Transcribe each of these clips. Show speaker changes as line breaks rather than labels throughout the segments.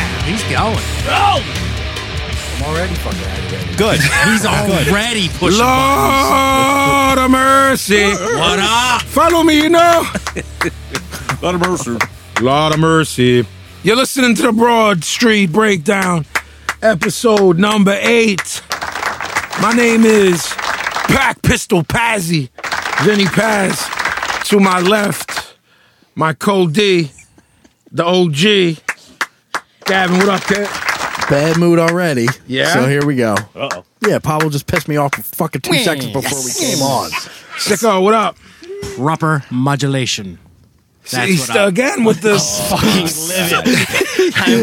going.
I'm already fucking aggravated.
Good.
He's already pushing buttons.
Lord of mercy.
What up?
Follow me, you know.
Lot of mercy.
Lord of mercy. You're listening to the Broad Street Breakdown, episode number eight. My name is Pack Pistol Pazzy, Vinny Paz. To my left, my co D, the OG. Gavin, what up, kid?
Bad mood already.
Yeah?
So here we go.
Uh-oh.
Yeah, Pablo just pissed me off for fucking two seconds before we came on.
Sicko, what up?
Proper modulation. That's
He's
what I- Oh,
again with this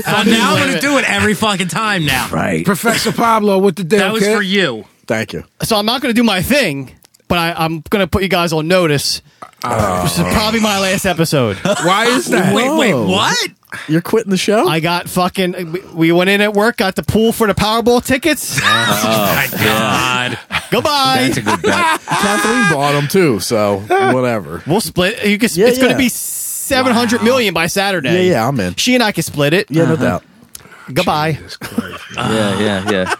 I'm now going to do it every fucking time now.
Right.
Professor Pablo with the
That
deal,
was
kid.
for you.
Thank you.
So I'm not going to do my thing, but I, I'm going to put you guys on notice. This is probably my last episode.
Why is that?
Wait, wait, what?
You're quitting the show?
I got fucking. we- We went in at work, got the pool for the Powerball tickets.
My God.
Goodbye.
That's a good bet.
Kathleen bought them too, so whatever.
we'll split. You can,
Yeah,
it's going
yeah.
to be seven hundred million by Saturday.
Yeah, yeah, I'm in.
She and I can split it.
Yeah, no doubt.
Goodbye.
Yeah, yeah, yeah.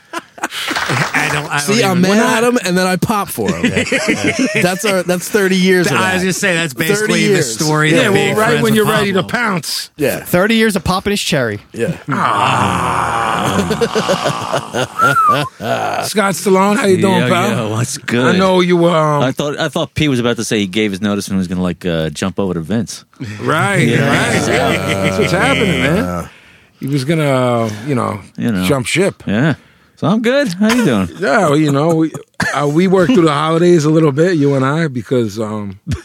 I don't, I don't
See, I'm
even-
mad at him, and then I pop for him. that's our. That's 30 years. Of
I was
that.
just saying that's basically the
years.
story.
Yeah,
that
well,
being
right
friends
when
with
you're ready to
Pablo.
pounce.
yeah,
Thirty years of popping his cherry.
yeah.
Scott Stallone, how you doing,
yeah,
pal?
yeah, what's good?
I know you were um,
I thought I thought P was about to say he gave his notice and was gonna like uh, jump over to Vince.
right, right. That's what's happening, man. He was gonna, uh, you know,
You know.
jump ship.
Yeah. So I'm good. How you doing?
Yeah, well, you know, we, uh, we worked through the holidays a little bit, you and I, because um, I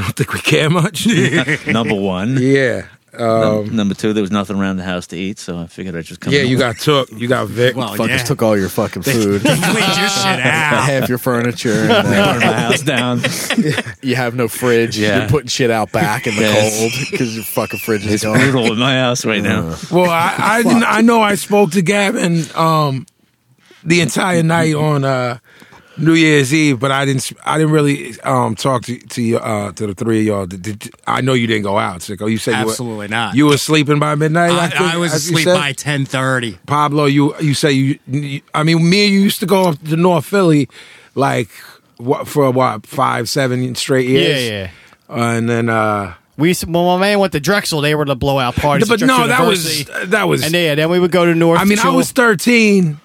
don't think we care much.
Number one.
yeah, uh,
Num- Number two, there was nothing around the house to eat, so I figured I'd just come.
yeah.
home.
You got took, you got Vic.
Well,
Fuckers
yeah.
took all your fucking food.
Cleaned your shit out.
half your furniture. And
burn
then
my house down.
you have no fridge.
Yeah.
You're putting shit out back in the
Yes.
cold because your fucking fridge is
It's
gone.
brutal in my house right now.
Well, I I, didn't- I know I spoke to Gavin um, the entire
Mm-hmm.
night on uh, New Year's Eve, but I didn't sp- I didn't really um, talk to to you, uh, to the three of y'all. Did, did, I know you didn't go out, Sicko. You said
Absolutely
you were,
not.
You were sleeping by midnight.
I,
think,
I was
as you
asleep
said?
by 1030.
Pablo. You you say you, you. I mean, me and you used to go up to North Philly, like what for what five seven straight years.
Yeah, yeah.
and then. uh
We s- when my man went to Drexel, they were the blowout parties.
but
at Drexel
no, that was
University.
that was
And yeah, then we would go to North.
I mean, I
chill.
was 13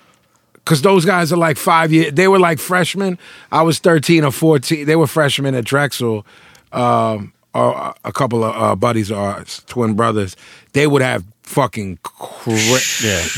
because those guys are like five years. They were like freshmen. I was 13 or 14. They were freshmen at Drexel. Um, or a couple of uh, buddies of ours, twin brothers, they would have fucking. Cra-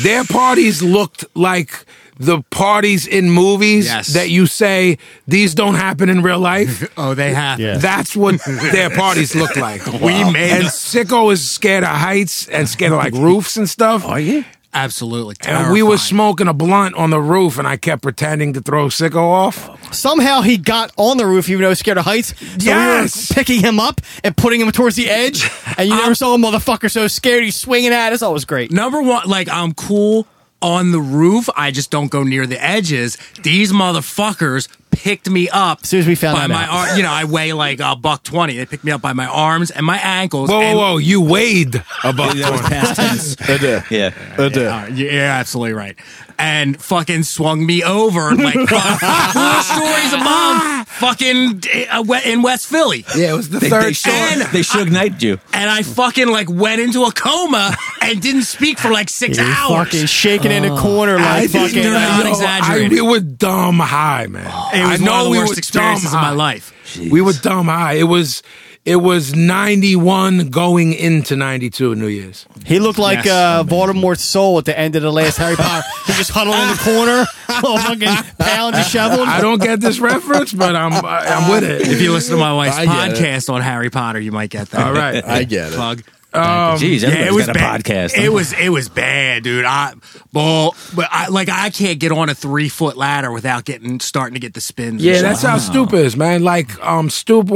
Their parties looked like the parties in movies
Yes.
that you say these don't happen in real life.
Oh, they have.
Yeah.
That's what their parties look like.
We made
and
them.
sicko is scared of heights and scared of like roofs and stuff.
Oh,
Are you?
Absolutely.
And we were
terrifying.
smoking a blunt on the roof, and I kept pretending to throw sicko off.
Oh,
Somehow he got on the roof, even though he was scared of heights. So
Yes!
we were picking him up and putting him towards the edge, and you never saw a motherfucker so scared. He's swinging at us. That was great.
Number one, like I'm cool on the roof. I just don't go near the edges. These motherfuckers picked me up.
soon as we found
by
them
my
out.
arm, you know, I weigh like a buck twenty. They picked me up by my arms and my ankles.
Whoa, whoa,
and-
whoa! You weighed above twenty.
Past tense.
I did.
Yeah.
I did.
Uh, yeah, you're absolutely right. And fucking swung me over like four stories a mom fucking uh, we- in West Philly.
Yeah, it was the
They,
third
they,
story.
should, they should ignite you.
And I fucking like went into a coma and didn't speak for like six
You're
hours.
fucking shaking in a corner like
didn't
fucking.
do that.
uh,
not
I,
exaggerating.
we were dumb high, man.
it was
I know
one of the
we
worst
were
experiences
dumb
of my
high.
life.
We were dumb high. It was, it was ninety one going into ninety two New Year's.
He looked like
Yes,
uh, Voldemort's soul at the end of the last Harry Potter. He just huddled in the corner, all fucking pound disheveled.
I don't get this reference, but I'm I, am with it.
If you listen to my wife's
I get it.
podcast on Harry Potter, you might get that.
All right.
I get it.
Plug.
Um,
Jeez,
Yeah, it was
everybody's got a
bad.
podcast.
It was it was bad, dude. I well, but I like I can't get on a three foot ladder without getting starting to get the spins.
Yeah, that's how Stoop is, man. Like um Stoop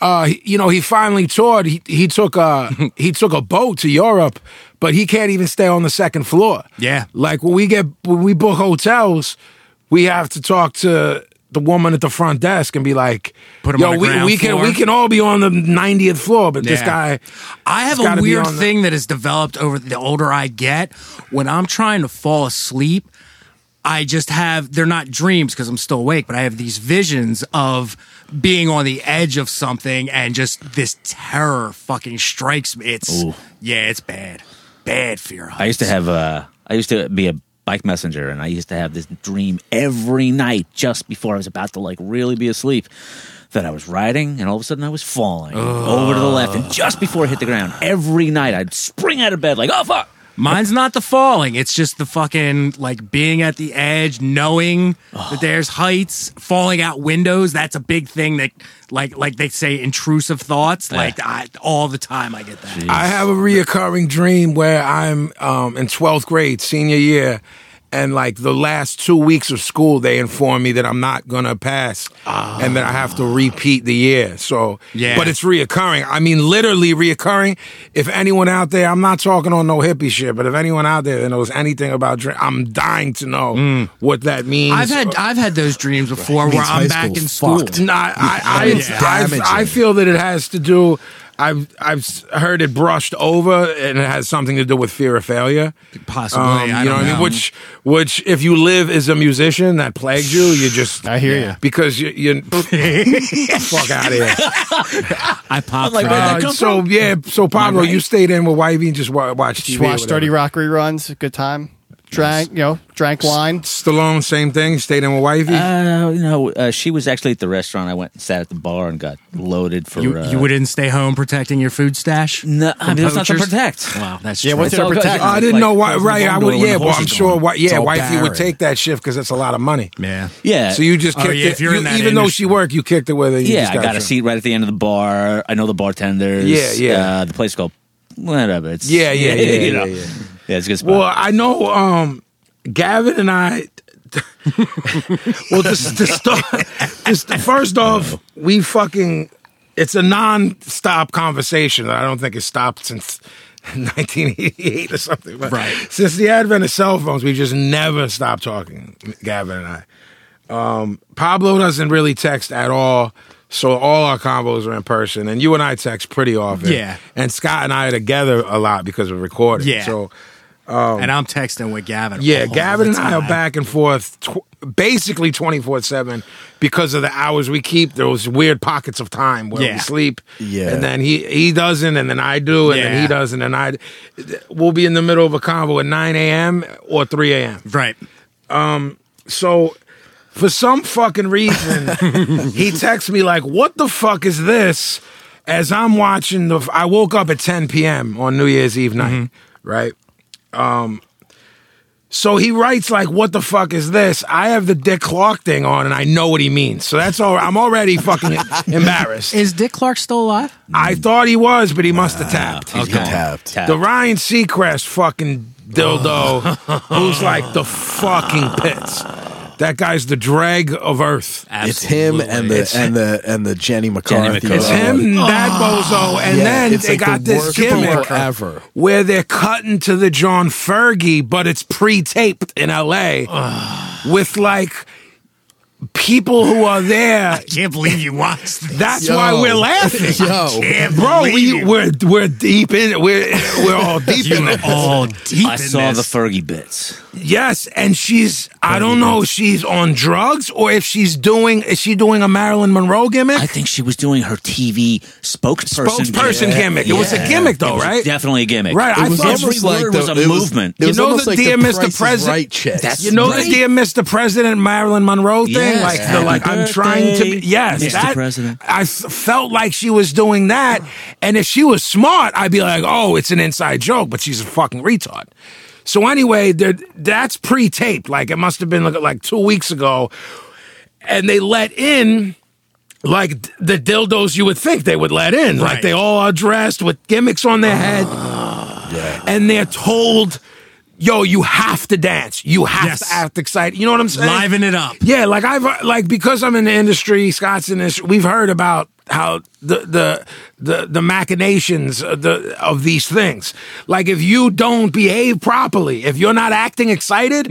uh he- you know, he finally toured. He he took a he took a boat to Europe, but he can't even stay on the second floor.
Yeah.
Like when we get when we book hotels, we have to talk to the woman at the front desk and be like,
Put him
"Yo,
on the
we,
ground
we can
floor."
we can all be on the 90th floor, but this
Yeah.
guy,
I have
it's gotta
a
be
weird
on the-
thing that has developed over the older I get. When I'm trying to fall asleep, I just have they're not dreams because I'm still awake, but I have these visions of being on the edge of something and just this terror fucking strikes me. It's
Ooh.
yeah, it's bad. Bad fear.
I used to have uh, I used to be a bike messenger, and I used to have this dream every night just before I was about to like really be asleep that I was riding, and all of a sudden I was falling over to the left, and just before I hit the ground, every night I'd spring out of bed like, oh fuck.
Mine's not the falling. It's just the fucking like being at the edge, knowing that there's heights, falling out windows. That's a big thing that like like they say intrusive thoughts. Like I, all the time, I get that.
I have a reoccurring dream where I'm um, in 12th grade, senior year, and like the last two weeks of school, they inform me that I'm not gonna pass, and that I have to repeat the year. So,
Ah. Yeah.
but it's reoccurring. I mean, literally reoccurring. If anyone out there, I'm not talking on no hippie shit, but if anyone out there that knows anything about dream, I'm dying to know what that means.
Mm. I've had I've had those dreams before where
Means high
I'm back in
school's
school.
fucked.
No, I, I,
It's
I,
damaging.
I, I feel that it has to do. I've I've s- heard it brushed over, and it has something to do with fear of failure. Um,
Possibly, I
you
don't
what I mean.
know.
Which which, if you live as a musician, that plagues you. You just
I hear ya.
because you you fuck out of here.
I popped
like,
from that.
man, that
Uh,
come
so
from?
yeah, so Pablo,
right?
you stayed in with Wivey and just wa- watched TV.
Just
or
watched
whatever.
Dirty Rock reruns. Good time. Drank, you know, drank wine.
Stallone, same thing. Stayed in with Wivey.
Uh, no, uh, she was actually at the restaurant. I went and sat at the bar and got loaded for.
you,
uh,
you wouldn't stay home protecting your food stash.
No, I
From
mean, that's not to
poachers?
protect.
Wow, that's
Yeah,
true.
what's
It's all
to
good.
protect?
I didn't
Like,
know why.
close the
Right, I
window
would.
when
Yeah,
the
well,
horse
I'm
is
sure.
gone.
Why,
It's
yeah,
all
wifey would
barren.
take that shift because it's a lot of money.
Yeah,
Yeah.
So you just
Oh,
kicked
yeah,
it.
if you're
you-
in that
even though
industry.
she worked, you kicked it with her. You
yeah,
just
I got a
you.
seat right at the end of the bar. I know the bartenders.
Yeah, yeah.
Uh, the place called whatever. It's
Yeah, yeah, yeah,
you
yeah,
know.
yeah.
Yeah, it's a good spot.
Well, I know um, Gavin and I. well, this the start. This, first off, we fucking. It's a non-stop conversation that I don't think has stopped since 1988 or something. But
Right.
Since the advent of cell phones, we just never stopped talking, Gavin and I. Um, Pablo doesn't really text at all, so all our combos are in person. And you and I text pretty often.
Yeah.
And Scott and I are together a lot because we're recording.
Yeah.
So
and I'm texting with Gavin.
yeah,
all
Gavin
the
and I are
time.
back and forth, tw- basically twenty four seven, because of the hours we keep. Those weird pockets of time where
Yeah.
we sleep,
Yeah.
and then he he doesn't, and then I do, and then
Yeah.
he doesn't, and I. We'll be in the middle of a convo at nine a.m. or three a.m.
Right.
So for some fucking reason, he texts me like, "What the fuck is this?" As I'm watching the, I woke up at 10 p.m. on New Year's Eve night, right? Um, so he writes like, "What the fuck is this?" I have the Dick Clark thing on, and I know what he means. So that's all. I'm already fucking embarrassed.
Is Dick Clark still alive?
I thought he was, but he must have tapped.
He's gone.
Tapped.
The Ryan Seacrest fucking dildo, who's like the fucking pits. That guy's the drag of earth.
It's him and the and the and the Jenny McCarthy.
McCarthy.
It's him, and that bozo, and
Oh. Yeah,
then
it's
they
like the
got this
worst
gimmick
work ever.
where they're cutting to the John Fergie, but it's pre-taped in L.A. with like people who are there.
Can't believe you watched this.
That's
Yo.
why we're laughing.
Yo.
Can't
Bro,
believe
we,
you.
we're we're deep in it. We're we're all deep in
You
it.
all deep
I
in
saw
this.
the Fergie bits.
Yes, and she's I don't know if she's on drugs or if she's doing is she doing a Marilyn Monroe gimmick?
I think she was doing her TV spokesperson.
Spokesperson gimmick. It was a gimmick, though,
It was
right?
Definitely a gimmick.
Right, I
It was
thought
almost
every
like
word
the,
was a
it
movement.
It was
You know
almost
the
like
Dear
the
Mr.
Price is
President-
Right chicks.
That's-
you know
Right.
the dear Mr. President Marilyn Monroe thing,
Yes.
like the
Happy
like I'm trying to be,
birthday,
yes,
Mr.
that-
President.
I s- felt like she was doing that, and if she was smart, I'd be like, oh, it's an inside joke, but she's a fucking retard. So anyway, there- that's pre-taped. Like it must have been like, like two weeks ago, and they let in like d- the dildos you would think they would let in. Like
Right.
they all are dressed with gimmicks on their head
Ah.
and they're told, "Yo, you have to dance. You have
Yes.
to act excited." You know what I'm saying?
Liven it up.
uh, Yeah, like I've like because I'm in the industry, Scott's in this. We've heard about how the the the, the machinations of, the, of these things. Like if you don't behave properly, if you're not acting excited,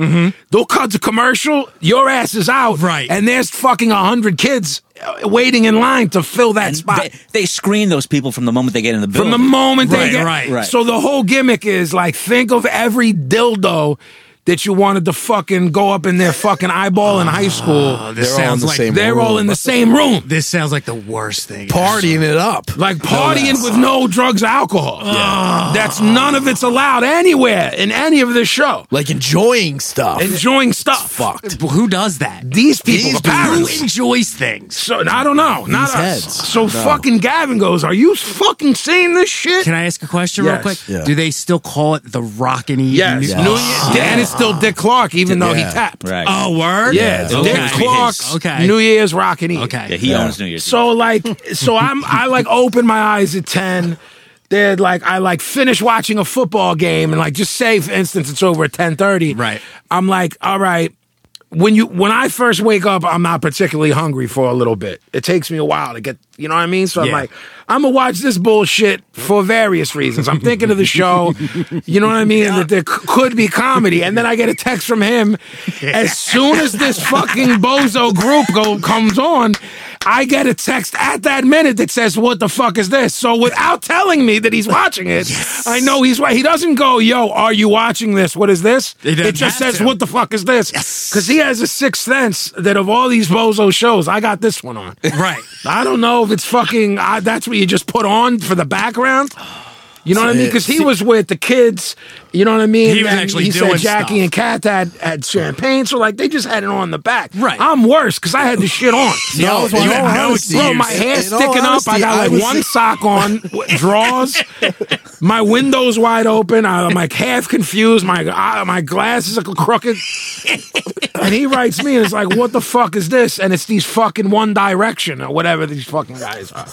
they'll cut the commercial. Your ass is out.
Mm-hmm. Right.
and there's fucking a hundred kids uh, waiting in line to fill that
And
spot.
they, they screen those people from the moment they get in the
From
building.
the moment
Right,
they get
right.
Right.
So the whole gimmick is like think of every dildo that you wanted to fucking go up in their fucking eyeball in high school.
Ah, this
They're all in
sounds
the
like
same
They're all in the same room.
this sounds like the worst thing.
partying it up.
Like partying
less.
with no drugs or alcohol.
Ah.
That's none of it's allowed anywhere in any of this show.
Like enjoying stuff.
Enjoying stuff.
Fucked.
Who does that?
These people,
These
the parents.
Who enjoys things?
So I don't know. Not
These
us.
heads.
So fucking Gavin goes, Are you fucking seeing this shit?
Can I ask a question
Yes.
real quick?
Yeah.
Do they still call it the Rockin' E?
yes.
New-
Yes.
New Year's- And it's still Dick Clark, even though he
Yeah.
tapped.
right.
Oh, word.
Yeah, it's
Okay.
Dick Clark's
Okay.
New Year's Rockin' Eve.
okay.
yeah, he owns New Year's.
So like, so I'm I like open my eyes at ten. They're like I like finish watching a football game and like just say for instance it's over at ten thirty.
Right.
I'm like, all right. When you when I first wake up, I'm not particularly hungry for a little bit. It takes me a while to get, you know what I mean. So I'm
Yeah.
like, I'm gonna watch this bullshit for various reasons. I'm thinking of the show, you know what I mean, that there c- could be comedy, and then I get a text from him. As soon as this fucking bozo group go comes on, I get a text at that minute that says, "What the fuck is this?" So without telling me that he's watching it, I know he's right. He doesn't go, "Yo, are you watching this? What is this?"
He doesn't
It just
have
says,
to.
"What the fuck is this?" Because he has a sixth sense that of all these bozo shows, I got this one on.
Right.
I don't know if it's fucking. I, that's what you just put on for the background. You know what I mean? Because he was with the kids. You know what I mean?
He was
And
actually
he
doing
said Jackie
stuff.
and Kath had had champagne, so like they just had it on the back.
Right.
I'm worse because I had the shit on.
No,
No,
I was watching-
you had no
Bro, my
In-
hair's
in all
sticking up. I
honesty,
got like
I was-
one sock on, w- drawers. my window's wide open. I- I'm like half confused. My eye- my glasses are crooked. and he writes me and it's like, "What the fuck is this?" And it's these fucking One Direction or whatever these fucking guys are.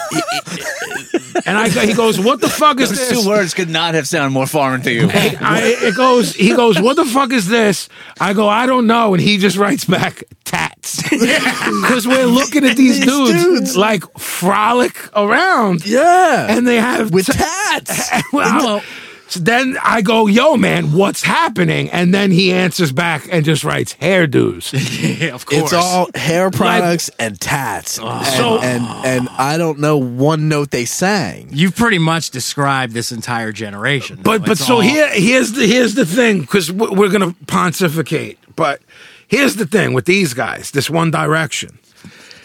and I go- he goes, "What the fuck is
Those
this?"
two words could not have sounded more foreign to you.
I, it goes. He goes. What the fuck is this? I go. I don't know. And he just writes back tats because we're looking at these, dudes,
dudes.
like frolic around,
Yeah.
and they have
with
ta-
tats.
well, so then I go, yo, man, what's happening? And then he answers back and just writes hairdos.
Yeah, of course.
It's all hair products and tats. and,
Oh. So-
and and I don't know one note they sang.
You've pretty much described this entire generation.
But
though.
but
It's
so
all-
here here's the here's the thing because we're gonna pontificate. But here's the thing with these guys, this One Direction.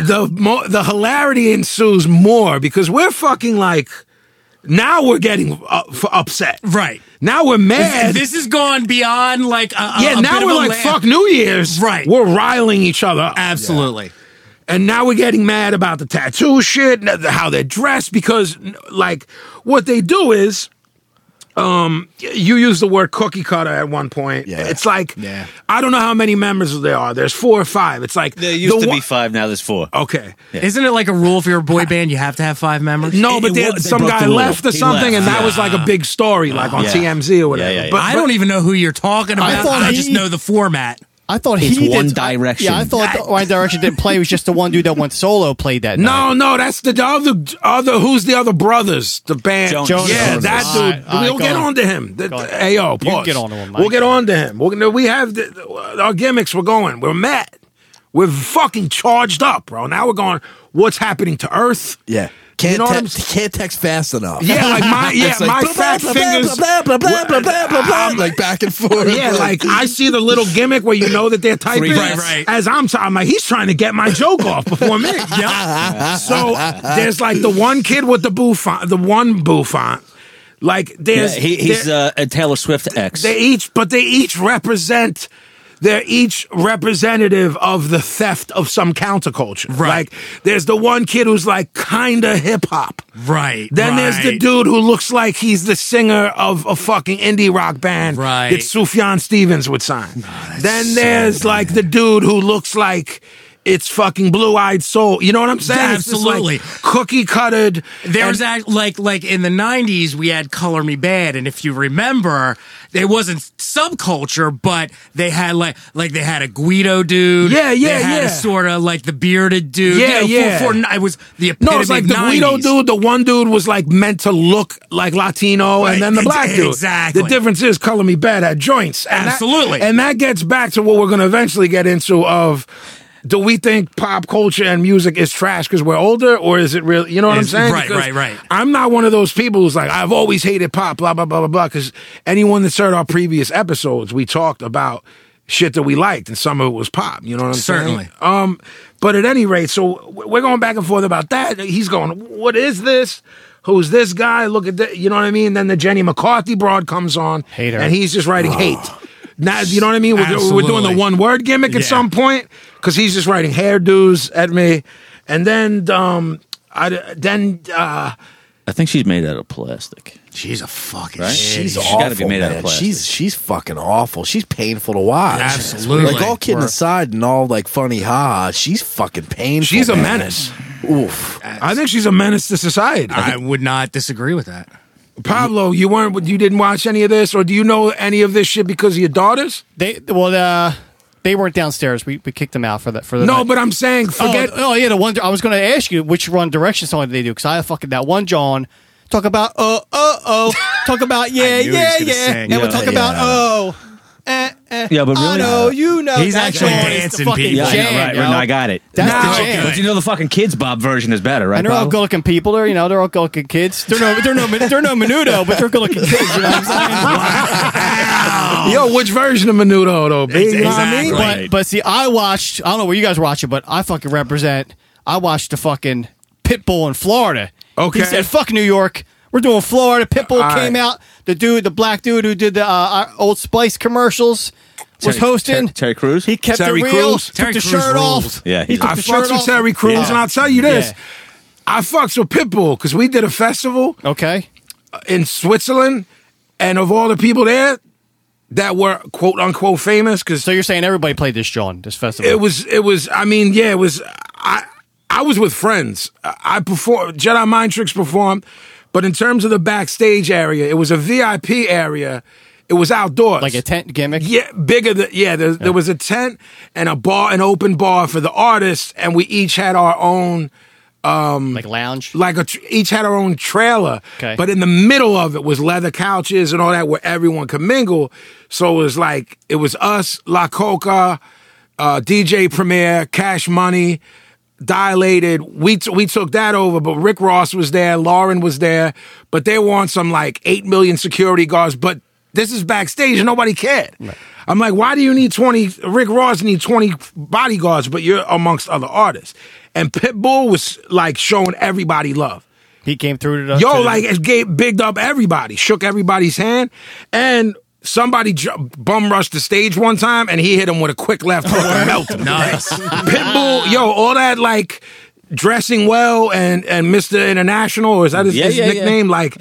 the mo- the hilarity ensues more because we're fucking like now we're getting uh, f- upset.
Right.
now we're mad.
This has gone beyond like a, a-
yeah,
a
now
bit of
we're
a
like
laugh.
fuck New Year's.
Right.
we're riling each other. up.
Absolutely.
And now we're getting mad about the tattoo shit, and the- how they're dressed, because like what they do is, um, y- you use the word cookie cutter at one point.
Yeah.
It's like
Yeah.
I don't know how many members there are. There's four or five. It's like
There used
the
to
one-
be five, now there's four.
Okay.
Isn't it like a rule for your boy band? You have to have five members.
No, but
it
there,
was- they
some
broke
guy
the rule.
left or
He
something,
left.
and that was like a big story, like on
Yeah.
TMZ or whatever.
Yeah, yeah, yeah.
But,
I don't even know who you're talking about. I,
thought he-
just know the format.
I thought
It's
he
One
did, I-
Direction.
yeah, I thought the One Direction didn't play. It was just the one dude that went solo played that. night.
No, no, that's the other other. Who's the other brothers? The band.
Jonas.
Yeah,
Jonas.
that
All
dude.
right, all right,
we'll
go
get
on.
on to him. The,
Go on.
the- hey, yo,
You can
pause.
get on to him, Mike.
We'll get on to him. We're, gonna- we have the, our gimmicks. We're going. We're mad. We're fucking charged up, bro. Now we're going. What's happening to Earth?
Yeah. Can't
You know what I'm
te- can't text fast enough.
Yeah, like my yeah,
It's like
my
blah, blah,
fat
blah, blah,
fingers.
blah, blah, blah, blah, blah, blah, blah,
I'm-
like back and forth.
Yeah, like I see the little gimmick where you know that they're typing.
Right, right.
As I'm, t- I'm like, he's trying to get my joke off before me. yeah. So there's like the one kid with the bouffant, the one bouffant. Like
Yeah,
there's
he, he's
there-
uh, a Taylor Swift ex.
they each, but they each represent. They're each representative of the theft of some counterculture.
Right.
Like, there's the one kid who's like kinda hip hop.
Right.
Then there's the
right.
dude who looks like he's the singer of a fucking indie rock band
Right.
that Sufjan Stevens would sign. then there's like the dude who looks like it's fucking blue eyed soul. You know what I'm saying?
Yeah,
It's just, like,
absolutely.
cookie cuttered.
There
and-
was act, like like in the '90s we had "Color Me Bad," and if you remember, it wasn't subculture, but they had like like they had a Guido dude.
Yeah, yeah,
They had a
yeah.
sort of like the bearded dude.
Yeah,
you know,
yeah.
For, for, I was the epitome
No, it's like
of
the
90s.
Guido dude. The one dude was like meant to look like Latino,
Right,
and then the
ex-
black dude.
exactly.
The difference is color me bad at joints. And that-
Absolutely.
and that gets back to what we're going to eventually get into of. Do we think pop culture and music is trash because we're older, or is it real? You know what
Is-
I'm saying?
right,
Because
right, right.
I'm not one of those people who's like, I've always hated pop, blah, blah, blah, blah, blah. Because anyone that's heard our previous episodes, we talked about shit that we liked, and some of it was pop. You know what I'm saying?
Certainly.
Um, but at any rate, so w- we're going back and forth about that. He's going, what is this? Who's this guy? Look at that. You know what I mean? Then the Jenny McCarthy broad comes on,
Hate her.
and he's just writing hate. Now, you know what I mean? We're, do- we're doing
Absolutely.
the one word gimmick at
Yeah.
some point because he's just writing hairdos at me. And then, um, I, d- then, uh,
I think she's made out of plastic.
She's a fucking.
Right?
She's
She's
awful.
gotta be made out of
man.
plastic.
She's she's fucking awful. She's painful to watch.
Absolutely.
Like all kidding aside and all like funny ha, she's fucking painful.
she's a
man.
menace.
Oof.
I think she's a menace to society.
I would not disagree with that.
Pablo, you weren't, you didn't watch any of this, or do you know any of this shit because of your daughters?
They well, uh, they weren't downstairs. We, we kicked them out for that for the
No,
night.
but I'm saying,
oh,
forget.
oh yeah, the one I was going to ask you which run direction song did they do because I fucking that one John talk about oh oh oh talk about yeah
knew he was
yeah
gonna
yeah
sing.
and we'll
Yeah,
talk
yeah.
about oh. Eh, eh,
Yeah, but really- uh,
I know you know
He's
that
actually
song is the
dancing,
fucking
people.
Yeah, I know,
jam,
right.
yo.
No, I got it.
That's
Now-
the jam.
But you know the fucking kids Bob version is better, right?
And they're all
Bob?
good looking people. They're you know they're all good looking kids. They're no they're no they're no menudo, but they're good looking kids. You know what I'm saying? oh.
Yo, which version of Menudo though? B? You know what I mean?
Exactly.
But but see, I watched. I don't know where you guys watch it, but I fucking represent. I watched the fucking Pitbull in Florida.
Okay.
he said fuck New York. We're doing Florida. Pitbull
All
came
right.
out. The dude, the black dude who did the uh, our Old Spice commercials, was
Terry-
hosting.
Ter- Terry Crews?
He kept
Terry
it real.
Crews?
Took
Terry
the
Crews
shirt
rules.
off.
Yeah,
he
he's-
took
I
the shirt
fucks with
off.
Terry Crews,
Yeah.
and I'll tell you this.
Yeah.
I fucks with Pitbull because we did a festival
Okay.
in Switzerland, and of all the people there that were quote unquote famous, because
So you're saying everybody played this John this festival?
it was, it was, I mean, yeah, it was, I, I was with friends. I I performed, Jedi Mind Tricks performed, but in terms of the backstage area, it was a VIP area. It was outdoors.
like a tent gimmick.
Yeah, bigger than yeah. There, there was a tent and a bar, an open bar for the artists, and we each had our own,
like lounge.
like a tr- each had our own trailer.
Okay.
But in the middle of it was leather couches and all that, where everyone could mingle. So it was like it was us, La Coca, uh, DJ Premier, Cash Money, Dilated. We t- we took that over, but Rick Ross was there, Lauren was there, but they were on some like eight million security guards. But this is backstage, and nobody cared. I'm like, why do you need 20? Rick Ross need 20 bodyguards, but you're amongst other artists. And Pitbull was like showing everybody love.
He came through to the to
Yo,
the-
like it gave, bigged up everybody, shook everybody's hand, and somebody ju- bum rushed the stage one time, and he hit him with a quick left hook and melted. him.
Nice.
Pitbull, yo, all that like dressing well and and Mr. International, or is that his,
Yeah,
his
yeah, Uh-huh. yeah.
nickname? Like,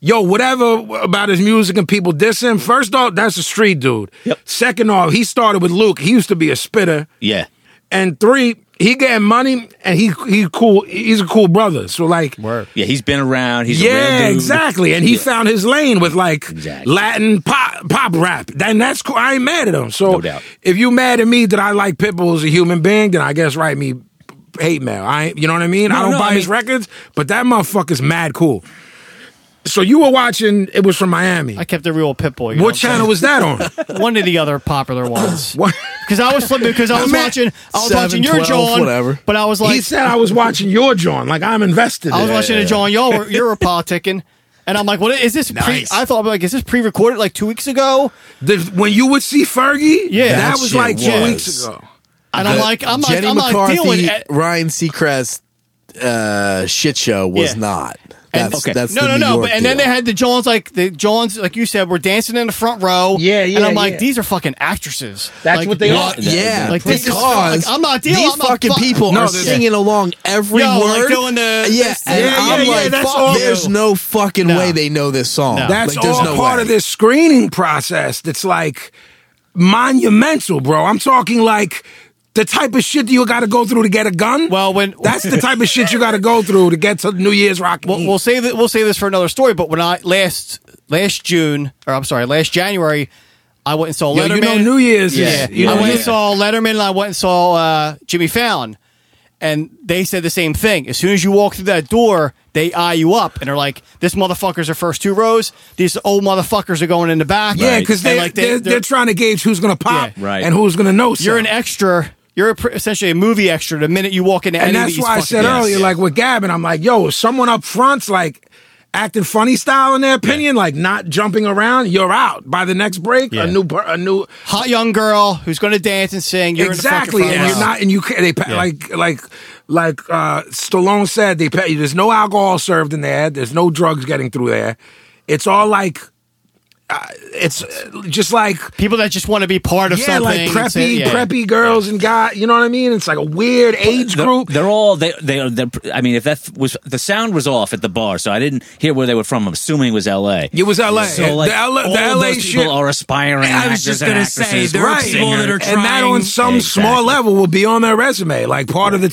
yo, whatever about his music and people diss him. First off, that's a street dude.
Yep.
Second off, he started with Luke. He used to be a spitter.
Yeah.
And three, he getting money, and he he cool. He's a cool brother. So like,
Word.
Yeah, he's been around. He's a real
yeah,
dude.
exactly. And he found his lane with like
Exactly.
Latin pop pop rap. Then that's cool. I ain't mad at him. So
No doubt.
if you mad at me that I like Pitbull as a human being, then I guess write me hate mail. I ain't- you know what I mean? I don't
no,
buy
I
his
mean-
records, but that motherfucker's mad cool. So you were watching it was from Miami.
I kept the real Pitbull. you know
what
I'm
channel was that on?
saying? One of the other popular ones.
What?
Because I was flipping. Because I was
Man,
watching. I was
seven,
watching your
12,
John.
whatever.
But I was
he
like,
said I was watching your John. Like I'm invested.
I was
in it.
watching a John. Y'all were you were politicking. And I'm like, what is this? Pre-
Nice.
I thought like, is this pre-recorded like two weeks ago?
The- when you would see Fergie,
Yeah.
that
That
was
shit
like two
was-
weeks ago.
And I'm like, I'm
Jenny
not, I'm
McCarthy,
not dealing. At-
Ryan Seacrest uh, shit show was
Yeah.
not.
And-
That's,
Okay.
that's
no,
the
no,
New
no.
York
But, and then they
deal.
had the Johns, like the Johns, like you said, were dancing in the front row.
Yeah,
And
yeah,
I'm like,
yeah.
these are fucking actresses.
That's
Like,
what they are.
yeah,
Like, this is-
because
like, I'm not dealing-
These
I'm not
fucking
fuck-
people
No,
are
they're-
singing along every
Yo, like
word.
doing the-
yeah,
this-
and
Yeah,
I'm
yeah, yeah,
like,
that's
fuck,
all-
there's no fucking
No.
way they know this song.
No.
That's
Like, there's
all
no
part
way.
of this screening process that's like monumental, bro. I'm talking like the type of shit that you got to go through to get a gun.
Well, when-
that's the type of shit you got to go through to get to New Year's Rock.
We'll, we'll save it. We'll save this for another story. But when I last last June, or I'm sorry, last January, I went and saw
Yo,
Letterman.
you know, New Year's.
Yeah.
Is, you
I
know,
went
New-
and saw Letterman and I went and saw uh, Jimmy Fallon. And they said the same thing. As soon as you walk through that door, they eye you up and are like, this motherfucker's the first two rows. These old motherfuckers are going in the back.
Yeah, because
And,
they,
like,
they, are they're trying to gauge who's gonna pop
Yeah. Right.
and who's gonna know. Something.
You're an extra. You're a, pr- essentially a movie extra the minute you walk into
and
any of
that's
these
why I
fucking
said
things.
earlier, like with Gavin, I'm like, yo, if someone up front's like acting funny style in their opinion, like not jumping around, you're out by the next break.
Yeah.
A new, per- a new,
hot young girl who's going to dance and sing. You're
exactly,
in the fucking
and
front
you're
row.
not, and you can't. They pa- like, like, like uh, Stallone said, they pay, there's no alcohol served in there. There's no drugs getting through there. It's all like, uh, it's uh, just like.
people that just want to be part of
Yeah,
something.
like
and say-
preppy,
yeah.
preppy girls and guys. You know what I mean? It's like a weird age
They're-
group.
They're all they they are. they're- I mean, if that was the sound was off at the bar, so I didn't hear where they were from. I'm assuming it was L.A.
It was LA.
So like
the LA,
all
the
of
LA
those
shit.
people are aspiring.
I was
actors
just
and
gonna say,
actresses,
there are people
singers.
that are
and that on
trying-
some
Exactly.
small level will be on their resume, like part of the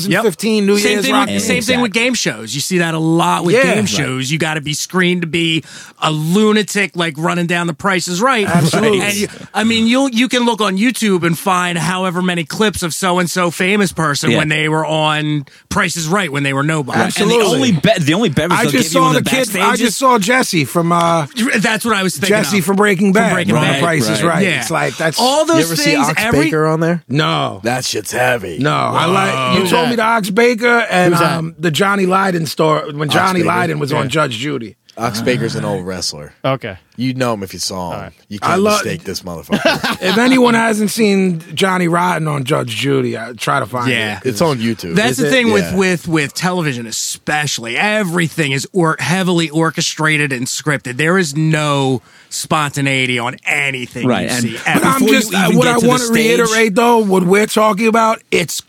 2015 New
Same
Year's
thing,
Rock.
with, same thing with
Exactly.
game shows. You see that a lot with
Yeah.
game
Right.
shows. You got to be screened to be a lunatic, like running down the prices right.
Absolutely.
And you, I mean, you will you can look on YouTube and find however many clips of so and so famous person
Yeah.
when they were on Prices Right when they were nobody.
And the
Absolutely.
only be- the only beverage
I
they'll
just
give you
saw
in
the,
the
kid. I
backstage
just
is-
saw Jesse from uh,
And that's what I was thinking.
Jesse
of.
from Breaking Bad.
Breaking
on
Bad.
The Price is
Right.
Right.
Yeah.
It's like that's
all
You
those
ever
things.
see Ox
every
Baker on there?
no.
That shit's heavy.
No, I like you
Who's
told
that?
me the Ox Baker and
Who's that?
um, the Johnny Lydon story when Johnny
Baker.
Lydon was
Yeah.
on Judge Judy.
Ox Baker's an old wrestler.
Okay.
You'd know him if you saw him.
right.
You
I
can't
love-
mistake this motherfucker.
If anyone hasn't seen Johnny Rodden on Judge Judy, I try to find
Yeah.
it.
it's on YouTube.
That's
Is
the
it?
thing with
Yeah.
with with television, especially. Everything is or heavily orchestrated and scripted. There is no spontaneity on anything
Right,
you
and-
see.
But I'm
Before you
just uh,
even
what
get
I
to the
want to
stage-
reiterate though, what we're talking about, it's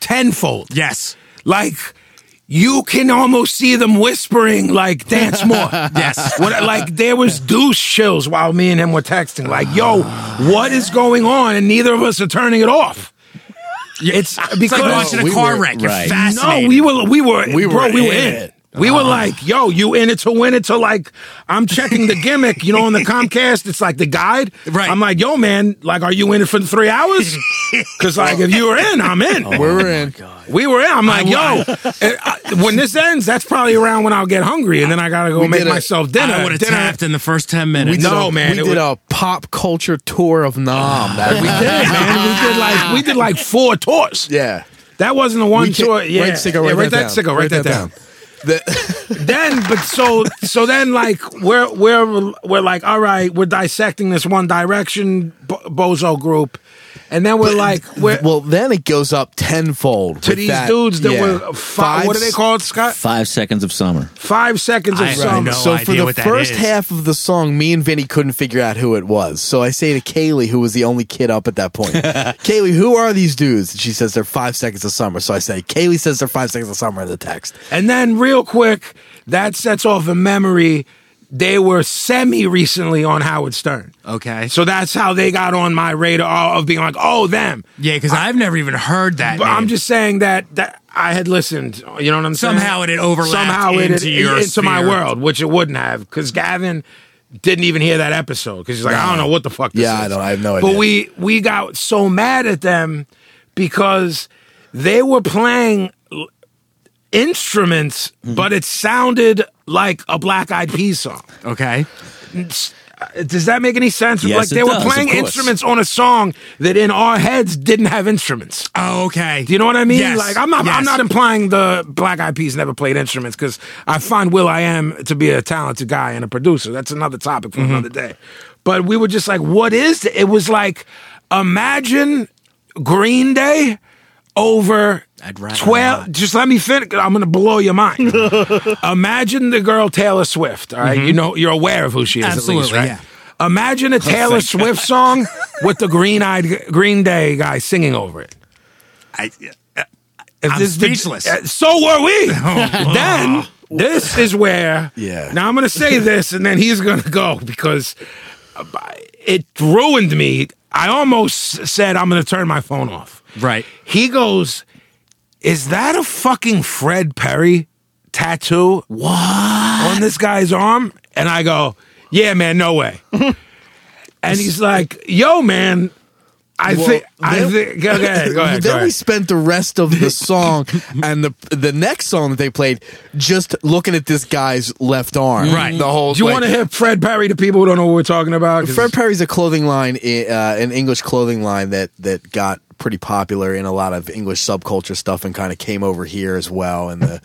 tenfold.
yes.
Like you can almost see them whispering, like dance more.
Yes.
What, like there was douche chills while me and him were texting. Like, yo, what is going on? And neither of us are turning it off. It's because
It's like watching
we
a car
were-
wreck. You're
right.
fascinated.
No, we were we were
We
bro,
were
we were
in
in.
it.
We
Uh-huh.
were like, yo, you in it to win it to like I'm checking the gimmick, you know, on the Comcast, it's like the guide.
Right.
I'm like, yo, man, like are you in it for the three hours? Cause like if you were in, I'm in.
Oh,
We were in.
We were in. I'm like, yo, eh, I- when this ends, that's probably around when I'll get hungry, and then I gotta go
We
make
did it.
myself dinner.
I would have
Dinner-
tapped in the first ten minutes.
We No,
a,
man,
We
it
did a pop culture tour of Nam. That
We did, man. We did like we did like four tours.
Yeah.
That wasn't the one
We can't-
tour. Yeah,
Right, sicko,
yeah,
write
write
that
that
down.
sicko, write that down.
The-
then but so so then like we're we're we're like all right we're dissecting this one direction bo- bozo group and then we're like we're
well, then it goes up tenfold
to
with
these
that-
dudes that
yeah.
were five, what do they call it scott
five seconds of summer.
five seconds of
I
summer
know.
so for
idea
the
what that
first
is.
half of the song, me and Vinny couldn't figure out who it was. So I say to Kaylee, who was the only kid up at that point, Kaylee, who are these dudes? And she says they're five seconds of summer. So I say, Kaylee says they're five seconds of summer in the text.
and then real quick that sets off a memory they were semi recently on howard stern
okay.
so that's how they got on my radar of being like oh them
yeah, because I've never even heard that.
But I'm
name.
just saying that that I had listened. You know what I'm saying?
Somehow it had overlapped into your
into my
sphere.
world, which it wouldn't have because Gavin didn't even hear that episode because he's like, I don't know what the fuck. This
Yeah, I
is.
don't- I have no
But
idea.
we we got so mad at them because they were playing l- instruments,
Mm-hmm.
but it sounded like a Black Eyed Peas song.
okay.
Uh, Does that make any sense?
Yes,
like
it
they
does,
were
of
playing
course.
instruments on a song that in our heads didn't have instruments.
Oh, okay.
Do you know what I mean?
Yes.
Like I'm not
Yes.
I'm not implying the Black Eyed Peas never played instruments because I find Will I Am to be a talented guy and a producer. That's another topic
Mm-hmm.
for another day. But we were just like, what is it? It was like, imagine Green Day over
I'd rather
twelve.
not.
Just let me finish. I'm gonna blow your mind. imagine the girl Taylor Swift. All right? you know you're aware of who she is. at least,
Mm-hmm. Absolutely,
right?
yeah.
Imagine a Taylor Swift song with the Green Eyed Green Day guy singing over it.
I,
If
I'm
this did-
speechless.
uh, so were we. then this is where.
Yeah.
Now I'm gonna say this, and then he's gonna go because uh, it ruined me. I almost said I'm gonna turn my phone off.
right.
He goes, "Is that a fucking Fred Perry tattoo? What on this guy's arm?" And I go, "Yeah, man, no way." and he's like, "Yo, man, I
Well,
think I
then-
think go ahead, go ahead,
then
go
we
ahead.
spent the rest of the song and the the next song that they played just looking at this guy's left arm.
Right.
The whole.
Do you
like-
want to hear Fred Perry to people who don't know what we're talking about? 'Cause
Fred Perry's a clothing line, i- uh, an English clothing line that that got pretty popular in a lot of English subculture stuff, and kind of came over here as well. And the,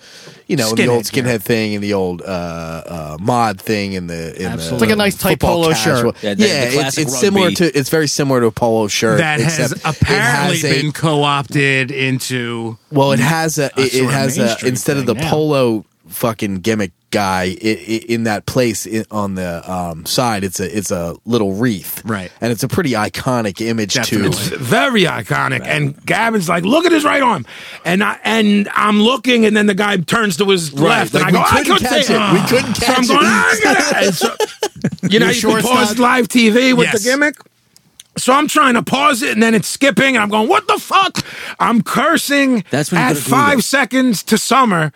you know, the
Skinhead
old
gear.
skinhead thing, and the old uh, uh, mod thing, and the, in the
Absolutely. It's like
a nice tight
football
polo
casual.
shirt.
Yeah,
Yeah,
the- the
it's,
classic
it's similar
rugby.
to. It's very similar to a polo shirt
that has
except it
apparently
has a-
been co-opted into
well, it has a. It, it
sort of
has a.
mainstream
Instead of the
thing now.
polo fucking gimmick guy i i in that place i on the um, side, it's a it's a little wreath,
Right.
And it's a pretty iconic image
Definitely.
too.
very iconic. And Gavin's like, look at his right arm, and I and I'm looking, and then the guy turns to his left,
like,
and I
we
go, I
couldn't
couldn't
catch
say
it.
"Ah."
We couldn't
So I'm
catch
going,
it.
"Ah, look at that." And so- you know, you,
sure
can
it's
pause
not-
live TV with
Yes.
the gimmick. So I'm trying to pause it, and then it's skipping, and I'm going, "What the fuck?" I'm cursing.
That's when you
at
gotta do
five
this.
seconds to summer,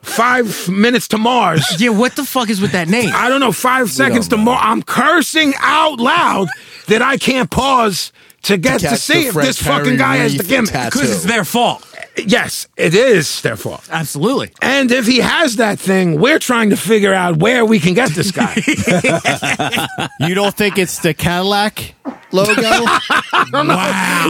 five minutes to Mars.
yeah what the fuck is with that name
I don't know, five seconds to more. I'm cursing out loud that I can't pause to get to,
catch
see
the
if
Fred
this fucking
Perry
guy has the
wreath
gimmick.
tattoo.
because it's their fault
Yes, it is their fault.
absolutely
And if he has that thing, we're trying to figure out where we can get this guy.
You don't think it's the Cadillac logo?
wow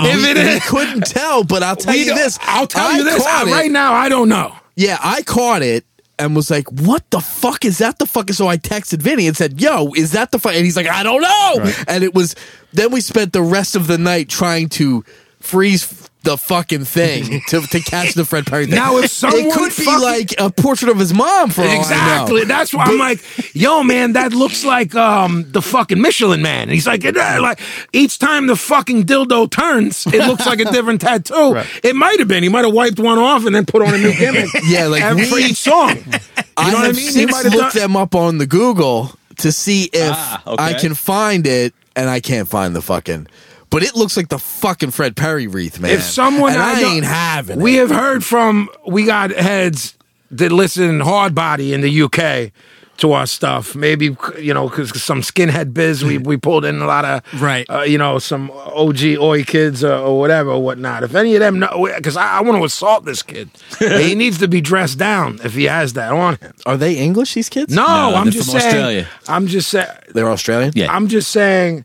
if it
We
is,
couldn't tell, but I'll tell
we
you
don't-
this.
I'll tell
I
you this
caught
I-
it.
right now. I don't know.
Yeah, I caught it and was like, "What the fuck is that? The fuck?" So I texted Vinny and said, "Yo, is that the fuck?" And he's like, "I don't know." And it was. Then we spent the rest of the night trying to freeze. f- The fucking thing to, to catch the Fred Perry thing.
Now, if someone
it could be
fucking-
like a portrait of his mom for all I know.
Exactly. That's why I'm like, yo, man, that looks like um, the fucking Michelin Man. And he's like, "Eh, eh," like each time the fucking dildo turns, it looks like a different tattoo. It might have been. He might have wiped one off and then put on a new gimmick.
Yeah, like
every for
we-
each song. You know
I
what
have
I mean? He
since
might have
looked
done-
them up on the Google to see if
Ah, okay.
I can find it, and I can't find the fucking. But it looks like the fucking Fred Perry wreath, man.
If someone
and I,
know-
ain't having
we
it.
have heard from we got heads that listen hard body in the UK to our stuff. Maybe you know because some skinhead biz we we pulled in a lot of
Right.
Uh, you know some OG oi kids or, or whatever or whatnot. If any of them know, because I, I want to assault this kid. he needs to be dressed down if he has that on him.
Are they English? These kids?
No,
No,
I'm
they're
just
from
saying.
Australia.
I'm just saying.
they're Australian.
Yeah.
I'm just saying.
yeah,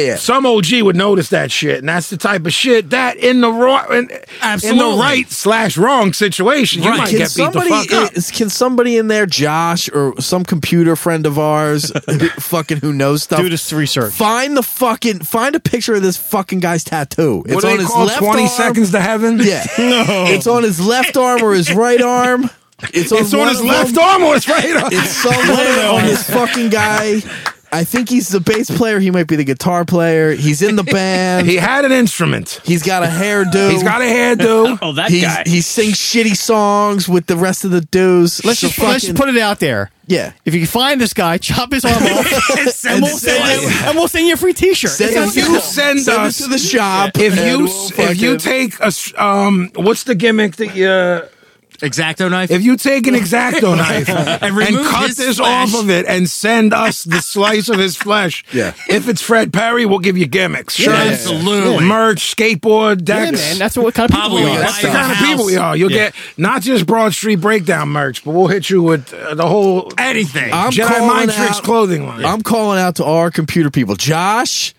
yeah.
Some OG would notice that shit, and that's the type of shit that in the wrong, in, in
Absolutely.
the right slash wrong situation, you
Right.
might
can
get beat the
somebody
fuck up.
is- can somebody in there, Josh, or some computer friend of ours, who- fucking who knows stuff?
Do this research.
Find the fucking find a picture of this fucking guy's tattoo. It's
what do
on
they
his
call
left
twenty
arm.
seconds to heaven?
Yeah, it's on his left arm or his right arm. It's on,
it's on
one
his
of
left
them.
arm or his right arm.
It's somewhere on this fucking guy. I think he's the bass player. He might be the guitar player. He's in the band.
He had an instrument.
He's got a hairdo.
He's got a hairdo.
Oh, that
He's-
guy.
He sings shitty songs with the rest of the dudes.
Let's
So
just, let's just
fucking-
put it out there.
yeah.
If you can find this guy, chop his arm off, and, we'll
send
send you,
it.
and we'll send you a free T-shirt.
Send
It's
it
out
you
there.
send
Send
us-
us to the shop.
If
and
you
we'll
if you
fucking-
take a s- um, what's the gimmick that you?
exacto knife
If you take an exacto knife and,
remove
cut
his
this
flesh.
off of it and send us the slice of his flesh,
Yeah.
if it's Fred Perry, we'll give you gimmicks. Sure.
yeah, yeah. Absolutely.
Merch, skateboard,
Yeah,
decks.
man, that's what kind of people
Pablo,
we
you
are.
got
That's the
Buy
kind
your
of people we
house.
are. You'll get not just Broad Street Breakdown merch, but we'll hit you with uh, the whole
anything
I'm
Jedi
calling
Mind
out-
Tricks clothing line.
I'm calling out to our computer people, Josh,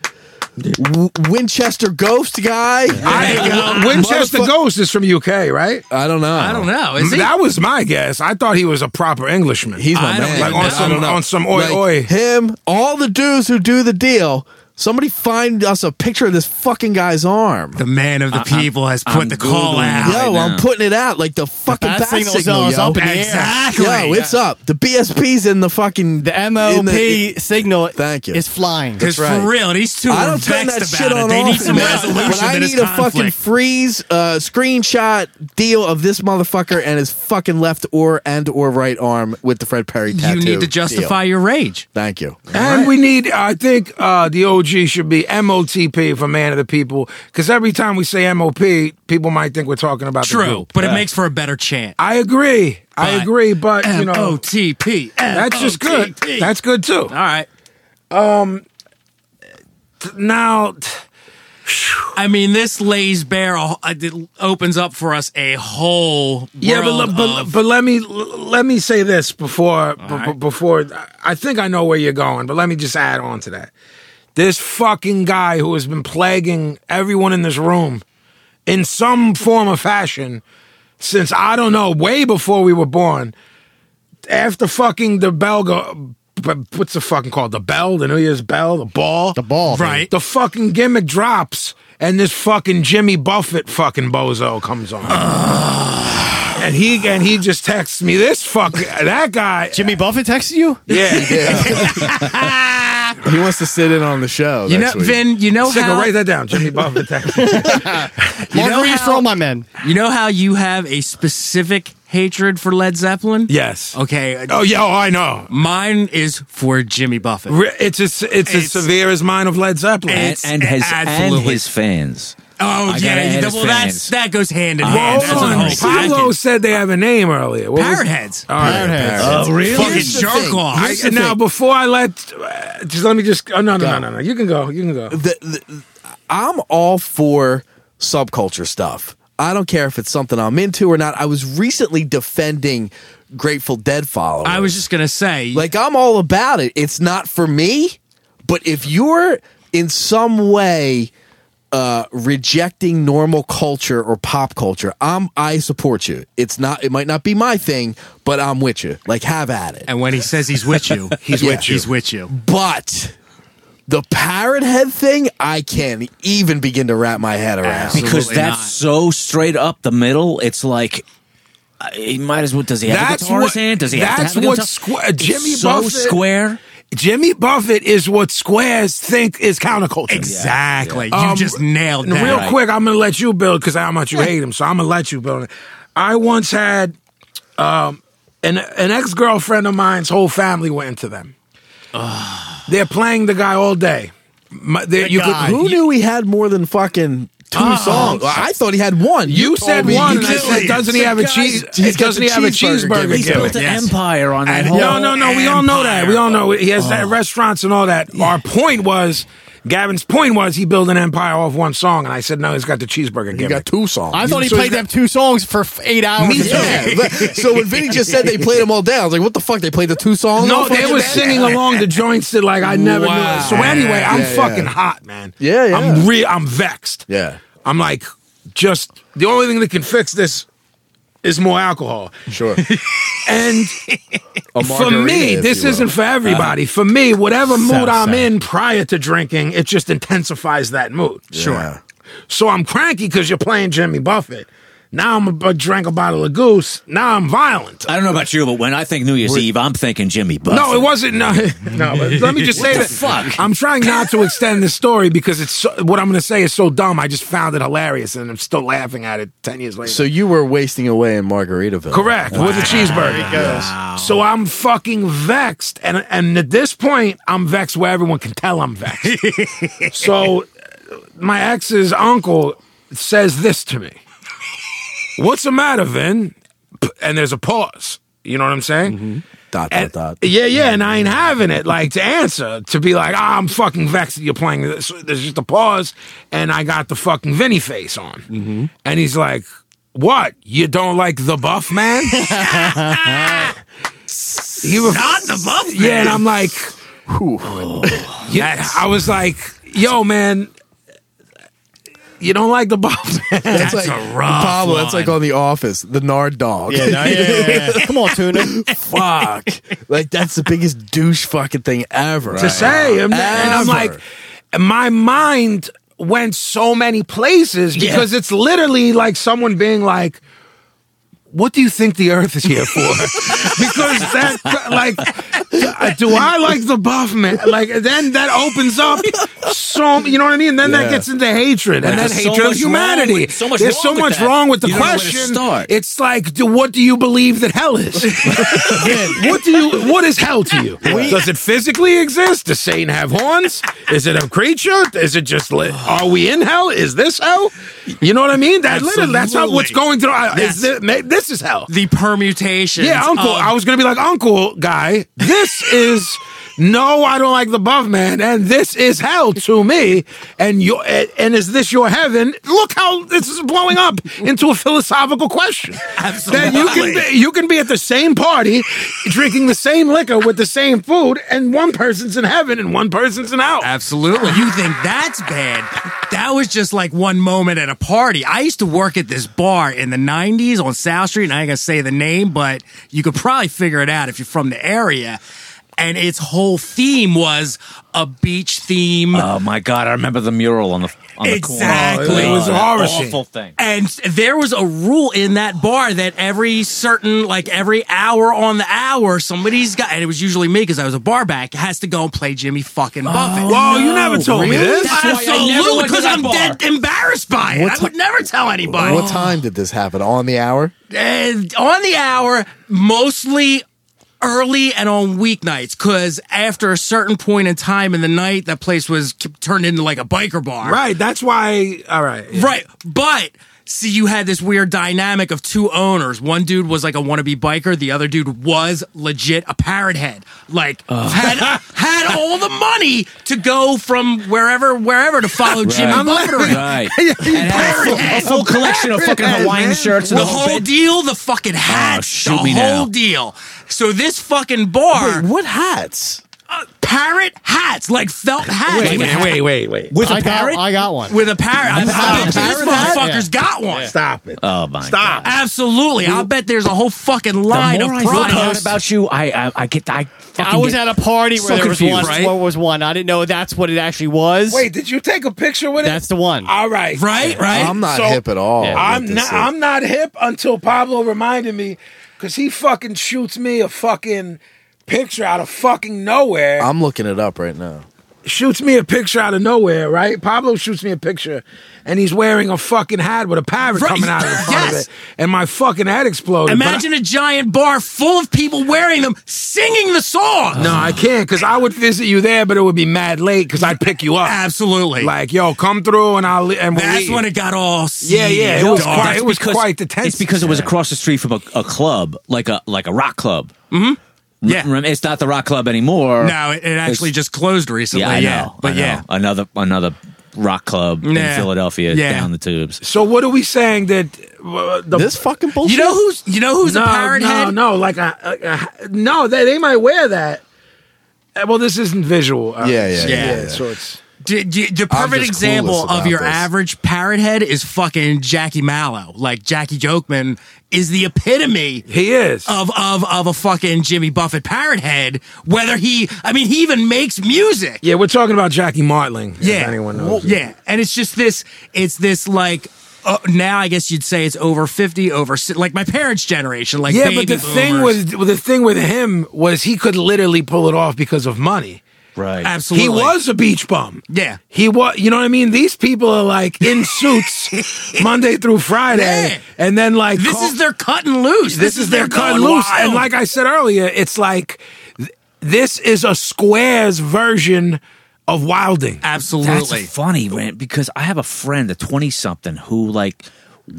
W- Winchester Ghost guy.
I- uh, Winchester
Motherfu-
Ghost is from UK, right?
I don't know.
i don't know Oh, is he
Mm, That was my guess. I thought he was a proper Englishman.
He's my
I don't
man.
even
Like on know. some-
I don't know.
on some oi oi.
Him, all the dudes who do the deal. Somebody find us a picture of this fucking guy's arm.
the man of the people has put
I'm
the call
Googling
out
Yo,
right now.
I'm putting it out like the fucking
bat
bat
signal's
signal,
always
yo.
up in the air.
exactly
Yo, it's up. The BSP's in the fucking
The MOP
in the-
signal
Thank you.
is flying.
Because
That's right.
for real, these two
I
are
don't turn
vexed
that shit
about
on
it. They
off.
need some
man.
resolution
But I
to
need
this
a fucking
conflict.
freeze uh, screenshot deal of this motherfucker and his fucking left or and or right arm with the Fred Perry tattoo.
you need to
deal.
justify your rage.
Thank you.
And we need, I think uh, the OG should be MOTP for Man of the People, because every time we say MOP, people might think we're talking about the
True,
group.
but it makes for a better chant.
I agree. I agree,
Uh,
but you know,
OTP.
that's just good. That's good too.
all right.
t- now. t-
I mean, this lays bare, a, a- it opens up for us a whole world
Yeah, but, le- but,
of-
but let me let me say this before b- b- before I think I know where you're going, but let me just add on to that. This fucking guy who has been plaguing everyone in this room in some form or fashion since I don't know, way before we were born. After fucking the bell go, b- what's the fucking called? The bell, the New Year's bell, the ball,
The ball. dude.
Right.
the fucking gimmick drops and this fucking Jimmy Buffett fucking bozo comes on. and he and he just texts me this fuck that guy.
Jimmy Buffett texted you?
Yeah.
He wants to sit in on the show.
you know,
next week.
Vin, you know
Sick,
how
write that down. Jimmy Buffett texts. me.
you know
Marguerite for
how,
all my men.
you know how you have a specific hatred for Led Zeppelin.
yes.
Okay.
Oh yeah, oh, I know.
Mine is for Jimmy Buffett.
Re- It's as it's, as
It's-
severe as mine of Led Zeppelin.
and,
It's
and his and
absolutely-
his fans.
Oh
I gotta
yeah,
add his
well that's
fans.
that goes hand in
well,
hand. That's
hold
a
on.
whole
Oh, Pablo
package.
said they have a name earlier. What was-
Parrot heads.
All right.
Parrot heads.
Oh, really?
Fucking
Here's the
jerk
thing.
off.
I,
Here's the
now,
thing.
before I let, uh, just let me just. Oh, no, no, no, no, no. You can go. You can go.
the, the, I'm all for subculture stuff. I don't care if it's something I'm into or not. I was recently defending Grateful Dead followers.
I was just gonna say,
like, I'm all about it. It's not for me, but if you're in some way uh, rejecting normal culture or pop culture, I'm I support you. It's not. It might not be my thing, but I'm with you. Like, have at it.
and when he says he's with you, he's with you. He's with you.
But the parrot head thing, I can't even begin to wrap my head around.
Absolutely.
because that's
not.
so straight up the middle. It's like uh, he might as well. Does he have
That's
a guitar in
what-
his hand? Does he have to
that's
have a
what
guitar?
squa-
It's
Jimmy
so
Buffett-
square.
Jimmy Buffett is what squares think is counterculture.
Exactly.
Um,
You just nailed
And
that.
Real
Right.
quick, I'm gonna let you build because how much you hate him. So I'm gonna let you build. it. I once had um, an an ex girlfriend of mine's whole family went into them. They're playing the guy all day. My- they- you could-
Who knew he had more than fucking two songs? I thought he had one.
Uh-uh. You
told
said
me
one.
he
And I
did.
said, doesn't he have a
Guys,
cheese?
he's got
Doesn't
the
he have a
cheeseburger
cheeseburger?
gimmick.
He's
gimmick?
built an
Yes.
empire on that
And-
whole.
No, no, no. We all know that. We all know he has that restaurants and all that. Our point was, Gavin's point was, he built an empire off one song, and I said, no, he's got the cheeseburger
He
gimmick.
got two songs.
I thought he
So
played
he's
them two songs for f- eight hours.
Me
or
too.
something.
yeah, but- so when Vinny just said they played them all down, I was like, "What the fuck? They played the two songs?"
no,
off of
they
it?
were singing along the joints that like I never
Wow.
knew. So anyway, I'm
Yeah, yeah.
fucking hot, man.
Yeah, yeah.
I'm real. I'm vexed.
Yeah.
I'm like, just the only thing that can fix this is more alcohol.
Sure.
And
A
for me,
margarita, if
this
you will. Uh-huh.
isn't for everybody. for me, whatever mood I'm in prior to drinking, it just intensifies that mood.
Yeah.
So I'm cranky because you're playing Jimmy Buffett. Now I'm about to drink a bottle of goose. Now I'm violent.
I don't know about you, but when I think New Year's Eve, I'm thinking Jimmy Buffett.
No, it wasn't. No, no. But let me just say
the
that.
fuck?
I'm trying not to extend the story because it's so, what I'm going to say is so dumb. I just found it hilarious and I'm still laughing at it ten years later.
So you were wasting away in Margaritaville.
Correct. With a cheeseburger. So I'm fucking vexed. And and at this point, I'm vexed where everyone can tell I'm vexed. so uh, my ex's uncle says this to me. What's the matter, Vin? P- And there's a pause. You know what I'm saying?
Dot
And-
dot dot.
Yeah, yeah, and I ain't having it. Like to answer, to be like, ah, I'm fucking vexed that you're playing this. There's just a pause, and I got the fucking Vinny face on, and he's like, "What? You don't like the buff man?" he was not the buff. Man. Yeah, and I'm like, Oh, yeah, I was like, yo, man. You don't like the buff. man."
That's,
That's
like
a rough
Pablo. That's like
line.
on The Office, the Nard dog.
Yeah, no, yeah, yeah, yeah. Come on, Tuna.
fuck. like that's the biggest douche fucking thing ever.
to say. And, and I'm
Ever.
like, my mind went so many places because it's literally like someone being like, what do you think the earth is here for? because that, like, do I like the buff man? Like, then that opens up so, you know what I mean? Then
Yeah.
that gets into hatred and
There's
then
so
hatred of
much wrong
humanity.
with- so much
There's
wrong
so
with
much
that.
wrong with the
You don't know where to
question.
start.
It's like, do, what do you believe that hell is? what do you? What is hell to you? Does it physically exist? Does Satan have horns? Is it a creature? Is it just? Li- are we in hell? Is this hell? You know what I mean? That literally, that's not what's going through. I- Is
Yes.
this, ma- this is hell.
the permutations.
Yeah, uncle.
of-
I was gonna be like, uncle guy. This is. No, I don't like the above man, and this is hell to me. And your and is this your heaven? Look how this is blowing up into a philosophical question. That you can be, you can be at the same party, drinking the same liquor with the same food, and one person's in heaven and one person's in hell.
Absolutely. You think that's bad? That was just like one moment at a party. I used to work at this bar in the 90s on South Street, and I ain't gonna say the name, but you could probably figure it out if you're from the area. And its whole theme was a beach theme.
Oh my god, I remember the mural on the on the corner.
Exactly.
It was
Oh, that
horror scene.
awful thing.
And there was a rule in that bar that every certain, like every hour on the hour, somebody's got, and it was usually me because I was a bar back, has to go and play Jimmy fucking Buffett.
Whoa, you never told me this.
That's Absolutely, because I'm dead embarrassed by it. I would never tell anybody.
What time did this happen? On the hour?
And on the hour, mostly early and on weeknights, because after a certain point in time in the night, that place was k- turned into like a biker bar.
Right, that's why. All right, yeah.
Right. But see, you had this weird dynamic of two owners. One dude was like a wannabe biker. The other dude was legit a parrot head. Like had had all the money to go from wherever wherever to follow Jimmy
I'm
Buffett around.
Right. and had a full, a full collection of fucking Hawaiian shirts and
the whole
bit.
deal, the fucking hat,
shoot
the
me
whole
now.
deal. So this fucking bar,
What hats?
uh, parrot hats, like felt hats.
Wait,
with,
man, wait, wait, wait.
with
I
a
got,
parrot.
I got one.
with a parrot. I, I bet
parrot
these
hat?
motherfuckers got one.
Stop it.
oh my
Stop.
Absolutely, I bet there's a whole fucking
god.
line
The
of
more I look out
products.
about you, I I, I get I fucking
I was
get,
at a party where
so
there was
confused,
one.
right?
What was one? I didn't know that's what it actually was.
Wait, did you take a picture with
that's
it?
the one.
All right,
Right, right.
I'm not
So-
hip at all.
Yeah.
with
I'm
this
not.
shit.
I'm not hip until Pablo reminded me, because he fucking shoots me a fucking picture out of fucking nowhere.
I'm looking it up right now.
shoots me a picture out of nowhere, right? Pablo shoots me a picture, and he's wearing a fucking hat with a parrot
Right,
coming out of the front
yes.
of it, and my fucking head exploded. but I-
Imagine a giant bar full of people wearing them, singing the song.
no, I can't, because I would visit you there, but it would be mad late, because I'd pick you up.
Absolutely,
Like, yo, come through, and I'll and we'll
that's
leave.
when it got all.
Yeah, yeah, it
seedy.
was
Dark.
quite, it was
because
quite the tense.
It's because it was across the street from a, a club, like a like a rock club. Mm-hmm.
Yeah.
it's not the rock club anymore.
No, it, it actually just closed recently.
yeah,
Yeah,
I know,
but
I know.
yeah,
another another rock club
Yeah.
in Philadelphia
Yeah.
down the tubes.
So what are we saying that uh, the
This fucking bullshit.
you know who's you know who's a parrot
no,
head?
No, like a, a, a no, they, they might wear that. Uh, Well, this isn't visual. Uh,
Yeah, yeah,
so-
yeah,
yeah.
So it's
D- d- the
I'm
perfect
just clueless
example of
about
your
this.
average parrot head is fucking Jackie Mallow. Like Jackie Jokeman is the epitome
he is.
of of of a fucking Jimmy Buffett parrot head. Whether he, I mean, he even makes music.
yeah, we're talking about Jackie Martling. if
Yeah,
anyone
Well,
knows.
yeah, and it's just this. It's this like. Uh, now I guess you'd say it's over fifty, over si- like my parents' generation, like
yeah,
baby
but the thing
boomers.
was the thing with him was he could literally pull it off because of money.
Right.
absolutely
He was a beach bum.
Yeah.
He was, you know what I mean? These people are like in suits Monday through Friday.
Yeah.
And then like
This
call-
is their cutting loose.
this is their cut
going
loose.
wild.
And like I said earlier, it's like th- this is a squares version of wilding.
absolutely.
That's funny, man, because I have a friend, a 20 something, who like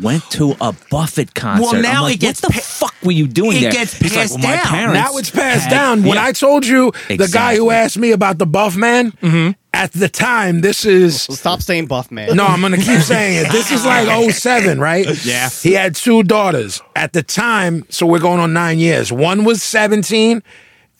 went to a Buffett concert.
Well, now
I'm like,
it gets
what the
pa-
fuck were you doing
it
there?
gets
He's like,
passed
well, my
down.
parents
Now it's passed
had-
down. When
Yeah.
I told you the guy who
Exactly. Mm-hmm.
asked me about the buff man, at the time, this is
Stop saying buff man.
No, I'm gonna keep saying it. This is like 07, right?
Yeah.
He had two daughters at the time, so we're going on nine years. One was 17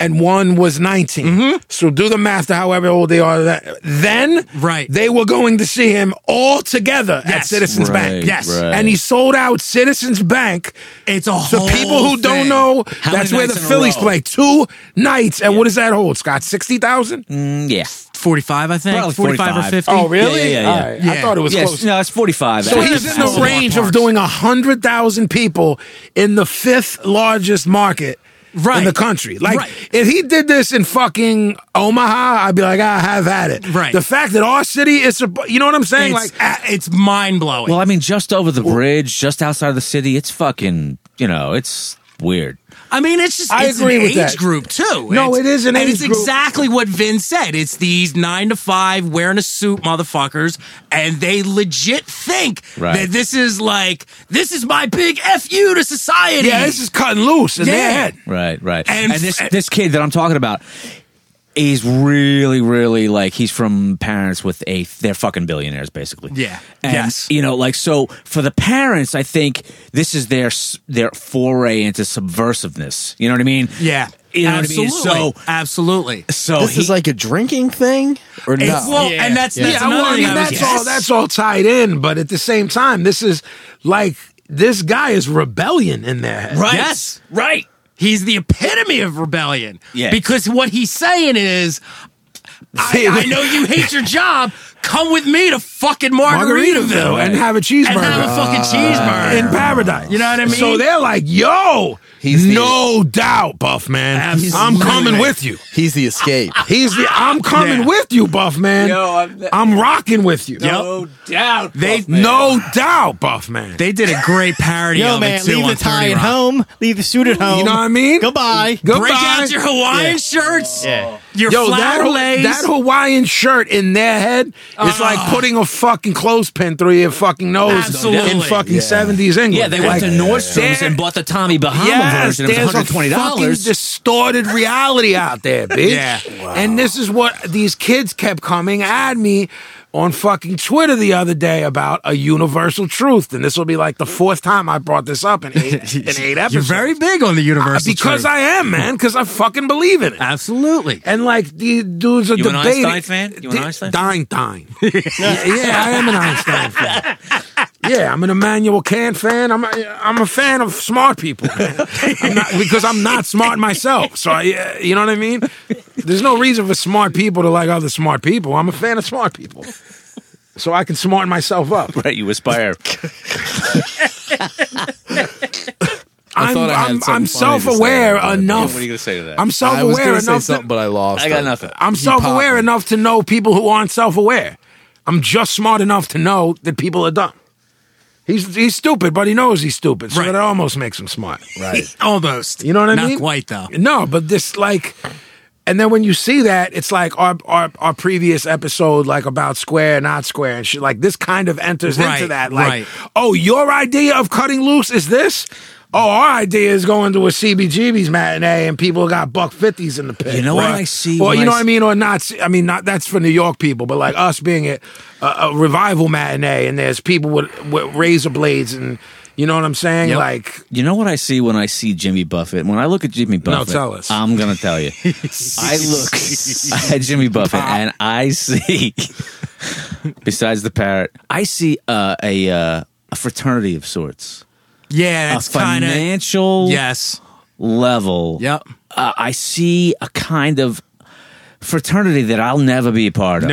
and one was 19.
Mm-hmm.
So do the math to however old they are. That Then
Right.
they were going to see him all together at
Yes.
Citizens
Right,
Bank.
Yes.
right.
And he sold out Citizens Bank.
It's a
The
whole
people who don't
thing.
know,
How
that's
many
where the
nights in a
Phillies
row?
play. Two nights. And what does that hold, Scott? 60,000?
Mm, yeah.
45, I think.
Probably
45 or
45.
50.
Oh, really?
Mm-hmm. Yeah, yeah, yeah.
All right. I
Yeah.
thought it was
yes,
close.
no, it's 45.
So
actually.
he's in the
Absolutely.
range of
Ballparks.
doing 100,000 people in the fifth largest market in
Right.
the country. Like,
Right.
if he did this in fucking Omaha, I'd be like, I have had it.
Right.
The fact that our city is, supp- you know what I'm saying?
It's,
like,
a- it's mind blowing.
Well, I mean, just over the bridge, just outside of the city, it's fucking, you know, it's weird.
I mean, it's just
I
it's
agree
an
with
age
that.
group too.
No,
it's,
it is an
and
age
it's
group.
exactly what Vin said. It's these nine to five wearing a suit motherfuckers, and they legit think
Right.
that this is like this is my big fu to society.
yeah, this is cutting loose in
Yeah.
their head.
Right, right.
And-
And, this this kid that I'm talking about, he's really, really like he's from parents with a they're fucking billionaires basically.
Yeah.
And,
Yes.
You know, like so for the parents, I think this is their s- their foray into subversiveness. You know what I mean?
Yeah.
You know
absolutely.
what I mean? So
absolutely.
Oh,
so
this
he,
is like a drinking thing or no?
It's- well,
Yeah.
and that's,
Yeah.
that's
yeah, well,
another
I
thing
mean,
I was-
that's all. That's all tied in. But at the same time, this is like this guy is rebellion in their head.
Right.
yes, right.
He's the epitome of rebellion.
Yeah.
Because what he's saying is, I, I know you hate your job. Come with me to fucking Margaritaville,
Margaritaville and have
and have
a cheeseburger
a fucking
Oh.
cheeseburger.
Uh, in paradise.
You know what I mean?
So they're like, "Yo,
He's the-
no doubt, Buff man. I'm
Absolutely. Ah,
coming with you.
He's the escape.
He's the I'm coming
Yeah.
with you, Buff man.
Yo, I'm-
I'm rocking with you.
No
doubt.
They-
No doubt, Buff man.
They did a great parody
Yo,
of
man,
it too
leave
on
the tie
30
at
Rock.
home. Leave the suit at home.
you know what I mean?
Goodbye.
Goodbye.
Break out your Hawaiian
Yeah.
shirts.
Yeah.
Your
Yo, that,
flower
Ho-
lace.
that Hawaiian shirt in their head is like
Uh-huh.
putting a fucking clothespin through your fucking nose
Absolutely.
in fucking
Yeah.
70s England.
Yeah, they
like,
went to Nordstrom's
There-
and bought the Tommy Bahama
Yes,
version. It was
there's a
$120.
fucking distorted reality out there, bitch.
Yeah.
And this is what these kids kept coming at me on fucking Twitter the other day about a universal truth. And this will be like the fourth time I brought this up in eight, in eight episodes.
You're very big on the universe.
because I am, man, because I fucking believe in it.
Absolutely.
And like these dudes are
You an
debating.
Einstein fan? You an
Di-
Einstein
Einstein. yeah, yeah, I am an Einstein fan. Yeah, I'm an Immanuel Kant fan. I'm a, I'm a fan of smart people I'm not, because I'm not smart myself. So I, uh, you know what I mean? There's no reason for smart people to like other smart people. I'm a fan of smart people, so I can smarten myself up.
Right, you aspire.
I'm
thought I had
I'm, I'm
something funny to say
self-aware
about it, but
enough.
to say to that?
I'm
I was
self-aware
going to say
enough.
something,
to-
but I lost.
I got
it.
nothing.
I'm
He popped
self aware
me.
enough to know people who aren't self aware. I'm just smart enough to know that people are dumb. He's he's stupid, but he knows he's stupid, so
Right.
that almost makes him smart.
Right.
Almost.
You know what I mean?
Not quite though.
No, but this like, and then when you see that, it's like our our our previous episode, like about square, not square, and shit. Like this kind of enters into
Right,
that. Like,
right.
oh, your idea of cutting loose is this. Oh, our idea is going to a CBGB's matinee and people got buck fifties in the pit.
You know what
Or-
I see
Or
when
you
I
know
s-
what I mean? Or not? see- I mean, not that's for New York people, but like us being at a, a revival matinee and there's people with, with razor blades and you know what I'm saying?
Yep.
Like
You know what I see when I see Jimmy Buffett? When I look at Jimmy Buffett,
tell us.
I'm gonna tell you. I look at Jimmy Buffett and I see, besides the parrot, I see uh, a uh, a fraternity of sorts,
Yeah,
a
that's kind of
financial
yes.
level.
Yep.
Uh, I see a kind of fraternity that I'll never be a part of.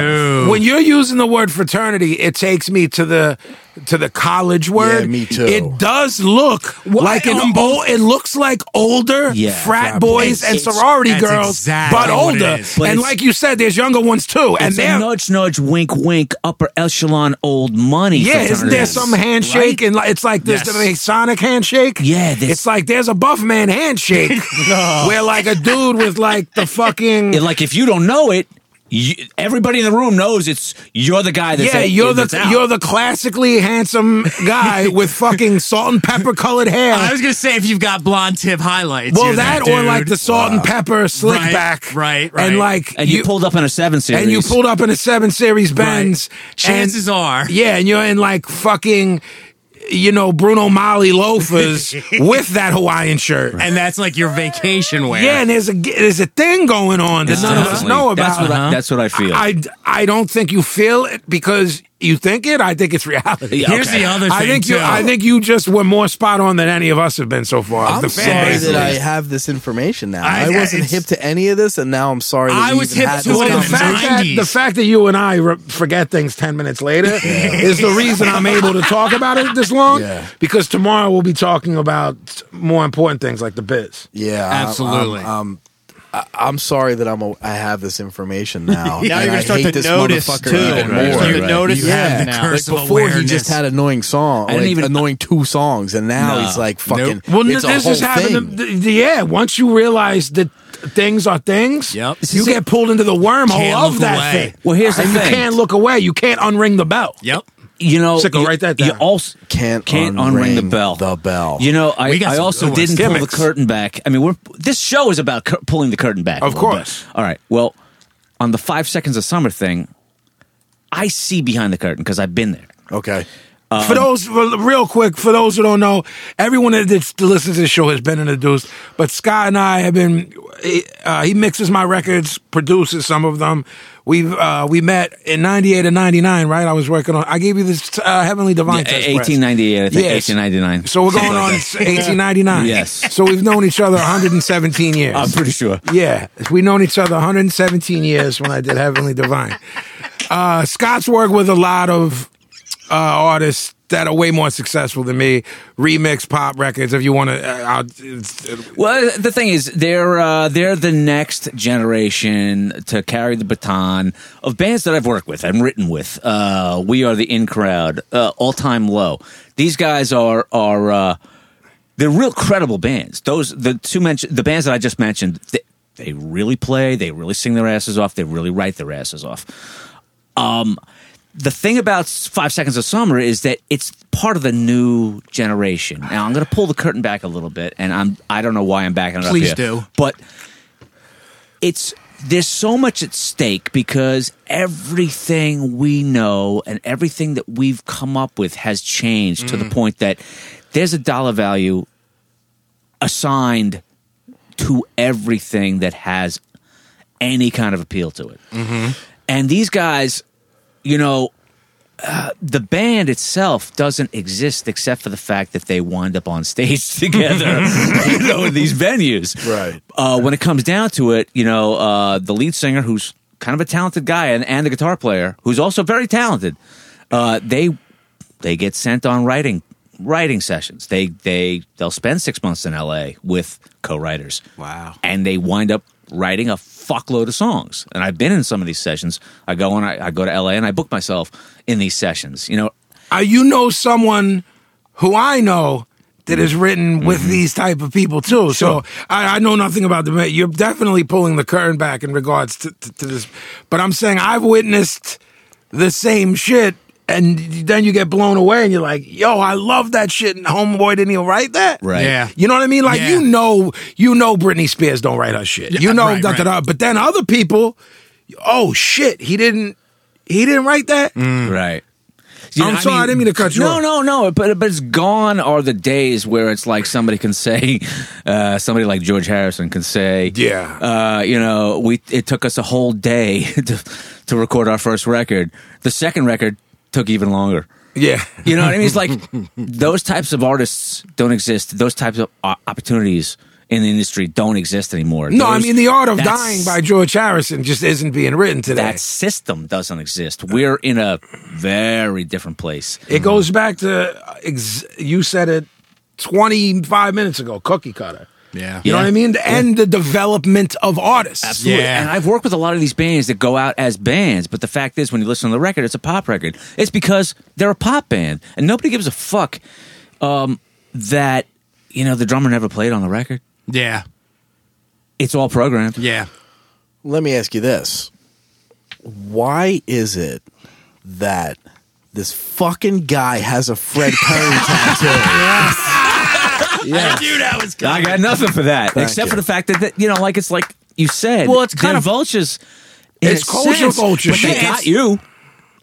When you're using the word fraternity, it takes me to the to the college word.
me too.
It does look like an
on
old. It looks like older
Yeah,
frat
frat
boys
boys.
and
It's-
sorority
that's
girls,
exactly what
but
it
older.
is.
But
and
it's-
like you said, there's younger ones too, and
It's a
they're.
nudge, nudge, wink, wink, upper echelon old money.
Yeah, isn't there
fraternities,
some handshake?
right?
And like, it's like there's
Yes.
the Masonic handshake.
Yeah, this-
it's like there's a buff man handshake where like a dude with like the fucking
it- like if you don't know it, you, everybody in the room knows it's you're the guy that's
Yeah,
in-
you're
that's
the
out.
you're the classically handsome guy with fucking salt and pepper colored hair.
I was gonna say if you've got blonde tip highlights.
well,
you're
that, or
dude.
like the salt and pepper slick
Right,
back,
right, right.
and like
and you, pulled up in a seven series
and you pulled up in a seven series Benz.
Chances
and,
are.
yeah, and you're in like fucking, you know, Bruno Mali loafers with that Hawaiian shirt. And
and that's like your vacation wear.
yeah, and there's a there's a thing going on that
It's
none of us
definitely-
know about. Uh-huh.
That's what I, that's what I feel.
I, I don't think you feel it because you think it. I think it's reality.
Yeah,
Here's
okay.
the other thing
I think
too.
you. I think you just were more spot on than any of us have been so far.
I'm
the fan
sorry
base
that I
is.
have this information now.
I-
I, wasn't
it's-
hip to any of this, and now I'm sorry. That
I
we
was
even
hip
had
to it in
this
Well, the
was
conversation.
fact, that,
90s.
the fact that you and I re- forget things 10 minutes later is the reason I'm able to talk about it this long.
Yeah.
Because tomorrow we'll be talking about more important things like the biz.
Yeah,
um,
I'm-
Absolutely.
I'm, I'm, I- I'm sorry that I'm. A, I have this information now.
Now
and
you're
I
gonna start
hate
to
this
notice
motherfucker
too.
even
Right,
more.
right,
you
right.
notice
You have
that
the
now.
curse.
Like
Personal
before,
awareness.
he just had annoying song,
I didn't
like
even-
annoying two songs, and now
No.
he's like fucking.
Nope.
it's a whole thing.
happened. th- th- yeah, once you realize that th- things are things,
Yep.
you get pulled into the wormhole
Can't
of
look
that
away.
thing.
Well, here's the
and
thing.
You can't look away. You can't unring the bell.
Yep.
you know,
Sicko,
you,
write that
you
down.
also
Can't
can't unring the
unring
bell.
the bell.
You know, I,
We got
I
some
also
good ones.
didn't pull the
Gimmicks.
curtain back. I mean, we're this show is about cur- pulling the curtain back. a
Of
little bit.
course.
All right. Well, on the five seconds of summer thing, I see behind the curtain because I've been there.
Okay.
Um,
for those, for- real quick, for those who don't know, everyone that that's- that listens to the show has been introduced. But Scott and I have been. He, uh, he mixes my records, produces some of them. We've uh, we met in '98 and '99, right? I was working on. I gave you this uh, Heavenly Divine.
Yeah,
Test
1898, I think.
Yes.
1899.
So we're going
Something
on
like that.
1899.
Yes.
So we've known each other 117 years.
I'm pretty sure.
Yeah, we known each other 117 years when I did Heavenly Divine. Uh, Scott's worked with a lot of uh, artists that are way more successful than me. Remix pop records, if you want to. Uh, I'll- it's- uh,
Well, the thing is, they're uh, they're the next generation to carry the baton of bands that I've worked with and written with. Uh, we are the in crowd, uh, all time low. These guys are are uh, they're real credible bands. Those the two mentioned the bands that I just mentioned. They, they really play. They really sing their asses off. They really write their asses off. Um, the thing about Five Seconds of Summer is that it's part of the new generation. Now I'm going to pull the curtain back a little bit, and I'm I don't know why I'm backing it up.
Please
here,
do.
but it's there's so much at stake because everything we know and everything that we've come up with has changed to
Mm.
the point that there's a dollar value assigned to everything that has any kind of appeal to it. And these guys, you know, uh, the band itself doesn't exist except for the fact that they wind up on stage together, you know, in these venues.
Right.
Uh, when it comes down to it, you know, uh, the lead singer, who's kind of a talented guy, and, and the guitar player, who's also very talented, uh, they they get sent on writing writing sessions. They they they'll spend six months in L.A. with co-writers.
Wow.
And they wind up writing a fuckload of songs. And I've been in some of these sessions. I go and I, I go to L.A. and I book myself in these sessions. You know,
uh, you know someone who I know that is written with these type of people too. So I, I know nothing about the. ma- You're definitely pulling the curtain back in regards to, to, to this, but I'm saying I've witnessed the same shit. And then you get blown away, and you're like, "Yo, I love that shit." And homeboy didn't even write that.
Right.
Yeah.
You know what I mean? Like
Yeah.
you know, you know, Britney Spears don't write her shit. You know,
right,
da, da,
right.
da. But then other people, oh shit, he didn't, he didn't write that.
right.
Mm. I'm sorry, I didn't mean to cut you
No,
off.
no, no. But but it's gone are the days where it's like somebody can say, uh, somebody like George Harrison can say,
Yeah.
uh, you know, we it took us a whole day to to record our first record. The second record took even longer.
Yeah.
You know what I mean? It's like those types of artists don't exist. Those types of o- opportunities in the industry don't exist anymore.
No, I
Those-
mean the art of
that's-
dying by George Harrison just isn't being written today.
that system doesn't exist. We're in a very different place.
it goes back to uh, ex- you said it 25 minutes ago, cookie cutter.
Yeah.
You know what I mean? And the development of artists.
Absolutely.
Yeah.
And I've worked with a lot of these bands that go out as bands, but the fact is, when you listen to the record, it's a pop record. It's because they're a pop band, and nobody gives a fuck um, that you know the drummer never played on the record.
Yeah.
It's all programmed.
Yeah.
Let me ask you this. Why is it that this fucking guy has a Fred Perry tattoo?
I got nothing for that, except
you.
for the fact that, that you know, like it's like you said.
Well, it's kind
they're
of-
vultures. in
It's
a
culture
sense,
vulture
but
shit.
They got you.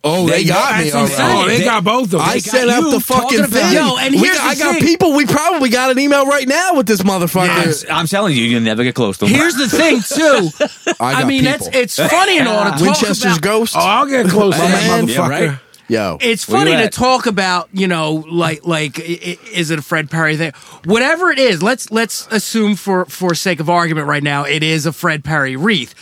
Oh, they, got me.
that's what I'm
already.
saying.
Oh, they,
They-
got both of them.
I
They
set
got
up
you
the
talking
fucking
about-
thing.
Yo, and
We
here's
got- I
the
got
thing.
people. We probably got an email right now with this motherfucker.
Yes.
I'm telling you, you'll never get close to them.
Here's the thing, too.
I got
mean,
people.
that's it's funny and all to talk
Winchester's
about.
Ghost.
Oh, I'll get close to that
Man.
motherfucker.
Yeah,
right.
Yo,
It's
Where
funny
you
to
at?
talk about, you know, like like i- i- is it a Fred Perry thing? Whatever it is, let's let's assume for for sake of argument right now, it is a Fred Perry wreath.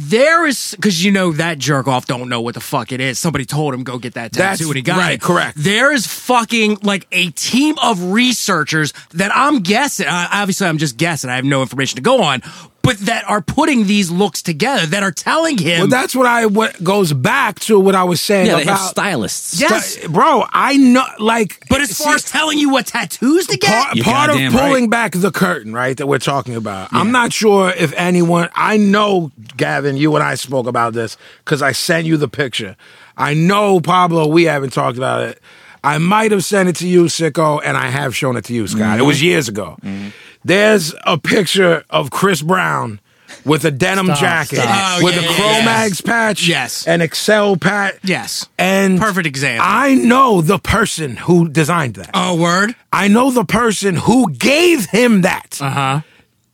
There is because you know that jerk off don't know what the fuck it is. Somebody told him go get that
That's
tattoo and he got
right,
it.
correct.
There is fucking like a team of researchers that I'm guessing. I, obviously, I'm just guessing. I have no information to go on, but that are putting these looks together that are telling him.
Well, that's what I what goes back to what I was saying
Yeah, they have
about
stylists.
Yeah.
But, bro, I know, like,
but as far
see-
as telling you what tattoos to get,
Part,
You're
part of
goddamn
pulling
right.
back the curtain, right, that we're talking about. I'm not sure if anyone, I know, Gavin, you and I spoke about this because I sent you the picture. I know, Pablo, we haven't talked about it. I might have sent it to you, Sicko, and I
Mm-hmm.
have shown it to you, Scott. It was years ago. There's a picture of Chris Brown with a denim
Stop,
jacket,
stop.
Oh,
with
yeah,
a
yeah,
Chromags
yeah, yes.
patch,
Yes.
an Excel patch,
Yes.
and
Perfect example.
I know the person who designed that.
Oh, word.
I know the person who gave him that.
Uh huh.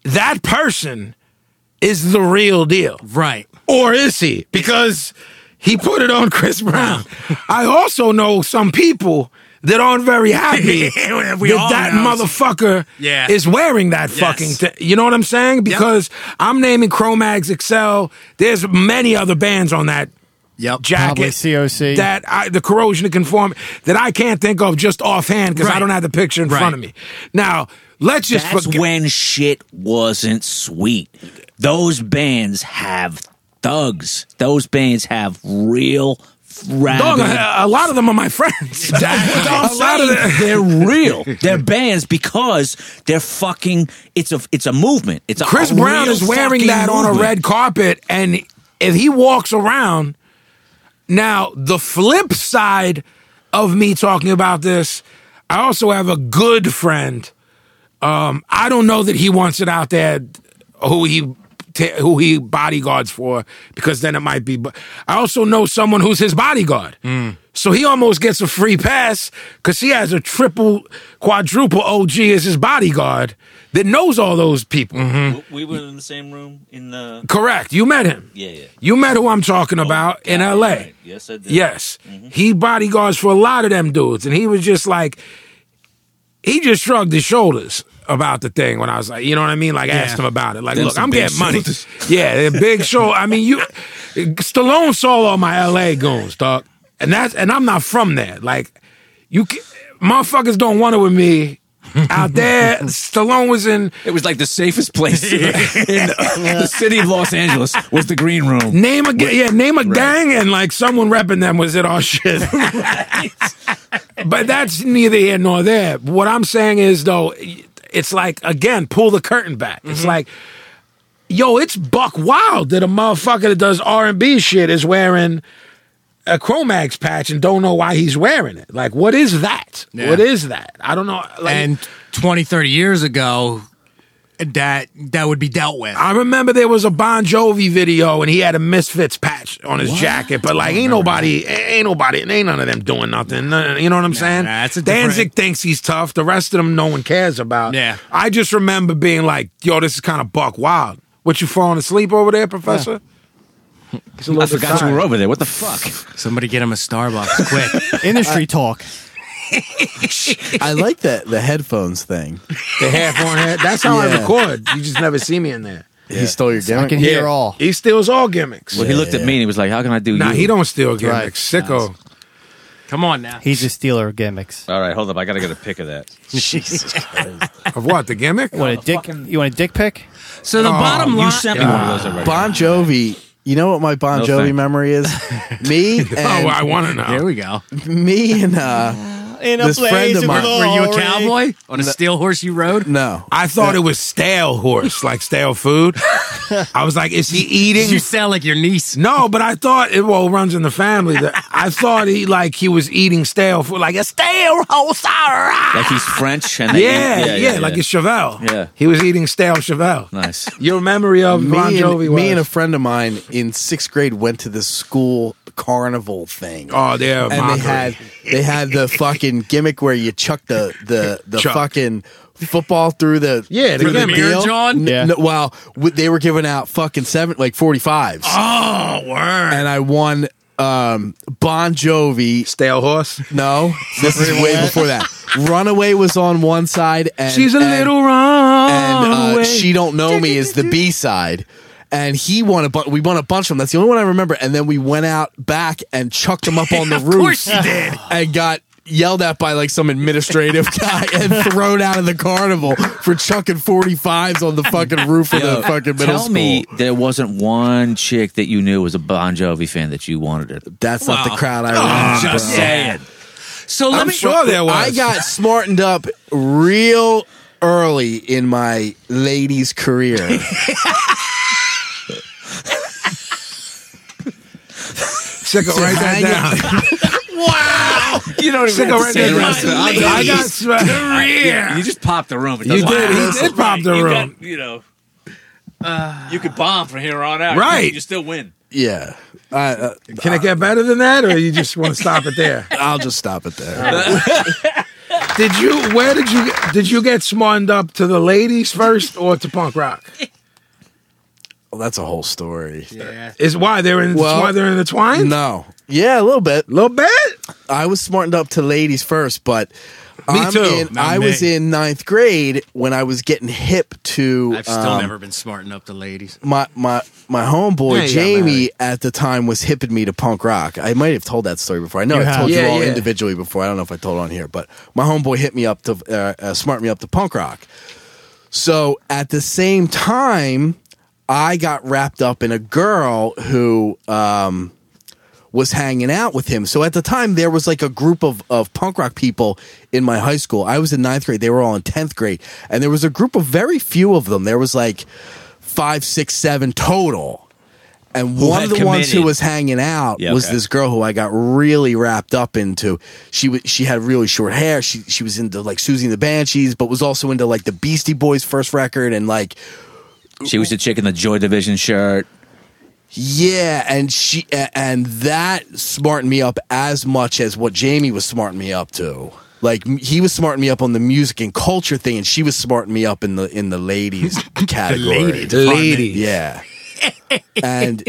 That person is the real deal.
Right.
Or is he? Because he put it on Chris Brown. I also know some people that aren't very happy
We
that
all
that
know.
motherfucker
Yeah.
is wearing that fucking thing. You know what I'm saying? Because I'm naming Chromags Excel. There's many other bands on that
Yep.
jacket.
Probably COC.
That I, the corrosion of conform that I can't think of just offhand because I
Right.
don't have the picture in front of
Right.
me. Now, let's just
That's
forget-
when shit wasn't sweet. Those bands have thugs. Those bands have real
Dog,
rabid
a, a lot of them are my friends.
I'm
a lot of them.
saying they're real. They're bands because they're fucking. It's a it's a movement. It's a
Chris
a
Brown
real
is wearing
fucking
that on a
movement.
red carpet, and if he walks around, now the flip side of me talking about this, I also have a good friend. Um, I don't know that he wants it out there who he ta- who he bodyguards for because then it might be. But I also know someone who's his bodyguard.
Mm.
So he almost gets a free pass because he has a triple, quadruple OG as his bodyguard that knows all those people.
Mm-hmm. We were in the same room in the.
Correct. You met him.
Yeah, yeah.
You met who I'm talking about in
God,
LA.
right. Mm-hmm. Yes, I did.
Yes. He bodyguards for a lot of them dudes. And he was just like, he just shrugged his shoulders about the thing when I was like, you know what I mean? Like, asked him about it. Like,
Them
look,
some
I'm
big
getting money.
shoulders.
Yeah, they're big show. I mean, you, Stallone saw all my LA goons, dog. And that's, and I'm not from there. Like, you, ca- motherfuckers don't want it with me. Out there, Stallone was in
It was like the safest place in, the city of Los Angeles was the green room.
Name a ga- yeah, name a gang, and like someone repping them was it all shit. but that's neither here nor there. What I'm saying is though, it's like again, pull the curtain back.
Mm-hmm.
It's like, yo, it's buck wild that a motherfucker that does R and B shit is wearing a Chromax patch and don't know why he's wearing it. Like, what is that?
Yeah.
What is that? I don't know. Like,
And 20, 30 years ago, that that would be dealt with.
I remember there was a Bon Jovi video and he had a Misfits patch on his jacket, but like ain't nobody, ain't nobody, ain't none of them doing nothing. None- You know what I'm saying?
nah, that's a different-
Danzig thinks he's tough. The rest of them, no one cares about.
Yeah.
I just remember being like, "Yo, this is kind of buck wild." What you falling asleep over there, Professor? He's a
I
little bit
forgot you
tired.
were over there. What the fuck?
Somebody get him a Starbucks quick.
Industry talk.
I like that the headphones thing.
The half on head. That's how I
Yeah.
record. You just never see me in there.
He stole your gimmick.
I can hear all.
He steals all gimmicks.
Well, he looked at me and he was like, "How can I do
Nah,
you?"
he don't steal
right.
gimmicks. Sicko.
Come on now.
He's a stealer of gimmicks.
All right, hold up. I gotta get a pic of that.
Of what? The gimmick?
You want a dick? You want a dick pic?
So the bottom line.
You sent me one of those already.
Bon Jovi. You know what my Bon
No,
Jovi
thank-
memory is? me and
Oh, I want to know.
there we go.
me and uh
In
This friend of mine-
Were you a cowboy on a steel horse you rode?
no.
I thought it was stale horse, like stale food. I was like, is he eating?
You sound like your niece.
No, but I thought it well runs in the family. That I thought he like he was eating stale food, like a stale horse. all right.
Like he's French and
Yeah,
they-
yeah, like it's Chevelle.
Yeah.
he was eating stale Chevelle.
nice.
Your memory of
Me
Bon
and,
Jovi was
me and a friend of mine in sixth grade went to this school carnival thing.
oh, there,
and they had they had the fucking gimmick where you chuck the the the
Chuck.
fucking football through the
Yeah, the
through
gimmick.
Mirror,
deal.
John?
N-
Yeah.
n- well, w- they were giving out fucking seven like forty fives,
oh word
and I won um Bon Jovi.
stale horse.
No, this is way before that. Runaway was on one side, and
She's a
and-
little wrong.
and uh, she don't know me is the B side. And he won a bunch. We won a bunch of them. That's the only one I remember. And then we went out back and chucked them up on the roof.
course you did.
And got yelled at by like some administrative guy and thrown out of the carnival for chucking forty fives on the fucking roof of the fucking middle
Tell
school.
me there wasn't one chick that you knew was a Bon Jovi fan that you wanted it.
That's not the
Wow. Oh,
crowd I remember.
Just
bro.
saying. So let
I'm
me.
sure there was.
I got smartened up real early in my ladies' career.
Check it right
Hang
down. wow.
You don't
Check it right
say the
down.
rest of it. I'm-
I got smacked.
You just popped the room. It
You
doesn't
did.
matter.
He did pop the
You
room.
got- you know. You could bomb from here on out.
Right.
You still win.
Yeah. I, uh,
Can it get better than that, or you just want to stop it there?
I'll just stop it there.
Did you? Where did you? get- Did you get smartened up to the ladies first, or to punk rock?
Well, that's a whole story.
Is why they're in.
Well,
why they're intertwined.
No. Yeah, a little bit.
little bit.
I was smartened up to ladies first, but
Me
I'm
too.
in-
Not
I
me.
was in ninth grade when I was getting hip to
I've still
um,
never been smart enough to ladies.
my my my homeboy
Yeah, you got
Jamie
married.
at the time was hipping me to punk rock. I might have told that story before. I know
You
I've
have.
told you
Yeah,
all
yeah.
individually before. I don't know if I told it on here, but my homeboy hit me up to uh, uh, smart me up to punk rock. So at the same time, I got wrapped up in a girl who um, was hanging out with him. So at the time, there was like a group of, of punk rock people in my high school. I was in ninth grade, they were all in 10th grade. And there was a group of very few of them. There was like five, six, seven total. And one of
had
the ones who
committed.
was hanging out
Yeah,
was
okay.
this girl who I got really wrapped up into. She was she had really short hair. She she was into like Susie and the Banshees, but was also into like the Beastie Boys first record and like
She was the chick in the Joy Division shirt.
yeah, and she a- and that smartened me up as much as what Jamie was smarting me up to. Like m- he was smarting me up on the music and culture thing, and she was smarting me up in the in the ladies category.
Ladies.
Yeah. and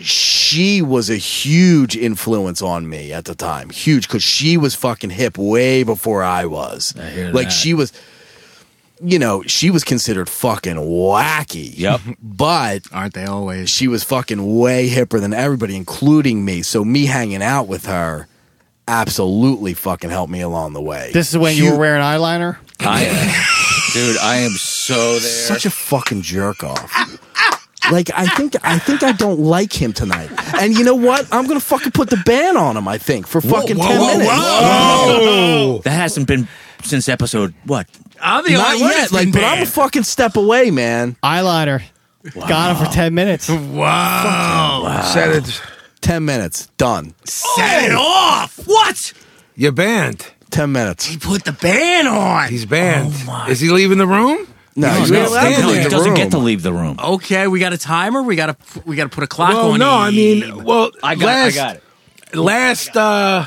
she was a huge influence on me at the time. Huge cuz she was fucking hip way before I was.
hear
like
that.
she was you know, she was considered fucking wacky.
Yep.
But
Aren't they always?
she was fucking way hipper than everybody, including me. So me hanging out with her absolutely fucking helped me along the way.
This is when you were wearing eyeliner.
I, dude, I am so there.
such a fucking jerk off. Like I think I think I don't like him tonight. And you know what? I'm gonna fucking put the ban on him. I think for fucking ten minutes.
Oh!
that hasn't been since episode what?
I'm the
Not
only one.
yet.
that's
Like,
been
but I'm a
banned.
fucking step away, man.
Eyeliner. Got him for ten minutes.
Wow.
Said it.
Ten minutes done.
Set it off. What?
You're banned.
Ten minutes.
Put the ban on.
He's banned.
Oh
Is he leaving the room?
No,
he's
he's
not
not allowed
standing
to
No,
leave
he
the
doesn't get to
room.
leave the room.
okay, we got a timer. We got to we got to put a clock
Well,
on.
no. I
him.
mean, well,
I got
last,
it. I got it.
Last, uh,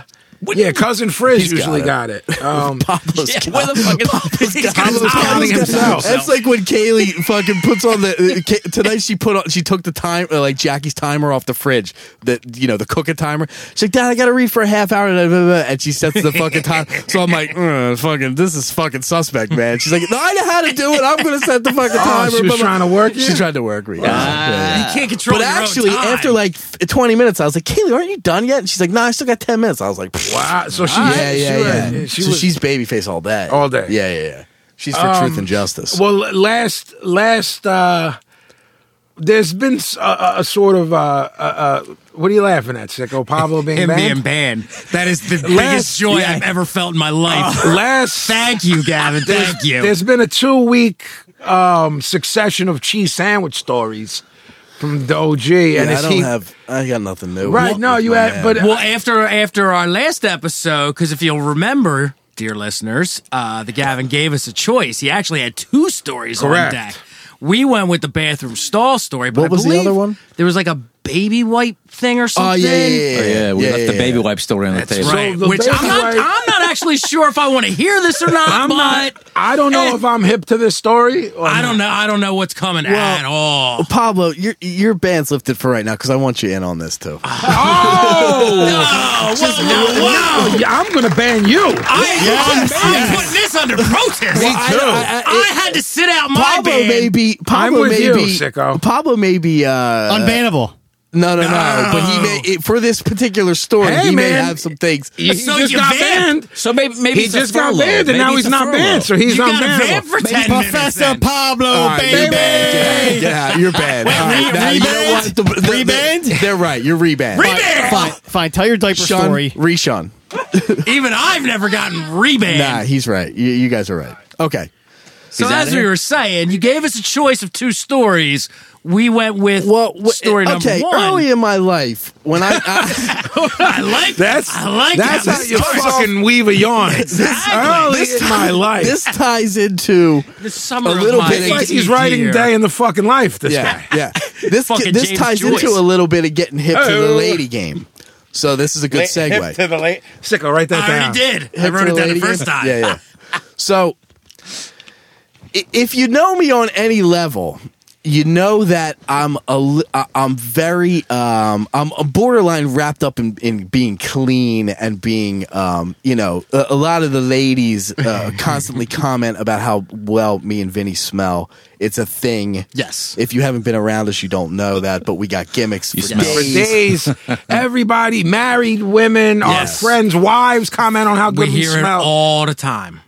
yeah, cousin Frizz
He's got
usually
it.
got it. Um,
Pablo's
Yeah,
got-
where the fuck is
He's got
Pablo's
his
counting
eyes.
himself.
That's like when Kaylee fucking puts on the uh, Ka- tonight. She put on. She took the time uh, like Jackie's timer off the fridge. The you know the cooker timer. She's like, Dad, I gotta read for a half hour, blah, blah, blah," and she sets the fucking time. So I'm like, "Uh, fucking, this is fucking suspect, man. She's like, No, I know how to do it. I'm gonna set the fucking timer.
Oh, she was
blah, blah."
trying to work
She
you?
tried to work me.
You can't control.
But
your own
actually,
time.
after like f- 20 minutes, I was like, Kaylee, aren't you done yet? And she's like, No, I still got 10 minutes. I was like,
wow. So she,
Ah, Yeah,
she
yeah,
was-
yeah.
She
so
was,
she's babyface all day.
All day. Um,
Yeah, yeah, yeah. She's for truth and justice.
Well, last last uh there's been s- a, a- a sort of uh, uh, uh what are you laughing at, sicko? Pablo being
him being
banned.
banned. That is the
Last-
biggest joy
yeah.
I've ever felt in my
Oh.
life.
last
Thank you, Gavin. Thank you.
there's been a two week um succession of cheese sandwich stories from the OG, and
yeah, I
it's
don't
he
have. I got nothing new.
right? No,
with
you
my
had,
man.
but
well, after after our last episode, because if you'll remember, dear listeners, uh, the Gavin gave us a choice. He actually had two stories
Correct.
on deck. We went with the bathroom stall story, but I
What was the
believe
other one?
There was like a baby wipe thing or
Oh
something.
yeah, yeah, yeah,
Oh, yeah, we left the
yeah,
baby
yeah.
wipe story on the
That's
table.
right.
the
Which I'm
baby
not.
wipe-
I'm not actually sure if I want to hear this or not.
I'm
but
not. I don't
Eh.
know if I'm hip to this story. Or
I don't
not.
know. I don't know what's coming at all.
Pablo, your your band's lifted for right now because I want you in on this too.
Oh,
Oh, whoa, whoa, whoa.
no, yeah, I'm gonna ban you.
I, I'm, I'm putting this under protest.
Well,
I,
I- I- I-
had to sit out my
Pablo
band.
maybe. Pablo
with you,
maybe.
sicko.
Pablo maybe. Uh,
Unbannable.
no, no, no, But he may it, for this particular story,
Hey,
he may
man.
have some things.
He
So
just
you
got
banned.
banned.
So maybe maybe
He
it's a
just got
furlough.
banned, and
Maybe
now
it's
he's
a
not
furlough.
banned, so he's
you
not
got a van
banned.
for ten minutes.
Professor
Then.
Pablo
Uh,
All right,
baby.
Oh, Get out. You're banned.
Wait,
All right,
re-
now, you know what?
reband?
The- the- the-
Reband?
They're right. You're rebanned.
Reband.
Fine, fine, fine. Tell your diaper
Sean,
story.
Reshun.
Even I've never gotten rebanned.
Nah, he's right. You, you guys are right. Okay.
so
He's outta
as we
here.
were saying, you gave us a choice of two stories. We went with
Well, w-
story number
okay,
one.
early in my life, when I, I
I like
That's
I like
that's
how
how
this
you
starts.
fucking weave a yarn. Early
This
in my life.
this ties into
The summer of
little
my
bit-
it's like he's
teen
writing
year.
day in the fucking life. This
yeah,
guy.
yeah. This
Fucking
this
James
ties
Joyce.
into a little bit of getting hip to the
Oh.
lady game. So this is a good segue.
the late. Sicko, write that
I
down.
already did. I
Hip
wrote
to
it down the
lady
first
game?
time.
Yeah, yeah. so i- if you know me on any level, you know that I'm a li- I- I'm very um I'm a borderline wrapped up in, in being clean and being um you know a, a lot of the ladies uh, constantly comment about how well me and Vinny smell. It's a thing.
Yes.
If you haven't been around us, you don't know that. But we got gimmicks for
smell.
For
days.
days, everybody, married women,
Yes.
our friends, wives comment on how good
We
we,
hear it
smell.
all the time.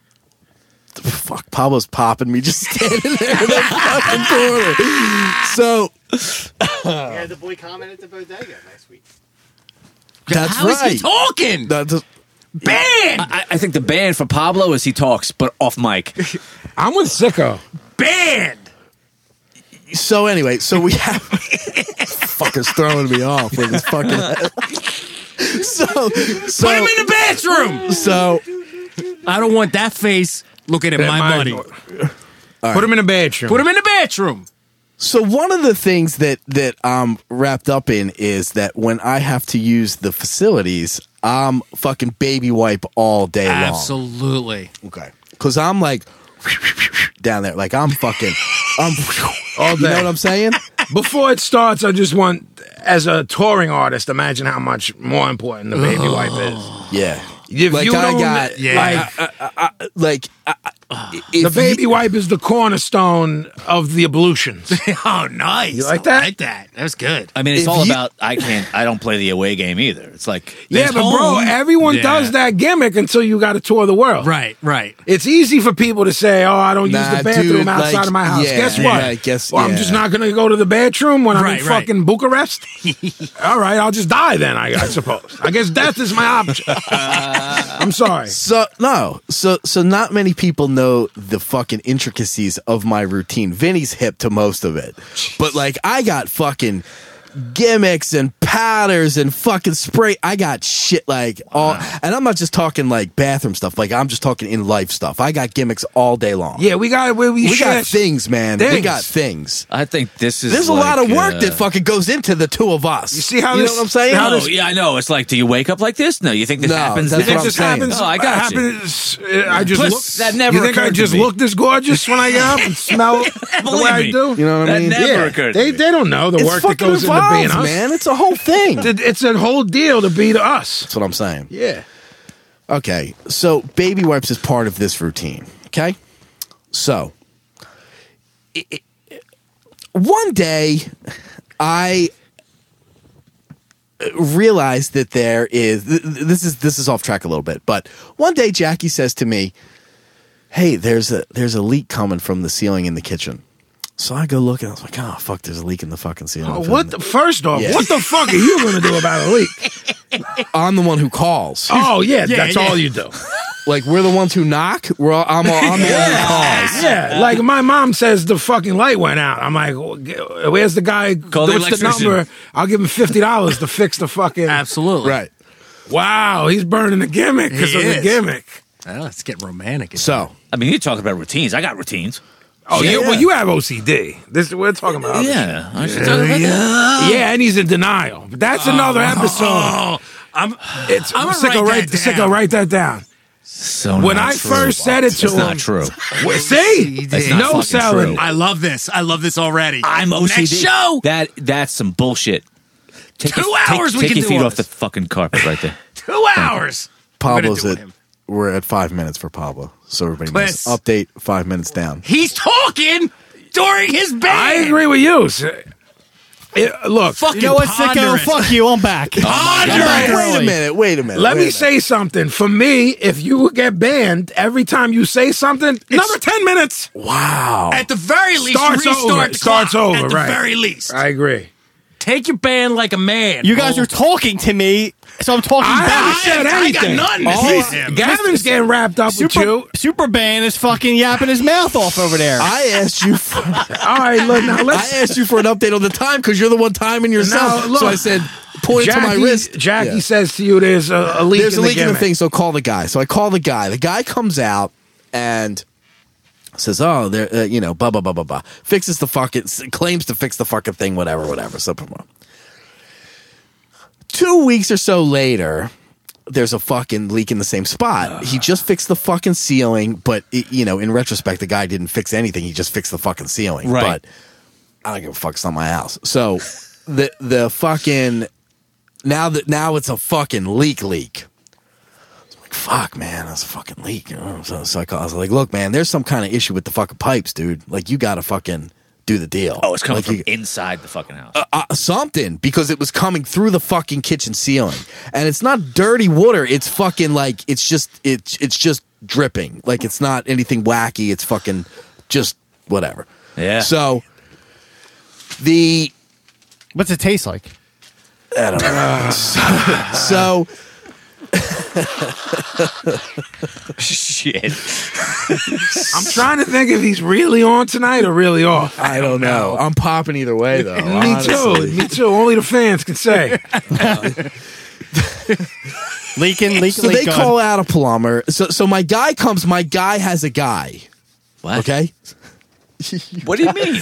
fuck, Pablo's popping me just standing there in the fucking corner. So
Yeah, the boy commented at the bodega last week.
that's
How is
right.
he talking?
That's-
Ban!
I, I think the ban for Pablo is he talks, but off mic.
I'm with Sicko.
Ban!
so anyway, so we have fuckers throwing me off with his fucking. so
Put
so
him in the bathroom!
so
I don't want that face looking at my money.
Put him in a bedroom.
Put him in the bathroom.
so one of the things that that I'm wrapped up in is that when I have to use the facilities, I'm fucking baby wipe all day long.
Absolutely.
Okay. Cause I'm like down there, like I'm fucking, I'm
All
You know
day.
what I'm saying?
Before it starts, I just want, as a touring artist, imagine how much more important the baby wipe is.
Yeah.
If
like
you
I
don't-
got,
Yeah.
like, like I, I- if
The baby
you-
wipe is the cornerstone of the ablutions.
oh, nice. You
like that?
I like that. That was good.
I mean, it's
If
all
you-
about I can't. I don't play the away game either. It's like
yeah,
there's
but bro,
home.
everyone
Yeah.
does that gimmick until you got to tour the world.
Right, right.
It's easy for people to say, "Oh, I don't
Nah,
use the bathroom
dude,
outside
like,
of my house."
yeah,
guess what?
yeah, I guess-
Well, I'm
yeah.
just not going to go to the bathroom when I'm
Right,
in
right.
fucking Bucharest. All right, I'll just die then. I, I suppose. I guess death is my option. I'm sorry.
So no, so so not many people know the fucking intricacies of my routine. Vinny's hip to most of it, but like I got fucking gimmicks and powders and fucking spray. I got shit like all, and I'm not just talking like bathroom stuff. Like I'm just talking in life stuff. I got gimmicks all day long.
Yeah, we got we, we,
we got
share-
things, man. We
Things.
got things.
I think this is.
There's a
like,
lot of work
uh,
that fucking goes into the two of us. You
see how
you
this-
know what I'm saying?
how
No, yeah, I know. It's like, do you wake up like this? No, you think this
No,
happens.
that's
You think
what I'm
this
saying.
happens?
Oh, I got
happens, you. uh, I just
Plus,
look.
that never
You think I
occurred to
just
me.
look this gorgeous when I get up and smell the
Believe
way I
me.
do?
You know what I
That
mean?
never occurred to
They
me.
they don't know the
it's
work that
fucking
goes into being
involved,
us.
man. It's a whole thing. That's
It- It's a whole deal to be to us.
what I'm saying.
Yeah.
Okay, so baby wipes is part of this routine. Okay, so i- i- one day I uh, realized that there is th- th- this is this is off track a little bit, but one day Jackie says to me, "Hey, there's a there's a leak coming from the ceiling in the kitchen." So I go look and I was like, "Oh fuck, there's a leak in the fucking ceiling."
Oh,
from
what?
the-"
The, first off,
Yeah.
what the fuck are you going to do about a leak?
I'm the one who calls.
Oh yeah, that's
yeah.
all you do.
Like we're the ones who knock. We're all, I'm all, I'm the one who calls.
Yeah, like my mom says the fucking light went out. I'm like, "Well, g- where's the guy?
Call the
what's the
electrician."
number? I'll give him fifty dollars to fix the fucking.
Absolutely.
Right.
Wow, he's burning the gimmick because
He
of the
is.
gimmick.
Well, Ah, let's get romantic.
So
I mean, you're talking about routines. I got routines.
Oh,
Yeah.
you, well, you have OCD. This we're talking about. other shit.
Yeah, I should talk about that.
yeah, and he's in denial. But that's another episode.
Oh, I'm,
it's
I'm gonna
sicko,
write
write,
that
sicko,
down.
write that down.
So
When
not
I
true.
first said it to
It's
him,
not true.
Well, see,
That's
not
no
fucking
selling.
true.
I love this. I love this already.
I'm OCD.
Next show.
That that's some bullshit. Take
Two
your-
hours
Take,
we
take
can
your
do
feet
all
off the
this.
fucking carpet right there.
Two hours. I'm gonna
Pablo's
do it with
at
him.
we're at five minutes for Pablo. So everybody
Bliss.
knows. update five minutes down.
He's talking during his band.
I agree with you. It- look,
Fucking
You know what,
ponder
sicko?
it.
Fuck you. I'm back.
Oh
Ponder
Wait
it.
a
Early.
minute. Wait a minute.
Let
wait a
me
minute.
say something. For me, if you would get banned every time you say something, another 10 minutes.
Wow.
At the very least,
Starts
restart
over.
the
Starts
clock.
over,
At the
right.
very least.
I agree.
Take your band like a man.
You guys are talking to me, so I'm talking
I
back.
haven't said anything.
All-
Gavin's getting wrapped up with
Super,
you.
Superman is fucking yapping his mouth off over there.
I asked you. For, I
All right, look now. Let's
asked you for an update on the time because you're the one timing yourself.
Now, look.
so I said, point it to my
Jackie-
wrist.
Jackie
Yeah.
says to you, "There's a, a leak
There's
in
a
the
leak in the
gimmick.
thing, so call the guy. So I call the guy. The guy comes out and says, "Oh, there, uh, you know, blah blah blah blah blah." Fixes the fucking claims to fix the fucking thing, whatever, whatever. So blah, blah. two weeks or so later, there's a fucking leak in the same spot. He just fixed the fucking ceiling, but it, you know, in retrospect, the guy didn't fix anything. He just fixed the fucking ceiling.
Right.
But I don't give a fuck. It's not my house. So the the fucking now that now it's a fucking leak leak. It's like, Fuck man, that's a fucking leak. You know? So, so I, call, I was like, "Look, man, there's some kind of issue with the fucking pipes, dude. Like, you got to fucking do the deal."
Oh, it's coming
Like,
from
you-
inside the fucking house.
uh, something because it was coming through the fucking kitchen ceiling, and it's not dirty water. It's fucking like it's just it's it's just dripping. Like it's not anything wacky. It's fucking just whatever.
Yeah.
So the
What's it taste like?
so
Shit.
I'm trying to think if he's really on tonight or really off.
I don't know. I'm popping either way though.
Uh, me
honestly.
too. Me too. Only the fans can say.
Leaking, leaking,
So they
leaking.
call out a plumber. So so my guy comes. My guy has a guy.
What?
Okay.
What do you mean?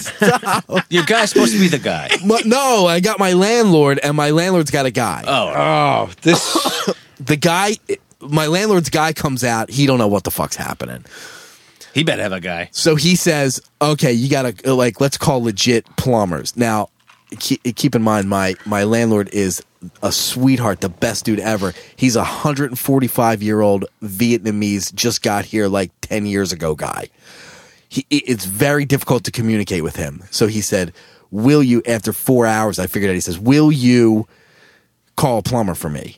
Your guy's supposed to be the guy.
My- no, I got my landlord, and my landlord's got a guy.
Oh, this.
the guy my landlord's guy comes out he don't know what the fuck's happening
He better have a guy.
so he says okay you gotta uh, like let's call legit plumbers now keep, keep in mind my my landlord is a sweetheart the best dude ever he's a 145 year old vietnamese just got here like 10 years ago guy he, it- it's very difficult to communicate with him so he said will you after four hours i figured out he says will you call a plumber for me.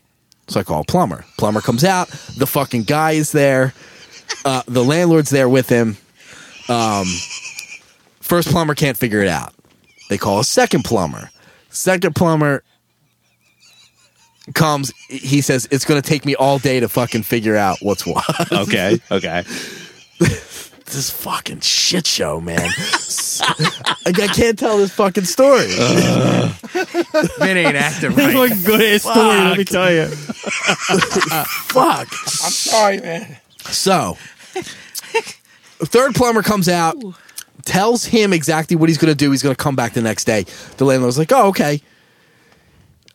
So I call a plumber. Plumber comes out. The fucking guy is there. Uh, the landlord's there with him. Um, first plumber can't figure it out. They call a second plumber. Second plumber comes. He says, It's going to take me all day to fucking figure out what's what
Okay. Okay.
this fucking shit show, man. like, I can't tell this fucking story.
It ain't acting
It's
right.
like a good ass story, let me tell you.
I'm
Fuck.
sorry, man.
So, third plumber comes out, tells him exactly what he's going to do. He's going to come back the next day. The landlord's like, "Oh, okay.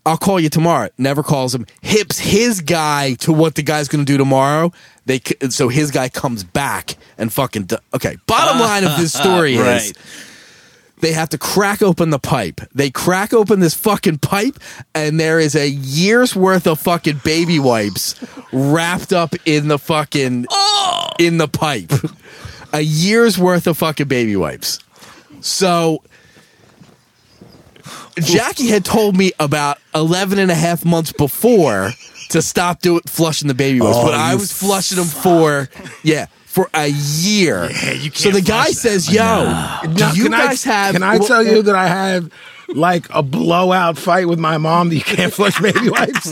I'll call you tomorrow." Never calls him. Hips his guy to what the guy's going to do tomorrow. They c- so his guy comes back and fucking d- okay. Bottom line of this story is
Right.
they have to crack open the pipe. They crack open this fucking pipe, and there is a year's worth of fucking baby wipes wrapped up in the fucking
Oh!
in the pipe. A year's worth of fucking baby wipes. So Jackie had told me about 11 and a half months before to stop doing flushing the baby
Oh,
wipes, but I was flushing them for yeah, for a year.
you
so
can't
the guy
flush
says, "Yo, do
Now,
you
can I-
guys have
Can I
wh- eh,
tell you that I had like a blowout fight with my mom that you can't flush baby wipes?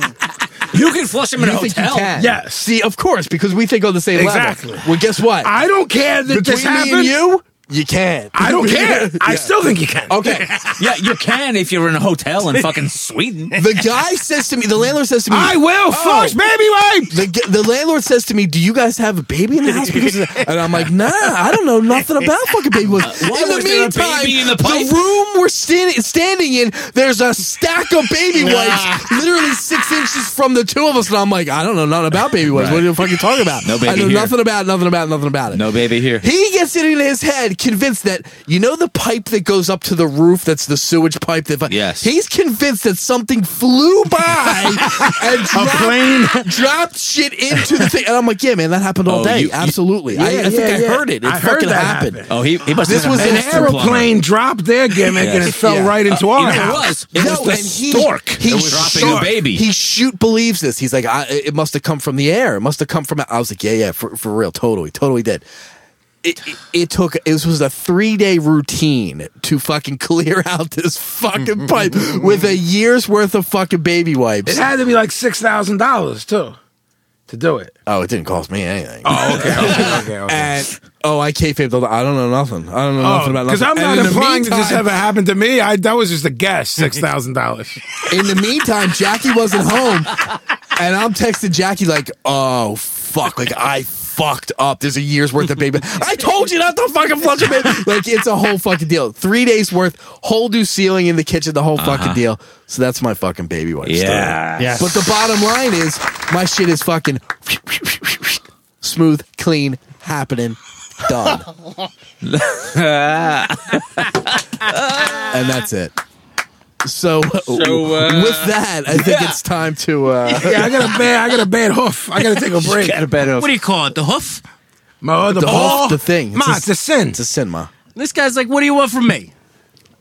You can flush him in a
you think you
hotel.
can?
Yes.
See, of course, because we think on the same level.
Exactly.
Well, guess what?
I don't care that
Between
this
me
happened.
and you, you can.
I don't care. I still think you can.
Okay.
Yeah, you can if you're in a hotel in fucking Sweden.
The guy says to me, the landlord says to me,
I will flush baby wipes.
The, g- the landlord says to me, "Do you guys have a baby in the house?" Because of that?" and I'm like, "Nah, I don't know nothing about fucking baby wipes."
why
in the
was there a
meantime,
baby in the pipe?
room we're standing standing in, there's a stack of baby wipes, literally six inches from the two of us, and I'm like, "I don't know nothing about baby wipes. What are you fucking talking about?
No
I
baby
know
here.
nothing about nothing about nothing about it."
No baby here.
He gets it in his head, convinced that you know the pipe that goes up to the roof. That's the sewage pipe. That
Yes.
he's convinced that something flew by and dropped, dropped shit into the thing. And I'm like, yeah, man, that happened all
Oh,
day.
you-
Absolutely, I, I
Yeah,
think
yeah,
I
yeah.
heard it. It
I heard
fucking
that
happened.
happened.
Oh, he, he must
This
have
was
been
An
a
Mr. Plumber.
aeroplane dropped their gimmick and it fell
Yeah. Uh,
right into
You
our
know what it
house.
was? It was the
and he-
stork.
he
It was dropping
stork.
the baby.
He shoot believes this. He's like, I, it must have come from the air. It must have come from. I was like, yeah, yeah, for, for real, totally, totally did. it, it, it took this was a three day routine to fucking clear out this fucking pipe with a year's worth of fucking baby
It
wipes.
had to be like six thousand dollars too to do it.
Oh, it didn't cost me anything.
Oh, okay, okay, okay. okay.
And oh, I kayfabed. all the- I don't know nothing. I don't know nothing about
Because
nothing.
Oh, I'm
And
not
in the
implying that this
meantime-
ever happened to me. I that was just a guess. Six thousand dollars.
In the meantime, Jackie wasn't home, and I'm texting Jackie like, "Oh fuck! Like I fucked up. There's a year's worth of baby. I told you not to fucking flush a baby. Like it's a whole fucking deal. Three days worth, whole new ceiling in the kitchen, the whole
Uh-huh.
fucking deal. So that's my fucking baby wife.
Yeah.
Story. But the bottom line is, my shit is fucking smooth, clean, happening, done, and that's it. So, with that, I think it's time to. Uh,
yeah, I got a bad. I got a bad hoof. I got to take a break.
Got a bad
What do you call it? The hoof?
My other
The
ball.
whole- the thing.
Oh, Ma,
It's
it's
a-
a sin.
It's a cinema.
This guy's like, what do you want from me?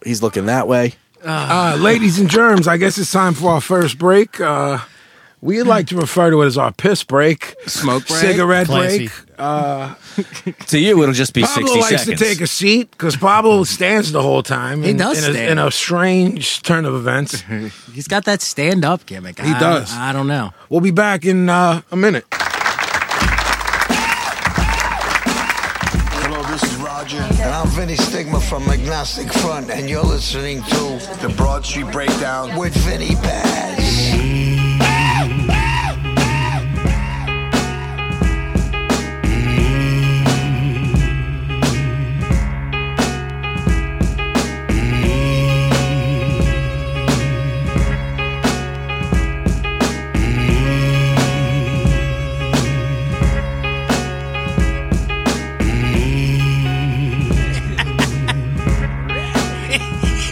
He's looking that way.
Uh, ladies and germs, I guess it's time for our first break. Uh,
Hmm.
we like to refer to it as our piss break,
Smoke break?
cigarette
Classy.
break.
To you, it'll just be
Pablo
60
likes
seconds.
to take a seat because
Hmm.
Pablo stands the whole time.
He
in-
does
in
stand.
A, in a strange turn of events.
He's got that stand up gimmick. He I,
does.
I don't know.
We'll be back in uh, a minute.
Hello, this is Roger, and I'm Vinny Stigma from Agnostic Front, and you're listening to the Broad Street Breakdown with Vinny Bass.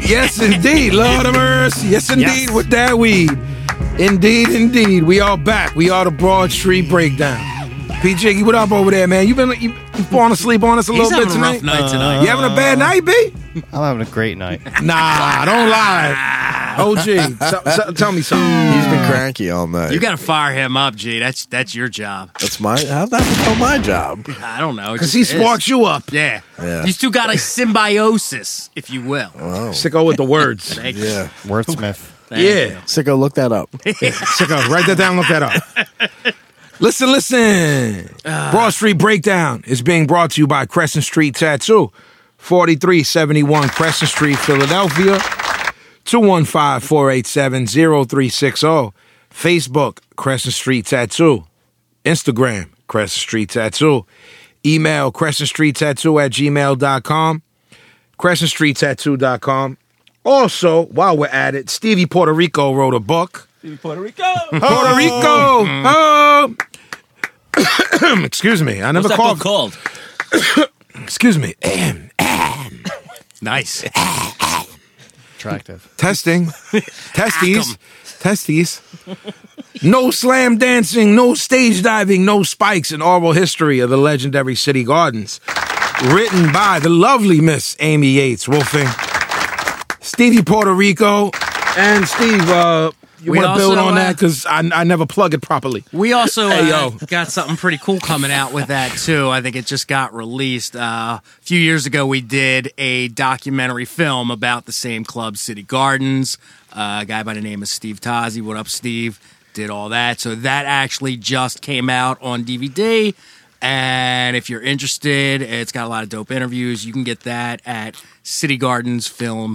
Yes, indeed. Lord of mercy. Yes, indeed. With that weed. Indeed, indeed. We are back. We are the Broad Street Breakdown. P. Jiggy, what up over there, man? You been you, you falling asleep on us a
He's
little bit
having a
tonight?
rough night tonight.
you having a bad night, B?
I'm having a great night.
Nah, don't lie. OG, so, so, tell me something.
He's been cranky all night.
You got to fire him up, G. That's that's your job.
That's my. How'd that become my job?
I don't know.
Because he sparks you up.
Yeah.
Yeah.
These two got a symbiosis, if you will.
Sicko with the words.
Thank you.
Yeah.
Wordsmith.
Thank you.
yeah.
Sicko, look that up.
Sicko, write that down, look that up. Listen, listen. Broad Street Breakdown is being brought to you by Crescent Street Tattoo, 4371 Crescent Street, Philadelphia, 215 487 0360. Facebook, Crescent Street Tattoo. Instagram, Crescent Street Tattoo. Email, Crescent Street Tattoo at gmail.com. CrescentStreetTattoo.com. Also, while we're at it, Stevie Puerto Rico wrote a book. Stevie Puerto Rico. Puerto Rico. Oh. Excuse me. I never
What's that book
called.
called?
Excuse me.
Nice.
Attractive.
Testing. Testes. Testes. No slam dancing, no stage diving, no spikes in oral history of the legendary city gardens. Written by the lovely Miss Amy Yates Wolfing, Stevie Puerto Rico, and Steve. Uh, you
We
want to build
also,
on
uh,
that because I, I never plug it properly.
We also
Hey,
uh,
yo.
got something pretty cool coming out with that too. I think it just got released uh, a few years ago. We did a documentary film about the same club, City Gardens. Uh, a guy by the name of Steve Tazi. What up, Steve? Did all that. So that actually just came out on DVD. And if you're interested, it's got a lot of dope interviews. You can get that at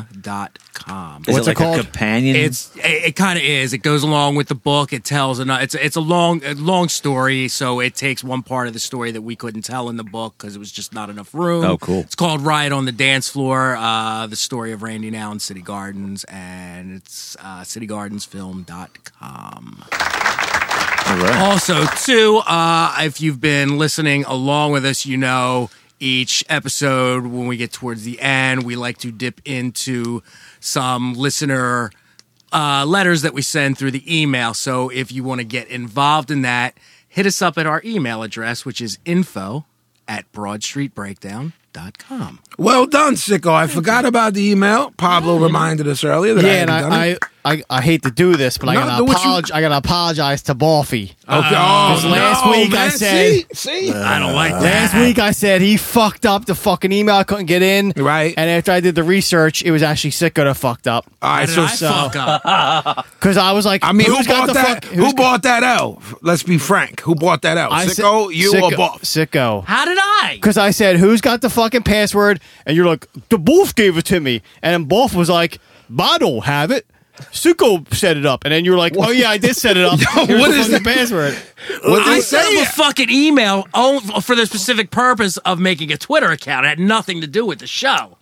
citygardensfilm.com.
Is
What's it
it like
called?
a companion?
It's it, it kind of is. It goes along with the book. It tells an it's it's a long a long story. So it takes one part of the story that we couldn't tell in the book because it was just not enough room.
Oh, cool.
It's called Riot on the Dance Floor. Uh, the story of Randy Now in City Gardens, and it's uh, citygardensfilm.com.
All right.
Also, too, uh, if you've been listening along with us, you know each episode when we get towards the end, we like to dip into some listener uh, letters that we send through the email. So if you want to get involved in that, hit us up at our email address, which is info at broadstreetbreakdown.com. gmail.com.
Well done, Sicko. I forgot about the email. Pablo reminded us earlier that I
yeah,
hadn't
and
done
I,
it.
I, I, I hate to do this, but I
No,
gotta
do what you-
apologize. I gotta apologize to Balfi.
Okay.
because
oh,
uh, last
no,
week I
man.
said-
See? See?
I don't like that.
Last week I said he fucked up the fucking email. I couldn't get in.
Right.
And after I did the research, it was actually Sicko that fucked up.
All right,
Did
so,
I fuck up?
Because I was like,
I mean, who
who's got
bought
the
that?
fuck?
who
who's-
bought that out? Let's be frank. Who bought that out?
I said-
Sicko, you
Oh, Sicko,
or Buff?
Sicko.
How did I?
Because I said, who's got the fucking password? And you're like, the Wolf gave it to me. And then Wolf was like, I don't have it. Suko set it up. And then you were like, oh, yeah, I did set it up. Here's
what
the
is
fucking
that?
password?
What
I
they
set
say?
up a fucking email on- for the specific purpose of making a Twitter account. It had nothing to do with the show.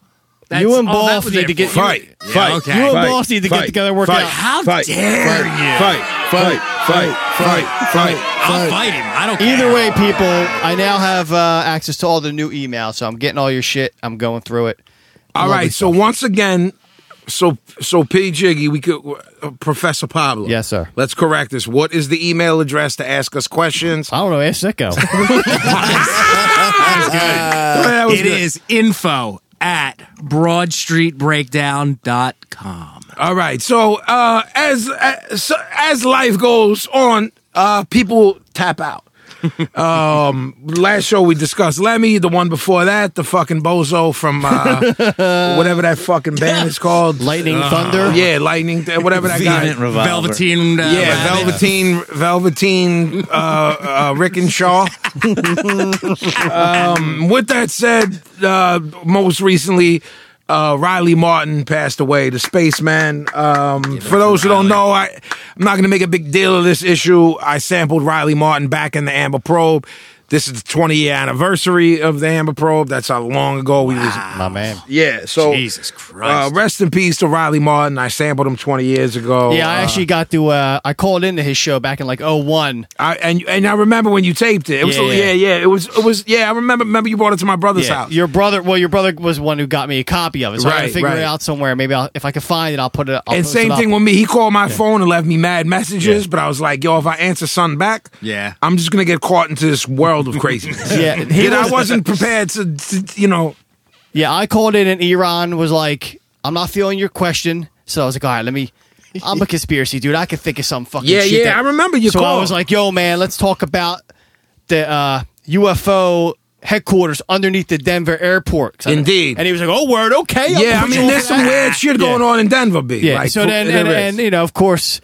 That's
You and
all that
Balf
was
need
there
to get-
for.
Fight, fight,
okay.
You and
fight,
Boss need to get
fight,
together and work
fight,
out.
How
fight,
dare you?
Fight, fight, fight, fight, fight,
I'll fight him. I don't care.
Either way, people, I now have uh, access to all the new emails. So I'm getting all your shit. I'm going through it.
All
Lovely
right. So once again, so so P Jiggy, we could uh, Professor Pablo.
Yes, sir.
Let's correct this. What is the email address to ask us questions?
I don't know. Ask Sicko.
Oh, that was
It
good.
is info at broadstreetbreakdown.com.
All right. So uh, as as, so as life goes on, uh, people tap out. um, last show we discussed Lemmy, the one before that, the fucking bozo from uh, whatever that fucking band is called,
Lightning Thunder.
Yeah, lightning, th- whatever that guy.
Vehement revolver.
Velveteen. Uh,
Yeah,
rabbit.
Velveteen, Velveteen, uh, uh, Rick and Shaw. um, with that said, uh, most recently, uh, Riley Martin passed away, the spaceman. Um, for those who don't know, I, I'm not going to make a big deal of this issue. I sampled Riley Martin back in the Amber Probe. This is the 20 year anniversary of the Amber Probe. That's how long ago we was.
My man.
Yeah, so
Jesus
uh,
Christ.
rest in peace to Riley Martin. I sampled him 20 years ago.
Yeah, I
Uh,
actually got to, uh, I called into his show back in like 01.
I, and and I remember when you taped it. It was
Yeah,
yeah,
yeah.
yeah. It was it was yeah. I remember remember you brought it to my brother's
Yeah,
house.
your brother. Well, your brother was the one who got me a copy of it, so I got to
Right,
figure it
right.
out somewhere. Maybe I'll, if I can find it, I'll put it. I'll
and
post
same
it
thing
up.
with me. He called my phone and left me mad messages, but I was like, "Yo, if I answer something back,
Yeah.
I'm just gonna get caught into this world of craziness."
Yeah, he
and
was-
I wasn't prepared to, to, you know.
Yeah, I called in, and Iran was like, "I'm not feeling your question," so I was like, "All right, let me." I'm a conspiracy dude. I can think of some fucking.
Yeah,
shit
yeah,
that-
I remember you
So I
called.
was like, "Yo, man, let's talk about the uh, UFO." Headquarters underneath the Denver airport. 'Cause I-
Indeed.
and he was like, "Oh, word, okay." I'll
Yeah, I
put you
mean,
on
there's
for
some
that."
weird shit
Yeah.
going on in Denver, B.
Yeah.
Like,
so then,
there
and,
is.
and you know, of course,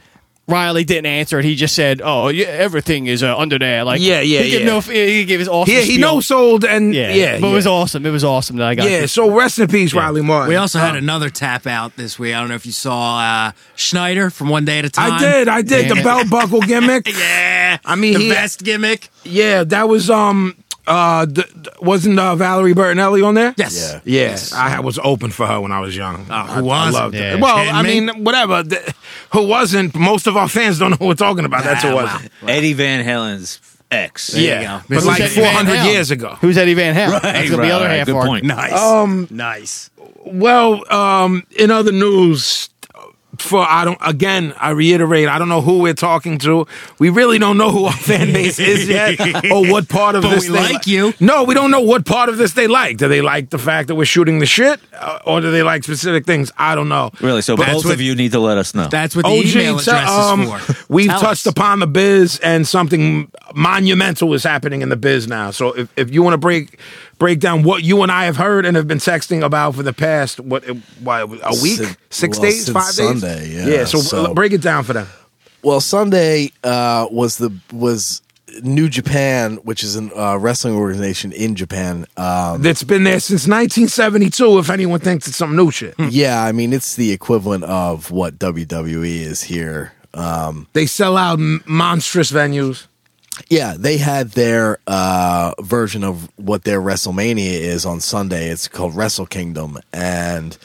Riley didn't answer it. He just said, "Oh, yeah, everything is uh, under there." Like,
Yeah, yeah,
He gave
yeah.
no. He gave his awesome.
yeah, he
spiel.
no sold and
Yeah,
yeah, yeah,
But it was awesome. It was awesome that I got.
yeah.
this.
So rest in peace, Riley Martin.
We also had another tap out this week. I don't know if you saw uh, Schneider from One Day at a Time.
I did, I did the
Yeah.
belt buckle gimmick.
Yeah.
I mean,
the
he-
best gimmick.
Yeah, that was um uh th- th- wasn't uh, Valerie Bertinelli on there?
Yes. Uh,
Yeah.
Yes, I was open for her when I was young. I,
who wasn't?
I loved
Yeah.
it. Well,
Kidding
I
me?
mean, whatever. Th- who wasn't? Most of our fans don't know who we're talking about. That's who
Ah,
wasn't.
wow.
Eddie Van Halen's ex.
Yeah,
you go.
but
Who's
like
Eddie
Eddie Van
400
Halen?
years ago.
Who's Eddie Van Halen? That's gonna be
right,
the other
right,
half.
good
for it.
point.
Nice.
Um,
nice.
Well, um, in other news, for I don't again, I reiterate, I don't know who we're talking to. We really don't know who our fan base is yet, or what part of
But
this
we
they
like you.
No, we don't know what part of this they like. Do they like the fact that we're shooting the shit, uh, or do they like specific things? I don't know.
Really? So
But
both of you need to let us know.
That's what the
OG,
email address
tell-
is
um,
for.
we've
Tell
touched
us.
upon the biz, and something monumental is happening in the biz now. So, if, if you want to break break down what you and I have heard and have been texting about for the past what, what a week,
Since-
six
well,
days,
since
five
Sunday,
days,
yeah,
So,
so-
break it down for them.
Well, Sunday uh, was the was New Japan, which is a uh, wrestling organization in Japan. Um,
That's been there since 1972. If anyone thinks it's some new shit,
Hmm.
yeah, I mean it's the equivalent of what WWE is here.
they sell out m- monstrous venues.
Yeah, they had their uh, version of what their WrestleMania is on Sunday. It's called Wrestle Kingdom, and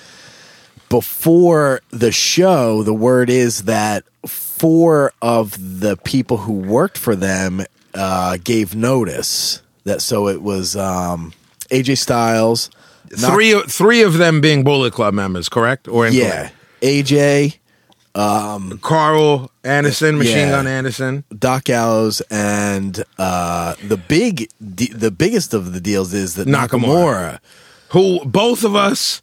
before the show, the word is that four of the people who worked for them uh, gave notice that. So it was um, AJ Styles, Nak-
Three, three of them being Bullet Club members, correct? Or
yeah,
incorrect?
AJ,
Carl Anderson, Machine
Yeah.
Gun Anderson.
Doc Gallows, and uh, the big, de- the biggest of the deals is that
Nakamura.
Nakamura
who both of us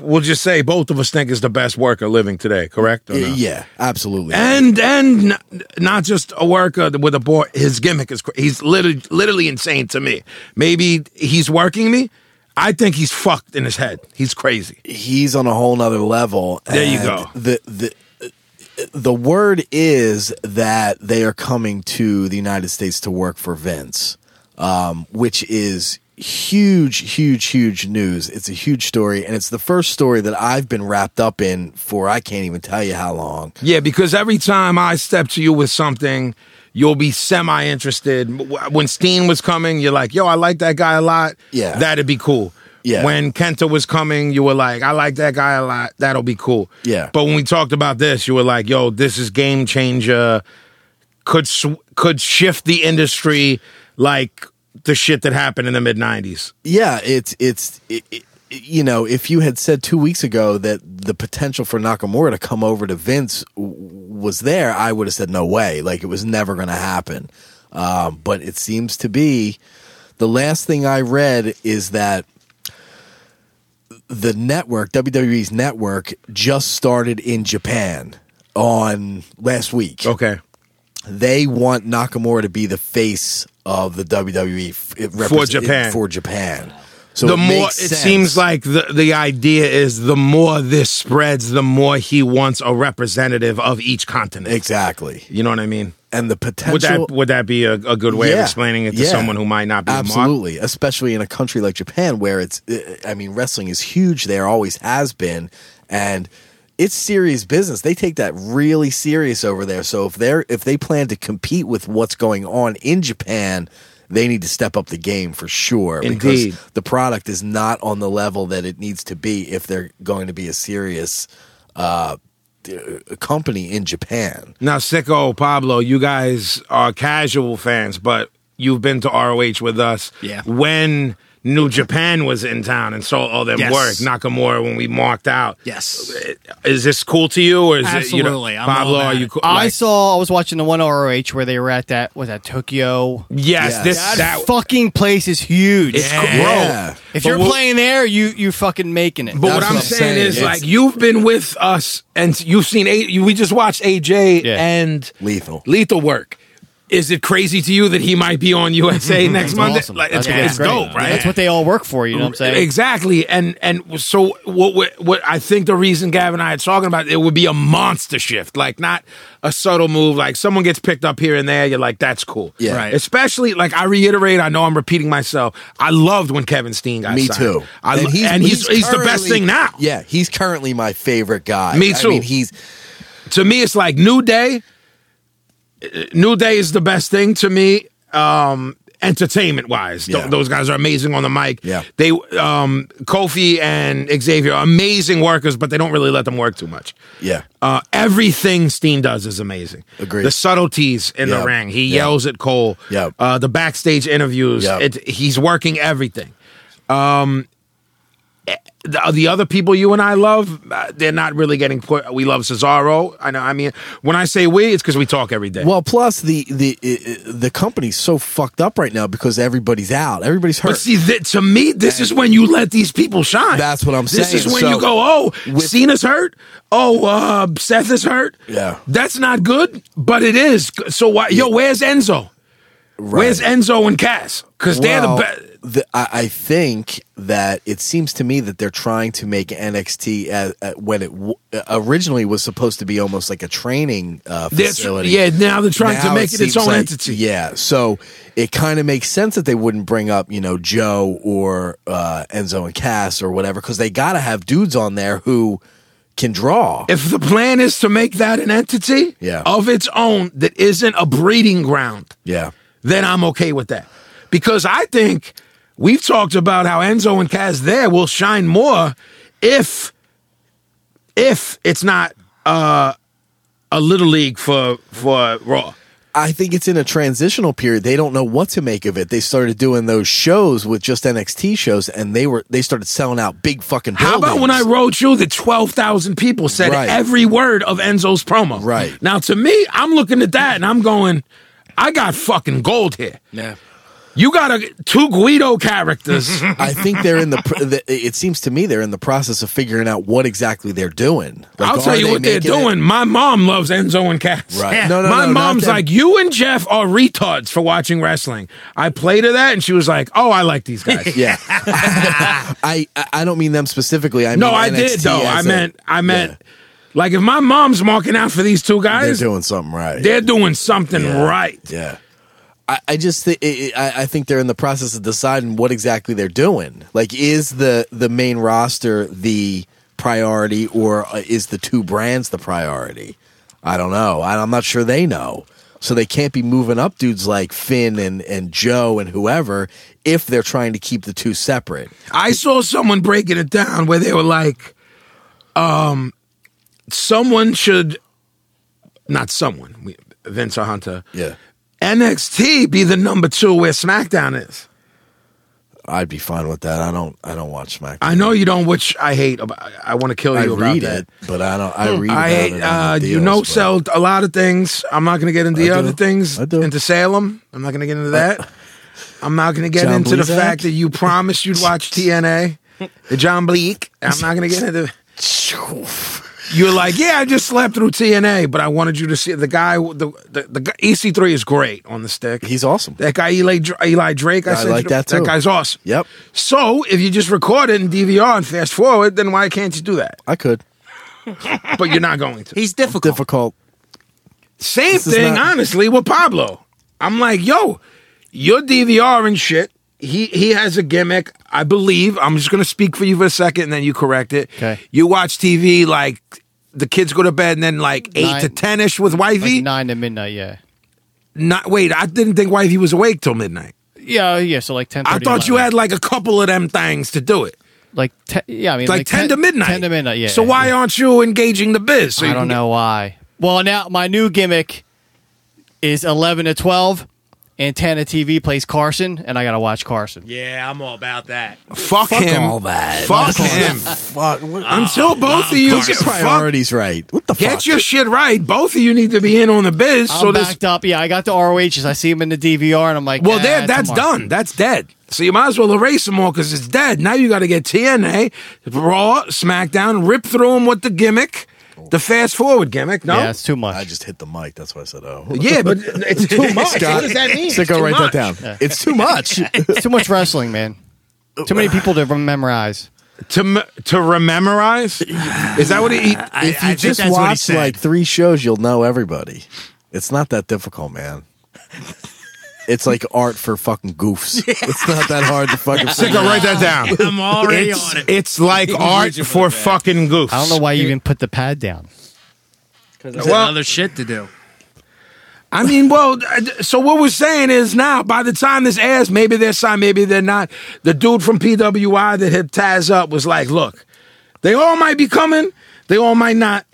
will just say both of us think is the best worker living today, correct? or no?
Yeah, absolutely.
And and n- not just a worker with a boy. His gimmick is cra- he's literally literally insane to me. Maybe he's working me. I think he's fucked in his head. He's crazy.
he's on a whole nother level.
There you
and
go.
The the the word is that they are coming to the United States to work for Vince, um, which is huge, huge, huge news. It's a huge story, and it's the first story that I've been wrapped up in for I can't even tell you how long.
Yeah, because every time I step to you with something, you'll be semi interested. When Steen was coming, you're like, yo, I like that guy a lot.
Yeah.
That'd be cool.
Yeah.
When Kenta was coming, you were like, I like that guy a lot. That'll be cool.
Yeah.
But when we talked about this, you were like, yo, this is game changer. Could sw- could shift the industry like the shit that happened in the mid 90s.
Yeah, it's it's it, it, you know, if you had said two weeks ago that the potential for Nakamura to come over to Vince w- was there, I would have said no way, like it was never going to happen. Um, but it seems to be. The last thing I read is that the network WWE's network just started in Japan on last week
Okay.
they want Nakamura to be the face of the WWE f- it represent-
Japan.
it- for Japan. So
the
it
more it
makes sense.
seems like the, the idea is the more this spreads, the more he wants a representative of each continent.
exactly,
you know what I mean?
and the
Would
potential.
that would that be a, a good way of
Yeah,
explaining it to
yeah.
someone who might not be a mark?
absolutely, especially in a country like Japan where it's. uh, I mean, wrestling is huge there, always has been, and it's serious business. They take that really serious over there. So if they're if they plan to compete with what's going on in Japan. They need to step up the game for sure
Indeed.
because the product is not on the level that it needs to be if they're going to be a serious uh, d- company in Japan.
Now, Sicko, Pablo, you guys are casual fans, but you've been to ROH with us.
Yeah.
When New Japan was in town and saw all them
Yes.
work, Nakamura, when we marked out.
Yes.
Is this cool to you, or is it you
Absolutely,
know,
I'm
Pablo?
all
Are
about
you
it.
cool?
I
like-
saw. I was watching the one ROH where they were at that. Was that Tokyo?
Yes,
Yes.
this
That
that
fucking place is huge.
It's
Yeah.
cool.
Yeah.
Bro,
If
but
you're
what-
playing there, you you fucking making it.
But what
That's
I'm,
what I'm
saying,
saying.
is,
It's-
like, you've been with us, and you've seen. A- you- we just watched AJ
Yeah.
and
Lethal.
lethal work. Is it crazy to you that he might be on USA next Monday?
awesome.
Like, it's,
That's- that's
it's
great.
dope, right?
That's what they all work for. You know what I'm saying?
Exactly, and and so what, what? What I think the reason Gavin and I are talking about it would be a monster shift, like not a subtle move. Like someone gets picked up here and there, you're like, that's cool,
Yeah. Right.
Especially like I reiterate, I know I'm repeating myself. I loved when Kevin Steen got
Me
signed.
too.
I, and he's and he's, the best
currently-
thing now.
Yeah, he's currently my favorite guy.
Me
I
too.
mean, he's
to me it's like new day Uh, new day is the best thing to me um entertainment wise Th-
Yeah.
those guys are amazing on the mic
Yeah.
they um kofi and xavier are amazing workers but they don't really let them work too much
yeah.
uh, everything Steen does is amazing.
Agreed.
The subtleties in
Yeah.
the ring. He
Yeah.
yells at Cole.
Yeah.
Uh, the backstage interviews.
Yeah.
It, he's working everything. Um, eh, the, the other people you and I love, uh, they're not really getting put. We love Cesaro. I know. I mean, when I say we, it's because we talk every day.
Well, plus the the uh, uh, the company's so fucked up right now because everybody's out. Everybody's hurt.
But see, th- to me, this is when you let these people shine.
That's what I'm saying.
This is when
So-
you go, oh,
With-
Cena's hurt. Oh, uh, Seth is hurt.
Yeah.
That's not good, but it is. So, why, yo, where's Enzo? Where's Enzo and Cass? Because
Well,
they're the best.
the- I, I think that it seems to me that they're trying to make NXT as, uh, when it w- originally was supposed to be almost like a training uh, facility.
Yeah, now they're trying to
Now
make it, its
seems
own
like-
entity.
Yeah, so it kind of makes sense that they wouldn't bring up, you know, Joe or uh, Enzo and Cass or whatever, because they got to have dudes on there who can draw.
If the plan is to make that an entity
Yeah.
of its own that isn't a breeding ground,
yeah,
then I'm okay with that. Because I think we've talked about how Enzo and Kaz there will shine more if if it's not uh, a little league for for Raw.
I think it's in a transitional period. They don't know what to make of it. They started doing those shows with just NXT shows, and they were they started selling out big fucking.
How about when I
buildings.
wrote you that 12,000 people said
Right.
every word of Enzo's promo?
Right.
Now, to me, I'm looking at that and I'm going, I got fucking gold here.
Yeah.
You got a, two Guido characters.
I think they're in the. pr- the- It seems to me they're in the process of figuring out what exactly they're doing. Like,
I'll
are
tell you
they
what they're
making it-
doing. My mom loves Enzo and Cass.
Right. No, no,
My
no, not
mom's
them.
like, you and Jeff are retards for watching wrestling. I played her that, and she was like, oh, I like these guys.
Yeah, I I- I don't mean them specifically. I
no,
mean
I
NXT
did though. I
as a-
meant, I meant, like, if my mom's marking out for these two
they're
guys,
doing something right.
they're doing something
Yeah.
right.
Yeah. I, I just think I, I think they're in the process of deciding what exactly they're doing. Like, is the the main roster the priority, or uh, is the two brands the priority? I don't know. I, I'm not sure they know. So they can't be moving up dudes like Finn and and Joe and whoever if they're trying to keep the two separate.
I saw someone breaking it down where they were like, um, someone should, not someone, we, Vince or Hunter,
Yeah,
NXT be the number two where SmackDown is.
I'd be fine with that. I don't. I don't watch SmackDown.
I know you don't, which I hate. About, I want to kill you
I
about
read
that.
it, but I don't. Hmm. I read.
I
about
hate.
it on
Uh,
the
you
deals,
know,
but-
sell a lot of things. I'm not going to get into the
I do.
other things.
I do.
Into Salem. I'm not going to get into that. I'm not going to get
John
into the
Bleak?
fact that you promised you'd watch TNA. The John Bleak. I'm not going to get into. You're like, yeah, I just slept through TNA, but I wanted you to see the guy. The the, the guy- EC3 is great on the stick.
He's awesome.
that guy Eli, Dr- Eli Drake. I,
I
said
like that
That
too.
guy's awesome.
Yep.
So if you just record it and DVR and fast forward, then why can't you do that?
I could
But you're not going to.
He's difficult.
difficult.
Same
is
thing,
not-
honestly, with Pablo. I'm like, yo, your DVR and shit. He he has a gimmick, I believe. I'm just gonna speak for you for a second, and then you correct it.
Okay.
You watch TV like the kids go to bed, and then like eight
Nine-
to ten ish with wifey.
Like nine to midnight. Yeah.
Not wait, I didn't think wifey was awake till midnight.
Yeah. Yeah. So like ten.
I thought you had like a couple of them things to do it,
like te- yeah. I mean
like, ten, to midnight.
Ten to midnight. Yeah.
So why aren't you engaging the biz? So you
I don't
can-
know why. Well, now my new gimmick is eleven to twelve. Antenna TV plays Carson, and I gotta watch Carson.
yeah, I'm all about that.
Fuck, him.
all that.
Fuck him.
Fuck. What,
Until both of you
Get
get
your
fucked
priorities right. What the
Get
fuck?
your shit right. Both of you need to be in on the biz.
I'm
so this,
backed up. Yeah, I got the ROHs. I see them in the DVR, and I'm like,
well,
eh,
there, that's
tomorrow.
done. That's dead. So you might as well erase them all because it's dead. Now you got to get TNA, Raw, SmackDown, rip through them with the gimmick, the fast forward gimmick. No,
Yeah, it's too much.
I just hit the mic. That's why I said, oh.
yeah, but it's too much.
Scott,
what does that mean? It's
Sicko,
too
write
much.
that down. It's too much.
It's too much wrestling, man. Too many people to memorize.
To m- to rememorize, is that what he?
if you
I think
just
that's what he
watch
said.
like three shows, you'll know everybody. It's not that difficult, man. It's like art for fucking goofs. It's not that hard to fucking figure
Sicko,
out.
write that down.
I'm already
It's,
on it.
it's like art
reaching for
for
the bag.
fucking goofs.
I don't know why you even put the pad down.
There's
Well-
other shit to do.
I mean, well, uh, so what we're saying is now, by the time this airs, maybe they're signed, maybe they're not. The dude from PWI that hit Taz up was like, look, they all might be coming, they all might not.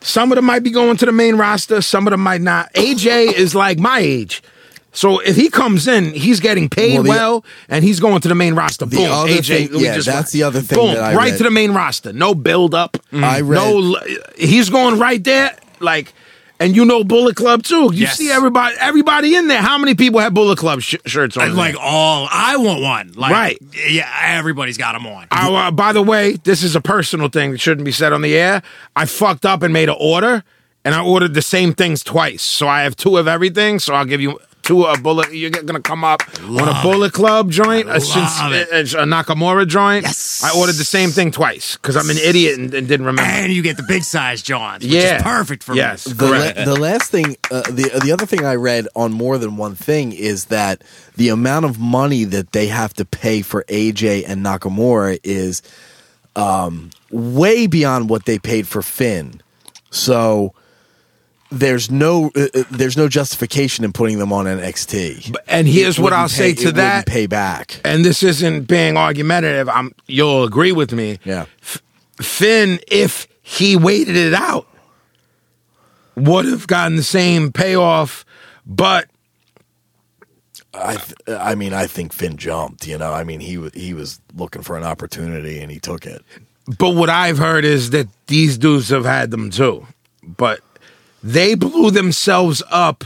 Some of them might be going to the main roster, some of them might not. AJ is like my age. So if he comes in, he's getting paid well,
Well, the-
and he's going to the main roster.
The
Boom,
other
AJ.
thing-
we
yeah,
just
that's
went.
the other thing
Boom,
that I
right
read.
to the main roster. No build up.
I read-
No, l- he's going right there. Like, and you know Bullet Club too. You
Yes.
see everybody, everybody in there. How many people have Bullet Club sh- shirts on?
I like
there?
all. I want one. Like,
Right.
Yeah, everybody's got them on.
Oh, uh, by the way, this is a personal thing that shouldn't be said on the air. I fucked up and made an order, and I ordered the same things twice. So I have two of everything. So I'll give you two of Bullet. You're gonna come up on a Bullet Club joint, a, since,
Love it.
a, a Nakamura joint.
Yes.
I ordered the same thing twice because I'm an idiot and, and didn't remember.
and you get the big size Johns, which
yeah,
is perfect for
yes,
me.
the,
correct.
la- the last thing, uh, the the other thing I read on more than one thing is that the amount of money that they have to pay for AJ and Nakamura is um, way beyond what they paid for Finn. So there's no uh, uh, there's no justification in putting them on NXT.
and here's
It
what I'll
wouldn't
say
pay- it
to
wouldn't
that.
pay back.
and this isn't being argumentative. I'm you'll agree with me.
Yeah.
Finn, if he waited it out, would have gotten the same payoff, but
I th- I mean I think Finn jumped. You know I mean he wa- he was looking for an opportunity and he took it.
but what I've heard is that these dudes have had them too. But they blew themselves up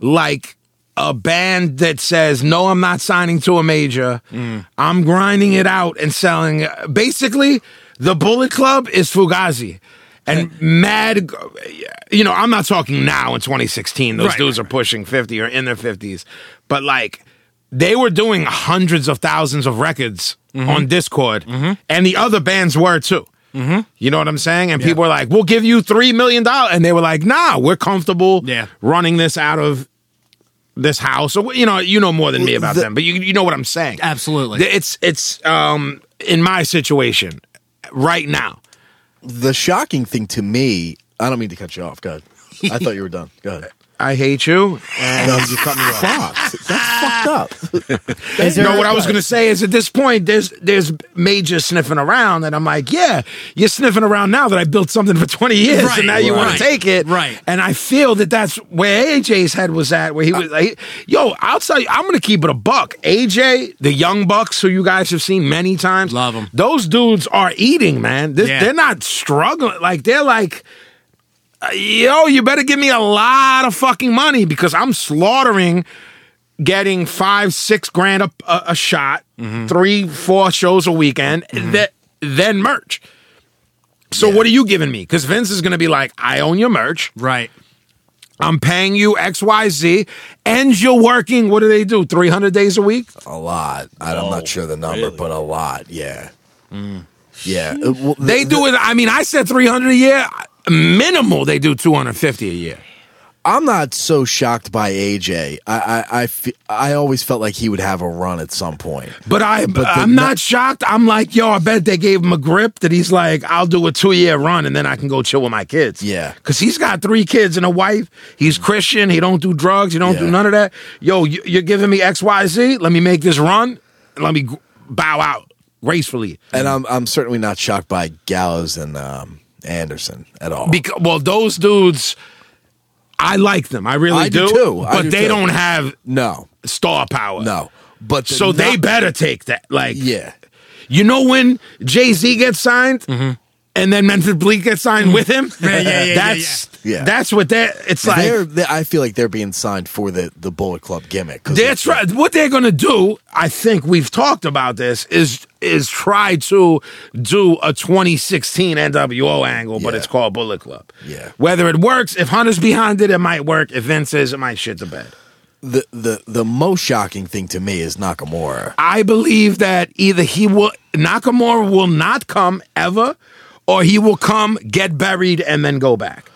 like a band that says, no, I'm not signing to a major. I'm grinding it out and selling. Basically, the Bullet Club is Fugazi. And mad, you know, I'm not talking now in 2016. Those
Right,
dudes
right,
are pushing 50 or in their 50s. But like, they were doing hundreds of thousands of records
Mm-hmm.
on Discord, and the other bands were too.
Mm-hmm.
You know what I'm saying? And people were like, "We'll give you three million dollars," and they were like, "Nah, we're comfortable
Yeah.
running this out of this house." Or you know, you know more than me about them, but you you know what I'm saying?
Absolutely.
It's it's um in my situation right now.
The shocking thing to me, I don't mean to cut you off. Go ahead. I thought you were done. Go ahead.
I hate you.
no, you cut me off. Fuck. That's fucked up.
no, what I was gonna say is at this point, there's there's major sniffing around, and I'm like, yeah, you're sniffing around now that I built something for 20 years,
Right,
and now you want
right,
to take it,
right.
And I feel that that's where AJ's head was at, where he
Uh,
was like, yo, I'll tell you, I'm gonna keep it a buck. AJ, the young bucks who you guys have seen many times,
Love 'em.
Those dudes are eating, man. This,
Yeah.
They're not struggling. Like they're like yo, you better give me a lot of fucking money because I'm slaughtering getting five, six grand a, a, a shot, three, four shows a weekend, that, then merch. So what are you giving me? Because Vince is going to be like, I own your merch.
Right.
I'm paying you X, Y, Z, and you're working. What do they do? 300 days a week?
A lot. I- I'm
Oh,
not sure the number, but a lot. Yeah.
Mm.
Yeah. Uh, well, the-
They do it. I mean, I said 300 a year. Minimal, they do 250 a year.
I'm not so shocked by AJ. I I I fe- I always felt like he would have a run at some point.
But I,
the
I'm
nu-
not shocked. I'm like, yo, I bet they gave him a grip that he's like, I'll do a two year run and then I can go chill with my kids.
Yeah. Mm-hmm.
because he's got three kids and a wife. He's Christian. He don't do drugs. He don't do
Yeah.
none of that. Yo, you- you're giving me X, Y, Z. Let me make this run. And let me g- bow out gracefully.
And I'm I'm certainly not shocked by Gallows and um, Anderson at all.
Because well, those dudes, I like them. I really
I do too. I
But
do
they
too.
don't have
no,
star power.
no. But the
So they
nu-
better take that. Like,
yeah.
You know when Jay Z gets signed, and then Memphis Bleak gets signed with him.
yeah, yeah, yeah,
that's
Mm-hmm. yeah. Yeah.
that's what that. It's like
they're, they, I feel like they're being signed for the, the Bullet Club gimmick. 'cause
That's
they're-
right. What they're gonna do, I think we've talked about this, is is try to do a 2016 NWO angle, but
Yeah.
it's called Bullet Club.
Yeah.
Whether it works, if Hunter's behind it, it might work. If Vince is, it might shit the bed.
The, the the most shocking thing to me is Nakamura.
I believe that either he will Nakamura will not come ever, or he will come get buried and then go back.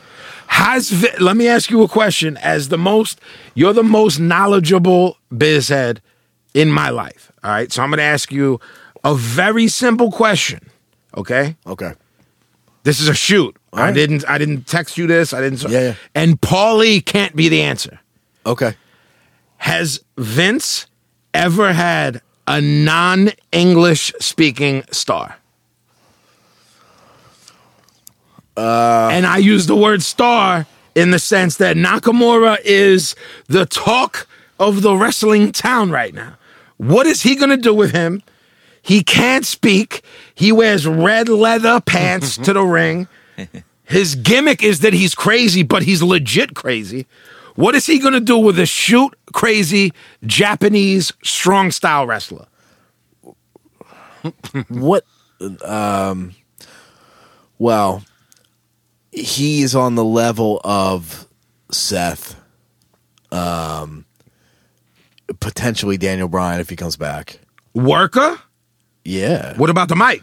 Has Vi- let me ask you a question? As the most, you're the most knowledgeable biz head in my life. All right, so I'm going to ask you a very simple question. Okay,
Okay.
this is a shoot. I
right.
didn't. I didn't text you this. I didn't.
Yeah, yeah.
And Paulie can't be the answer
Okay.
has Vince ever had a non English speaking star? and I use the word star in the sense that Nakamura is the talk of the wrestling town right now. What is he going to do with him? He can't speak. He wears red leather pants to the ring. His gimmick is that he's crazy, but he's legit crazy. What is he going to do with a shoot crazy Japanese strong style wrestler?
What? Um. Well, he is on the level of Seth, um, potentially Daniel Bryan if he comes back.
Worker?
Yeah.
What about the mic?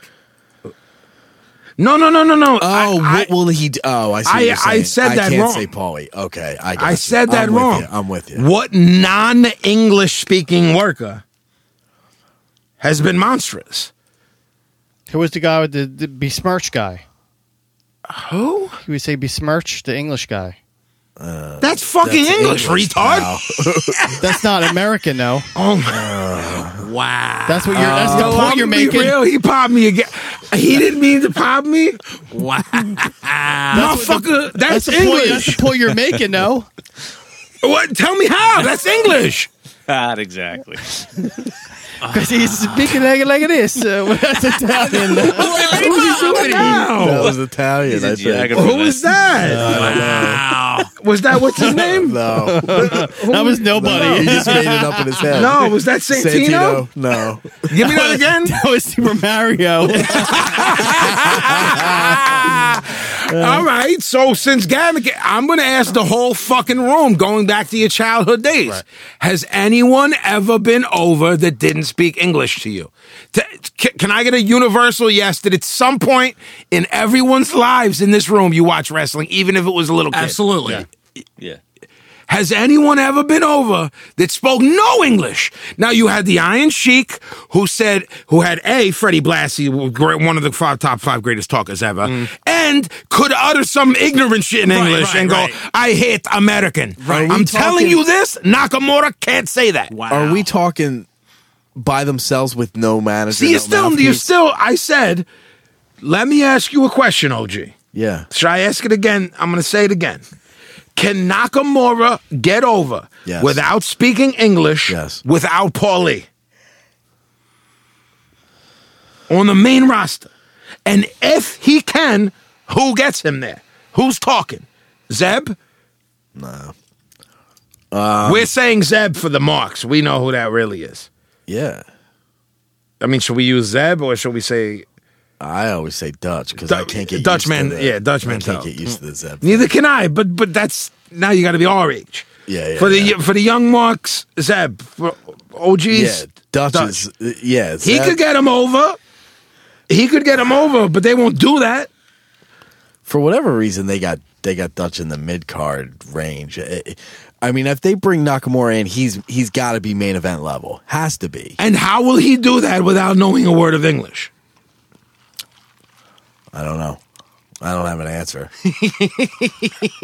No, no, no, no, no.
Oh,
I- I-
what will he? Do? Oh, I see. what
I-
you're
I
saying.
said that
can't
wrong.
say Paulie. Okay, I. Got
I
you.
said that
I'm with
wrong.
you. I'm with you.
What non English speaking worker has been monstrous?
Who was the guy with the, the besmirch guy?
Who?
He would say besmirch, the English guy.
That's fucking
That's
English,
English,
retard.
pal.
That's not American, though.
Oh my.
Wow.
That's what you're. That's the
Yo,
point
Uh, I'm
you're
gonna be
making.
Real, he popped me again. He didn't mean to pop me.
wow.
Motherfucker, that's,
That's the point. That's
English.
the point you're making, though.
what? Tell me how. That's English.
Not exactly.
Because he's speaking like, like it is. Uh, well, that's Italian. uh.
Who's he doing now?
That was Italian. I think.
Yeah, I can
Who
remember
is that?
Wow.
Was that what's his name?
No,
That was
he
nobody.
just made it up in his head.
No, was that Santino?
Santino? No,
Give me that again.
that was Super Mario.
All right. So since Gavin, I'm going to ask the whole fucking room, going back to your childhood days, has anyone ever been over that didn't speak English to you? T- c- can I get a universal yes that at some point in everyone's lives in this room you watch wrestling, even if it was a little kid?
Absolutely.
Yeah.
Has anyone ever been over that spoke no English? Now you had the Iron Sheik, who said, who had a Freddie Blassie, great- one of the five, top five greatest talkers ever, and could utter some ignorant shit in
Right,
English
right,
and go,
right.
"I hate American."
Right. Are we
I'm telling
talking-
you this, Nakamura can't say that.
Wow.
are we talking by themselves with no manager?
Do you
no
still? Do you
mouthpiece?
still? I said, let me ask you a question, OG.
Yeah.
Should I ask it again? I'm going to say it again. Can Nakamura get over
Yes.
without speaking English?
Yes.
Without Paulie on the main roster, and if he can, who gets him there? Who's talking? Zeb. No.
Um,
We're saying Zeb for the marks. We know who that really is.
Yeah.
I mean, should we use Zeb or should we say
I always say Dutch because I
Dutch-
can't get
Dutchman-
Used to the,
yeah, Dutchman
I can't
though.
get used to the Zeb.
Neither can I. But but that's now you got to be our age.
Yeah, yeah,
For the
yeah.
for the young marks, Zeb, for OGs,
Yeah, Dutch,
Dutch.
is uh, yeah.
He
Zeb-
could get him over. He could get him over, but they won't do that.
for whatever reason they got they got Dutch in the mid card range. I- I mean, if they bring Nakamura in, he's he's got to be main event level. Has to be.
And how will he do that without knowing a word of English?
I don't know. I don't have an answer.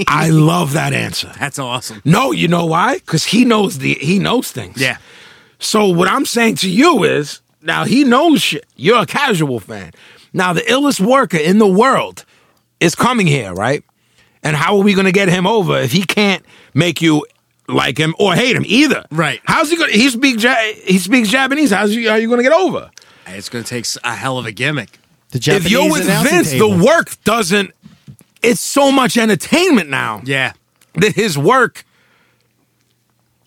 I love that answer.
That's awesome.
No, you know why? Because he knows the he knows things.
Yeah.
So what I'm saying to you is, now he knows shit. You're a casual fan. Now the illest worker in the world is coming here, right? And how are we going to get him over if he can't make you like him or hate him either?
Right.
How's he going? to He speaks ja- he speaks Japanese. How's he, how are you going to get over?
It's going to take s- a hell of a gimmick.
The
if you're with Vince, the work doesn't. It's so much entertainment now
Yeah.
that his work,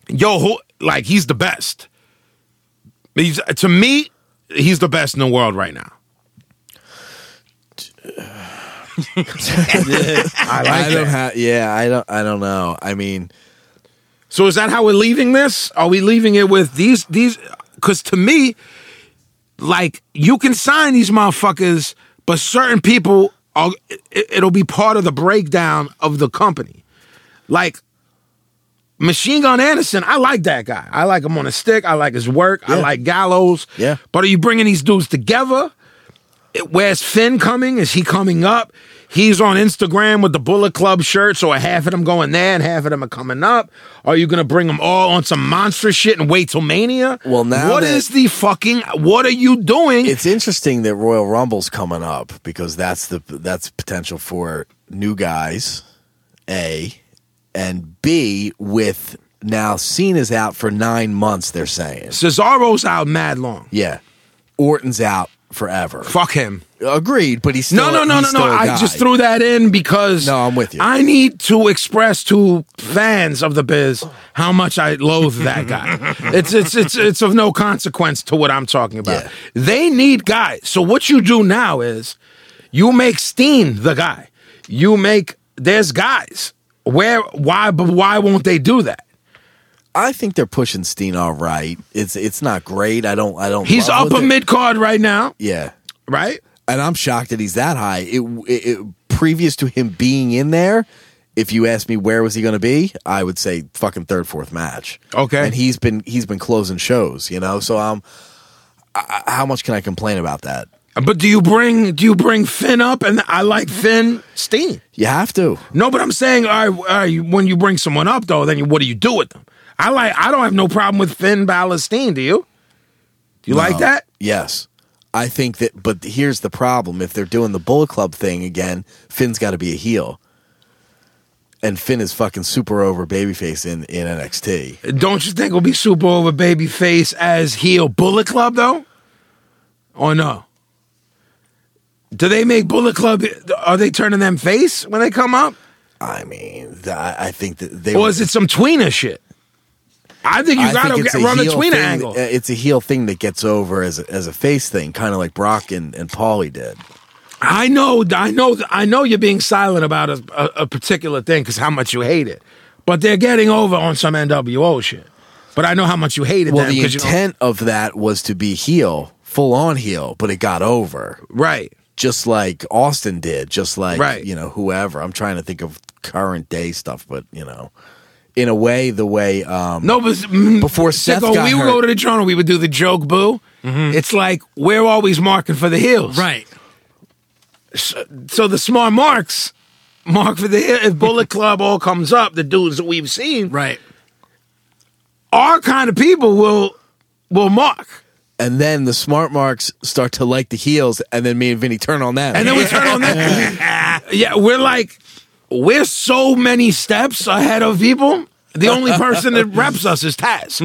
yo, who, like he's the best. He's to me, he's the best in the world right now.
I, don't have. Yeah, I don't. I don't know. I mean,
So is that how we're leaving this? Are we leaving it with these these? Because to me, like you can sign these motherfuckers, but certain people are. It, it'll be part of the breakdown of the company. Like Machine Gun Anderson, I like that guy. I like him on a stick. I like his work. I
Yeah.
like Gallows.
Yeah.
But are you bringing these dudes together? It- Where's Finn coming? Is he coming up? He's on Instagram with the Bullet Club shirt, so half of them going there and half of them are coming up. Are you gonna bring them all on some monster shit and wait till Mania?
Well, now
what
that-
is the fucking? What are you doing?
it's interesting that Royal Rumble's coming up because that's the that's potential for new guys. A and B with now Cena's out for nine months. They're saying.
Cesaro's out mad long.
Yeah. Orton's out forever.
Fuck him.
Agreed, but he's still
No, no, no,
he's
no, no.
still a
I
guy.
just threw that in because
No, I'm with you.
I need to express to fans of the biz how much I loathe that guy. it's it's it's it's of no consequence to what I'm talking about.
Yeah.
They need guys. So what you do now is you make Steen the guy. You make there's guys. Where why but why won't they do that?
I think they're pushing Steen all right. It's it's not great. I don't I don't.
He's
love
up
what
a
they-
mid card right now,
Yeah,
right?
and I'm shocked that he's that high. It, it, it- previous to him being in there. If you asked me where was he going to be, I would say fucking third, fourth match.
Okay.
and he's been he's been closing shows, you know. So um, I, I- how much can I complain about that?
But do you bring do you bring Finn up and I like Finn Steen?
You have to.
No, but I'm saying, all right, all right, when you bring someone up, though, then you, what do you do with them? I like. I don't have no problem with Finn Balor-Steen. Do you? Do you like that?
Yes. I think that, but here's the problem. If they're doing the Bullet Club thing again, Finn's got to be a heel. And Finn is fucking super over babyface in, in NXT.
Don't you think it'll be super over babyface as heel Bullet Club though? Or no? Do they make Bullet Club? Are they turning them face when they come up?
I mean, th- I I think that they
Or is it some tweener shit? I think you
I
gotta
think
get,
it's a
run the
heel
tweener
thing-
angle.
uh, It's a heel thing that gets over as a, as a face thing, kind of like Brock and, and Paulie did.
I know, I know, I know you're being silent about a, a, a particular thing because how much you hate it. But they're getting over on some NWO shit. But I know how much you hated
Well,
them
the
'cause you don't-
intent of that was to be heel, full on heel, but it got over
right?
just like Austin did, just like
Right.
you know whoever. I'm trying to think of current day stuff, but you know, in a way, the way um,
No, but mm,
Before Seth got
we would
hurt. Mm-hmm.
go to the journal, we would do the joke boo. It's like we're always marking for the heels,
Right.
So the smart marks mark for the heel. If Bullet Club all comes up, the dudes that we've seen,
Right.
our kind of people will will mark.
and then the smart marks start to like the heels, and then me and Vinny turn on that,
And then we turn on that. yeah, we're like, we're so many steps ahead of people. The only person that reps us is Taz.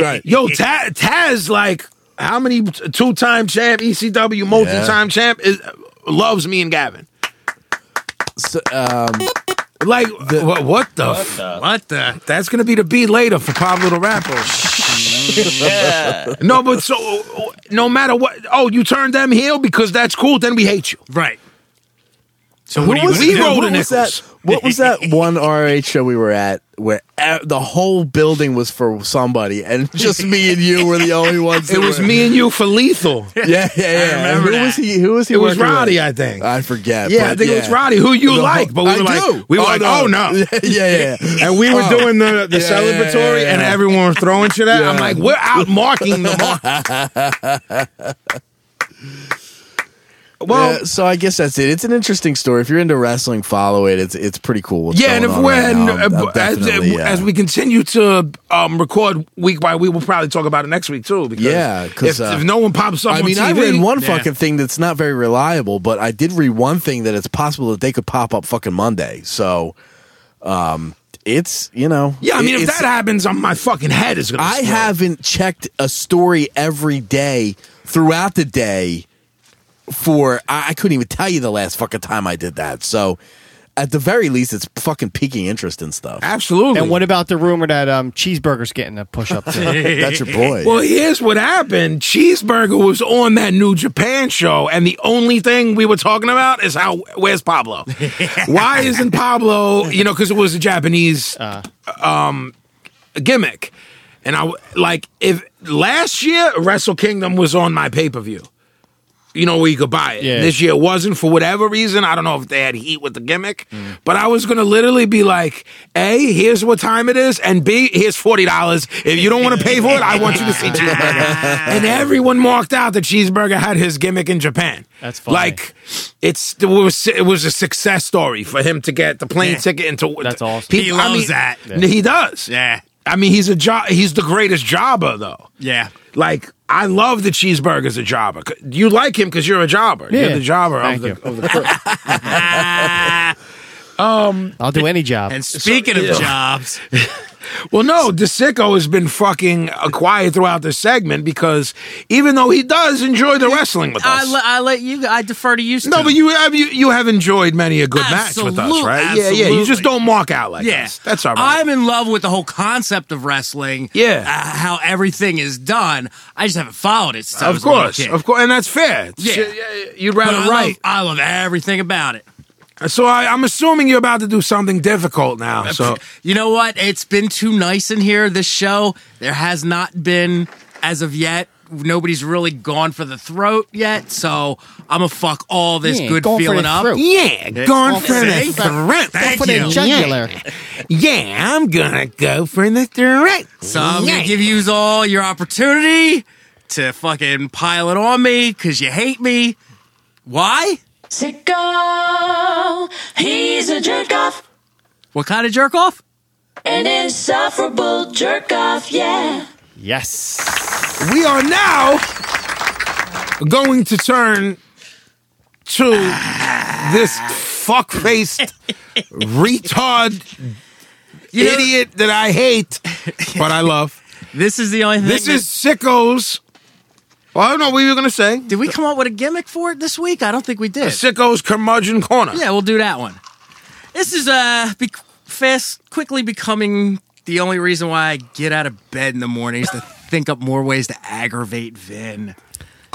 Right.
Yo, Taz, Taz like, how many two time champ, E ECW multi time champ, is, loves me and Gavin.
So, um,
Like, wha- what the? f-
What the?
That's going to be the beat later for Pablo the Rapper. no, but so, no matter what, oh, you turn them heel because that's cool, then we hate you.
Right. So
Who
what do you
was
gonna
it?
do?
Roll the
what was
nickels.
that? What was that one ROH show we were at where e- the whole building was for somebody, and just me and you were the only ones.
It
that
was
were-
me and you for lethal.
Yeah, yeah, yeah. And
remember
who was
that.
he? Who was he?
It was
working with?
Roddy, I think.
I forget.
Yeah, I
but
think it was Roddy, who you
The
like, but we
I
were like,
do.
we were like, oh, no.
yeah, yeah, yeah.
And we were
Oh.
doing the, the
Yeah, yeah, yeah,
celebratory, and
yeah.
everyone was throwing shit at. I'm
Yeah.
like, we're out marking the mark. well,
Yeah, so I guess that's it. It's an interesting story. If you're into wrestling, follow it. It's it's pretty cool. what's
yeah, and if
going
we're
on right
and,
now. I'm-
uh,
I'm
as,
definitely, yeah.
as we continue to um, record week by week, we'll probably talk about it next week too. Because
Yeah, 'cause,
if,
uh,
if no one pops up,
I
on
mean,
TV,
I read one
Yeah.
fucking thing that's not very reliable, but I did read one thing that it's possible that they could pop up fucking Monday. So, um, it's you know,
Yeah, I mean, if
it's-
that happens, on my fucking head is gonna.
I
explode.
haven't checked a story every day throughout the day for I, I couldn't even tell you the last fucking time I did that. So, at the very least, it's fucking piquing interest in stuff.
absolutely.
And what about the rumor that um, Cheeseburger's getting a push up?
That's your boy.
Well, here's what happened. Cheeseburger was on that New Japan show, and the only thing we were talking about is how where's Pablo? Why isn't Pablo? You know, because it was a Japanese um, gimmick, and I w- like if last year Wrestle Kingdom was on my pay per view. You know where you could buy it.
Yeah.
This year it wasn't for whatever reason. I don't know if they had heat with the gimmick, but I was gonna literally be like, "A, here's what time it is, and B, here's forty dollars. If you don't want to pay for it, I want you to see cheeseburger." and everyone marked out that cheeseburger had his gimmick in Japan.
That's funny.
Like, it's it was it was a success story for him to get the plane ticket into.
That's awesome.
He loves that.
He does.
Yeah.
I mean, he's a job. He's the greatest jobber, though.
Yeah.
Like, I love the cheeseburger's a jobber. C- You like him because you're a jobber. You're
Yeah.
the jobber of
Thank
the,
you.
of the crew.
I'll do any job.
Ah. And speaking
yeah.
of jobs,
Well, no, DeSico has been fucking uh, quiet throughout this segment because even though he does enjoy the wrestling with us.
I, le- I let you. I defer to you.
no,
still.
but you have you, you have enjoyed many a good match with us,
Absolute-
right? Yeah, yeah. You just
absolutely.
don't mark out like
Yeah,
us. That's all right.
I'm in love with the whole concept of wrestling.
Yeah.
uh, how everything is done. I just haven't followed it. Since I
of
was a little
course,
kid.
of course, and that's fair.
Yeah.
Shit, you'd
But
rather
I,
right.
love, I love everything about it.
So I, I'm assuming you're about to do something difficult now. So
You know what? It's been too nice in here. This show there has not been as of yet. Nobody's really gone for the throat yet. So I'm gonna fuck all this
Yeah,
good
going for
feeling
the
up.
throat.
yeah, gone for the
Thank
throat.
Thank you.
Jugular.
Yeah, I'm gonna go for the throat.
So I'm gonna give you all your opportunity to fucking pile it on me because you hate me. Why?
Sicko, he's a jerk off,
What kind of jerk off?
an insufferable jerk off, yeah.
Yes.
We are now going to turn to this fuck-faced retard
You know-
idiot that I hate, but I love.
This is the only thing.
This
that-
is sickos. Well, I don't know what you were gonna say.
Did we come up with a gimmick for it this week? I don't think we did.
Sickos curmudgeon corner.
Yeah, we'll do that one. This is uh be- fast quickly becoming the only reason why I get out of bed in the morning is to think up more ways to aggravate Vin.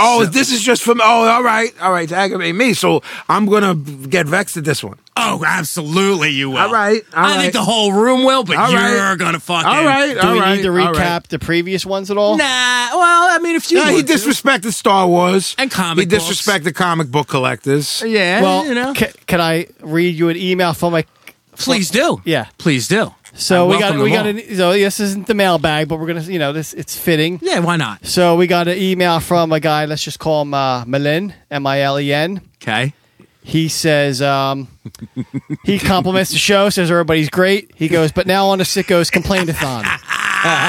Oh, this is just from. Oh, all right, all right. To aggravate me, so I'm gonna get vexed at this one.
Oh, absolutely, you will.
All right, all
I think
right.
the whole room will, but
All right.
you're gonna fucking.
All right,
Do
all
we
right.
need to
all
recap
right.
the previous ones at all?
Nah. Well, I mean, if you
Yeah, he
want to.
disrespected Star Wars
And comic
He
books. Uh,
disrespected comic book collectors.
yeah.
Well,
you know.
ca- can I read you an email from my?
Please do.
Yeah.
Please do.
So
I
we got
welcome
we
them
got
all.
e-
an, e, so this isn't the mailbag, but we're gonna you know this it's fitting.
Yeah. Why not?
So we got an email from a guy. Let's just call him uh, Malin, M I L E N.
Okay.
He says um, he compliments the show, says everybody's great. He goes, but now on to Sicko's complaintathon.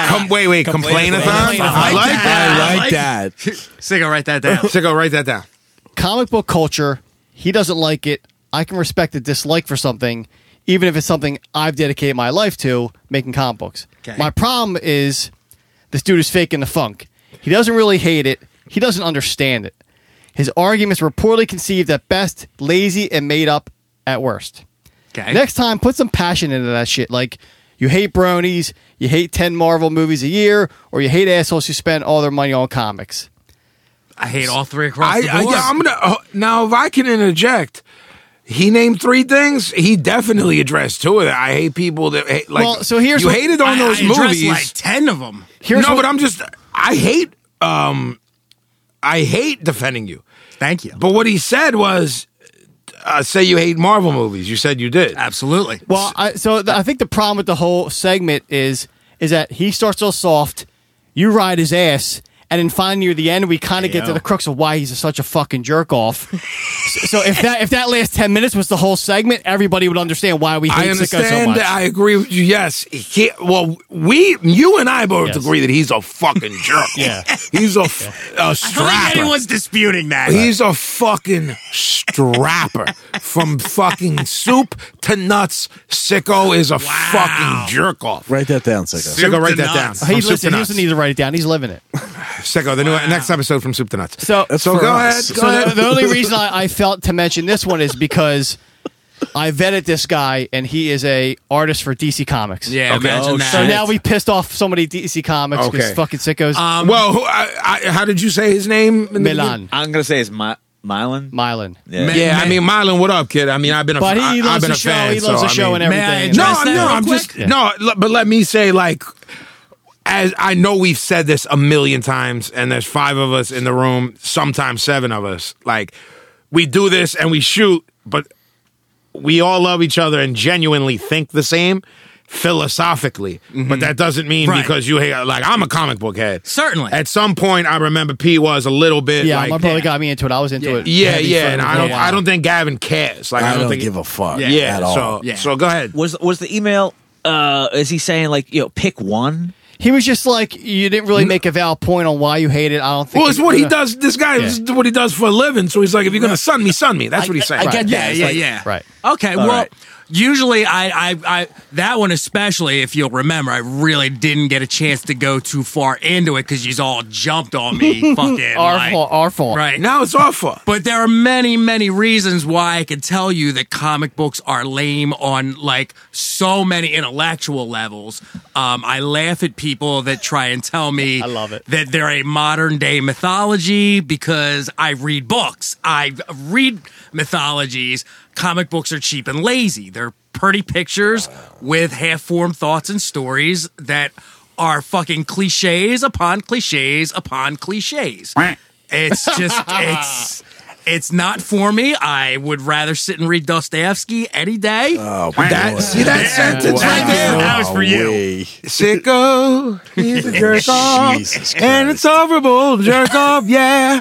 Come, wait, wait. Complainathon. I like that.
I like that.
Siggo, write that down.
Sicko, write that down.
Comic book culture. He doesn't like it. I can respect a dislike for something, even if it's something I've dedicated my life to making comic books.
Okay.
My problem is this dude is faking the funk. He doesn't really hate it. He doesn't understand it. His arguments reportedly conceived at best, lazy and made up at worst.
Okay.
Next time, put some passion into that shit. Like, you hate bronies, you hate 10 Marvel movies a year, or you hate assholes who spend all their money on comics.
I hate all three across
I,
the
I
board.
yeah, I'm gonna uh, now if I can interject. He named three things. He definitely addressed two of them. I hate people that hate, like.
Well, so here's
you
what-
hated on
I-
those
I addressed,
movies.
like ten of them.
Here's
no,
what-
but I'm just. I hate. Um, I hate defending you.
Thank you.
But what he said was, uh, "Say you hate Marvel movies." You said you did.
Absolutely.
Well, I, so th- I think the problem with the whole segment is is that he starts all soft, you ride his ass, and then finally near the end we kind of get to the crux of why he's such a fucking jerk off. so, so if that if that last ten minutes was the whole segment, everybody would understand why we hate
I
Sicko so
understand.
much.
I agree with you. Yes. He, well, we, you and I both
Yes.
agree that he's a fucking jerk.
Yeah.
He's a, f- a
I don't think
strapper.
anyone's disputing that.
He's a fucking strapper. From fucking soup to nuts, Sicko is a
Wow.
fucking jerk off.
Write that down, Sicko.
Sicko, write
to
that
nuts.
down.
he,
From soup to
listen, he
nuts.
doesn't need to write it down. He's living it.
Sicko, the new, next episode from soup to nuts.
So
so
for
go
us.
ahead. Go
So
ahead.
the, the only reason I, I felt to mention this one is because I vetted this guy, and he is a artist for DC Comics.
yeah, imagine
oh,
that.
So now we pissed off so many DC Comics because
Okay.
fucking sickos.
Um,
well, who, I, I, how did you say his name? in the
Milan,
I'm gonna say it's my Mylan.
Milan.
beginning? Yeah, I mean, Milan, what up, kid? I mean, I've been a,
But
I,
he
I've
loves
been
the
a
show.
fan.
he loves
so,
the
I
show
mean-
and
may I
everything.
address-
No,
Address that
no,
real
I'm
quick?
just no. l- But let me say, like, as I know we've said this a million times, and there's five of us in the room, sometimes seven of us. Like, we do this and we shoot, but we all love each other and genuinely think the same philosophically.
Mm-hmm.
But that doesn't mean
Right.
because you hate. Like, I'm a comic book head.
Certainly.
At some point, I remember P was a little bit.
yeah,
like,
my brother got me into it. I was into it.
Yeah,
heavy
yeah,
for
and
a
I
little
don't.
while.
I don't think Gavin cares. Like, I,
I don't
think
give a fuck
Yeah.
Yeah,
at all.
so
Yeah.
so go ahead.
Was was the email? Uh, is he saying like you know pick one?
He was just like, you didn't really make a valid point on why you hate it. I don't think.
Well, it's what he does. This guy
Yeah.
this is what he does for a living. So he's like, if you're gonna sun me, sun me. That's what he's saying.
I get that. Yeah, yeah, yeah.
right.
Okay. well,
right.
usually I, I, I, that one especially, if you'll remember, I really didn't get a chance to go too far into it because he's all jumped on me. fucking.
Our
like-
fault. Our fault.
Right.
Now it's our fault.
But there are many, many reasons why I can tell you that comic books are lame on like so many intellectual levels. Um, I laugh at people that try and tell me I
love it.
that they're a modern day mythology because I read books. I read mythologies. Comic books are cheap and lazy. They're pretty pictures with half formed thoughts and stories that are fucking cliches upon cliches upon cliches. It's just it's it's not for me. I would rather sit and read Dostoevsky any day.
Oh,
That,
boy.
see that sentence right there?
That was for you.
Wowee.
Sicko, he's a jerk off,
Jesus
and
Christ.
it's horrible. Jerk off, yeah.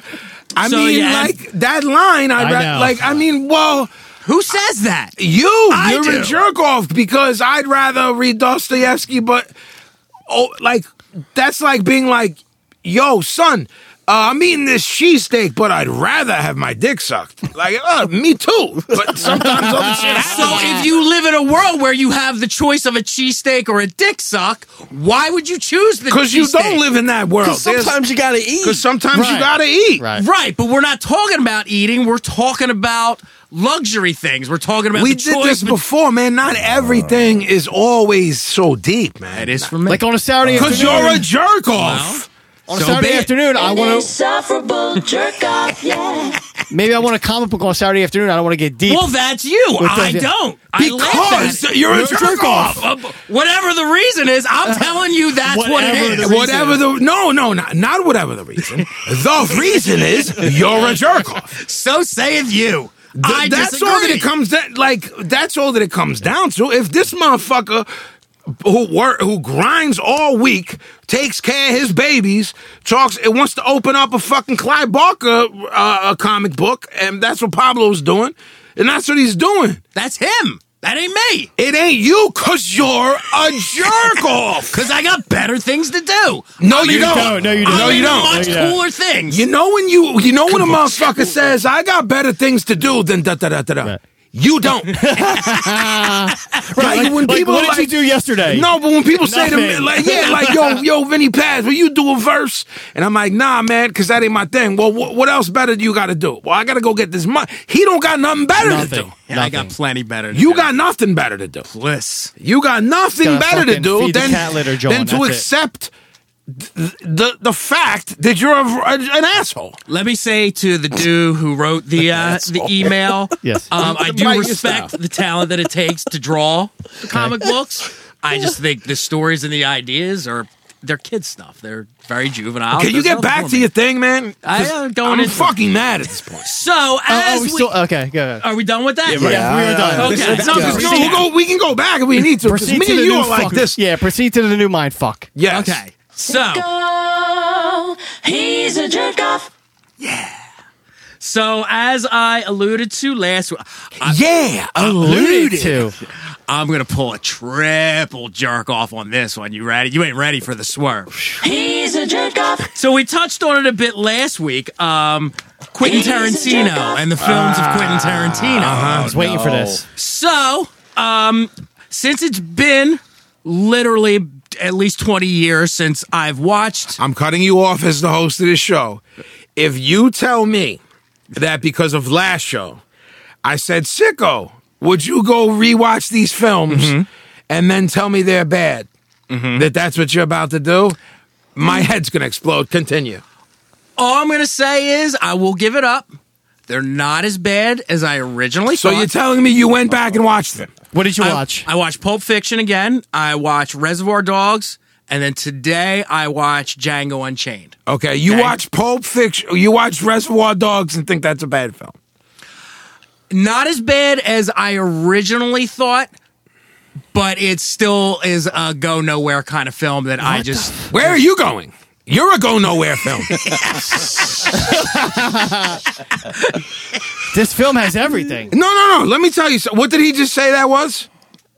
I
So,
mean,
yeah, and-
like that line. I,
I
ra-
know.
like. I mean, well,
Who says that?
you you're a
do.
jerk off because I'd rather read Dostoevsky, but oh, like that's like being like, yo, son. uh, I'm eating this cheesesteak, but I'd rather have my dick sucked. Like, uh, me too. But sometimes other shit
So
happens.
if you live in a world where you have the choice of a cheesesteak or a dick suck, why would you choose the
Because you
cheesesteak?
don't live in that world.
Sometimes you gotta eat.
Because sometimes you
Right.
gotta eat.
Right.
Right, but we're not talking about eating. We're talking about luxury things. We're talking about
We
the
did
choice
this
bet-
before, man. Not everything is always so deep, man.
That is for me.
Like on a Saturday
Because
afternoon.
you're a jerk off.
on a Saturday afternoon, I
An
want to
insufferable jerk off, yeah.
maybe I want a comic book on Saturday afternoon. I don't want to get deep.
well, that's you. I
the-
don't.
Because
I laugh at it.
you're a jerk off.
Uh, whatever the reason is, I'm telling you that's what it
Whatever
is.
the
Whatever the no no not, not whatever the reason the reason is you're a jerk off.
so saith you.
Th-
I
that's
disagree.
all that it comes that like that's all that it comes down to. If this motherfucker who work who grinds all week, takes care of his babies, talks and wants to open up a fucking Clyde Barker uh, a comic book, and that's what Pablo's doing, and that's what he's doing.
That's him. That ain't me.
It ain't you cause you're a jerk off.
Because I got better things to do.
No,
I'm
you
into-
don't. No,
I'm
you don't. No, you
into
don't.
Much
No, you don't.
cooler things.
You know when you you know when a motherfucker says, I got better things to do than da da da da da. You don't.
Right, like,
when
like,
people
what
are
did you
like-
do yesterday?
No, but when people say to me,
Nothing.
like, yeah, like, yo, yo, Vinny Paz, will you do a verse? And I'm like, nah, man, because that ain't my thing. Well, wh- what else better do you got to do? Well, I got to go get this money. He don't got nothing better to do.
Yeah, I got plenty better. than
You
that.
got nothing better to do.
bliss.
You got nothing
Gotta
better to
fucking
do
feed the
than,
cat litter, John,
than to
that's it.
accept th- the the fact that you're a, a- an asshole.
Let me say to the dude who wrote the uh, the email.
Yes.
um, I do
Mike, you
respect the talent that it takes to draw the comic books. I just think the stories and the ideas are they're kid stuff. They're very juvenile.
Can you
There's
get
nothing
back
for
to
me.
your thing, man?
I
'Cause
am going
I'm
into-
fucking mad at this point.
So
Oh,
as
oh, we
we
still okay. Go ahead.
are we done with that?
Yeah,
we
I-
are done.
I-
Okay.
let's
No,
go.
just-
No, we'll go, we can go back if we need to. 'cause
Proceed
Me
to
and
the
you
new
are like
fuck-
this.
Yeah, proceed to the new mind fuck.
Yes.
Okay. So
Go, he's a jerk off.
so as I alluded to last, I,
Yeah.
Alluded to.
I'm gonna pull a triple jerk off on this one. You ready? You ain't ready for the swerve.
He's a jerk off.
So we touched on it a bit last week. Um, Quentin Tarantino and the films of Quentin Tarantino.
I was waiting for this.
So, um, since it's been literally at least 20 years since I've watched,
I'm cutting you off as the host of this show. If you tell me that because of last show, I said, Sicko, would you go rewatch these films and then tell me they're bad? That that's what you're about to do? My head's going to explode. Continue.
all I'm going to say is I will give it up. They're not as bad as I originally
So
thought.
you're telling me you went back and watched them?
What did you watch?
I watched Pulp Fiction again. I watched Reservoir Dogs. And then today I watched Django Unchained.
Okay, you
Okay.
watch Pulp Fiction, you watch Reservoir Dogs, and think that's a bad film.
not as bad as I originally thought, but it still is a go nowhere kind of film that I just
Where are you going? You're a go nowhere film.
this film has everything.
no, no, no. Let me tell you. So, what did he just say that was?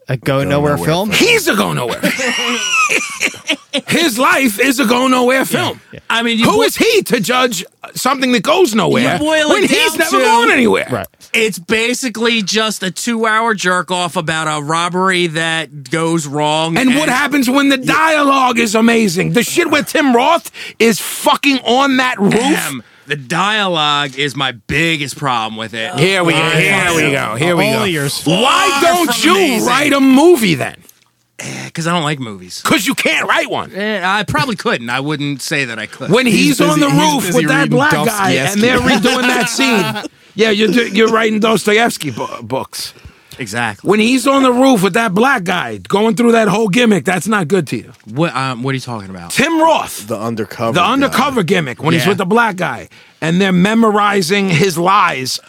A go, nowhere, film.
He's a go nowhere. His life is a go nowhere film.
I mean, you
Who
bo-
is he to judge something that goes nowhere
You boil it
when he's
down
never
to-
going anywhere?
Right.
It's basically just a two hour jerk off about a robbery that goes wrong.
And what happens when the dialogue is amazing? The shit with Tim Roth is fucking on that roof.
Ahem. The dialogue is my biggest problem with it. Uh,
Here we go. Here we go. Here we
All
go.
ears.
Why don't
from
you
amazing.
write a movie then?
Because I don't like movies.
Because you can't write one.
Eh, I probably couldn't. I wouldn't say that I could.
When he's, on the
busy- he's
roof
busy
with that
reading
black guy and they're redoing that scene. Yeah, you're, do- you're writing Dostoevsky bu- books.
exactly.
When he's on the roof with that black guy going through that whole gimmick, that's not good to you.
What, um, what are you talking about?
Tim Roth,
The undercover.
the
guy.
undercover gimmick when he's
Yeah.
with the black guy and they're memorizing his lies.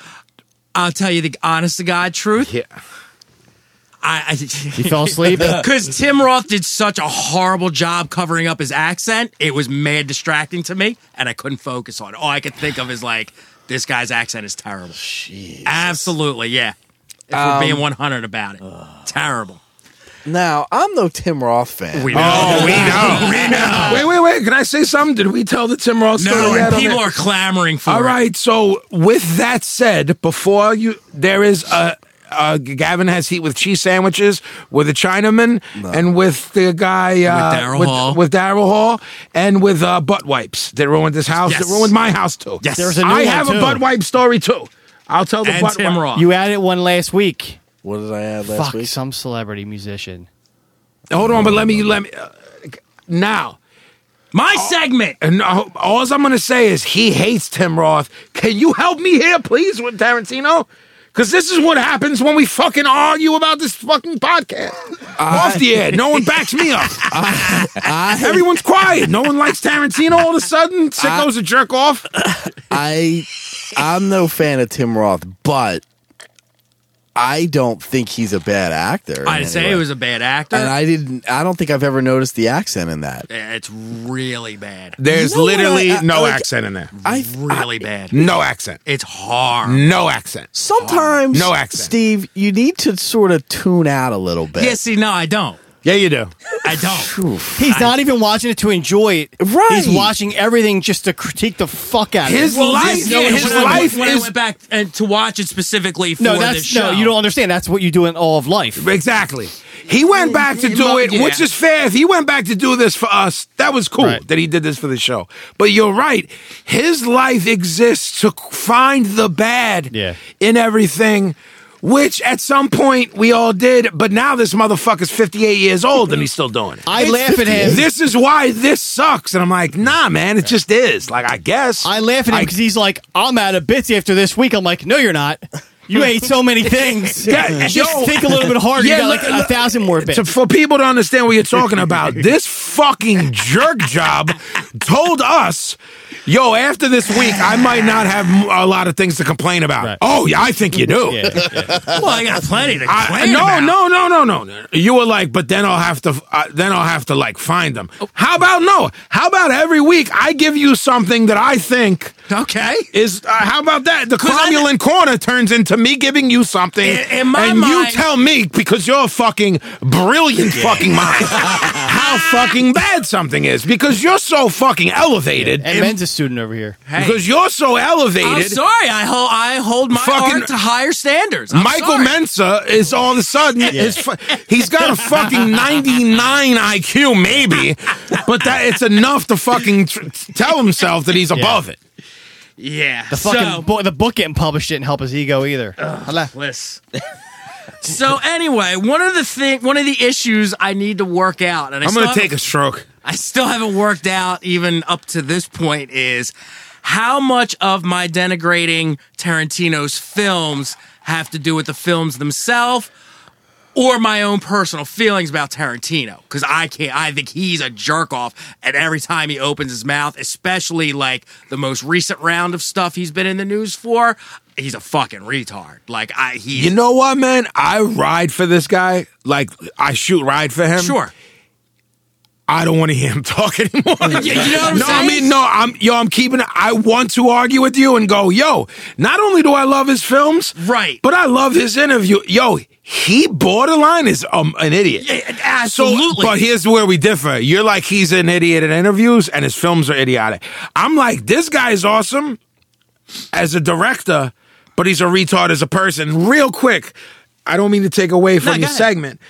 I'll tell you the honest to God truth.
Yeah.
I, I
You fell asleep.
Because Tim Roth did such a horrible job covering up his accent, it was mad distracting to me, and I couldn't focus on it. All I could think of is like, this guy's accent is terrible. Absolutely, yeah. If we're being 100 about it, terrible.
Now, I'm no Tim Roth fan.
We know. Oh, we know. We know.
Wait, wait, wait. Can I say something? Did we tell the Tim Roth story
No,
yet
and
on
people
it?
are clamoring for
All
it.
right. So with that said, before you, there is a. Uh, Gavin has heat with cheese sandwiches, with a Chinaman, and with the guy uh,
Daryl Hall.
with Daryl Hall, and with uh, butt wipes that ruined this house.
Yes.
That ruined my house too.
Yes. There's
a new
I
one,
have a
too.
butt wipe story too. I'll tell the
And
butt
Tim
wipe.
Roth.
You added one last week.
What did I add last
Fuck,
week?
some celebrity musician.
Hold on, but let me let me uh, now.
My segment.
And all all I'm gonna say is he hates Tim Roth. Can you help me here, please, with Tarantino? Because this is what happens when we fucking argue about this fucking podcast. Off the air, no one backs me up. Everyone's quiet. No one likes Tarantino. All of a sudden, sicko's a jerk off.
I I'm no fan of Tim Roth, but I don't think he's a bad actor. in
I
any
didn't say
way.
he was a bad actor.
and I didn't. I don't think I've ever noticed the accent in that.
Yeah, it's really bad.
There's
You know what? Uh,
literally
I- I-
no
like-
accent in there.
I
really bad.
No accent.
It's hard.
No accent.
sometimes
No accent.
Steve, you need to sort of tune out a little bit.
Yeah, see, no, I don't.
Yeah, you do.
I don't.
Oof.
He's not even watching it to enjoy it.
Right.
He's watching everything just to critique the fuck out of
His
it.
life,
Yeah,
his
when I-
life
when I
is
went back and to watch it specifically for
No,
this
that's
show.
no. You don't understand. That's what you do in all of life.
Exactly. He went back to do it,
yeah.
which is fair. If he went back to do this for us, that was cool
Right.
that he did this for the show. But you're right. His life exists to find the bad
Yeah.
in everything, which at some point we all did. But now this motherfucker's 58 years old and he's still doing it.
I laugh at him.
This is why this sucks. And I'm like, nah, man, it just is. Like, I guess.
I laugh at him because he's like, "I'm out of bits after this week." I'm like, "No, you're not. You ate so many things.
Yeah,
Just
yo.
think a little bit harder.
Yeah,
you got like
look-
a
look-
thousand more bits."
to, for people to understand what you're talking about, this fucking jerk job told us, yo, after this week, I might not have m- a lot of things to complain about.
Right.
Oh, yeah, I think you do.
Yeah, yeah.
Well, I got plenty to
I,
complain
no,
about.
no, no, no, no, no. You were like, but then I'll have to, uh, then I'll have to like find them. How about no? How about every week I give you something that I think
Okay.
is? Uh, how about that? The
'Cause I-
cromulent corner turns into me giving you something,
In- in my
and you
mind-
tell me because you're a fucking brilliant fucking mind how fucking bad something is because you're so fucking elevated.
And Ben's a student over here.
Because you're so elevated.
I'm sorry. I hold I hold my
Fucking-
art to higher standards. I'm
Michael
sorry.
Mensa is all of a sudden his fu- he's got a fucking 99 IQ maybe, but that it's enough to fucking tr- tell himself that he's above it.
Yeah.
The fucking
so,
bo- the book getting published didn't help his ego either. Hello.
bliss. so anyway, one of the thing, one of the issues I need to work out, and I
I'm
still
gonna take a
haven't-
stroke.
I still haven't worked out even up to this point is how much of my denigrating Tarantino's films have to do with the films themselves or my own personal feelings about Tarantino cuz I can't I think he's a jerk off and every time he opens his mouth especially like the most recent round of stuff he's been in the news for he's a fucking retard like I he
You know what, man? I ride for this guy. Like I shoot ride for him.
sure
I don't want to hear him talk anymore.
you know what I'm
no,
saying?
I mean, no, I'm yo, I'm keeping. I want to argue with you and go, yo. Not only do I love his films,
Right.
but I love his interview. Yo, he borderline is um an idiot.
Yeah, absolutely.
So, but here's where we differ. You're like he's an idiot in interviews, and his films are idiotic. I'm like this guy is awesome as a director, but he's a retard as a person. Real quick, I don't mean to take away from
go
your
ahead.
segment.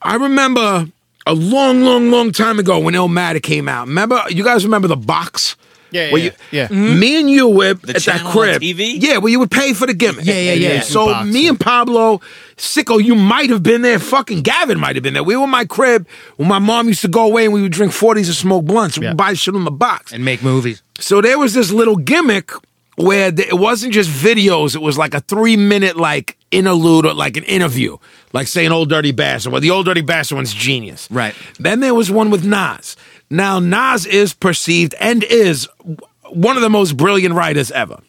I remember a long, long, long time ago when Illmatic came out. Remember, you guys remember the box?
Yeah,
Where Mm-hmm.
yeah, yeah.
Me and you were at that
channel on
crib.
TV?
Yeah, where you would pay for the gimmick.
Yeah, yeah, yeah.
So
Box,
me and Pablo, sicko, you might have been there. Fucking Gavin might have been there. We were in my crib when my mom used to go away and we would drink 40s and smoke blunts. We'd
Yeah.
buy shit on the box.
and make movies
So there was this little gimmick where th- it wasn't just videos; it was like a three-minute like interlude or like an interview, like say an old dirty bastard. Well, the old dirty bastard one's genius,
Right.
Then there was one with Nas. Now Nas is perceived and is w- one of the most brilliant writers ever.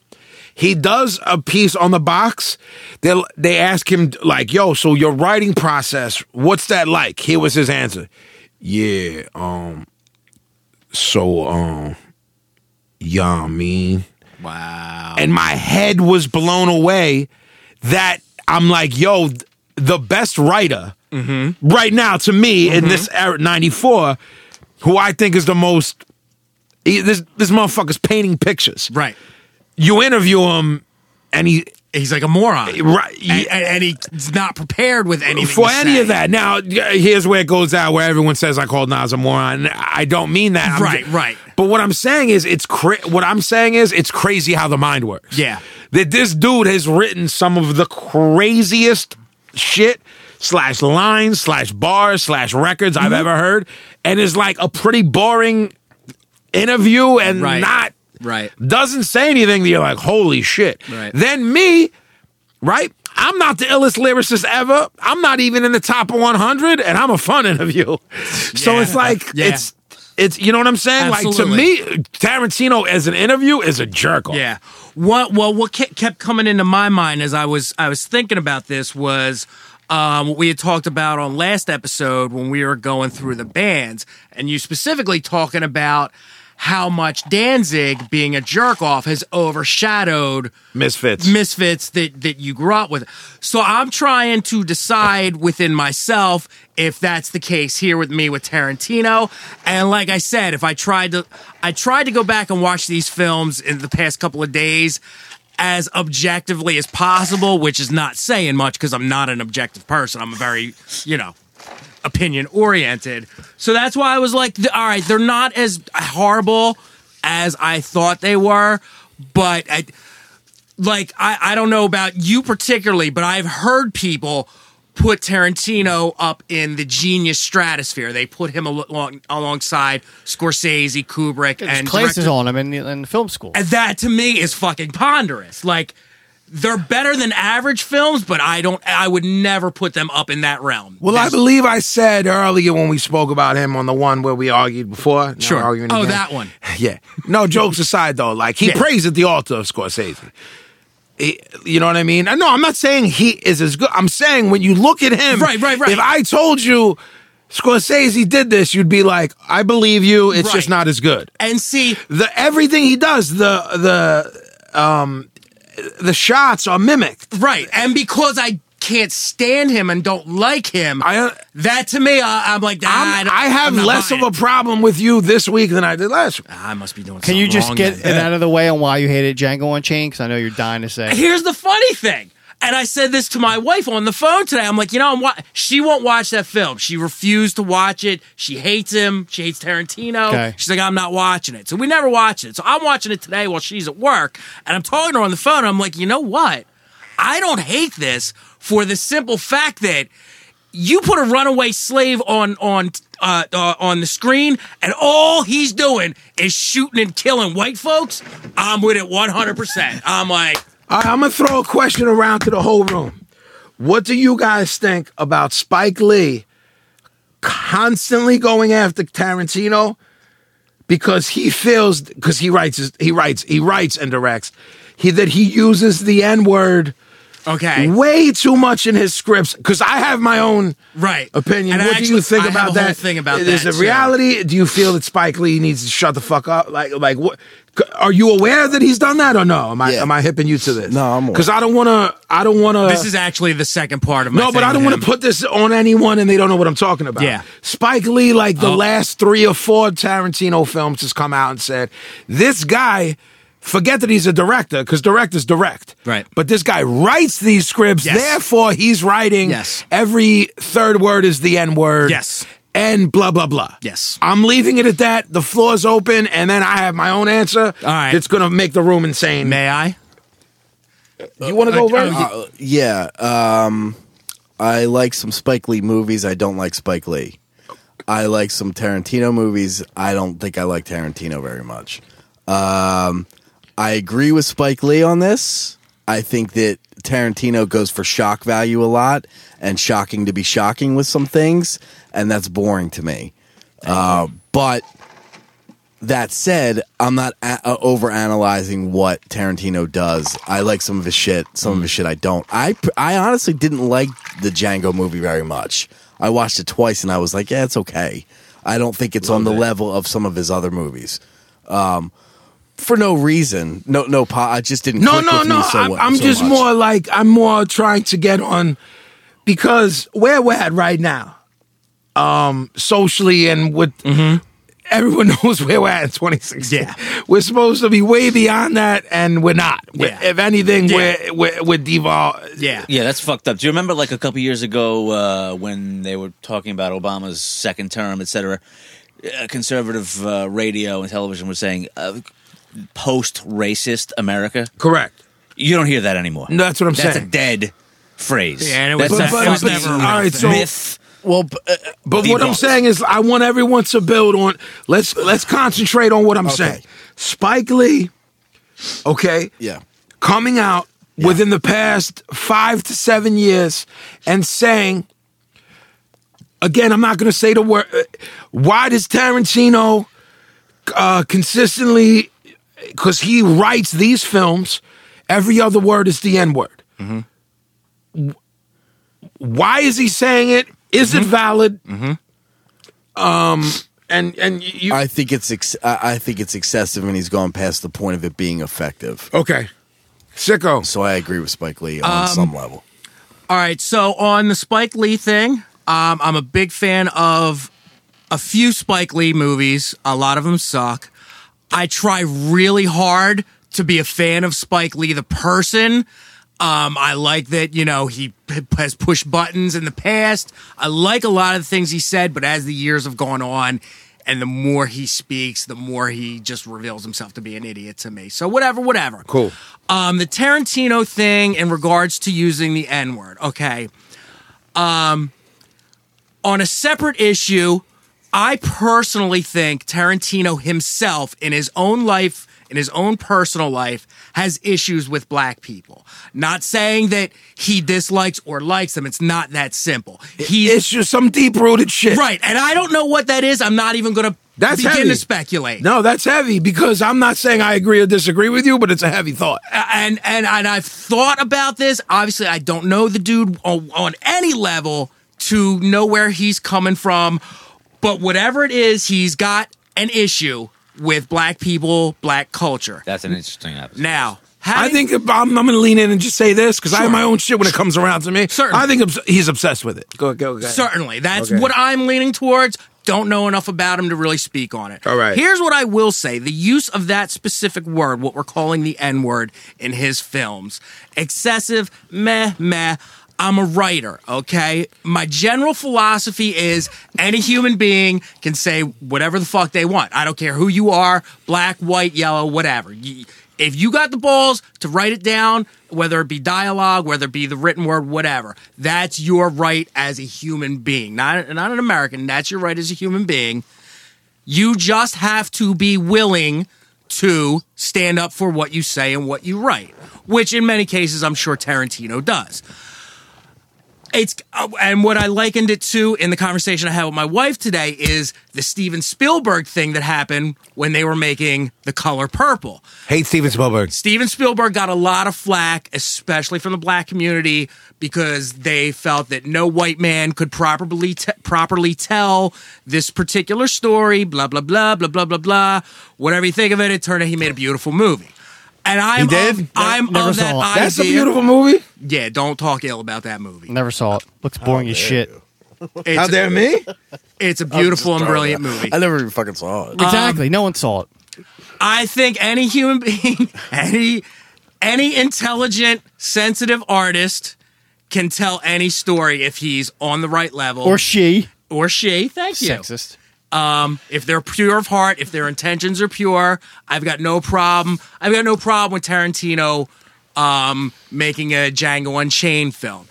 He does a piece on the box. They they ask him like, "Yo, so your writing process, what's that like?" Here was his answer. Yeah, um so um yeah, I mean. Wow. And my head was blown away that I'm like, yo, th- the best writer
Mm-hmm.
right now to me in this era, 94, who I think is the most. he- This this motherfucker's painting pictures.
Right.
You interview him, and he
He's like a moron.
Right.
And, and- and he's not prepared with anything.
for
to
any
say.
of that. Now, y- here's where it goes out where everyone says I called Nas a moron. I don't mean that. I'm
Right,
ju-
right.
But what I'm saying is, it's cra- what I'm saying is, it's crazy how the mind works.
Yeah.
that this dude has written some of the craziest shit slash lines slash bars slash records
Mm-hmm.
I've ever heard, and is like a pretty boring interview and
Right.
not
Right.
doesn't say anything that you're like, holy shit.
Right.
Then me, right? I'm not the illest lyricist ever. I'm not even in the top 100, and I'm a fun interview. So
Yeah.
it's like
Yeah.
it's it's you know what I'm saying.
Absolutely.
Like to me, Tarantino as an interview is a jerk. off.
Yeah. What? Well, what ke- kept coming into my mind as I was I was thinking about this was um, what we had talked about on last episode when we were going through the bands, and you specifically talking about how much Danzig being a jerk off has overshadowed
misfits.
misfits that that you grew up with. So I'm trying to decide within myself if that's the case here with me with Tarantino. And like I said, if I tried to I tried to go back and watch these films in the past couple of days as objectively as possible, which is not saying much because I'm not an objective person. I'm a very, you know, opinion oriented. So that's why I was like, th- all right, they're not as horrible as I thought they were, but I, like I, I don't know about you particularly, but I've heard people put Tarantino up in the genius stratosphere. They put him al- along, alongside Scorsese, Kubrick,
There's
and
classes
directors.
on him in, the, in film school.
And that to me is fucking ponderous. Like they're better than average films, but I don't. I would never put them up in that realm.
Well, I believe I said earlier when we spoke about him on the one where we argued before. Now we're
Sure.
arguing
Oh,
again.
that one.
Yeah. No jokes aside, though, like he
Yeah.
prays at the altar of Scorsese. He- you know what I mean? No, I'm not saying he is as good. I'm saying when you look at him,
Right, right, right.
If I told you Scorsese did this, you'd be like, "I believe you. It's
Right.
just not as good."
And see,
The everything he does, the the um, the shots are mimicked.
right, and because I can't stand him and don't like him,
I-
that to me, I, I'm like,
I'm-
I, don't-
I have
I'm not
less
buying
of a
it.
problem with you this week than I did last week.
I must be doing.
Can you just get it
then.
out of the way on why you hated Django Unchained? Because I know you're dying to say. it.
Here's the funny thing. And I said this to my wife on the phone today. I'm like, you know, I'm wa- she won't watch that film. She refused to watch it. She hates him. She hates Tarantino.
Okay.
She's like, I'm not watching it. So we never watch it. So I'm watching it today while she's at work. And I'm talking to her on the phone. I'm like, you know what? I don't hate this for the simple fact that you put a runaway slave on on uh, uh, on the screen, and all he's doing is shooting and killing white folks. I'm with it 100. percent I'm like.
All right, I'm gonna throw a question around to the whole room. What do you guys think about Spike Lee constantly going after Tarantino because he feels because he writes his- he writes he writes and directs he that he uses the N word
Okay.
way too much in his scripts because I have my own
Right.
opinion.
And I
what do
actually-
you think
I have
about
a
that?
whole thing about
Is
that,
it
too.
reality? Do you feel that Spike Lee needs to shut the fuck up? Like, like what? c- Are you aware that he's done that or no? Am I
Yeah.
am I hipping you to this?
No, I'm aware.
because I don't want to. I don't want to.
This is actually the second part of my.
uh, No, but I don't want to put this on anyone and they don't know what I'm talking about.
Yeah.
Spike Lee, like the
Oh.
last three or four Tarantino films, has come out and said, this guy, forget that he's a director, because directors direct.
Right.
But this guy writes these scripts,
Yes.
therefore he's writing
Yes.
every third word is the N word.
Yes.
And blah, blah, blah.
Yes.
I'm leaving it at that. The floor's open, and then I have my own answer. All
right.
It's going to make the room insane.
May I?
You want to go first?
Uh, yeah. Um, I like some Spike Lee movies. I don't like Spike Lee. I like some Tarantino movies. I don't think I like Tarantino very much. Um, I agree with Spike Lee on this. I think that Tarantino goes for shock value a lot and shocking to be shocking with some things, and that's boring to me. Uh, but that said, I'm not a- uh, overanalyzing what Tarantino does. I like some of his shit, some of his shit I don't. I pr- I honestly didn't like the Django movie very much. I watched it twice and I was like, yeah, it's okay. I don't think it's on the level of some of his other movies. Um, for no reason, no, no, pa, I just didn't.
No,
click
no,
with
no.
Me so,
I'm,
wa-
I'm
so
just
much.
more like I'm more trying to get on because where we're at right now, um, socially and with everyone knows where we're at in 2016.
Yeah.
We're supposed to be way beyond that, and we're not. We-
Yeah.
If anything,
Yeah.
we're we're, we're devol-
Yeah.
Yeah, that's fucked up. Do you remember like a couple years ago uh, when they were talking about Obama's second term, et cetera? Uh, conservative uh, radio and television was saying uh, post racist America.
Correct.
You don't hear that anymore.
No, that's what I'm
That's
saying.
a dead phrase.
Yeah, and it was-
That's
but-
a
but- but-
fucking
but- all
right, so-
myth.
Well, b- uh,
But what I'm
Debunked.
saying is, I want everyone to build on. Let's let's concentrate on what I'm saying. Spike Lee, okay,
yeah.
coming out within the past five to seven years and saying, again, I'm not going to say the word. uh, Why does Tarantino uh, consistently? Because he writes these films, every other word is the N word. W- Why is he saying it? Is it valid? Um, Mm-hmm. and and you
I think it's ex- I I think it's excessive, and he's gone past the point of it being effective.
okay, sicko.
So I agree with Spike Lee
Um,
on some level.
All right, so on the Spike Lee thing, um, I'm a big fan of a few Spike Lee movies. A lot of them suck. I try really hard to be a fan of Spike Lee, the person. Um, I like that, you know, he p- has pushed buttons in the past. I like a lot of the things he said, but as the years have gone on, and the more he speaks, the more he just reveals himself to be an idiot to me. So, whatever, whatever.
Cool.
Um, the Tarantino thing in regards to using the N word. Okay. Um, on a separate issue, I personally think Tarantino himself, in his own life, in his own personal life, has issues with black people. Not saying that he dislikes or likes them. It's not that simple. He
It's just some deep rooted shit.
right, and I don't know what that is. I'm not even going to
That's
begin
heavy.
to speculate.
No, that's heavy because I'm not saying I agree or disagree with you, but it's a heavy thought.
and and and I've thought about this. Obviously, I don't know the dude on, on any level to know where he's coming from, but whatever it is, he's got an issue with black people, black culture.
That's an interesting episode.
Now,
I
having-
think if I'm, I'm going to lean in and just say this because I have my own shit when it comes around to me.
Certainly.
I think obs- he's obsessed with it. Go, go, go.
Certainly. That's what I'm leaning towards. Don't know enough about him to really speak on it.
All right.
Here's what I will say the use of that specific word, what we're calling the N word in his films, excessive, meh, meh. I'm a writer, okay? My general philosophy is any human being can say whatever the fuck they want. I don't care who you are, black, white, yellow, whatever. You- if you got the balls to write it down, whether it be dialogue, whether it be the written word, whatever, that's your right as a human being, not not an American. That's your right as a human being. You just have to be willing to stand up for what you say and what you write, which in many cases I'm sure Tarantino does. It's uh, and what I likened it to in the conversation I had with my wife today is the Steven Spielberg thing that happened when they were making The Color Purple.
Hate Steven Spielberg.
Steven Spielberg got a lot of flack, especially from the black community, because they felt that no white man could properly t- properly tell this particular story. Blah blah blah blah blah blah blah. Whatever you think of it, it turned out he made a beautiful movie. And I'm
did?
of, I'm
Never
of that
saw it.
idea.
That's a beautiful movie.
Yeah, don't talk ill about that movie.
Never saw it. Looks boring as shit.
It's,
How dare me?
it's a beautiful and brilliant movie.
I never even fucking saw it.
Exactly.
Um,
no one saw it.
I think any human being, any any intelligent, sensitive artist can tell any story if he's on the right level
Or she.
or she. Thank you.
Sexist.
If they're pure of heart, if their intentions are pure, I've got no problem. I've got no problem with Tarantino um, making a Django Unchained film.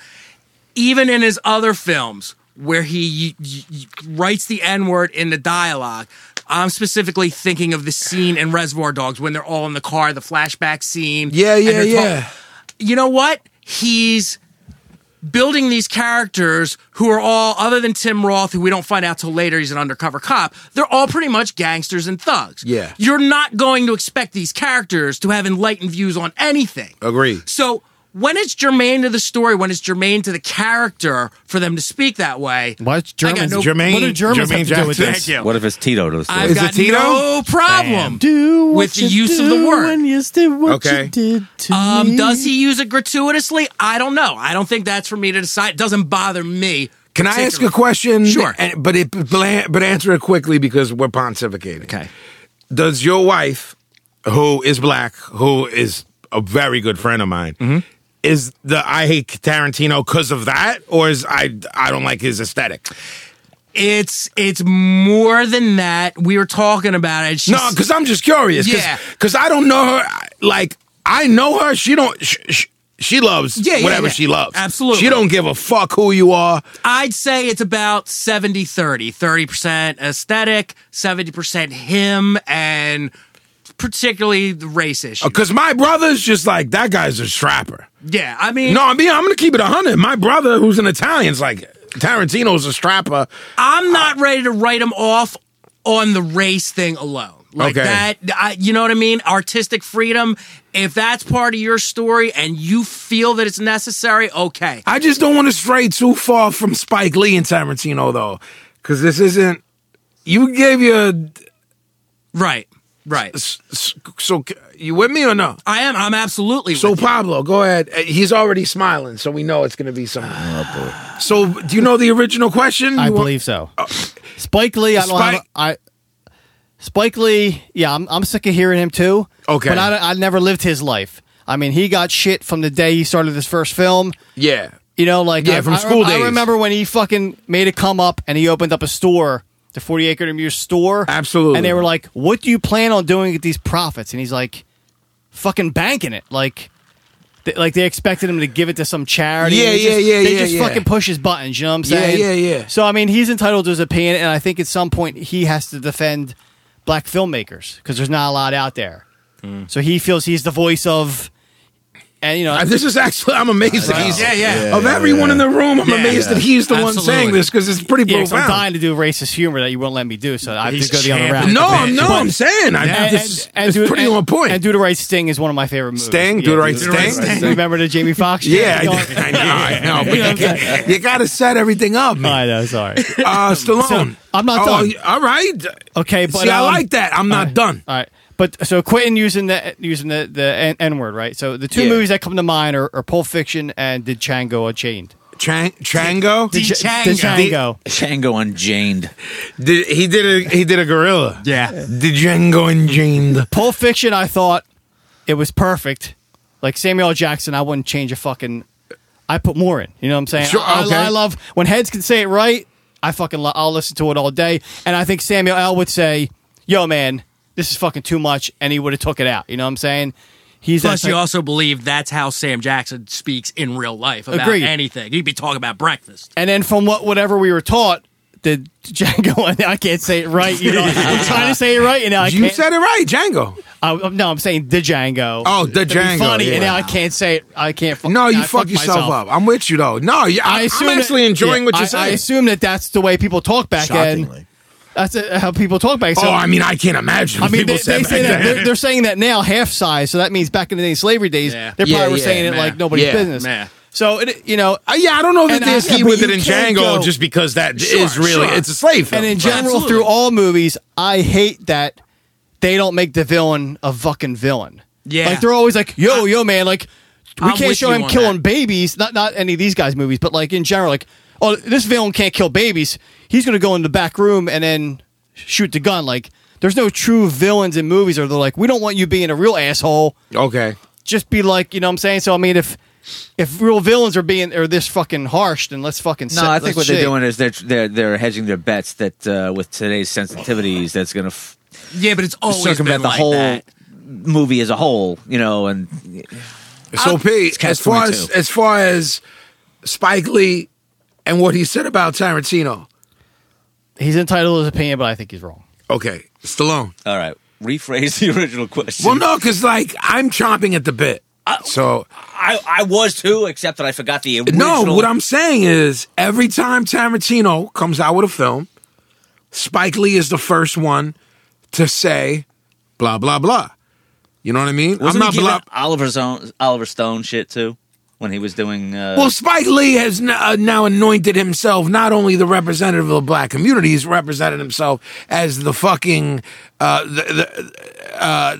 Even in his other films where he y- y- writes the N word in the dialogue, I'm specifically thinking of the scene in Reservoir Dogs when they're all in the car, the flashback scene.
Yeah,
and
yeah,
they're
yeah.
you know what? He's building these characters who are all, other than Tim Roth, who we don't find out till later, he's an undercover cop. They're all pretty much gangsters and thugs.
Yeah.
You're not going to expect these characters to have enlightened views on anything.
Agree.
So when it's germane to the story, when it's germane to the character, for them to speak that way.
Why is
I got
Germans-
no-
Jermaine,
What do Germans
Jermaine
have to do with
Jackson.
this?
Thank you.
What if it's Tito to the story?
I've
Is it
got
Tito?
no problem with the use of the word.
Okay.
Um, does he use it gratuitously? I don't know. I don't think that's for me to decide. It doesn't bother me.
Can I ask a
particularly.
question?
Sure.
And, but it but but answer it quickly because we're pontificating.
Okay.
Does your wife, who is black, who is a very good friend of mine,
Mm-hmm.
is the I hate Tarantino because of that, or is I I don't like his aesthetic?
It's it's more than that. We were talking about it. She's,
No, because I'm just curious. Cause,
Yeah.
'cause I don't know her. I- Like I know her. She don't. Sh- sh- she loves
Yeah, yeah,
whatever
yeah.
she loves.
Absolutely.
She don't give a fuck who you are.
I'd say it's about 70 30. 30% aesthetic, 70% him, and particularly the race issue.
Because my brother's just like that guy's a strapper.
Yeah, I mean,
No, I mean I'm gonna keep it hundred. My brother, who's an Italian's like Tarantino's a strapper.
I'm not ready to write him off on the race thing alone. Like
Okay.
that, I, you know what I mean? Artistic freedom. If that's part of your story and you feel that it's necessary, okay.
I just don't want to stray too far from Spike Lee and Tarantino though, because this isn't. You gave your
Right, right.
so you with me or no?
I am. I'm absolutely.
So
with you.
Pablo, go ahead. Uh, He's already smiling, so we know it's gonna be something.
Ah,
So do you know the original question?
I
You want-
believe so. Spike Lee, I don't
Spike-
have- I Spike Lee, yeah, I'm, I'm sick of hearing him too.
Okay.
But I, I never lived his life. I mean, he got shit from the day he started his first film.
Yeah.
You know, like
Yeah,
I-
from
I-
school
I
days.
remember when he fucking made a come up and he opened up a store, the Forty Acre to Mule store.
Absolutely.
And they were like, "What do you plan on doing with these profits?" And he's like, "Fucking banking it." Like, they, like they expected him to give it to some charity.
Yeah,
They
yeah,
just-
yeah,
They
yeah,
just
yeah.
fucking push his buttons. You know what I'm
Yeah,
saying?
yeah, yeah.
So I mean, he's entitled to his opinion, and I think at some point he has to defend black filmmakers because there's not a lot out there.
Hmm.
So he feels he's the voice of, and you know,
Uh, This is actually I'm amazed that he's
Yeah, yeah.
of everyone in the room. I'm
Yeah.
amazed that he's the one
Absolutely.
saying this because it's pretty
Yeah, 'cause
profound.
I'm dying to do racist humor that you won't let me do, so I have
He's
to go the other
champ.
route.
No,
But-
I'm no,
but-
I'm saying I,
Yeah.
this is
And
it's
Do-
pretty
and-
on point.
And Do the Right Sting is one of my favorite movies.
Sting? Do the Right Sting?
Remember the Jamie Foxx? shit?
yeah, I,
Don't-
I know, I know, but you, got- you gotta set everything up.
I
Man.
know. Sorry.
Uh, Stallone.
So, I'm not
oh,
done.
y- All right.
Okay, but
See, I
um,
like that. I'm not
all right,
done.
All right, but so quitting using the using the the N word, right? So the two
Yeah.
movies that come to mind are, are Pulp Fiction and Did Chango Unchained?
Chang- Chango.
Did- Django.
Did Django.
Shango unchained.
Did- he did a he did a gorilla.
Yeah.
Did Django and Jane.
Pulp Fiction, I thought it was perfect. Like Samuel L. Jackson, I wouldn't change a fucking. I put more in. You know what I'm saying?
Sure,
I, I-
okay.
I love when heads can say it right. I fucking lo- I'll listen to it all day. And I think Samuel L. would say, "Yo, man, this is fucking too much," and he would have took it out. You know what I'm saying? He's
Plus,
that
you
type-
also believe that's how Sam Jackson speaks in real life about
Agreed.
anything. He'd be talking about breakfast.
and then from what whatever we were taught. The Django, I can't say it right. You know, I'm trying to say it right, and now I
You
can't.
said it right, Django.
I, no, I'm saying the Django.
Oh, the
It'd be
Django,
funny,
yeah.
and now I can't say it. I can't. fu-
No, you
I
fuck
fucked
yourself
myself.
up. I'm with you though. No, yeah, I,
assume
I'm
that-
actually enjoying
yeah,
what you're
I- I
saying.
assume that that's the way people talk back then.
Shockingly.
That's uh, how people talk back. So,
oh, I mean, I can't imagine.
I mean,
people
they,
said
they say
back
that
then.
they're, they're saying that now half size. So that means back in the day, slavery days,
Yeah.
they probably
Yeah,
were
yeah,
saying it
man.
like nobody's
Yeah,
business.
man.
So it, you know,
Uh, yeah, I don't know that
And
there's
I-
heat
but
with it
you
in
can't
Django
go-
just because that is
Sure,
really
sure.
it's a slave film.
and in
right?
general,
Absolutely.
through all movies, I hate that they don't make the villain a fucking villain.
Yeah.
like they're always like, yo, yo, man, like we
I'm
can't
with
show
you
him
on
killing
that.
babies. Not not any of these guys' movies, but like in general, like oh, this villain can't kill babies. He's gonna go in the back room and then shoot the gun. Like there's no true villains in movies, or they're like, we don't want you being a real asshole
Okay.
just be like, you know what I'm saying? So I mean if if real villains are being are this fucking harsh, then let's fucking
No,
set-
I
let's
think what they're
shake.
doing is they're they're they're hedging their bets that uh, with today's sensitivities, that's going to f-
Yeah, but it's always been
circumvent the
like
whole
that.
movie as a whole. You know, and
So P, as far as
catch-22.
as far as Spike Lee and what he said about Tarantino.
He's entitled to his opinion, but I think he's wrong.
Okay, Stallone.
all right, rephrase the original question.
Well, no, because like I'm chomping at the bit. so
I I was too, except that I forgot the original.
no, what I'm saying is every time Tarantino comes out with a film, Spike Lee is the first one to say blah blah blah. You know what I mean?
Wasn't
I'm
he
not
giving
blah.
Oliver Stone Oliver Stone shit too. when he was doing. Uh,
Well, Spike Lee has n- uh, now anointed himself not only the representative of the black community, he's represented himself as the fucking. Uh, the, the, uh,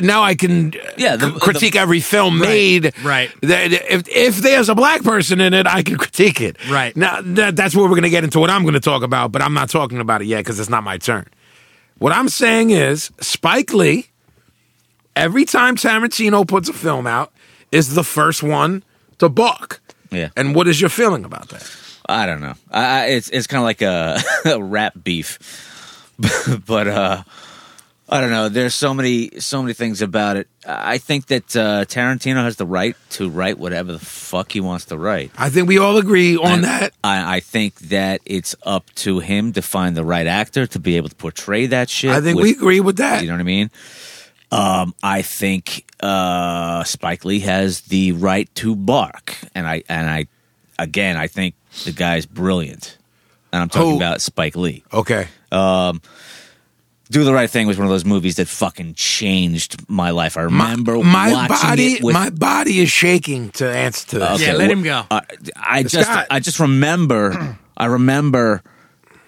now I can
Yeah, the-
c- critique every film made.
right.
That- if if there's a black person in it, I can critique it.
Right.
Now that, that's where we're gonna get into what I'm gonna talk about, but I'm not talking about it yet because it's not my turn. What I'm saying is Spike Lee every time Tarantino puts a film out, is the first one to balk.
Yeah.
And what is your feeling about that?
I don't know. I, I it's it's kind of like a, a rap beef, but uh, I don't know. There's so many so many things about it. I think that uh, Tarantino has the right to write whatever the fuck he wants to write.
I think we all agree on
And
that.
I, I think that it's up to him to find the right actor to be able to portray that shit.
I think
with-
we agree with that.
You know what I mean? Um, I think uh, Spike Lee has the right to bark, and I and I again, I think the guy's brilliant, and I'm talking
Who-
about Spike Lee.
okay.
Do the Right Thing was one of those movies that fucking changed my life. I remember
my
watching
body
it with
my body is shaking to answer to this.
Yeah,
Okay,
let
wh-
him go.
I, I just
Scott.
I just remember I remember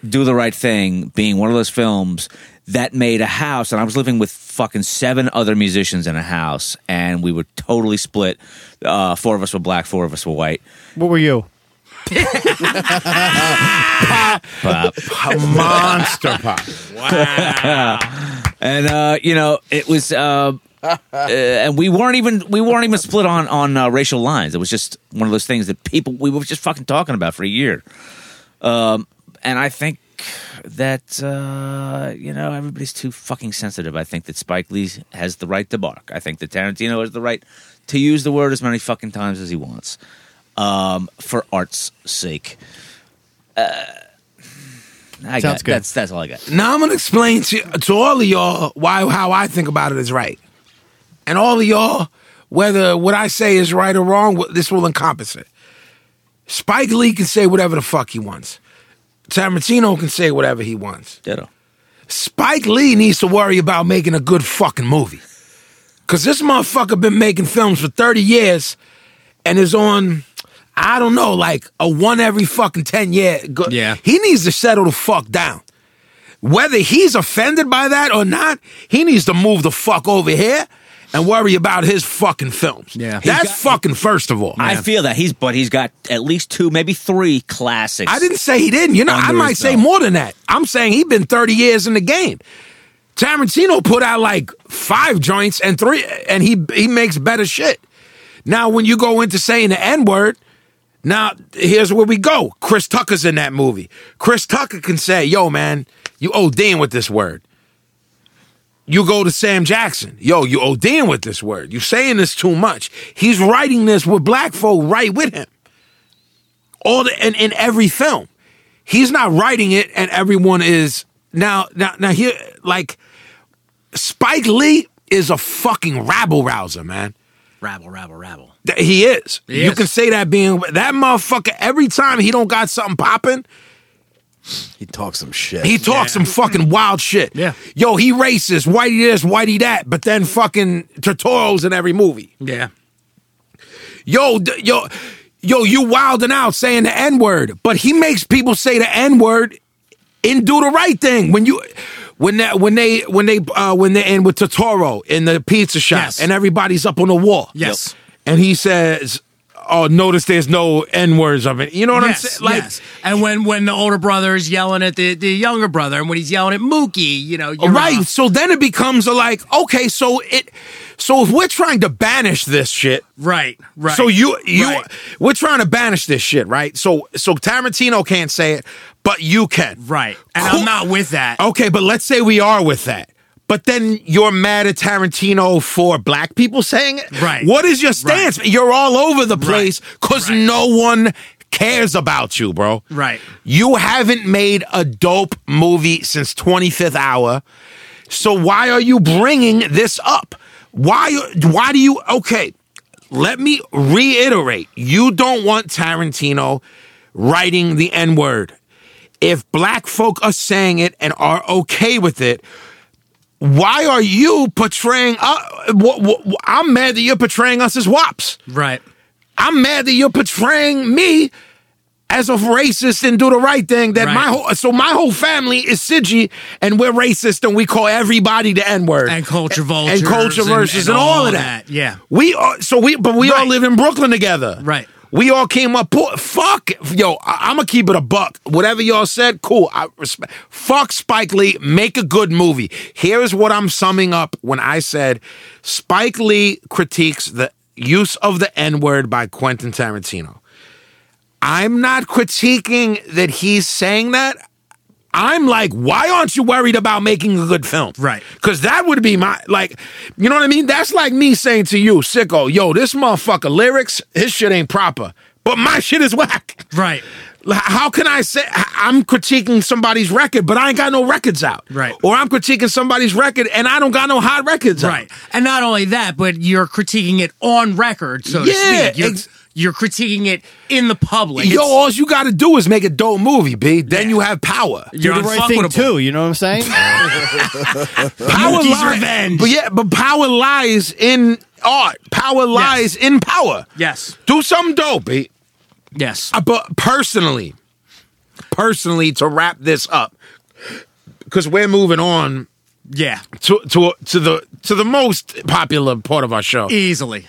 Do the Right Thing being one of those films that made a house and I was living with fucking seven other musicians in a house and we were totally split. Uh, four of us were black, four of us were white.
What were you?
Pop.
A monster pop.
and uh, you know, it was uh, uh, and we weren't even we weren't even split on on uh, racial lines. It was just one of those things that people we were just fucking talking about for a year. Um, and I think that uh, you know everybody's too fucking sensitive. I think that Spike Lee has the right to bark. I think that Tarantino has the right to use the word as many fucking times as he wants um, for art's sake. Uh, I
Sounds
got,
good.
That's that's all I got.
Now I'm gonna explain to to all of y'all why how I think about it is right, and all of y'all whether what I say is right or wrong. wh- This will encompass it. Spike Lee can say whatever the fuck he wants. Tarantino can say whatever he wants.
Ditto.
Spike Lee needs to worry about making a good fucking movie. Cause this motherfucker been making films for 30 years and is on, I don't know, like a one every fucking 10 year. Go-
Yeah.
He needs to settle the fuck down. Whether he's offended by that or not, he needs to move the fuck over here and worry about his fucking films.
Yeah.
That's fucking first of all.
I feel that he's, but he's got at least two, maybe three classics.
I didn't say he didn't. You know, I
Under
might
his
say
belt.
more than that. I'm saying he's been 30 years in the game. Tarantino put out like five joints and three, and he he makes better shit. Now, when you go into saying the N word, now here's where we go. Chris Tucker's in that movie. Chris Tucker can say, "Yo, man, you ODing with this word." You go to Sam Jackson. Yo, you ODing with this word. You saying this too much. He's writing this with black folk right with him all the, in, in every film. He's not writing it, and everyone is now now now here like Spike Lee is a fucking rabble rouser, man.
Rabble, rabble, rabble.
Th- He is.
He
you
is.
can say that being that motherfucker. Every time he don't got something popping,
He talks some shit.
he talks some fucking wild shit.
Yeah.
yo, he racist, whitey this, whitey that, but then fucking tutorials in every movie.
Yeah.
yo, d- yo, yo, you wilding out saying the N word, but he makes people say the N word and do the right thing when you. When that when they when they uh, when they're in with Totoro in the pizza shop
Yes.
and everybody's up on the wall.
Yes.
And he says, Oh, notice there's no N words of it. You know what I'm
Yes,
saying? Like
yes. And when when the older brother is yelling at the, the younger brother, and when he's yelling at Mookie, you know, you're
right.
out.
So then it becomes a like, okay, so it so if we're trying to banish this shit,
right, right.
So you you
Right.
we're trying to banish this shit, right? So so Tarantino can't say it, but you can.
right, and
Cool.
I'm not with that.
Okay, but let's say we are with that. But then you're mad at Tarantino for black people saying it?
Right.
What is your stance? You're all over the place cuz
Right.
no one cares about you, bro.
Right.
You haven't made a dope movie since 25th hour. So why are you bringing this up? Why why do you okay, let me reiterate. You don't want Tarantino writing the N-word. If black folk are saying it and are okay with it, why are you portraying? Uh, wh- wh- wh- I'm mad that you're portraying us as wops.
Right.
I'm mad that you're portraying me as a racist and do the right thing. That
Right.
my whole so my whole family is Sidgy, and we're racist, and we call everybody the N word
And culture vultures.
and culture versus and, all of that.
Yeah.
we are. So we, but we all
Right.
live in Brooklyn together.
Right.
We all came up poor. Fuck, yo, I- I'm gonna keep it a buck. Whatever y'all said, cool. I respect. Fuck Spike Lee. Make a good movie. Here is what I'm summing up when I said Spike Lee critiques the use of the N word by Quentin Tarantino. I'm not critiquing that he's saying that. I'm like, why aren't you worried about making a good film?
Right.
Because that would be my, like, you know what I mean? That's like me saying to you, sicko, yo, this motherfucker lyrics, his shit ain't proper, but my shit is whack.
Right.
Like, How can I say I'm critiquing somebody's record, but I ain't got no records out?
Right.
Or I'm critiquing somebody's record and I don't got no hot records out.
Right. And not only that, but you're critiquing it on record, so
Yeah,
to speak. You're,
ex-
you're critiquing it in the public.
Yo,
It's-
all you got to do is make a dope movie, B. Then you have power.
you're
Do the right thing
unfuckable.
too. You know what I'm saying?
power
Yuki's
lies.
revenge.
But yeah, but power lies in art. Power lies in power.
Yes.
Do something dope. eh?
Yes.
Uh, But personally, personally, to wrap this up, because we're moving on
Yeah.
to to to the to the most popular part of our show.
Easily.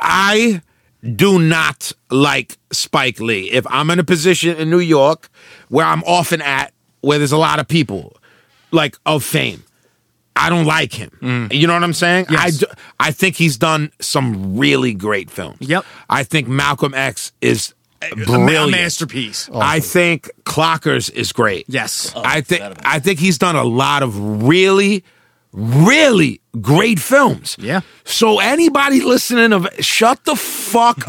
I do not like Spike Lee. If I'm in a position in New York where I'm often at, where there's a lot of people, like of fame, I don't like him. You know what I'm saying? I
Yes.
do, I think he's done some really great films.
Yep.
I think Malcolm X is
A ma- A
brilliant.
masterpiece.
I think Clockers is great.
Yes.
I think I think he's done a lot of really, really great films.
Yeah.
So anybody listening of shut the fuck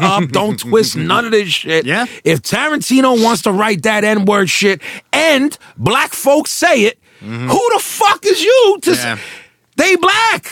up. Don't twist none of this shit.
Yeah.
If Tarantino wants to write that N-word shit and black folks say it, who the fuck is you to s-
Mm-hmm. Yeah.
they black?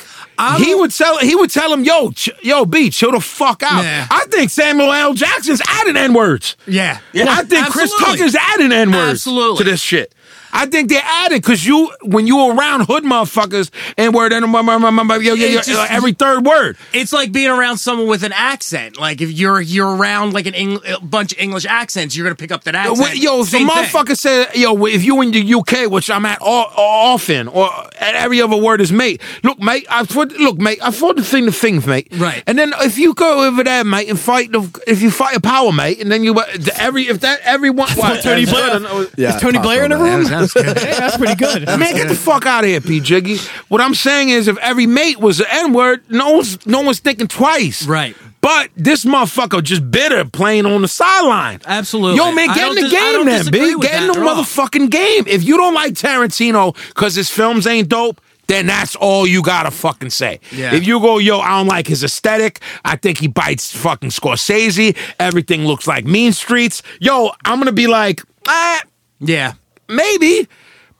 he would tell he would tell him, yo, ch- yo, B, chill the fuck out.
Yeah.
I think Samuel L. Jackson's added N-words.
Yeah.
I think Chris
Absolutely.
Tucker's adding N words
Absolutely.
to this shit. I think they're adding because you when you around hood motherfuckers N word and yo, yo, yo,
It just-
every third word.
It's like being around someone with an accent. Like if you're you're around like an Eng- a bunch of English accents, you're gonna pick up that accent.
When- yo, if the
Same thing.
motherfucker said, yo, if you in the UK, which I'm at all, often, or at every other word is mate. Look, mate, I thought, look, mate, I thought the thing, the things, mate.
Right.
And then if you go over there, mate, and fight the, if you fight a power, mate, and then you uh, the- every if that everyone, what,
Tony Blair.
Yeah,
is Tony
talk
Blair in the
about
room?
That was good.
Hey, that's pretty good.
Man, get the fuck out of here, P. Jiggy. What I'm saying is, if every mate was an N word, no one's no one's thinking twice.
Right.
But this motherfucker just bitter playing on the sideline.
Absolutely.
Yo, man,
I
get
don't
in the
dis- I
game
don't
then,
disagree
B.
with
Get in the
that at all.
motherfucking game. If you don't like Tarantino because his films ain't dope, then that's all you gotta fucking say.
Yeah.
If you go, yo, I don't like his aesthetic. I think he bites fucking Scorsese. Everything looks like Mean Streets. Yo, I'm gonna be like, ah,
Yeah.
maybe.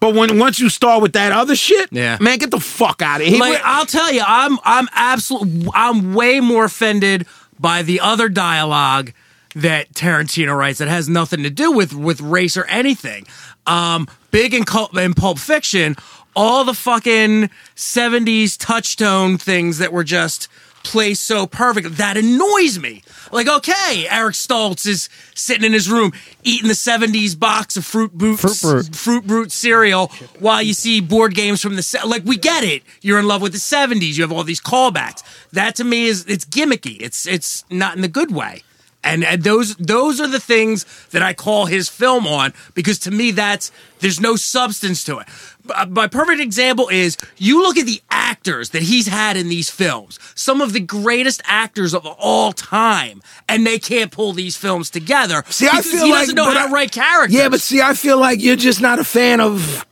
But when once you start with that other shit,
Yeah.
man, get the fuck out of here.
Like I'll tell you, I'm I'm absolutely I'm way more offended by the other dialogue that Tarantino writes that has nothing to do with with race or anything. Um, big in, cul- in Pulp Fiction, all the fucking '70s touchstone things that were just placed so perfect that annoys me. Like, okay, Eric Stoltz is sitting in his room eating the '70s box of fruit boots
Fruit Brute.
fruit brute cereal while you see board games from the se- like we get it you're in love with the 70s you have all these callbacks that to me is it's gimmicky it's it's not in the good way and, and those those are the things that I call his film on because to me that's there's no substance to it. B- uh, My perfect example is you look at the actors that he's had in these films, some of the greatest actors of all time, and they can't pull these films together.
See, I
because
feel
he
like
doesn't know
but
how
I-
to write characters.
Yeah, but see, I feel like you're just not a fan of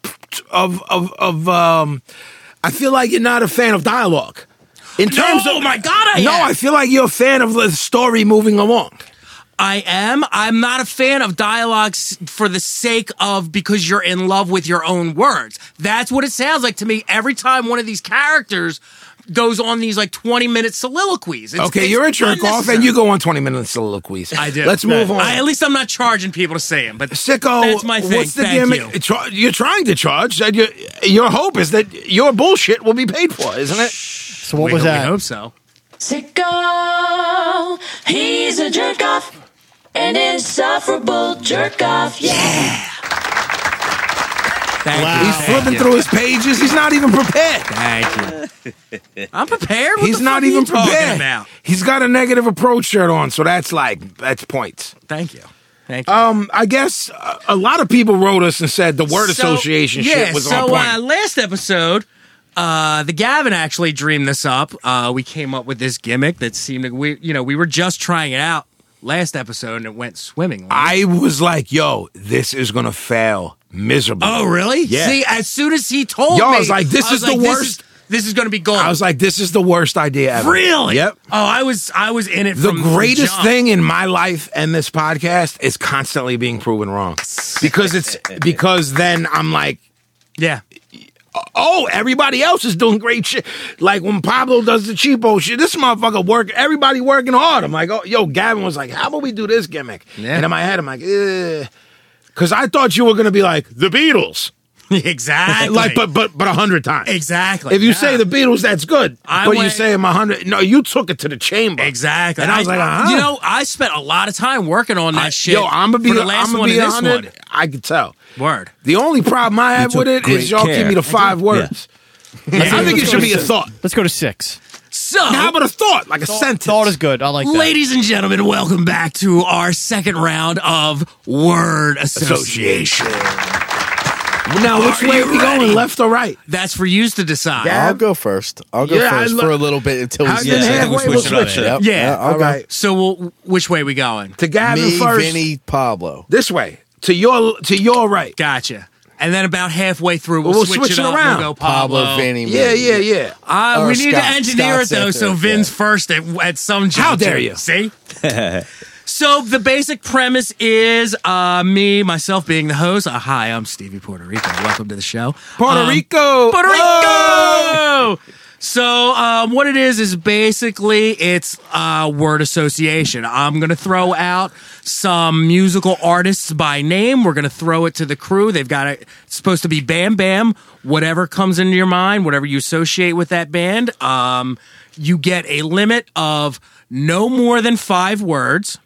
of of of um I feel like you're not a fan of dialogue. In terms
No,
of
my God, I
No,
am.
I feel like you're a fan of the story moving along.
I am. I'm not a fan of dialogues for the sake of because you're in love with your own words. That's what it sounds like to me every time one of these characters goes on these like 20 minute soliloquies. It's-
Okay,
it's
you're a jerk off, and
unnecessary.
you go on 20 minute soliloquies.
I do.
Let's move on.
I, at least I'm not charging people to say them, but
Sicko,
That's my thing.
what's the
Thank
damage?
you.
Tra- you're trying to charge. That your your hope is that your bullshit will be paid for, isn't it?
So what
we,
was
hope-
that?
We hope so.
Sicko, he's a jerk off, an insufferable jerk off, yeah.
Thank
Wow.
you.
He's
Thank
Flipping
you.
through his pages, he's not even prepared.
Thank you. I'm prepared. What
he's
the fuck
not
are
even
you talking
prepared.
About?
He's got a negative approach shirt on, so that's like that's points.
Thank you. Thank you.
Um, I guess uh, a lot of people wrote us and said the word
So-
association
yeah,
shit was
so,
on point.
Uh, last episode, uh, the Gavin actually dreamed this up. Uh, we came up with this gimmick that seemed to we you know we were just trying it out last episode and it went swimmingly.
I was like, yo, this is gonna fail miserably.
oh really?
Yeah.
See, as soon as he told
Yo, I
me,
was like, this
I was
is the
this
worst.
this is going to be gold.
I was like, this is the worst idea ever.
really?
Yep.
Oh, I was I was in it.
The
from
greatest
jump.
thing in my life and this podcast is constantly being proven wrong. Because it's because then I'm like,
Yeah.
oh, everybody else is doing great shit. Like when Pablo does the cheapo shit, this motherfucker work. Everybody working hard. I'm like, oh, yo, Gavin was like, how about we do this gimmick?
Yeah.
And in my head, I'm like, because I thought you were gonna be like the Beatles,
exactly.
like, but but but a hundred times.
exactly.
if you
Yeah.
say the Beatles, that's good.
I
but you
went-
say them a hundred. No, you took it to the chamber.
Exactly.
And I was like, uh-huh.
you know, I spent a lot of time working on that
I-
shit.
Yo, I'm gonna be
for the last
I'm gonna
one
be
and
a
this one.
hundred. I could tell.
Word.
The only problem I have
took
with it
great
is y'all give
care.
me the five words. I think it should be a thought.
Let's go to six.
So,
How about a thought, like a sentence?
Thought is good. I like that.
ladies and gentlemen, welcome back to our second round of word association.
association. Now, which
Are
way
you
are we
ready?
going? Left or right?
That's for you to decide.
Yeah.
I'll go first. I'll go
Yeah, I
first
lo-
for a little bit until we
I've
switch
been
it up.
halfway. We'll switch it.
Yep.
Yeah.
Yeah, I'll
All
go.
right.
So, we'll, which way we going?
To Gavin
Me,
first.
Vinny, Pablo.
This way. To your to your right.
Gotcha. And then about halfway through, we'll,
We'll
switch,
switch
it
it
up.
around.
We'll go Pablo.
Pablo, Vinny.
Yeah,
Vinny.
yeah, yeah.
Uh,
Or
we need
Scott.
to engineer
Scott's
it though,
after
so
it,
Vin's
yeah.
first at, at some juncture.
How dare you.
See? so the basic premise is uh, me, myself being the host. Uh, hi, I'm Stevie Puerto Rico. Welcome to the show.
Puerto
Um,
Rico.
Puerto
Oh!
Rico! So um, what it is is basically it's uh, word association. I'm gonna throw out some musical artists by name. We're gonna throw it to the crew. They've got it. It's supposed to be Bam Bam. Whatever comes into your mind, whatever you associate with that band, um, you get a limit of no more than five words.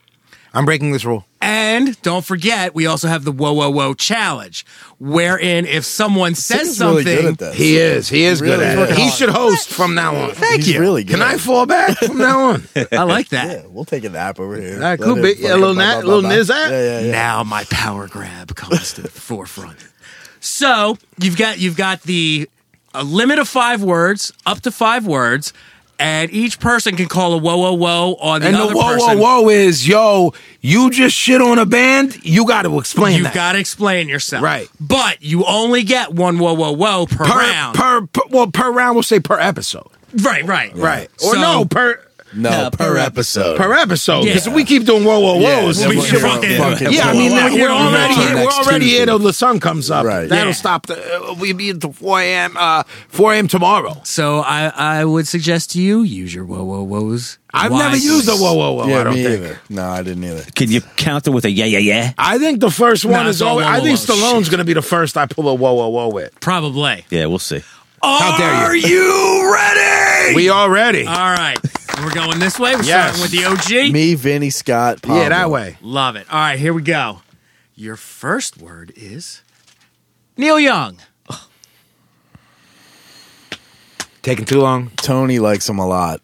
I'm breaking this rule.
And don't forget, we also have the whoa whoa whoa challenge, wherein if someone says
He's really
something,
good at this.
He is. He is
Really?
good at it. He should host from now on.
He's really good.
Can I fall back from now on?
I like that.
Yeah, we'll take a nap over here.
right,
Let
cool,
it
big- yeah,
fucking
little
blah,
nap,
blah, blah,
little
blah.
niz that?
Yeah, yeah, yeah.
Now my power grab comes to the forefront. So you've got you've got the a limit of five words, up to five words, and each person can call a whoa whoa whoa on the
And the
other
whoa, whoa,
person.
whoa is, yo, you just shit on a band. You got to explain
You've
that.
got to explain yourself,
Right.
But you only get one whoa whoa whoa per,
per,
round,
Per, per well per round. We'll say per episode.
right? Right?
Right. Or
So-
no per
No, per, episode.
per episode. Because
Yeah.
we keep doing whoa whoa
Yeah,
whoas.
then
we
we'll
should
hear
fucking.
it.
fucking-
Yeah, I mean
We'll
that,
hear
we're
it
already
next
here. We're already
Tuesday.
here till the sun comes up.
Right.
That'll
Yeah.
stop. The, uh, we'll be until four a.m. Uh, four a.m. tomorrow.
So I I would suggest to you use your whoa whoa whoas.
I've never
wisely.
used a whoa whoa whoa.
Yeah,
I don't
me
think.
either. No, I didn't either.
Can you counter with a yeah, yeah, yeah?
I think the first one
Nah,
is
it's all
always.
whoa,
I
whoa,
think
whoa.
Stallone's
Shit.
going to be the first I pull a whoa whoa whoa with.
probably.
Yeah, we'll see.
How
dare you.
Are you Uh, ready?
We all ready.
All right. We're going this way. We're
Yes.
starting with the OG.
Me, Vinny, Scott, Pablo.
yeah, that way.
Love it. All right, here we go. Your first word is Neil Young.
Taking too long.
Tony likes him a lot.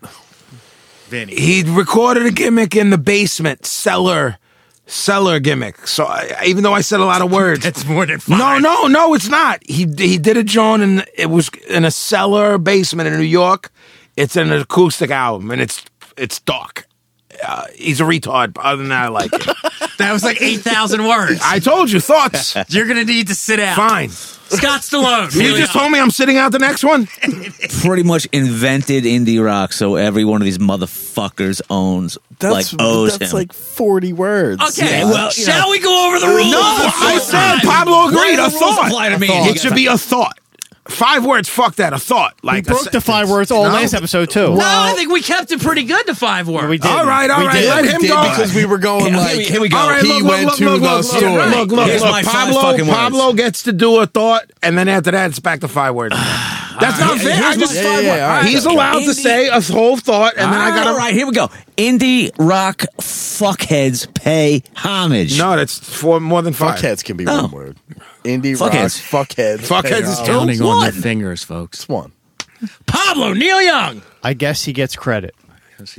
Vinny.
he recorded a gimmick in the basement cellar cellar gimmick so I, even though i said a lot of words
That's more than five.
no no no it's not he he did a joint and it was in a cellar basement in new york it's an acoustic album and it's it's dark uh, he's a retard but other than that i like it
That was like 8,000 words.
i told you thoughts
You're going to need to sit out.
fine
Scott Stallone.
you just told me i'm sitting out the next one
Pretty much invented indie rock, so every one of these motherfuckers owns,
That's
like, owes
that's
him.
like forty words.
Okay,
Yeah,
well,
you
shall we go over the rules?
no i said
Why
pablo
Why do
agreed
the
a
rules
thought
apply to me?
it should be a thought five words. Fuck that. A thought. Like
broke
a
the five words all last episode too.
no, I think we kept it pretty good to five words.
we did.
All right, all
We
right.
did.
Let
We
him
did
go
because we were going like
here we go.
All right,
he
look, look,
went
look,
to
look,
the
look,
store.
Look, look, look,
Here's
look.
my five
Pablo,
fucking words.
Pablo gets to do a thought, and then after that, it's back to five words. That's not fair. I
here's
just
my-
Yeah,
five
yeah,
words.
yeah, all right.
He's allowed to
Indeed.
say a whole thought, and then I got
All right, here we go. Indie rock fuckheads pay homage.
No, that's four more than five.
Fuckheads can be
No.
one word. Indie
Fuckheads.
rock. Fuckheads.
Fuckheads is two.
counting on
One.
their fingers, folks.
It's one.
Pablo Neil Young.
I guess he gets credit.
That's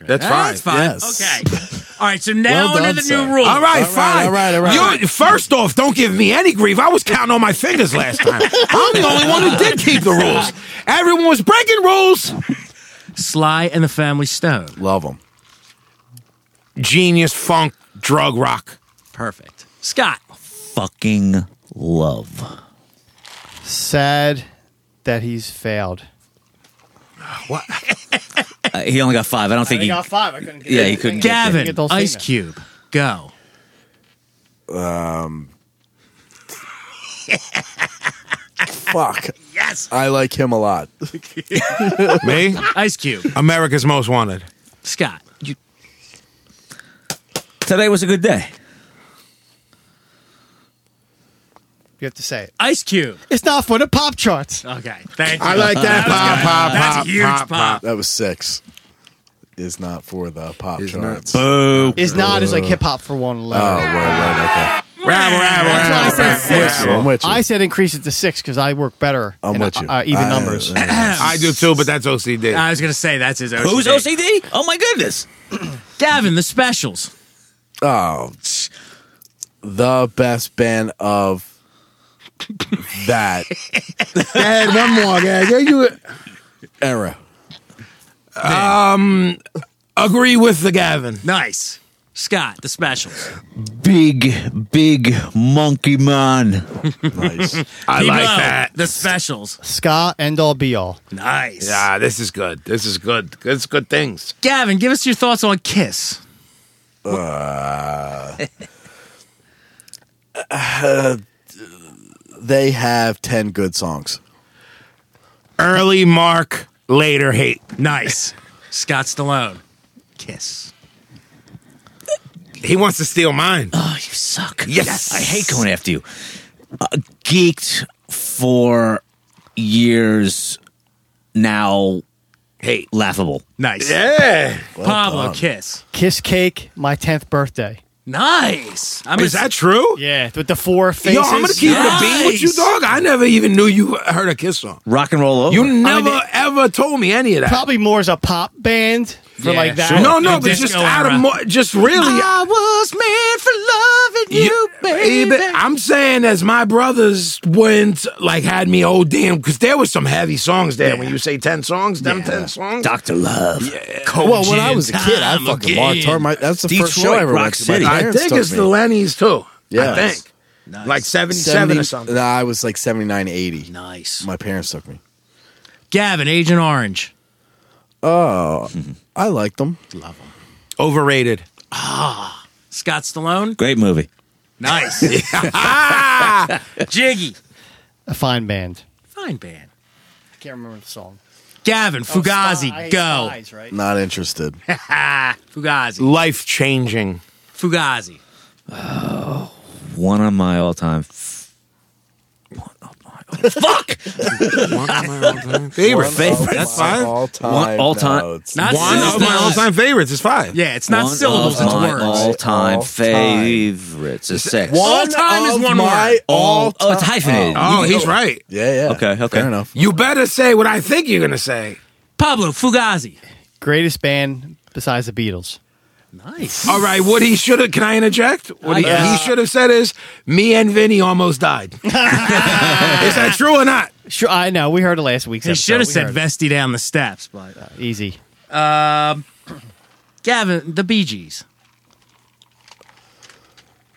That's
five.
fine.
yes.
Okay. All right. So now
Well done,
under the
sir.
new rule.
All right, fine.
all right, all right.
You're- first off, don't give me any grief. I was counting on my fingers last time. I'm the only one who did keep the rules. Everyone was breaking rules.
Sly and the Family Stone.
Love them.
Genius funk, drug rock.
Perfect. Scott.
Fucking love.
Sad that he's failed.
Uh, he only got five. I don't think he.
five. I couldn't. Get
Yeah, he couldn't get
Gavin. Ice Cube. Go.
Fuck. Yes. I like him a lot.
Me,
Ice Cube.
America's Most Wanted.
Scott.
Today was a good day.
You have to say it.
Ice Cube.
It's not for the pop charts.
Okay. Thank you.
I like that. Pop, pop,
That's
pop,
a huge
pop,
pop.
pop.
That was six. Is not for the pop charts. oh,
Boo.
It's not as like hip hop for one
right,
letter.
right,
Rabble, rabble,
That's why I
rabble,
said
rabble.
six.
okay. I'm with you.
I said increase it to six because I work better.
I'm
in,
with you.
Uh, even
I-
numbers.
I do too, but that's OCD.
I was gonna say that's his OCD.
Who's OCD? Oh my goodness.
Gavin, the specials.
oh, the best band of that
Dad, one more, guy. Yeah, you
era. Um,
agree with the Gavin.
Nice. Scott, the specials.
Big, big monkey man.
Nice.
I like
Tebow,
that.
The specials.
Ska end all be all.
Nice.
Yeah, this is good. This is good. It's good things.
Gavin, give us your thoughts on Kiss.
they have ten good songs.
Early mark, later hate.
Nice. Scott Stallone. Kiss.
He wants to steal mine.
Oh, you suck.
Yes.
I hate going after you. Uh, geeked for years now. Hey, laughable.
Nice.
Yeah.
Pablo, Kiss.
Kiss cake, my tenth birthday.
Nice. I'm
Is that true?
Yeah, with the four faces.
Yo, I'm gonna keep
Nice.
it a bean with you, dog. I never even knew you heard a kiss song.
Rock and roll over.
You never
mean,
ever told me any of that.
Probably more as a pop band for
Yeah,
like that.
sure.
No, no,
The
but just
disco
out
era.
of more, just really.
I was made for loving
You-
you, baby.
I'm saying as my brothers went, like had me oh damn, because there was some heavy songs there. When you say ten songs, them ten songs.
Doctor Love.
Oh,
Well, when I was a kid, I fucking marked her. My, that's the first show I ever
Detroit, Rock
went to. My
City.
I
parents
think
took
it's
me.
the Lenny's too.
Yes.
I think like seventy-seven or something.
Nah, I was like 79, 80.
nice.
My parents took me.
Gavin, Agent Orange.
I liked them.
Overrated.
Ah. Scott Stallone.
Great movie.
Nice. Jiggy.
A fine band.
Fine band. Oh,
I can't remember the song.
Gavin, Fugazi, go.
right?
Not interested.
Fugazi.
Life changing.
Fugazi.
One of my all-time. f-
They were favorite. That's
All time.
all time-
No, it's
Not
One
syllables.
of my all-time favorites is five.
Yeah, it's not
one
syllables,
of
it's
my
words.
all-time
All time.
favorites is six.
All time is
of
one
my
word.
All
Oh, it's hyphenated.
Oh, he's right.
Yeah, yeah.
Okay, okay.
Fair enough.
You better say what I think you're gonna say.
Pablo Fugazi.
Greatest band besides the Beatles.
Nice.
All right, what he should have. Can I interject? What he,
Yeah.
he should have said is, "Me and Vinny almost died." is that true or not?
Sure, I know. We heard it last week's
He
episode.
should have
We
said
heard
Vesty down the steps, but uh,
it. Easy.
Gavin, the Bee Gees.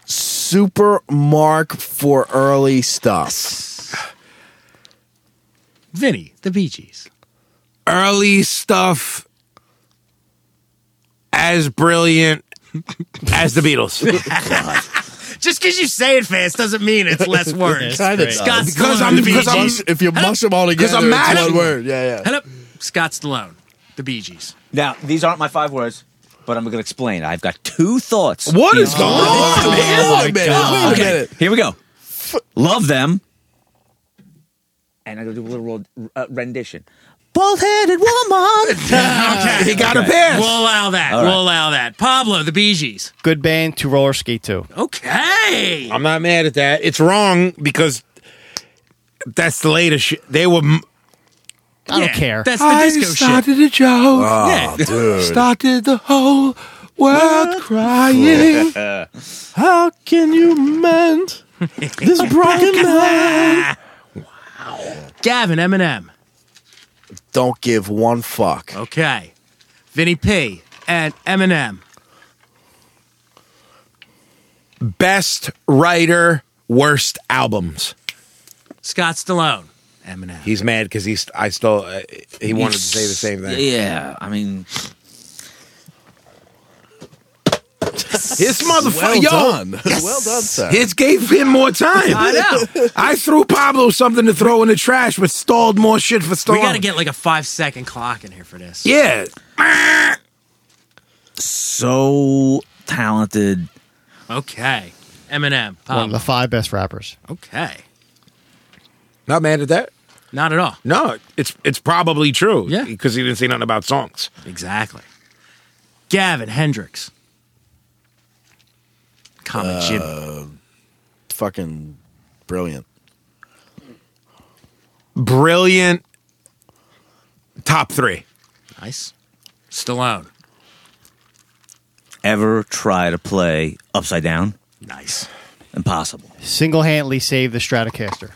Super mark for early stuff.
Vinny, the Bee Gees.
Early stuff as brilliant as the Beatles.
Just because you say it fast doesn't mean it's less words.
Kinda does.
Scott
Because
Stallone.
I'm-
the Bee
because I'm-
Gees.
If you mush them all together,
I'm mad
it's
at
one
you.
word. Yeah, yeah.
Hello, Scott Stallone, the Bee Gees.
Now, these aren't my five words, but I'm going to explain. I've got two thoughts.
What is going on?
Oh, Wait a minute. Wait a minute.
Here we go. Love them. And I'm going to do a little ro- uh, rendition. Bald headed woman.
okay,
He got a
Okay.
pass.
We'll allow that.
All right.
We'll allow that. Pablo, the Bee Gees.
Good band to roller skate to.
Okay.
I'm not mad at that. It's wrong because that's the later shit. They were. m-
I don't care.
That's the disco shit.
a joke.
Oh, dude.
Started the whole world crying.
How can you mend this broken man?
Gavin, Eminem.
Don't give one fuck.
Okay. Vinny P and Eminem.
Best writer, worst albums.
Scott Stallone. Eminem.
He's mad because he's. I still. Uh, he wanted to say the same thing.
Yeah, I mean,
His
Well
motherfucker. yo,
done. Well done, sir.
His gave him more time. I know. I threw Pablo something to throw in the trash, but stalled more shit for
We
stalling.
got to get like a five second clock in here for this.
Yeah.
so talented.
Okay. Eminem.
One of the
Pablo.
five best rappers.
Okay.
Not mad at that.
Not at all.
No, it's it's probably true.
Yeah.
Because he didn't say nothing about songs.
Exactly. Gavin Hendricks. Common
Uh,
shit.
Fucking brilliant.
Brilliant. Top three.
Nice. Stallone.
Ever try to play upside down?
Nice.
Impossible.
Single handedly saved the Stratocaster.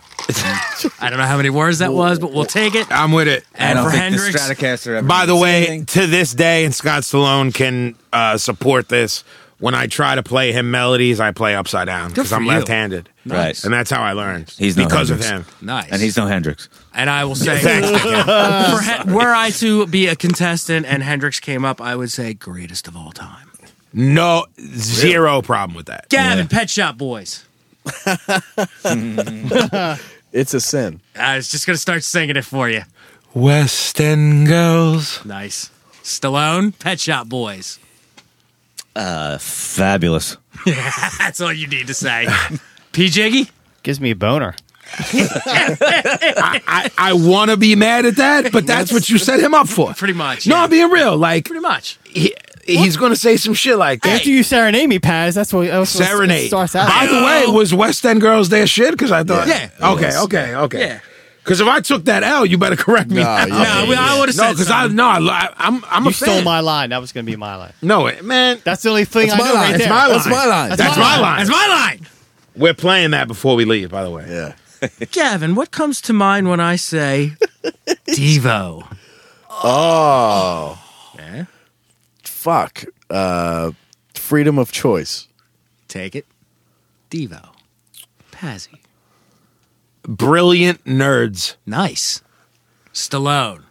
I don't know how many words that was, but we'll take it.
I'm with it.
I
And
don't
for
think the
Hendrix,
Stratocaster ever
By
did
the way,
anything.
to this day, and Scott Stallone can uh, support this. When I try to play him melodies, I play upside down because
for
I'm
you.
left-handed,
Nice.
And that's how I learned.
He's no
because of him.
Hendrix.
nice.
and he's no Hendrix.
And I will say,
Thanks,
for Hen- were I to be a contestant and Hendrix came up, I would say greatest of all time.
No, zero problem with that.
Gavin, Pet Shop Boys.
It's a sin.
I was just gonna start singing it for you.
West End Girls.
Nice. Stallone, Pet Shop Boys.
Fabulous.
That's all you need to say. P Jiggy.
Gives me a boner.
I, I want to be mad at that, but that's what you set him up for.
Pretty much,
No,
yeah.
I'm being real. Like
Pretty much.
he, he's going to say some shit like that.
After you serenade me, Paz, that's what, that's what it
Serenade.
starts out. Oh,
By the way, was West End Girls their shit? Because I thought.
Yeah.
Okay. Okay. Okay.
Yeah.
Because if I took that L, you better correct me.
No,
now.
yeah.
No, we- I would have
No,
said
because I
something.
no, I, I'm I'm
you
a
stole
fan.
my line. That was going to be my line.
No, it- man,
That's the only thing I know right there.
That's my line.
that's
my
my
line.
line.
That's my line.
We're playing that before we leave. By the way,
Yeah.
Gavin, what comes to mind when I say Devo?
Oh.
Yeah.
Fuck. Uh, freedom of choice.
Take it. Devo. Pazzy.
brilliant nerds.
Nice. Stallone.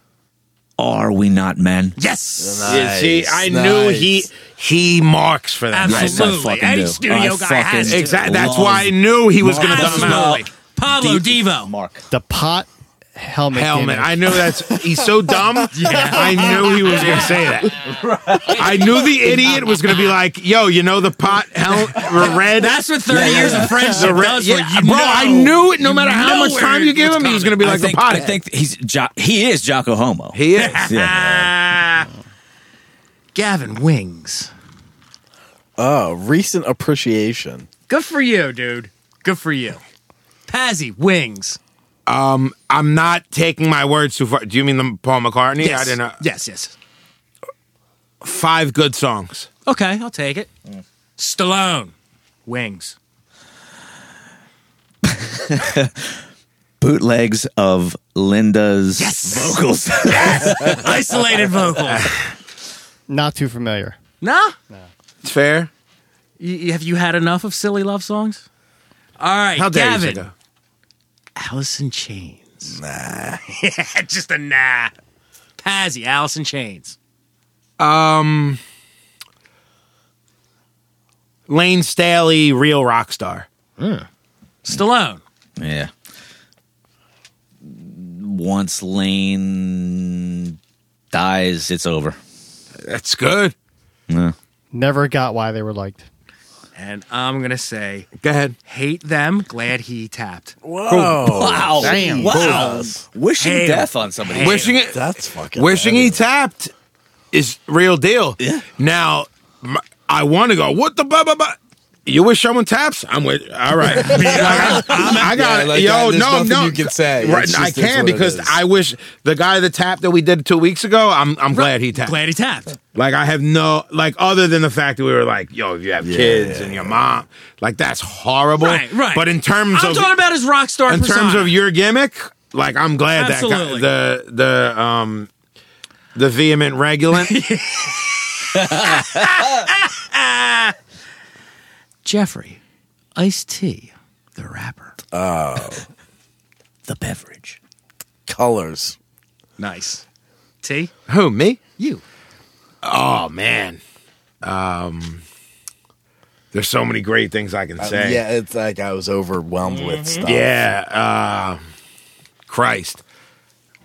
Are we not men?
Yes.
Yeah, see, I knew he he marks for that.
Absolutely.
Yes, I fucking
Any
do.
studio
I
guy has
fucking
to.
Exactly. That's
love
why I knew he was going to
Absolutely.
dumb out.
Pablo
Deep-
Devo.
Mark.
The pot helmet.
Helmet.
gimmick.
I knew that's he's so dumb. I knew he was going to say that. I knew the idiot was going to be like, "Yo, you know the pot hel- red."
That's what 30 years of friendship
the red.
does for
yeah,
you.
bro, I knew it. No matter how
know
much
where
time you give
it's
him, he was going to
coming.
be like
I think,
the pot.
I think he's jo- he is Jocko Homo.
he is.
yeah.
Gavin Wings.
Oh, recent appreciation.
Good for you, dude. Good for you. Pazzy, Wings.
I'm not taking my words too far. Do you mean the Paul McCartney? I didn't know.
Yes, yes.
Five good songs.
Okay, I'll take it. Stallone. Wings.
Bootlegs of Linda's
Yes.
vocals.
Isolated vocals.
Not too familiar.
Nah?
It's fair.
Y- y- have you had enough of silly love songs? All right,
How dare you
Gavin.
say that?
Allison Chains. Nah. yeah, just a nah. Pazzy, Allison Chains.
Lane Staley, real rock star.
Hmm. Stallone.
Yeah. Once Lane dies, it's over.
That's good.
Never got why they were liked.
And I'm going to say,
Go ahead.
hate them. Glad he tapped.
wow.
Damn.
Wow.
Jesus.
Wishing
Hail.
death on somebody.
Wishing it.
That's fucking.
Wishing
heavy.
he tapped is real deal. Yeah. Now, m I I want to go. What the blah blah blah. You wish someone taps? I'm with. All right. Like, I, I- I got
Yeah, like
yo.
that, there's
no,
nothing
no.
you can say.
Right,
It's
I
just- it's
can
what it
because
is.
I wish the guy that tapped that we did two weeks ago. I'm I'm glad he tapped.
Glad he tapped.
Like I have no like other than the fact that we were like, yo, if you have kids and your mom, like that's horrible.
Right, right.
But in terms
I'm
of
talking about his rock star
in terms
persona.
of your gimmick, like I'm glad
Absolutely.
that guy, the the um the vehement regulant.
Jeffrey, Ice T, the rapper.
Oh.
the beverage.
colors.
Nice. T?
Who me?
You.
Oh man, um, there's so many great things I can say.
Oh, Yeah, it's like I was overwhelmed
Mm-hmm.
with stuff.
yeah. Uh, Christ,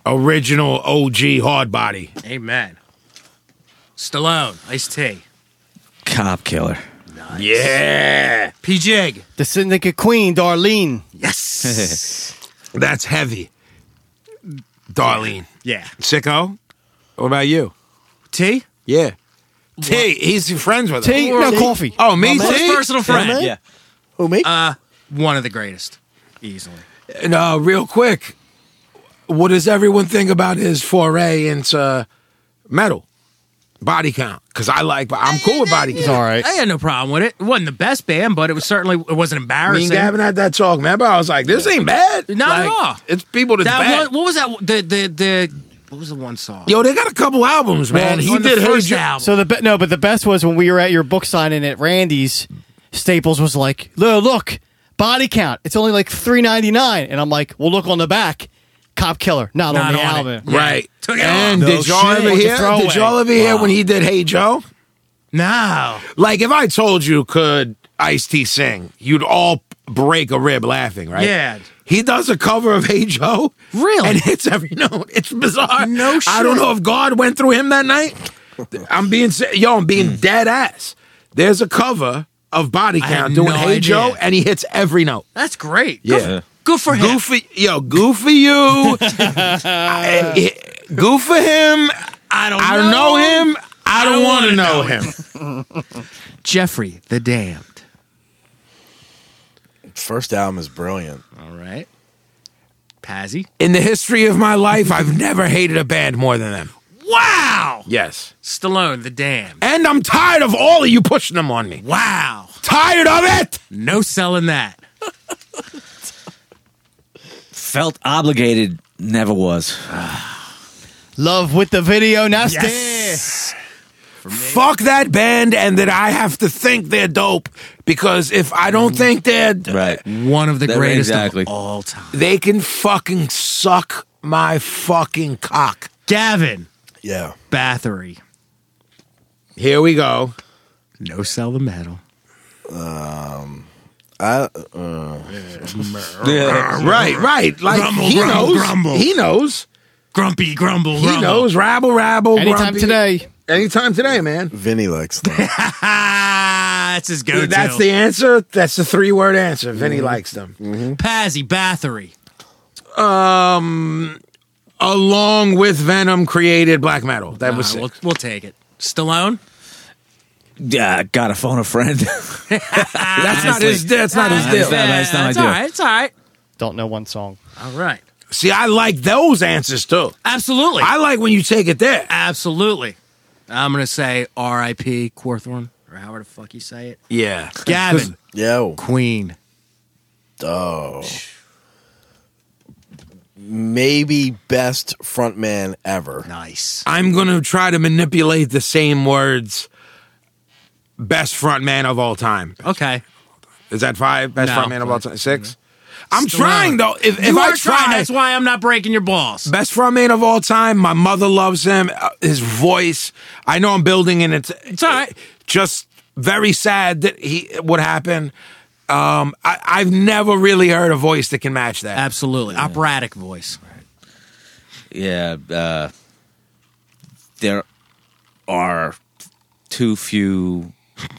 original OG hard body.
Amen. Stallone, Ice T.
Cop killer.
Yeah,
P. Jig.
The Syndicate Queen, Darlene.
Yes.
that's heavy, Darlene.
yeah.
Sicko, what about you?
T?
Yeah. T, he's friends with
Tea?
her.
No, coffee.
Oh, me
Close
T?
personal friend.
Yeah.
Who me?
One of the greatest. Easily.
No, real quick. What does everyone think about his foray into metal? Body count. Because I like, I'm cool with body count.
It's all right.
I had no problem with it. It wasn't the best band, but it was certainly it wasn't
Me and
embarrassing.
Gavin had that talk, remember? I was like, this ain't bad.
Not at
Like,
all.
It's people that's
that
bad.
one, what was that? The the the what was the one song?
Yo, they got a couple albums, man.
On-
he
on
did
the
her
first
jo-
album.
So the be- no, but the best was when we were at your book signing at Randy's. Staples was like, "Look, look, body count. It's only like three ninety nine, and I'm like, "Well, look on the back, cop killer, not,
Not
on the
on
album."
it. Yeah.
Right.
Took it
and
off.
did
No
y'all
shit.
ever
It's a
hear? Did
throwaway.
y'all ever hear when he did Hey Joe?
No.
Like if I told you could Ice T sing, you'd all break a rib laughing, right?
Yeah.
He does a cover of Hey Joe.
Really?
And hits every note. It's bizarre.
No
I don't
shit.
know if God went through him that night. I'm being se- yo, I'm being dead ass. There's a cover of Body
I had
Count doing
no
Hey
idea.
Joe, and he hits every note.
That's great.
Yeah.
Good, good for him.
Goofy, yo, goofy you. I, I- good for him.
I don't
I don't know him. I don't, want to know him.
Jeffrey the Damned.
First album is brilliant.
All right. Pazzy.
In the history of my life, I've never hated a band more than them.
Wow.
Yes.
Stallone the Damned.
And I'm tired of all of you pushing them on me.
Wow.
Tired of it.
No selling that.
Felt obligated, never was.
Love with the video, nasty.
Fuck that band and that I have to think they're dope because if I don't think they're
Right.
One of the
That-
greatest
exactly.
of all time.
they can fucking suck my fucking cock.
Gavin
Yeah.
Bathory.
Here we go.
No sell the metal.
I
Uh, Right, right. Like
Grumble,
he
grumble,
knows.
grumble.
He knows.
Grumpy, grumble,
He
grumble.
knows. Rabble, rabble.
Anytime
grumpy.
today.
Anytime today, man.
Vinny likes them.
Ah, that's his go-to.
That's the answer. That's the three word answer. Vinny likes them.
Pazzy Bathory.
Along with Venom created black metal. That
All
was
right, Ah,
it.
Uh, we'll, we'll take it. Stallone.
Yeah, gotta phone Uh, a friend.
that's not his. That's not his
Ah,
deal.
that's not- that's not
Uh, it's
my
all
deal.
right. It's all right.
Don't know one song.
All right.
See, I like those answers too.
Absolutely.
I like when you take it there.
Absolutely. I'm gonna say R.I.P. Corthorn or however the fuck you say it.
Yeah,
Gavin
Yo.
Queen.
Oh. Maybe best frontman ever.
Nice.
I'm gonna try to manipulate the same words. Best front man of all time.
Okay.
Is that five? Best
No.
front man of all time. Six. I'm
Stallone.
trying though. If, if
you
I
are trying.
try,
That's why I'm not breaking your balls.
best front man of all time. My mother loves him. Uh, His voice. I know I'm building, and it's
It's all right.
just Very sad that he what happened. Um, I, I've never really heard a voice that can match that.
Absolutely. Operatic voice.
yeah, uh, there are too few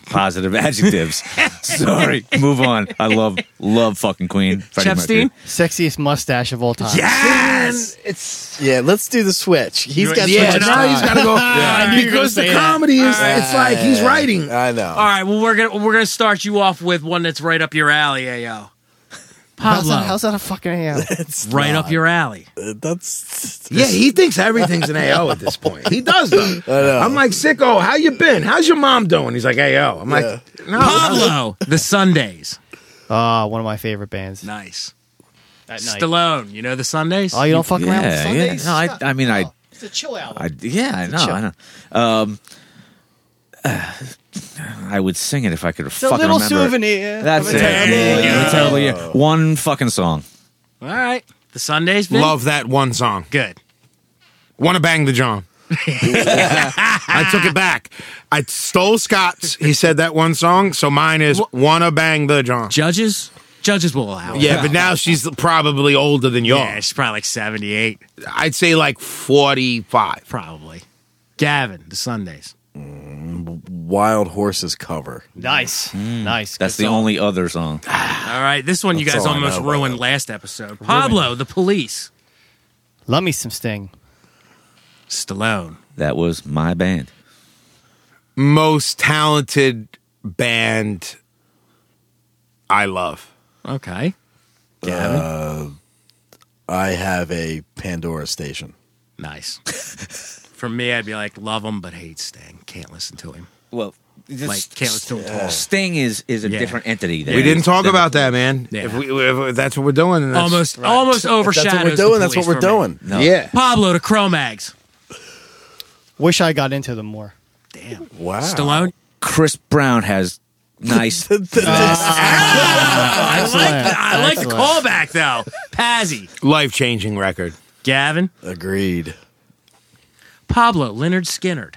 positive adjectives. Sorry, move on. I love love fucking Queen. Freddie Mercury.
Chepstein?
Sexiest mustache of all time.
Yes, it's
Yeah, let's do the switch. He's got
yeah.
switch
Now he's
time.
got to go
knew you were
because
gonna
the
say that. Uh,
comedy is. it's like he's writing.
I know.
All right, well we're gonna we're gonna start you off with one that's right up your alley, Ayo.
How's
Pablo,
that, how's that a fucking AM?
It's
right
not.
up your alley.
That's
Yeah, he thinks everything's an AO at this point. He does though. I'm like, sicko, how you been? How's your mom doing? He's like, AO. I'm like, "Hmm?" no.
Pablo, the Sundays.
Ah, one of my favorite bands.
Nice.
At night.
Stallone, you know the Sundays?
Oh, you don't fuck around with
Yeah, yeah.
Sundays?
No, I,
Stop.
I mean, I,
No, It's a chill out.
I yeah, I know, I know. Um, I would sing it if I could
It's a
fucking
little
remember. it.
souvenir.
That's
of
it.
a terrible
Yeah,
year.
yeah, terrible year. One fucking song.
All right. The Sundays, Vin?
Love that one song.
Good.
Want to bang the John. I took it back. I stole Scott's. He said that one song, so mine is "Wanna Bang the John."
Judges? Judges will allow it.
Yeah, but now she's probably older than y'all.
Yeah, she's probably like 78,
I'd say like forty-five.
probably. Gavin, the Sundays.
Wild Horses cover.
Nice. Nice.
Mm. That's
Good
the
song.
only other song.
All right, this one you
That's
guys
all I know
almost
about
ruined last episode. Pablo, the police.
Love me some Sting.
Stallone.
That was my band.
Most talented band I love.
Okay.
I have a Pandora station.
Nice. For me, I'd be like, love him, but hate Sting. Can't listen to him.
Well,
Like, can't listen to him at all.
Sting is is a
Yeah.
different entity. There.
We didn't talk about that, man.
Yeah.
If, we, if that's what we're doing, then that's,
Almost, almost
If
overshadows.
that's what we're
the
doing. That's what
police
we're
for me.
doing.
No.
Yeah.
Pablo to Cro-Mags.
Wish I got into them more.
Damn.
Wow.
Stallone.
Chris Brown has nice.
I like, the, I like the
Excellent.
callback though. Pazzy,
Life changing record.
Gavin,
Agreed.
Pablo, Leonard Skinner.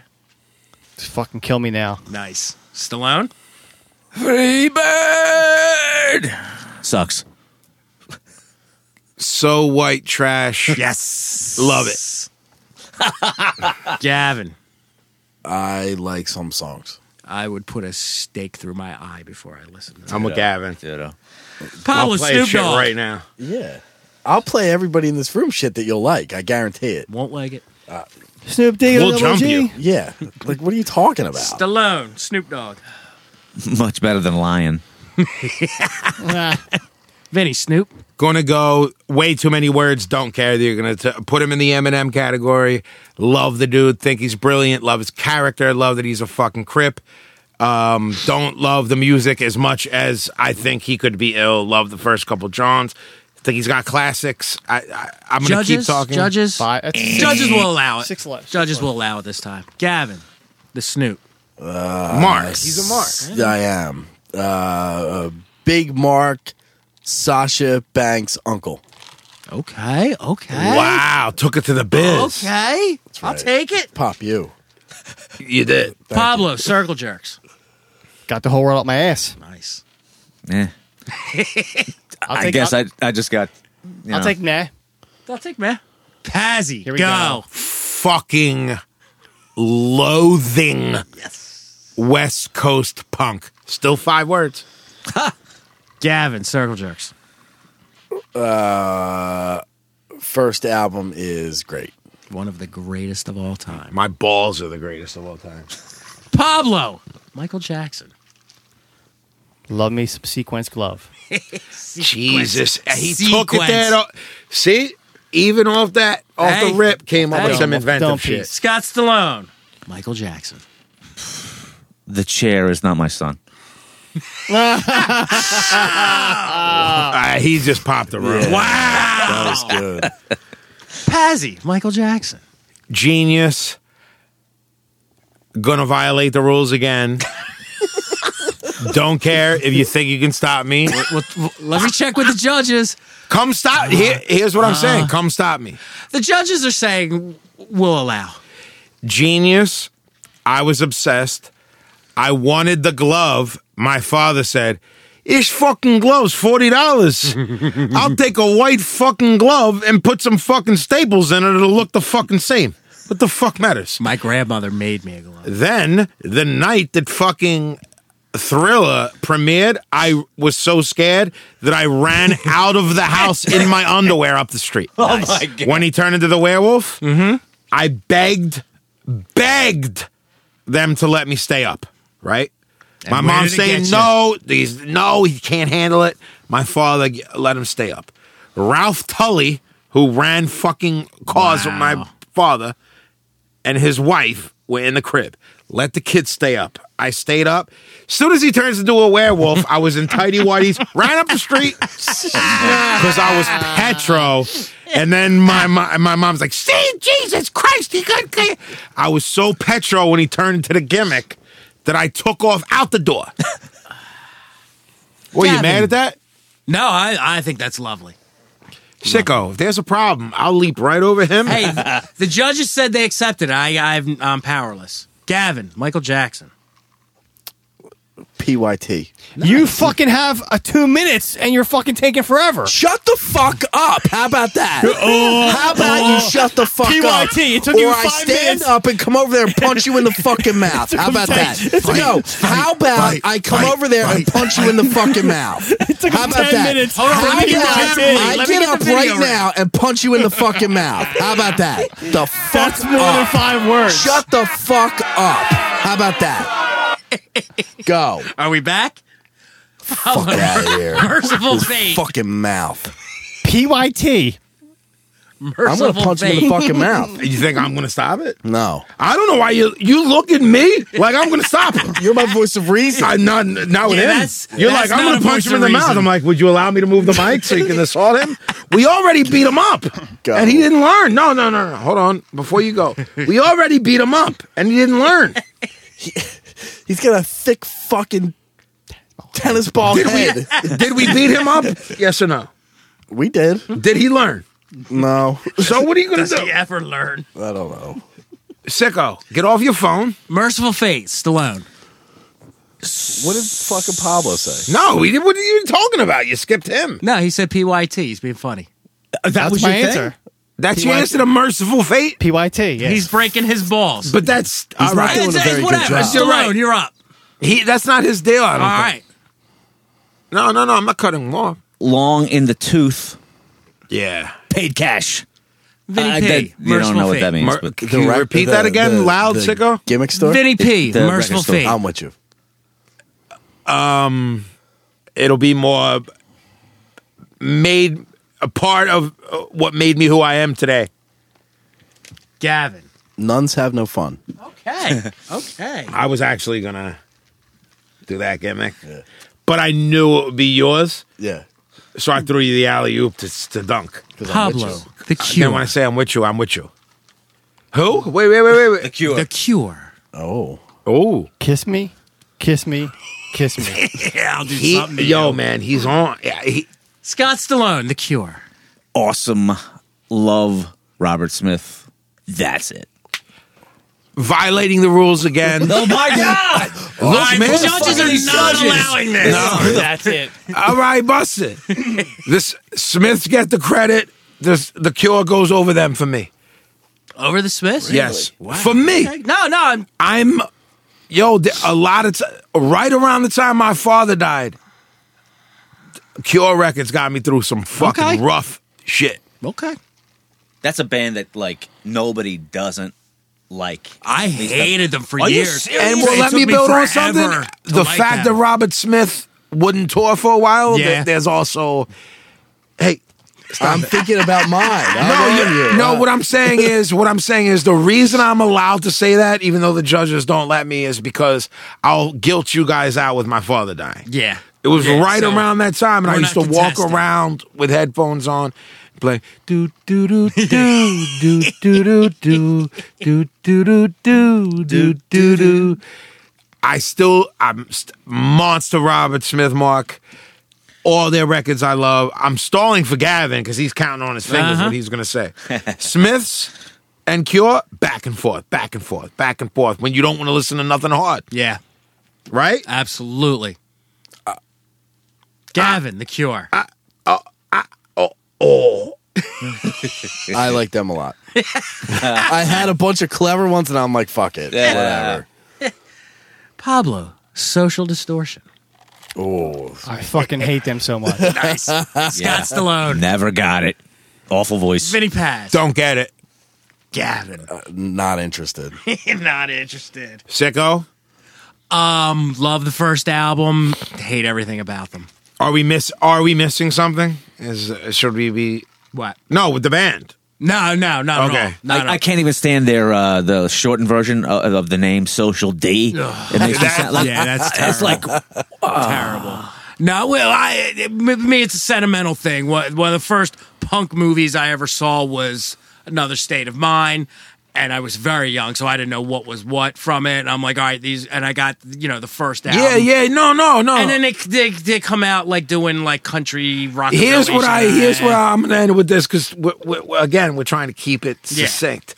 Just fucking kill me now.
Nice. Stallone.
Free bird sucks.
So white trash.
Yes.
Love it.
Gavin.
I like some songs.
I would put a stake through my eye before I listen to that.
I'm with Gavin.
Ditto.
Pablo Snoop
shit
Dogg.
right now.
Yeah. I'll play everybody in this room shit that you'll like. I guarantee it.
Won't like it.
Snoop Dogg.
We'll jump you.
Yeah. Like, what are you talking about?
Stallone, Snoop Dogg.
Much better than Lion.
Vinny Snoop.
Gonna go way too many words. Don't care. You're gonna t- put him in the Eminem category. Love the dude. Think he's brilliant. Love his character. Love that he's a fucking crip. Um, don't love the music as much as I think he could be ill. Love the first couple Johns. Think he's got classics. I, I, I'm gonna
Judges.
keep talking.
Judges.
Five, that's six.
Judges will allow it.
Six left.
Judges will allow it this time. Gavin, the Snoop.
Mark. He's a Mark.
I am. Uh, uh, Big Mark, Sasha Banks' uncle.
Okay. Okay.
Wow, took it to the biz.
Okay. I'll
right.
take it.
Pop you.
You did.
Thank
Pablo, circle jerks.
Got the whole world up my ass.
Nice.
Eh.
I'll
I guess I, I just got. you
I'll
know.
take nah.
I'll take man. Pazzy,
Here we
go.
Fucking loathing West Coast punk. Still five words.
Gavin, circle jerks.
First album is great.
One of the greatest of all time.
My balls are the greatest of all time.
Pablo, Michael Jackson.
Love me some sequence glove.
Jesus. He took it
Sequence.
there. though. See? Even off that, off
Hey.
the rip came up
Hey.
with some inventive
Dumb
shit.
piece.
Scott Stallone, Michael Jackson.
The chair is not my son.
Uh, he just popped the room.
Wow.
That was good.
Pazzy, Michael Jackson.
Genius. Gonna violate the rules again. Don't care if you think you can stop me.
Well, well, let me check with the judges.
Come stop. Here, here's what I'm
Uh-huh.
saying. Come stop me.
The judges are saying we'll allow.
Genius. I was obsessed. I wanted the glove. My father said, "This fucking glove's forty dollars. I'll take a white fucking glove and put some fucking staples in it. It'll look the fucking same. What the fuck matters?"
My grandmother made me a glove.
Then the night that fucking Thriller premiered, I was so scared that I ran out of the house in my underwear up the street. Oh my god! When he turned into the werewolf,
Mm-hmm.
I begged, begged them to let me stay up. Right? my
where
mom's
did it get
saying
you?
no. These no, he can't handle it. My father g- let him stay up. Ralph Tully, who ran fucking cars with my father, and his wife were in the crib. Let the kids stay up. I stayed up. Soon as he turns into a werewolf, I was in tidy whities, ran up the street because I was Petro. And then my mo- my mom's like, "See, Jesus Christ, he got." ca-" I was so Petro when he turned into the gimmick that I took off out the door. Were you mad at that?
No, I, I think that's lovely.
Sicko, if there's a problem, I'll leap right over him.
Hey, the judges said they accepted. it. I, I've, I'm powerless. Gavin, Michael Jackson.
PYT.
You fucking have a two minutes and you're fucking taking forever.
Shut the fuck up. How about that? How about
Oh,
you shut the fuck up?
PYT, it took you
or I
five
stand
minutes.
up and come over there and punch you in the fucking mouth. How about that? no. how about I come over there and punch you in the fucking mouth? how about
10
that?
minutes.
How
Hold on, let me
about
get the video
I
ready.
Let me
get
get
up
the video
right
ready.
now and punch you in the fucking mouth? How about that? The fuck
That's more
up.
than five words.
Shut the fuck up. How about that? Go.
Are we back?
Fuck out of here.
Merciful fate.
Fucking mouth.
PYT.
Merciful
I'm gonna punch him
fate.
in the fucking mouth.
You think I'm gonna stop it?
No.
I don't know why you you look at me like I'm gonna stop him.
You're my voice of reason.
I not not with
Yeah,
him.
that's-
You're
that's
like I'm
not
gonna
a
punch him in
voice
the
of
mouth.
reason.
I'm like, would you allow me to move the mic so you can assault him? We already beat him up,
Go.
and he didn't learn. No, no, no, no. Hold on, before you go, we already beat him up, and he didn't learn.
He's got a thick fucking tennis ball head.
Did we beat him up? Yes or no?
We, did.
Did he learn?
No.
So what are you gonna
Does
do,
he ever learn?
I don't know.
sicko? Get off your phone.
Merciful fate. Stallone.
What did fucking Pablo say?
No, we did. What are you talking about? You skipped him.
No, he said PYT. He's being funny.
That's my answer.
That's your answer to merciful fate.
PYT. Yeah.
He's breaking his balls.
But that's all
not
right.
doing a very good
whatever.
job.
Stallone,
You're right.
you're up.
He, that's not his deal. I don't
All
think.
right.
No, no, no. I'm not cutting him off.
Long in the tooth,
Yeah.
paid cash.
Vinny
I-
P.
that- you
merciful
don't know what
fate.
that means,
Mar-
but
can you
rec-
repeat
the-
that again,
the-
loud,
the
sicko?
Gimmick store?
Vinny P.
the
merciful
record store.
fate.
I'm with you.
It'll be more made a part of uh, what made me who I am today.
Gavin.
Nuns have no fun.
Okay. Okay.
I was actually gonna do that gimmick, but I knew it would be yours,
Yeah.
so I threw you the alley oop to, to dunk.
Pablo. The
Then when I
Cure.
say I'm with you, I'm with you. Who? Wait, wait, wait, wait, wait.
The Cure.
Oh.
Oh,
kiss me. Kiss me. Kiss me.
Yeah, I'll do
he, yo, man, he's on. Yeah, he,
Scott Stallone. The Cure.
Awesome. Love Robert Smith. That's it.
violating the rules again.
Oh my God!
All right,
man,
the judges are not allowing this.
That's it.
All right, bust it. this Smiths get the credit. This the cure goes over them for me.
Over the Smiths?
Yes, for me.
Okay. No, no. I'm,
I'm, yo, th- a lot of t- right around the time my father died, Cure Records got me through some fucking
Okay.
rough shit.
okay.
That's a band that like nobody doesn't like.
I hated them for
Are you
years.
serious?
And
It
well, let
took
me build on
forever
something.
to
The
like
fact that
them.
Robert Smith wouldn't tour for a while.
Yeah.
th- there's also, hey,
I'm thinking about mine.
No,
I
you-
no, you.
no. What I'm saying is, what I'm saying is, the reason I'm allowed to say that, even though the judges don't let me, is because I'll guilt you guys out with my father dying.
Yeah.
It was
Yeah,
right
so
around that time, and I
we're
used to
not
walk
contesting.
around with headphones on, play do do do do do do do do do do do do do do. I still, I'm st- monster Robert Smith, Mark. All their records I love. I'm stalling for Gavin because he's counting on his fingers
Uh-huh.
what he's going to say. Smiths and Cure, back and forth, back and forth, back and forth. When you don't want to listen to nothing hard.
Yeah.
right?
Absolutely. Gavin, The Cure.
I like them a lot. I had a bunch of clever ones, and I'm like, fuck it, whatever.
Pablo, Social Distortion.
I fucking hate them so much.
Scott Stallone.
Never got it. Awful voice.
Vinny Paz.
Don't get it.
Gavin.
Not interested.
Not interested.
Sicko,
Love the first album. Hate everything about them.
are we miss are we missing something? Is should we be
What?
No, with the band.
No, no, not
Okay.
at all. Not at
I, I
all.
can't even stand their uh, the shortened version of, of the name Social D. It makes me sound like
yeah, that's terrible.
it's like
terrible. No, well, I it, m- me, it's a sentimental thing. One one of the first punk movies I ever saw was Another State of Mind, and I was very young, so I didn't know what was what from it. And I'm like, all right, these, and I got you know the first album.
Yeah, yeah, no, no, no.
And then they, they they come out like doing like country rock.
here's what I here's what I'm gonna end with this because again we're trying to keep it
Yeah.
succinct.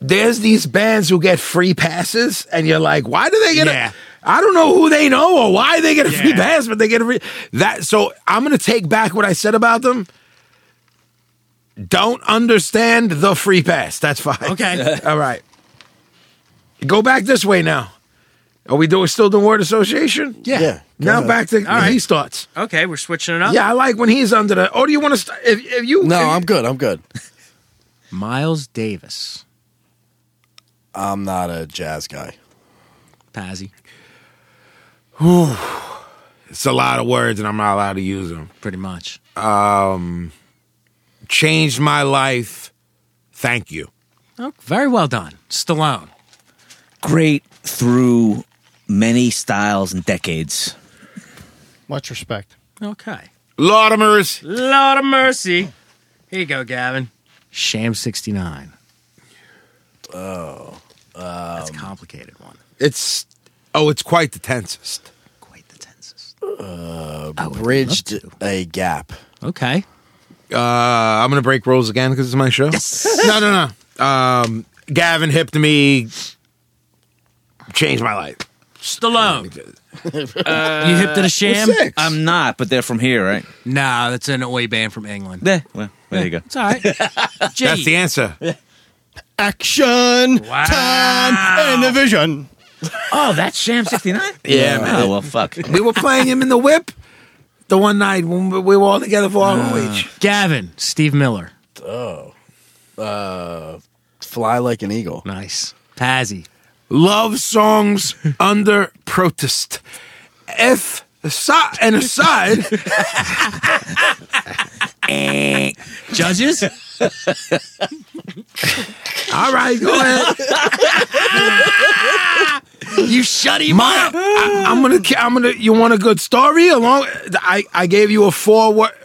There's these bands who get free passes, and you're like, why do they get?
Yeah.
A, I don't know who they know or why they get a free
Yeah.
pass, but they get a free that. So I'm gonna take back what I said about them. Don't understand the free pass. That's fine.
Okay.
All right. Go back this way now. Are we doing still doing word association?
Yeah.
Now
Go
back to
All right.
his thoughts.
Okay, we're switching it up.
Yeah, I like when he's under the. Oh, do you want to? St- if, if you
No,
if-
I'm good. I'm good.
Miles Davis,
I'm not a jazz guy.
Pazzy,
it's a lot of words, and I'm not allowed to use them.
pretty much.
Changed my life. Thank you.
Oh, very well done, Stallone.
great through many styles and decades.
much respect.
Okay.
Lautimer's.
Lord of mercy. Here you go, Gavin. Sham 69.
um,
Oh. That's a complicated one.
It's oh, it's quite the tensest.
Quite the tensest.
Bridged a gap.
Okay.
Uh, I'm gonna break rules again because it's my show. no, no, no. Um, Gavin hip to me. Changed my life.
Stallone. Uh, you hip to the sham?
Six.
I'm not, but they're from here, right?
Nah, that's an oi band from England.
Yeah. Eh, Well, there you go.
It's all right. Gee.
That's the answer.
Action,
Wow.
time, and the vision.
Oh, that's Sham 69?
Yeah, man.
Oh, well, fuck.
we were playing him in the whip the one night when we we were all together for
Ah.
all the week.
Gavin, Steve Miller.
Fly like an eagle.
Nice. Pazzy.
love songs under protest. If aside, and aside,
Judges?
all right, go ahead.
you shut him
My,
up.
I, am gonna, ki- I'm gonna. You want a good story? Along, I, I gave you a four. What?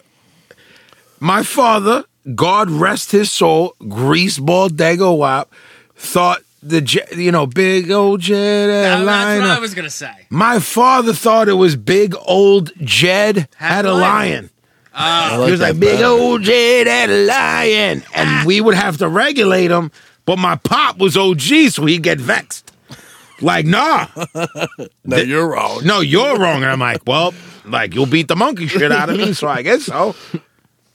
My father, God rest his soul, greaseball Dago Wop, thought the jet, you know, big old jet
That's
airliner.
what I was going to say.
My father thought it was big old Jed had a lion.
Uh,
I like
He was
that
like, big
better.
old Jed had a lion. And we would have to regulate him, but my pop was OG, so he'd get vexed. Like, nah,
No, you're wrong.
no, you're wrong. And I'm like, well, like, you'll beat the monkey shit out of me, so I guess so.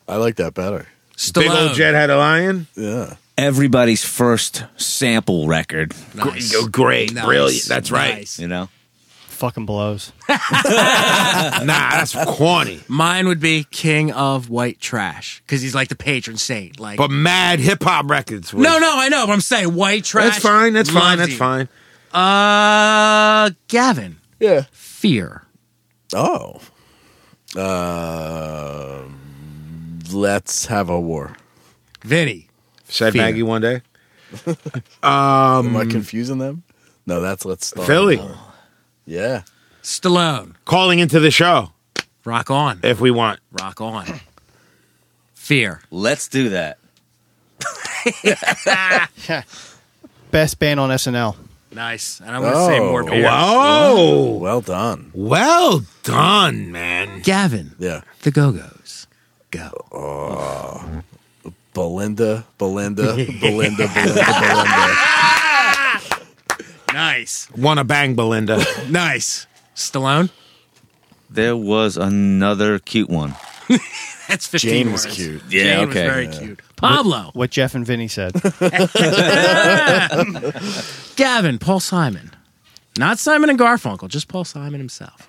I like that better.
Stallone.
Big old Jed had a lion.
Yeah.
Everybody's first sample record,
Nice.
Gr- Great,
Nice.
brilliant. That's right.
Nice.
you know?
Fucking blows.
Nah, that's corny,
Mine would be King of White Trash because he's like the patron saint. Like,
but mad hip hop records. was-
no, no, I know, but I'm saying white trash.
that's fine. That's fine.
loves
That's
you.
fine.
Uh, Gavin,
Yeah.
fear.
Oh. Uh, let's have a war.
Vinny,
Said Maggie one day.
Am I confusing them? No, that's let's start.
Philly
Yeah.
Stallone,
calling into the show
rock on,
if we want.
rock on. Fear.
Let's do that.
Best band on SNL.
Nice. And I'm going to say
Oh.
more beer.
Whoa.
Well done.
Well done, man.
Gavin,
Yeah. Oh.
the Go Go's. Go.
Belinda, Belinda, Belinda, Belinda, Belinda.
Nice.
Want to bang Belinda?
Nice. Stallone?
There was another cute one.
That's 15
Jane was
words.
cute.
Yeah,
Jane was
okay.
very cute. Pablo.
What Jeff and Vinny said.
Gavin, Paul Simon. Not Simon and Garfunkel, just Paul Simon himself.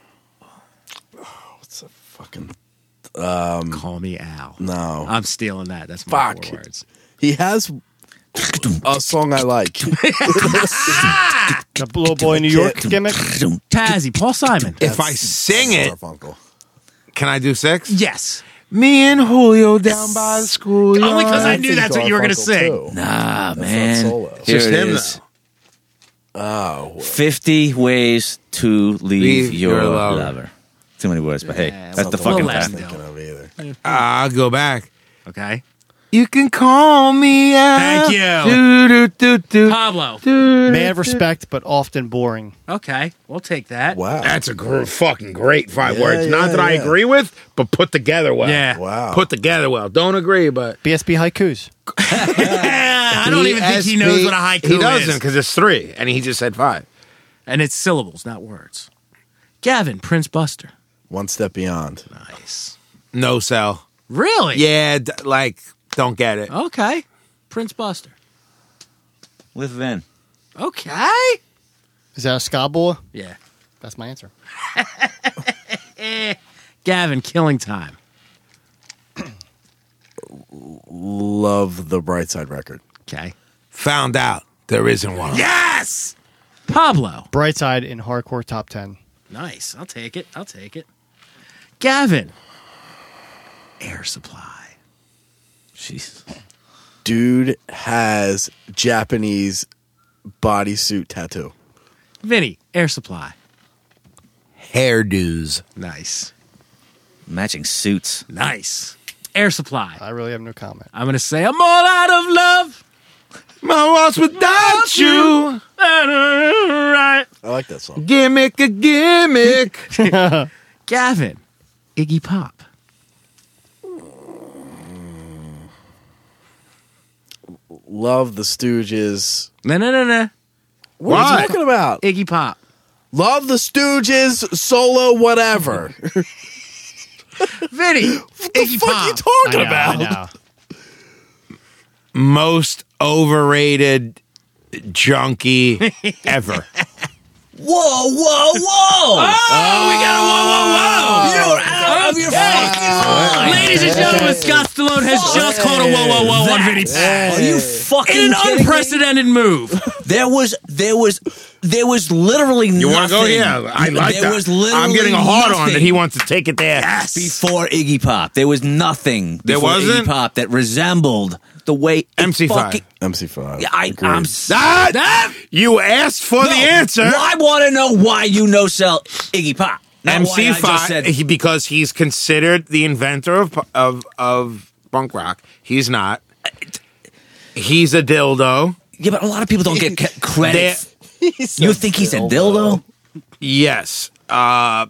Fucking
Mm.
Call me Al.
no.
I'm stealing that. That's my
Fuck.
four words.
He has a song I like.
the little boy in New York gimmick.
Tazzy, Paul Simon.
if I sing it,
Garfunkel.
can I do sex?
Yes.
Me and Julio down by the school.
Only because I knew
think
that's what you were going to
Garfunkel,
sing.
too.
Nah,
That's
man.
not solo.
Here
Just
it
him,
is. Oh. 50 ways to leave,
Leave
your,
your lover.
lover. Too many words, but hey, that's
well,
the
well,
fucking
last
fact.
name.
Thinking of either.
I'll go back.
Okay.
You can call me out.
Thank you.
Ah, Do, do, do, do,
Pablo.
do.
Man of respect, but often boring.
Okay. We'll take that.
Wow.
That's a gr- fucking great five
Yeah,
words. Not
yeah,
that I
yeah.
agree with, but put together well.
Yeah.
Wow.
Put together well. Don't agree, but
BSB haikus.
Yeah, I don't even think he knows what a haiku
He doesn't
is.
because it's three, and he just said five.
And it's syllables, not words. Gavin, Prince Buster.
One step beyond.
Nice.
No sell.
Really?
Yeah, d- like don't get it.
Okay. Prince Buster.
With Vin.
Okay.
Is that a ska boy?
Yeah.
That's my answer.
Gavin, killing time.
Love the Bright Side record.
Okay.
Found out there isn't one. Yeah.
Yes. Pablo.
Brightside in hardcore top ten.
Nice. I'll take it. I'll take it. Gavin. Air supply.
Jeez.
Dude has Japanese bodysuit tattoo.
Vinny, air supply.
Hairdos.
Nice.
Matching suits.
Nice. Air supply.
I really have no comment.
I'm going to say, I'm all out of love.
My walls without you.
Right.
I like that song.
Gimmick a gimmick.
Gavin, Iggy Pop.
Love the Stooges.
No, no, no, no.
What are you talking about?
Iggy Pop.
Love the Stooges solo whatever.
Vinny, Iggy
What are you
Pop.
talking about?
I know.
Most overrated junkie ever.
Whoa, whoa, whoa!
Ladies and gentlemen, Scott Stallone has just called a whoa, whoa, whoa on Vinny.
Are you fucking
In an
kidding me?
unprecedented move.
There was, there was, there was literally
You want
nothing.
to go? Yeah, I like
there
that.
Was literally
I'm getting a hard on that
nothing
he wants to take it there.
before Iggy Pop. There was nothing.
There
before
wasn't?
Iggy Pop that resembled the way it
MC5.
fucking-
MC5.
I,
Agreed.
I'm sorry.
Ah, you asked for the answer.
I want to know why you no sell Iggy Pop. Not why I just said
MC5 he, because he's considered the inventor of pu- of of punk rock. He's not.
Uh,
He's a dildo.
Yeah, but a lot of people don't get c- credit. you think he's a dildo?
Yes. Uh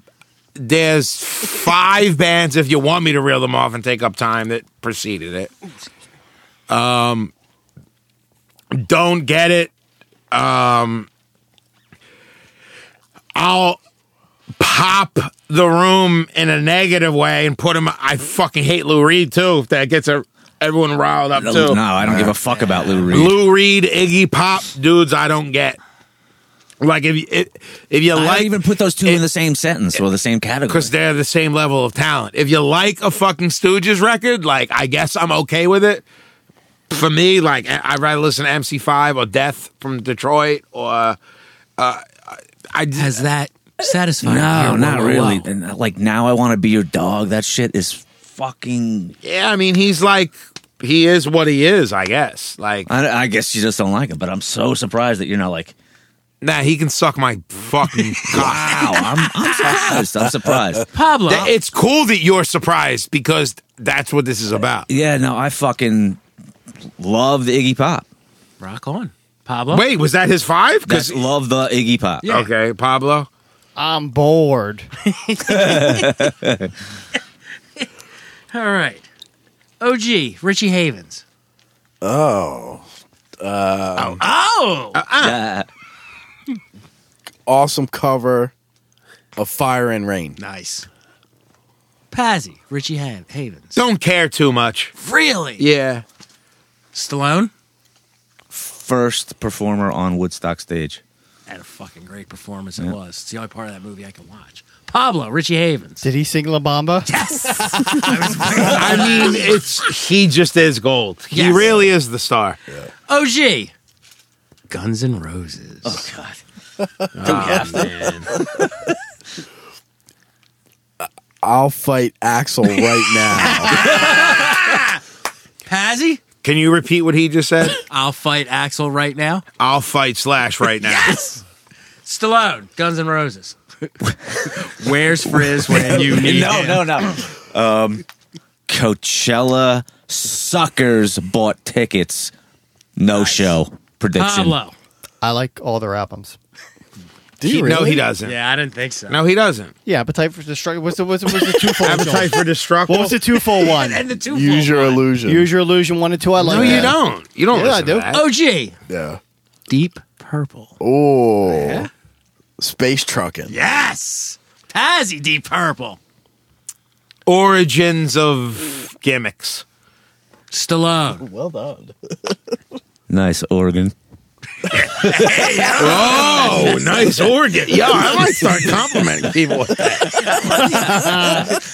there's five bands if you want me to reel them off and take up time that preceded it. Um don't get it. Um I'll pop the room in a negative way and put him I fucking hate Lou Reed too if that gets a, everyone riled up
No,
too.
I don't give a fuck about Lou Reed.
Lou Reed, Iggy Pop dudes I don't get. Like if you if, if you
I
like
don't even put those two in the same sentence or the same category.
because they're the same level of talent. If you like a fucking Stooges record, like I guess I'm okay with it. For me, like I- I'd rather listen to MC5 or Death from Detroit or uh, I d-
Has that satisfied you?
No,
Whoa,
not
whoa,
really.
whoa.
And, uh, like now, I want to be your dog. That shit is fucking.
yeah. I mean, he's like he is what he is. I guess like
I, I guess you just don't like him. But I'm so surprised that you're not like.
nah, he can suck my fucking cock.
Wow, I'm, I'm surprised. I'm surprised.
Pablo.
Th- It's cool that you're surprised because that's what this is about.
Yeah, no, I fucking love the Iggy Pop.
rock on. Pablo.
Wait, was that his five?
That's
Because
love the Iggy Pop.
Yeah.
okay, Pablo.
I'm bored.
All right. OG, Richie Havens.
Oh.
Oh.
Yeah.
awesome cover of Fire and Rain.
Nice. Pazzi, Richie Hav- Havens.
Don't care too much.
Really?
Yeah.
Stallone?
First performer on Woodstock stage.
Had a fucking great performance it was. It's the only part of that movie I can watch. Pablo, Richie Havens.
Did he sing La Bamba?
I mean, it's he just is gold. He
Yes.
really is the star.
OG. Guns N' Roses.
God.
I'll fight Axel right now.
Pazzi?
Can you repeat what he just said?
I'll fight Axel right now.
I'll fight Slash right now.
Stallone, Guns N' Roses. Where's Frizz when you need
No,
him?
no, no. Um, Coachella suckers bought tickets. No show prediction.
Pablo.
I like all their albums.
Do
He- No, he doesn't.
Yeah, I didn't think so.
No, he doesn't.
Yeah, Appetite for Destruction. What's the, what's the, what's the twofold
Appetite
Joel?
for destruction.
What was the twofold one?
And the two
Use your illusion.
Use Your Illusion 1 and 2. I like
No,
that.
you don't. You don't.
Yeah, I
listen to
do.
that.
OG.
yeah.
Deep Purple.
Oh. Space trucking.
Yes. Pazzi, Deep Purple.
Origins of gimmicks.
Stallone.
Well done.
Nice organ.
Oh, nice organ. Yeah, I might start complimenting people.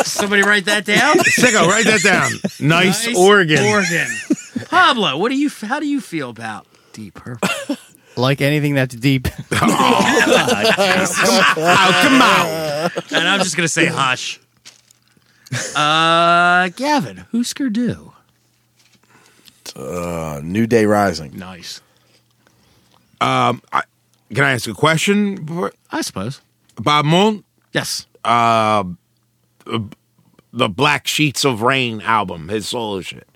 Somebody write that down.
Sicko, write that down. Nice, organ.
Oregon. Pablo, what do you? How do you feel about Deep Purple?
Like anything that's deep.
Oh, come on.
and I'm just gonna say hush. Uh, Gavin, Husker Du.
Uh, New Day Rising.
Nice,
Can I ask a question? before-
I suppose.
Bob Moon,
Yes.
the Black Sheets of Rain album, his solo shit.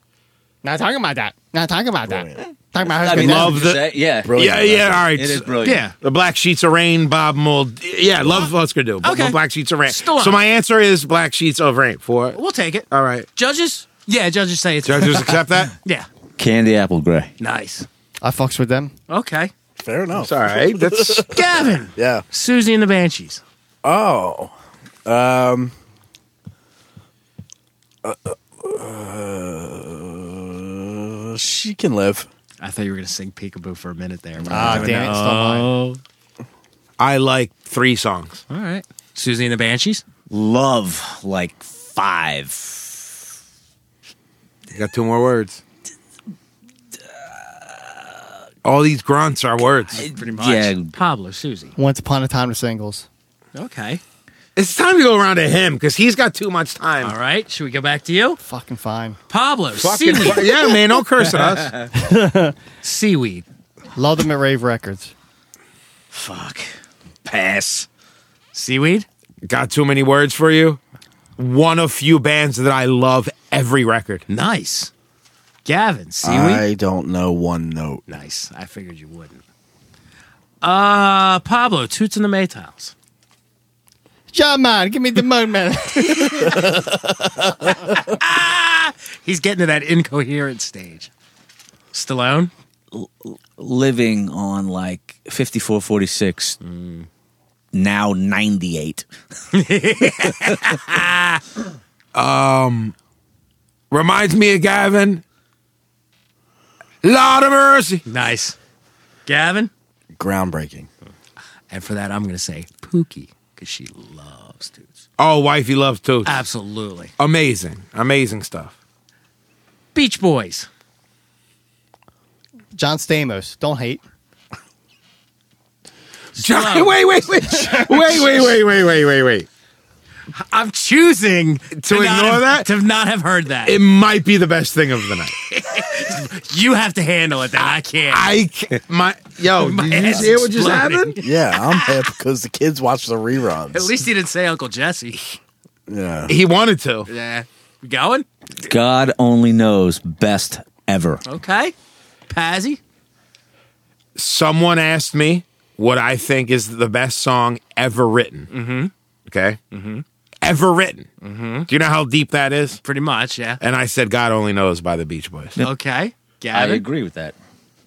Not talking about that. Not talking about that. Talking about
I
Husky
mean,
Dad.
love
that's
the-
what you say. Yeah.
Yeah, yeah, all right.
It is
So-
brilliant.
Yeah.
The Black Sheets of Rain, Bob Mould. Yeah, love Husker Du. but
Okay.
Black Sheets of Rain.
Still on.
So my answer is Black Sheets of Rain. For
We'll take it.
all right,
Judges? Yeah, judges say it's
judges accept that.
yeah.
Candy apple gray.
Nice.
I fucks with them.
Okay.
Fair enough.
It's all right. That's
Gavin,
Yeah.
Susie and the Banshees.
Oh. Um. uh, uh, she can live.
I thought you were gonna sing Peekaboo for a minute there.
Ah, damn it. It's not mine.
I like three songs.
All right. Susie and the Banshees.
Love like five.
You got two more words. All these grunts are words.
Pretty
Yeah.
Pablo, Susie.
Once Upon a Time to Singles.
Okay.
It's time to go around to him because he's got too much time.
All right. Should we go back to you?
Fucking fine.
Pablo,
Fucking,
seaweed.
yeah, man, don't curse at us.
seaweed.
Love them at Rave Records.
Fuck. Pass.
Seaweed?
Got too many words for you. One of few bands that I love every record.
Nice. Gavin, seaweed?
I don't know one note.
nice. I figured you wouldn't. Uh Pablo, Toots and the Maytals.
John, man, give me the moon, man.
He's getting to that incoherent stage. Stallone?
Living on like 5446. Now 98.
Reminds me of Gavin. Lord of mercy.
Nice. Gavin?
Groundbreaking.
And for that, I'm going to say Pookie because she loves dudes.
Oh, wifey loves toots.
Absolutely.
Amazing. Amazing stuff.
Beach Boys.
John Stamos. Don't hate.
John, wait, wait, wait. wait, wait, wait, wait, wait, wait, wait.
I'm choosing to, not
ignore
have-
that?
to not have heard that.
It might be the best thing of the night.
you have to handle it. Then I, can't.
I ca- my yo,
My
did you
ass
hear what just
exploded.
happened?
Yeah, I'm hip because the kids watch the reruns.
At least he didn't say Uncle Jesse.
Yeah.
He wanted to.
Yeah. We going?
God only knows best ever.
Okay. Pazzi.
Someone asked me what I think is the best song ever written. Mm-hmm. Okay. Mm-hmm. Ever written. Mm-hmm. Do you know how deep that is?
Pretty much, yeah.
And I said, God only knows by the Beach Boys.
Okay.
I
Gavin.
agree with that.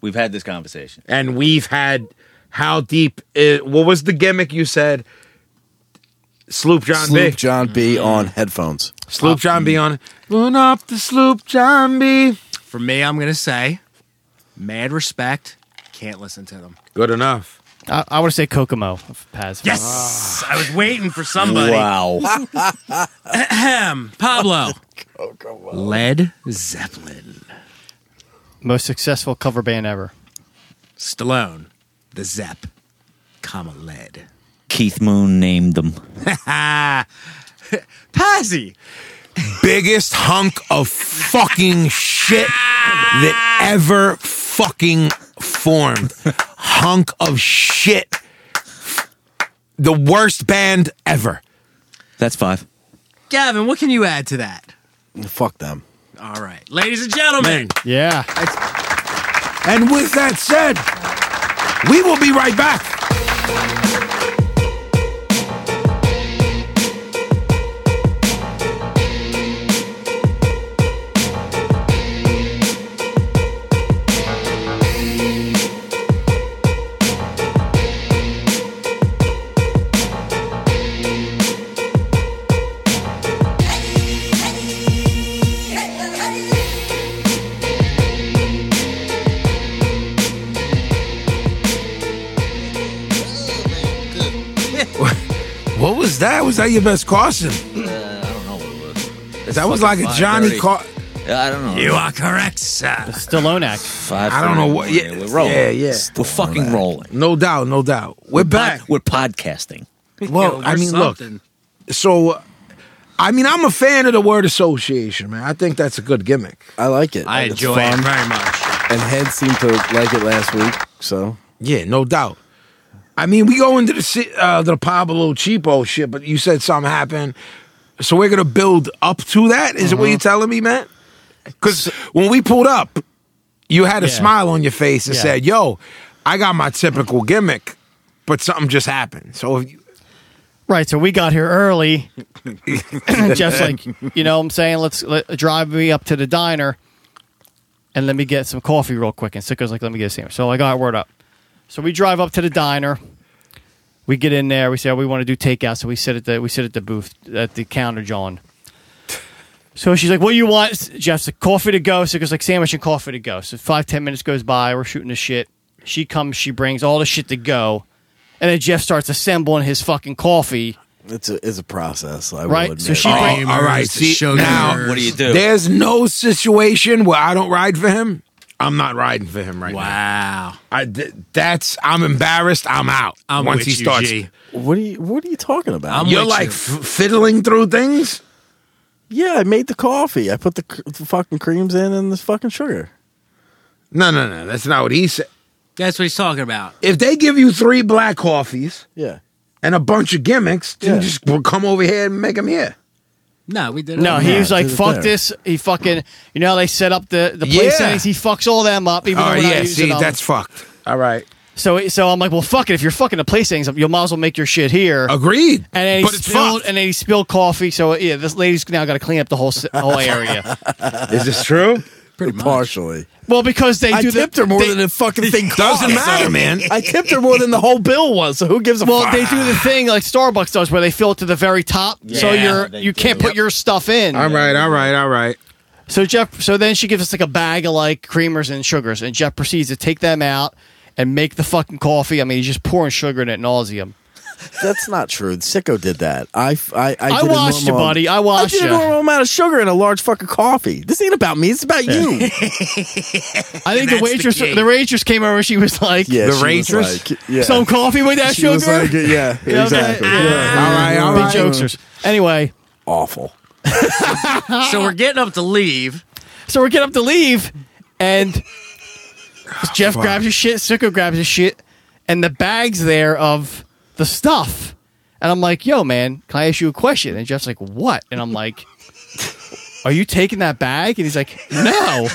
We've had this conversation.
And we've had how deep it, what was the gimmick you said? Sloop John
Sloop
B.
John B on headphones.
Sloop John B on it. Going up the Sloop John B.
For me, I'm gonna say, mad respect. Can't listen to them.
Good enough.
I, I want to say Kokomo of Paz.
Yes, Ah. I was waiting for somebody.
Wow.
Ahem. Pablo.
Oh,
Led Zeppelin.
Most successful cover band ever.
Stallone. The Zepp. Comma Led.
Keith Moon named them.
Ah. Pazzy.
Biggest hunk of fucking shit that ever fucking formed. hunk of shit. The worst band ever.
That's five.
Gavin, what can you add to that?
Fuck them.
All right. Ladies and gentlemen,
Yeah.
And with that said, we will be right back. What was that? Was that your best caution?
I don't know what it was.
That was like a Johnny Car.
I don't know.
you are Ah, correct, sir.
Stallone act.
Five.
I don't know what.
Yeah,
Yeah,
we're rolling.
yeah, yeah.
We're fucking rolling.
No doubt, no doubt. We're back.
Pod- we're podcasting.
Well, I mean, look.
something.
So, uh, I mean, I'm a fan of the word association, man. I think that's a good gimmick.
I like it.
I
It's
enjoy it
fun.
very much.
And Head seemed to like it last week. So
Yeah, no doubt. I mean, we go into the si- uh, the Pablo Cheapo shit, but you said something happened, so we're gonna build up to that. Is it
Mm-hmm.
what you're telling me, man? Because when we pulled up, you had a
Yeah.
smile on your face and
Yeah.
said, "Yo, I got my typical gimmick, but something just happened." So, if you,
Right. So we got here early. Jeff's like, you know what I'm saying? Let's let, drive me up to the diner and let me get some coffee real quick. And Sicko's like, let me get a sandwich. So I got word up. So we drive up to the diner. We get in there. We say, oh, we want to do takeout. So we sit at the we sit at the booth at the counter, John. So she's like, what do you want? Jeff's like, coffee to go. Sicko's like, sandwich and coffee to go. So five, ten minutes goes by. We're shooting the shit. She comes. She brings all the shit to go. And then Jeff starts assembling his fucking coffee.
it's a it's a process. I
Right,
Will admit.
so she-
oh,
bring-
all right,
the
see
show
now,
numbers. What do you
do?
There's no situation where I don't ride for him. I'm not riding for him right now.
Wow.
I th- that's I'm embarrassed. I'm out.
I'm
once
with
he
you,
starts,
G.
what are you What are you talking about?
I'm
you're
with
like
you.
f- fiddling through things.
yeah, I made the coffee. I put the, cr- the fucking creams in and the fucking sugar.
No, no, no. That's not what he said.
That's what he's talking about.
If they give you three black coffees
Yeah.
and a bunch of gimmicks, then
Yeah.
just well, come over here and make them here.
No, we did it.
No, he
Yeah,
was like,
do the Oh,
"Fuck
thing."
this." He fucking, you know, how they set up the the place
Yeah.
settings. He fucks all them up. Even
Oh
though we're not
yeah,
using
see,
them.
that's fucked. All right,
so. So I'm like, "Well, fuck it. If you're fucking the place settings up, you might as well make your shit here."
agreed.
And then he
but it's
spilled,
fucked.
and then he spilled coffee. So yeah, this lady's now got to clean up the whole s- whole area.
Is this true?
pretty much.
Partially.
well, because they
I
do
tipped
the,
her more
they,
than the fucking thing cost.
Doesn't matter, man.
I tipped her more than the whole bill was. So who gives a
well,
fuck?
they do the thing like Starbucks does, where they fill it to the very top, so
Yeah,
you're
they
you
do.
can't put your stuff in.
All right, all right, all right.
So Jeff, so then she gives us like a bag of like creamers and sugars, and Jeff proceeds to take them out and make the fucking coffee. I mean, he's just pouring sugar in it nauseum.
That's not true. Sicko did that. I I I,
I
did a
watched you,
normal-
buddy. I
I
watched
did a
you.
normal amount of sugar in a large fucking coffee. This ain't about me. It's about you.
I think the
That's the
waitress, the,
key.
waitress came over. and She was like,
Yeah,
The
she was
waitress?
like- yeah.
"Some coffee with that
She
sugar."
was like, yeah,
okay.
exactly.
All
Yeah.
right, all
Ah. Big
right.
jokesters. Anyway,
Awful.
So we're getting up to leave.
so we're getting up to leave, and Jeff grabs his shit. Sicko grabs his shit, and the bags there of the stuff. And I'm like, "Yo, man, can I ask you a question?" And Jeff's like, "What?" And I'm like. Are you taking that bag? And he's like, no,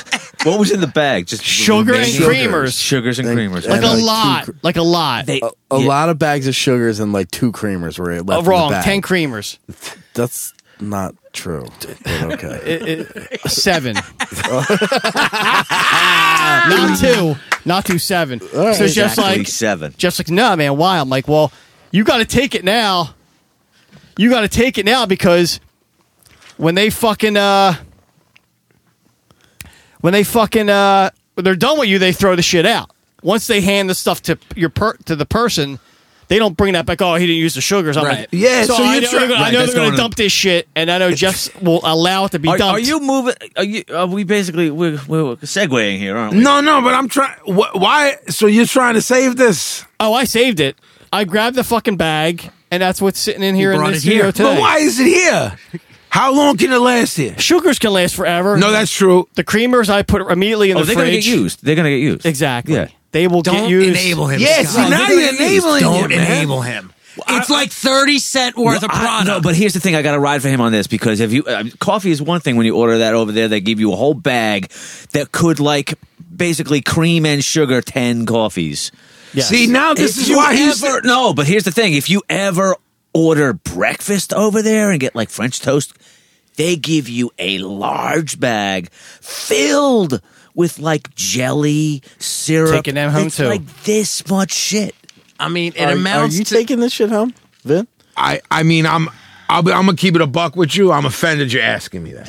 What was in the bag? Just
Sugar and
remaining-
creamers.
Sugars and
Thank-
creamers.
like
And
a
like two
lot,
cr-
like a lot.
They-
A, a
yeah.
lot of bags of sugars and like two creamers were left.
Uh,
in the
wrong,
bag.
ten creamers,
That's not true. But okay.
It- it- seven. not two, not two seven. So Jeff's
Exactly
like,
seven.
Jeff's like, no, man, why? I'm like, well, you got to take it now. You got to take it now because when they fucking uh, when they fucking uh, when they're done with you, they throw the shit out. Once they hand the stuff to your per- to the person, they don't bring that back. Oh, he didn't use the sugars. I'm like,
Right.
Yeah,
So,
so
I
you're
know,
try-
they're gonna, I
Right,
know
that's
they're going
going
to
to-
dump this shit, and I know Jeff's will allow it to be
Are,
dumped.
are you moving? Are you? Are we basically we're, we're segueing here, aren't we?
No, no, but I'm trying. Wh- why? So you're trying to save this?
Oh, I saved it. I grabbed the fucking bag, and that's what's sitting in here in
brought
this
it here.
studio today.
But why is it here? How long can it last here?
Sugars can last forever.
No, that's true.
the creamers I put immediately in
Oh,
the
they're gonna
fridge.
get used. They're gonna get used.
Exactly.
Yeah.
They will
Don't
get used.
enable him.
Yeah,
Scott.
see, now
Don't
you're enabling
Don't
him, man.
enable him. It's like thirty cent worth of
Well, I-
product.
no, but here's the thing: I got to ride for him on this because if you uh, coffee is one thing when you order that over there, they give you a whole bag that could like basically cream and sugar ten coffees.
Yes.
See,
Oh,
now this
If
is
you
why he's.
ever, no. But here's the thing: if you ever order breakfast over there and get like French toast, they give you a large bag filled with like jelly syrup.
Taking them home
It's
too.
Like this much shit.
I mean, it
Are, are
amounts
you
to
taking this shit home, Vin?
I, I mean, I'm. I'll be, I'm gonna keep it a buck with you. I'm offended you're asking me that.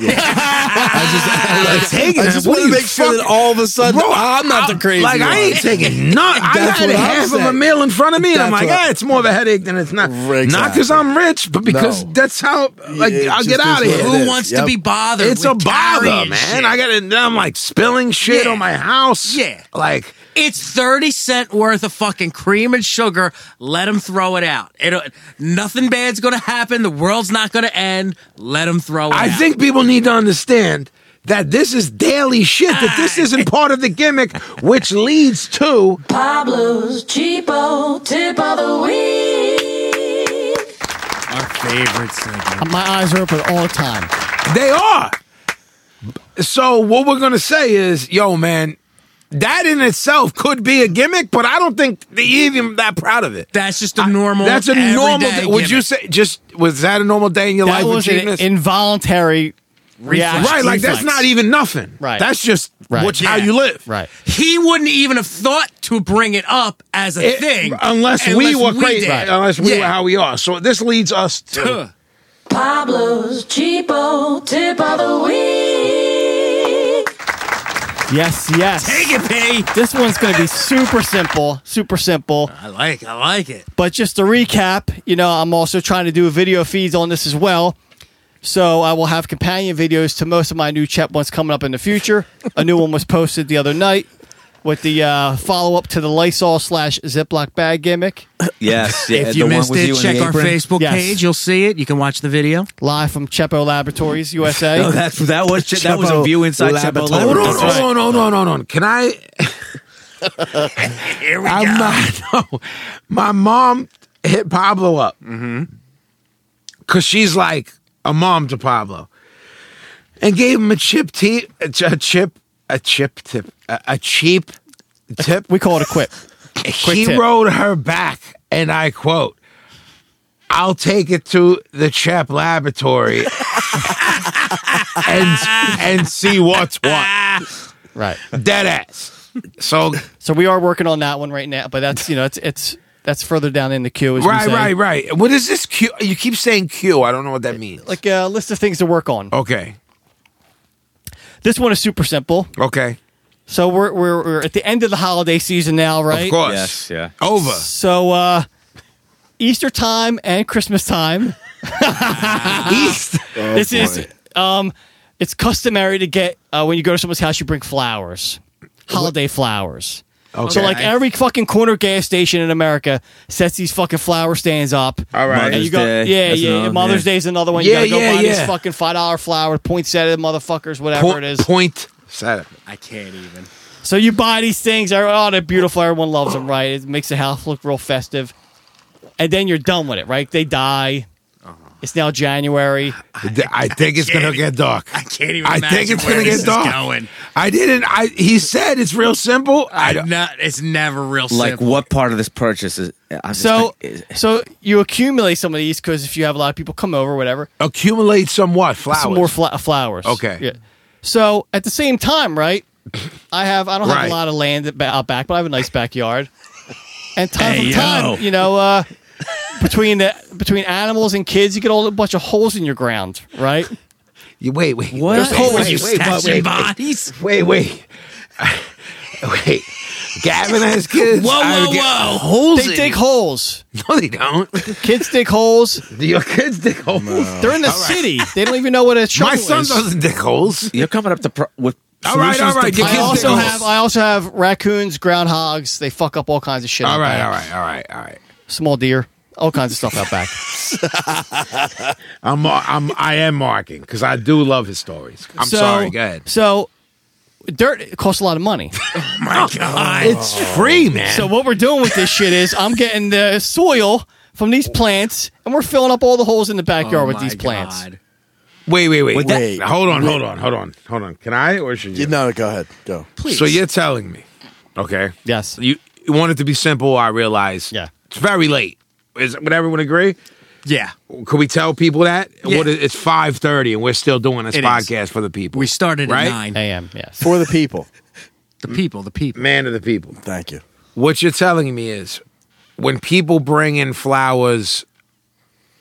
I just, I
it.
just
What
want
are
to
you
make sure that
fucking-
all of a sudden
Bro,
I'm not the crazy
Like
one.
I ain't taking none. I
That's
had
what I'm
half of a
saying.
meal in front of me, and I'm
That's
like,
what-
ah, it's more of a headache than it's not.
Exactly.
Not because I'm rich, but because
No.
that's how. Like
Yeah, it
I'll
just
get
is
out of
what it
here.
who
is.
wants to
Yep.
be bothered?
It's a
with
bother,
carrying
man.
shit?
I got it. Now I'm like spilling shit
Yeah.
on my house.
Yeah.
like
It's thirty cent worth of fucking cream and sugar. Let them throw it out. It'll, nothing bad's gonna happen. The world's not gonna end. Let them throw it.
I
out.
think people need to understand that this is daily shit. That this isn't part of the gimmick, which leads to
Pablo's cheapo tip of the week.
our favorite segment.
My eyes are open all the time.
They are. So what we're gonna say is, yo, man, that in itself could be a gimmick, but I don't think they even that proud of it.
That's just a normal.
That's a normal.
everyday
Day. Would you
gimmick.
say just was that a normal day in your
That
life? with
was an
cheapness?
involuntary reaction.
right, like that's
reflex.
not e- even nothing.
Right.
That's just
Right.
what
Yeah.
how you live.
Right.
He wouldn't even have thought to bring it up as a
It-
thing
unless, we were crazy,
did.
unless we
Yeah.
were how we are. So this leads us to.
Pablo's cheapo tip of the week.
Yes, yes.
Take it, P.
This one's going to be super simple, super simple.
I like. I like it.
But just to recap, you know, I'm also trying to do video feeds on this as well. So I will have companion videos to most of my new chat ones coming up in the future. A new one was posted the other night with the uh, follow up to the Lysol slash Ziploc bag gimmick,
Yes. yeah,
If you
the one
missed
with
it,
you in
check
the
our
apron.
Facebook
Yes.
page. You'll see it. You can watch the video.
live from Chepo Laboratories USA.
No, that's that was that was a
Chepo
view inside Chepo
Laboratories.
Hold on,
Laboratories.
hold on, hold on, hold on. Can I?
Here we
I'm not. No, my mom hit Pablo up because
Mm-hmm.
she's like a mom to Pablo, and gave him a chip tip, a ch- a chip, a chip tip, a, a cheap tip.
We call it a quip.
he
tip.
wrote her back, and I quote. I'll take it to the Chep Laboratory and and see what's what.
Right.
Dead ass. So
So we are working on that one right now, but that's, you know, it's, it's, that's further down in the queue. As we
Right,
say.
right, right. What is this Q? You keep saying Q. I don't know what that means.
Like a list of things to work on.
okay,
This one is super simple.
okay,
So we're, we're, we're at the end of the holiday season now, right?
of course.
Yes, yeah.
Over.
So uh Easter time and Christmas time. Ah.
East.
this is um it's customary to get uh, when you go to someone's house you bring flowers. Holiday flowers.
Okay.
So like every fucking corner gas station in America sets these fucking flower stands up.
All right.
And you go,
Mother's Day,
yeah,
that's
yeah.
another-
Mother's
yeah.
Day is another one.
Yeah,
you gotta go
yeah,
buy these
yeah.
fucking five dollar flower poinsettia motherfuckers, whatever
Po-
it is.
Point. Set it.
I can't even.
So you buy these things. they're- Oh, they're beautiful. Everyone loves them, right? It makes the house look real festive. And then you're done with it, right? They die.
Uh-huh.
It's now January.
I think it's gonna get dark.
I can't even.
I think
imagine
it's
where
gonna
this
get
is
dark.
Going.
I didn't. I. He said it's real simple. I.
I
don't-
not, it's never real.
Like
simple.
what part of this purchase is? I'm just
So,
think- is-
so you accumulate some of these because if you have a lot of people come over, whatever,
Accumulate some what flowers.
some more fla- flowers.
Okay.
Yeah. So at the same time, right? I have I don't have
Right.
a lot of land at ba- out back, but I have a nice backyard. And time
Hey,
from time,
yo.
you know, uh, between the between animals and kids, you get all a bunch of holes in your ground, right?
You wait, wait.
What?
There's holes.
Wait,
Wait, wait, wait,
Statuary
wait,
bodies.
wait, wait. Wait. Gavin has kids.
Whoa,
I
whoa,
get
whoa.
Holes
They
in Oh.
dig
it.
holes.
No, they don't.
Kids dig holes.
Your kids dig holes.
They're in the city. They don't even know what a shovel
My son
is.
doesn't dig holes.
You're coming up to pro- with
All right,
solutions
all
to
right, your
I
kids
also
dig
have
holes.
I also have raccoons, groundhogs. They fuck up all kinds of shit. out
All right,
back.
all right, all right, all right.
Small deer, all kinds of stuff out back.
I'm mar- I'm I am marking because I do love his stories. I'm
So-
sorry. Go ahead.
So dirt it costs a lot of money.
Oh My God, it's free, man.
so what we're doing with this shit is I'm getting the soil from these plants and we're filling up all the holes in the backyard
Oh
with these plants.
wait, wait, wait.
that-
Wait, hold on, hold on, hold on, hold on. Can I or should you?
No, go ahead. Go.
So you're telling me, okay?
Yes.
You, you want it to be simple. I realize.
Yeah.
It's very late. Is would everyone agree?
Yeah.
Could we tell people that?
Yeah.
What is, it's five thirty, and we're still doing this
It is.
podcast for the people.
We started
Right?
at nine.
I am, yes.
For the people.
The people, the people.
man of the people.
Thank you.
What you're telling me is, when people bring in flowers,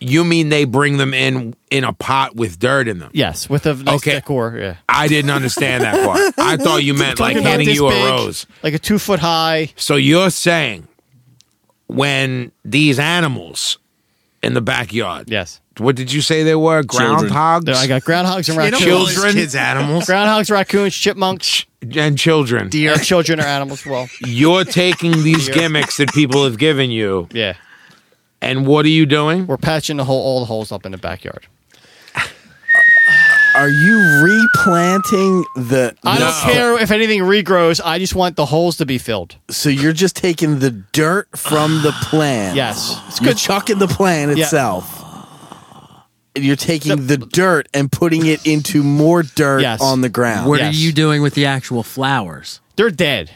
you mean they bring them in in a pot with dirt in them?
Yes, with a nice
Okay.
decor. Yeah.
I didn't understand that part. I thought you meant like
Talking about
handing
this
you a
big,
rose.
Like a two foot high.
So you're saying when these animals in the backyard,
Yes.
what did you say they were?
Children.
Groundhogs
There, I got groundhogs and
They don't
raccoons.
call us
Children.
kids, animals.
Groundhogs, raccoons, chipmunks,
and children.
and children are animals as well.
You're taking these gimmicks that people have given you,
Yeah.
and what are you doing?
We're patching the whole all the holes up in the backyard.
Are you replanting the?
I don't care if anything regrows. I just want the holes to be filled.
So you're just taking the dirt from the plant.
Yes. It's
You're
good.
chucking the plant
Yeah.
itself. And You're taking the dirt and putting it into more dirt
Yes.
on the ground.
What
Yes.
are you doing with the actual flowers?
They're dead.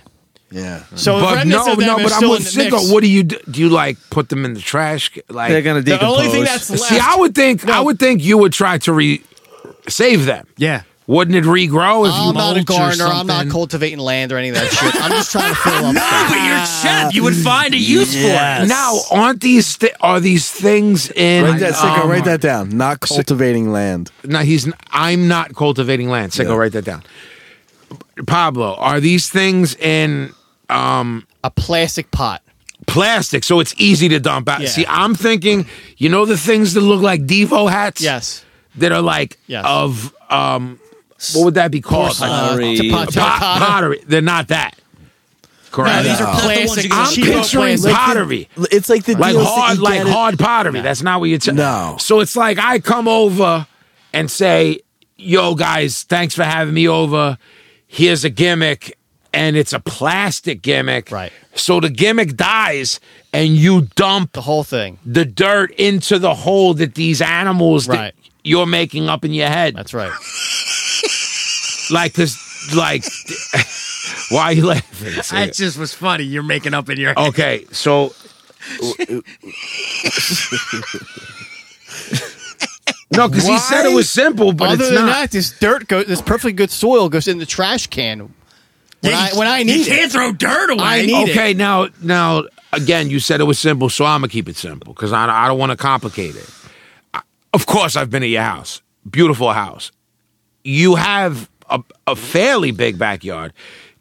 yeah.
So
But
remnants
no,
of them
no,
are
but I'm
still in
with
the mix.
Cinco. What do you do? Do you like put them in the trash? Like
They're gonna
the
decompose.
only thing that's left.
See, I would think I would think you would try to re save them.
Yeah.
Wouldn't it regrow if you
I'm not a
mulch or
gardener. I'm not
something.
cultivating land or any of that shit. I'm just trying to fill up.
But your chef, you would find a use for it.
Now, aren't these thi- are these things in?
Write that, Sicko,
um,
Oh
write that down. Not cultivating land.
No, he's. n- I'm not cultivating land. Sicko, write that down. Pablo, are these things in
A plastic pot.
plastic, so it's easy to dump out?
Yeah.
See, I'm thinking, you know, the things that look like Devo hats.
Yes.
that are like
Yes.
of um, what would that be called? Like,
Uh,
Pottery.
to pot-
pot-
to pot-
pottery. They're not that. Correct.
No, these are
ones
plastic.
you get
I'm
cheap
cheapo
picturing
plastic.
pottery.
It's like the
like
deals that
hard,
you
like
get at-
hard pottery. That's not what you're saying.
No.
So it's like I come over and say, "Yo, guys, thanks for having me over. Here's a gimmick." And it's a plastic gimmick.
Right.
So the gimmick dies and you dump
The whole thing.
the dirt into the hole that these animals that
Right.
you're making up in your head.
That's right.
like this, like, why are you laughing?
That just was funny. You're making up in your head.
Okay, so no, because he said it was simple, but
Other
it's
than
not.
that, this dirt goes. This perfectly good soil goes in the trash can. When
Yeah,
I
you-
when I
You
need
can't
it,
throw dirt away.
I need
okay, now, now again, you said it was simple, so I'm gonna keep it simple because I, I don't want to complicate it. I- of course, I've been at your house, beautiful house. You have a, a fairly big backyard.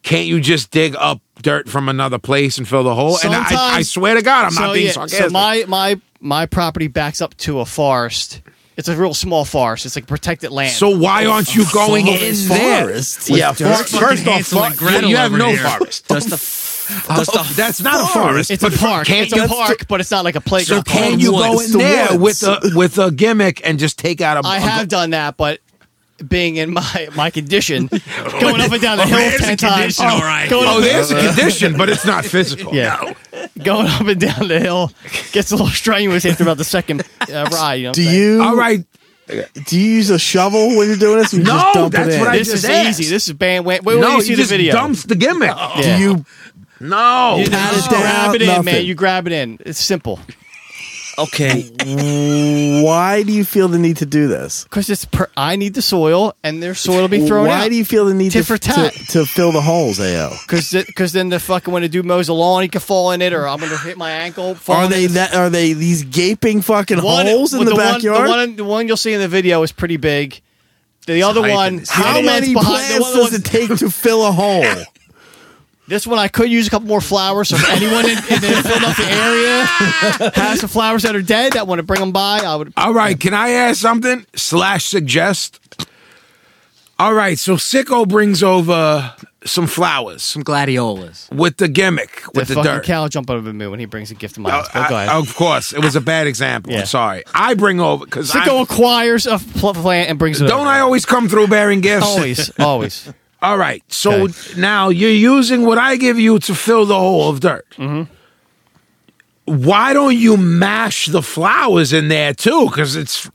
Can't you just dig up dirt from another place and fill the hole? and I, I
Sometimes-
swear to God, I'm
so,
not being
yeah,
sarcastic.
So my my my property backs up to a forest. It's a real small forest. It's like protected land.
So why aren't you going in
forest
there?
with
Yeah,
dirt.
first, first
Fucking
off,
Hansel and
fuck-
Gretel
you have
over
no
here.
forest.
Does the, does the
That's not a forest.
it's a park.
Can't
It's a park, but it's not like a playground.
you, can you go
woods.
in
The
there
woods.
with a with a gimmick and just take out a?
I
a-
have done that, but being in my my condition, going up and down the
Oh,
hill
there's a
ten times.
condition, all right.
Going,
Oh,
up,
there's a condition, but it's not physical.
Yeah. going up and down the hill gets a little strenuous after about the second uh, ride. You know what
Do
I'm saying?
you
All right.
do you use a shovel when you're doing this? Or you
No,
just dump
that's
it in?
what I
This
just
is
asked.
easy. This is band. Wait, wait,
no,
you
he
see the
just
video.
dumps the gimmick.
Oh.
Yeah.
Do you
No.
You
pat it
just grab
down?
it in, man.
Nothing.
You grab it in. It's simple.
Okay.
Why do you feel the need to do this?
Because it's per- I need the soil, and their soil will be thrown
Why
out.
do you feel the need
Tit
to,
for
to,
tat.
to fill the holes, AO?
Because then the fucking when a dude mows the lawn, he could fall in it, or I'm gonna hit my ankle. fall
Are
in
they
it.
that? Are they these gaping fucking holes in
well,
the,
one-
backyard?
the, one, the one you'll see in the video is pretty big. The other
hyping
one,
this.
the
How
other one's
many
behind- the
plants
other
does
one's-
it take to fill a hole?
This one I could use a couple more flowers. So if anyone in, in the Philadelphia area has some flowers that are dead that want to bring them by, I would.
All right, can I ask something slash suggest? All right, so Sicko brings over some flowers
Some gladiolas.
with the gimmick
The,
with the, Oh,
fucking
dirt. Uh,
cow jump over me when he brings a gift to my
Oh,
house. But
I-
go ahead.
of course, it was a bad example.
Yeah.
I'm sorry. I bring over because
Sicko acquires a pl- plant and brings it.
don't
over.
I always come through bearing gifts?
Always, always.
All right. So
Okay.
now you're using what I give you to fill the hole of dirt.
Mm-hmm.
Why don't you mash the flowers in there too? Because it's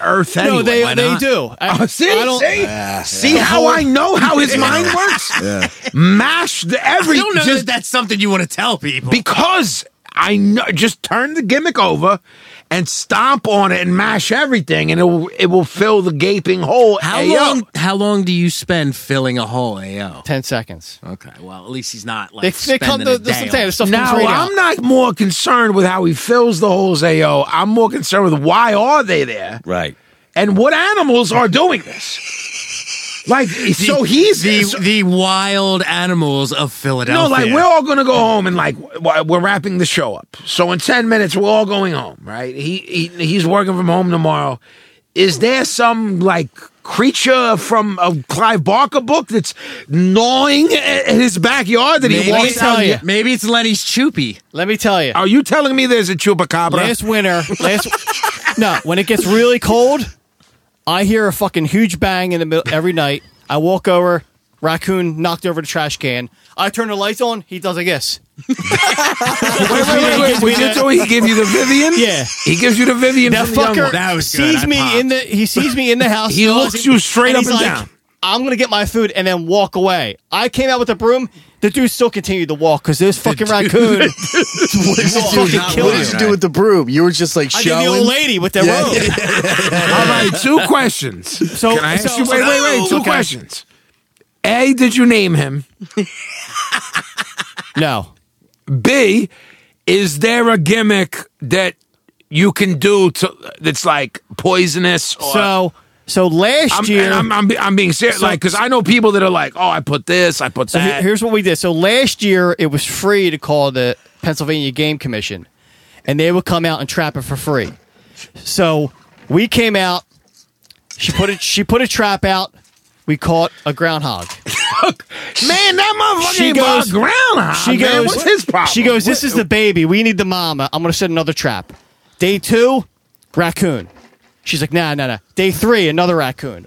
earth anyway.
no, Oh, they
Why
they
not?
do. I,
Oh, see,
I don't-
see, see how I know how his mind works. Mash the
I
every
don't know
just
that that's something you want to tell people.
because I know. Just turn the gimmick over and stomp on it and mash everything, and it will it will fill the gaping hole.
how
Hey, yo.
long? How long do you spend filling a hole, Ao?
Ten seconds.
Okay. Well, at least he's not like
They, they come.
spending
The,
a
the,
day
the, the
on-
stuff comes
Now
right out.
I'm not more concerned with how he fills the holes, AO. I'm more concerned with why are they there
Right.
and what animals are doing this. Like so he's
the
so-
the wild animals of
no,
Philadelphia.
like we're all gonna go home and like w- w- we're wrapping the show up. So in ten minutes we're all going home, right? He, he he's working from home tomorrow. Is there some like creature from a Clive Barker book that's gnawing at at his backyard that
Maybe,
he walks
it's-
out?
tell you.
maybe it's Lenny's Choopy.
Let me tell you.
Are you telling me there's a chupacabra?
Last winter, last no, when it gets really cold, I hear a fucking huge bang in the middle every night. I walk over, raccoon knocked over the trash can. I turn the lights on. He does like this.
Wait, wait, wait, wait. Was it so he gave you the Vivian?
Yeah.
He gives you the Vivian
That
from the young
fucker
one.
That was good.
sees
I
me
popped.
in the. He sees me in the house.
He looks you straight up
he's
and
like,
down.
I'm gonna get my food and then walk away. I came out with a broom. The dude still continued to walk because this fucking raccoon would fucking kill
what did
you.
you do with the broom? You were just like
I
showing.
did the old lady with the
Yeah.
robe.
All right, two questions.
So-
Can I ask
so-
you? Wait, wait,
Oh,
wait. Two
Okay.
questions. A, did you name him?
No,
B, is there a gimmick that you can do to that's like poisonous? Or,
so so last
I'm,
year
and I'm, I'm, I'm being serious,
So-
like because I know people that are like, oh, I put this, I put
So he-
that.
here's what we did. So last year it was free to call the Pennsylvania Game Commission, and they would come out and trap it for free. So we came out. She put a she put a trap out. We caught a groundhog.
man, that motherfucker
She
ain't goes,
goes-
ground. She
She
goes, man,
goes.
what's his problem?
She goes. This is the baby. We need the mama. I'm gonna set another trap. Day two, raccoon. She's like, nah, nah, nah. Day three, another raccoon.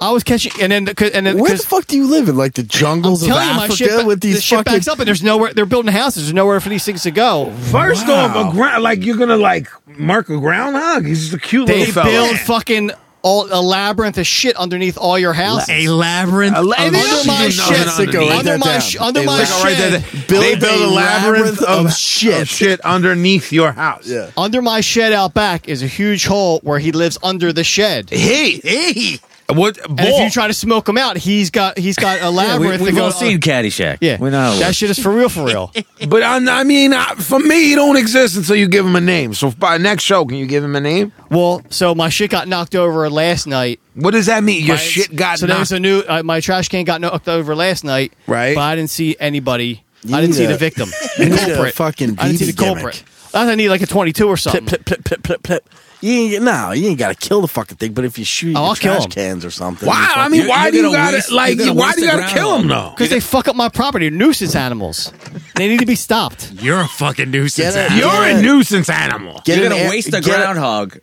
I was catching, and then and then
Where the
'cause-
fuck do you live in? Like the jungles of
Tell you, my
Africa
shit, ba-
with
the
these
shit
fucking.
backs up, and there's nowhere. They're building houses. There's nowhere for these things to go.
First off, a ground like you're gonna like mark a groundhog. He's just a cute
They
little fella.
build fucking all a labyrinth of shit underneath all your houses.
A labyrinth.
A la-
of-
They
Under
don't
my
do nothing
shit,
underneath.
Sicko, write
under
that
my
down.
sh- under
They
my
literally-
Right there,
shed,
they-
Build
they build
a
a labyrinth
labyrinth
of,
of shit.
of shit underneath your house.
Yeah.
under my shed out back is a huge hole where he lives under the shed. And
Hey, hey, what?
if
bull.
you try to smoke him out, he's got he's got a
Yeah, we,
labyrinth.
we've
to go,
all seen Caddyshack.
uh, yeah,
We know how it
that
works.
shit is for real, for real.
but I, I mean, I, for me, he don't exist until you give him a name. So by next show, can you give him a name?
well, so my shit got knocked over last night.
What does that mean? Your
My-
shit got
so there
knocked.
was a new uh, my trash can got knocked over last night.
Right.
but I didn't see anybody.
You
I didn't
need
see
a-
the victim.
you
The
need a
culprit.
fucking
I didn't see the
BB gimmick.
culprit. I thought I need like a twenty-two or something.
Plip, plip, plip, plip, plip, plip. You ain't, no, you ain't got to kill the fucking thing. But if you shoot
Oh, I'll
your
kill
trash
him.
cans or something,
why?
you
I
fucking-
mean, why
you're
do you
gonna
gotta
waste-
like?
you're gonna
Why
waste
do you
the
gotta kill him though?
Because they fuck up my property. Nuisance animals. They need to be stopped.
You're a fucking nuisance.
Get it.
Al.
You're a nuisance animal.
Get
you're
an
gonna
air-
waste a
get a-
groundhog,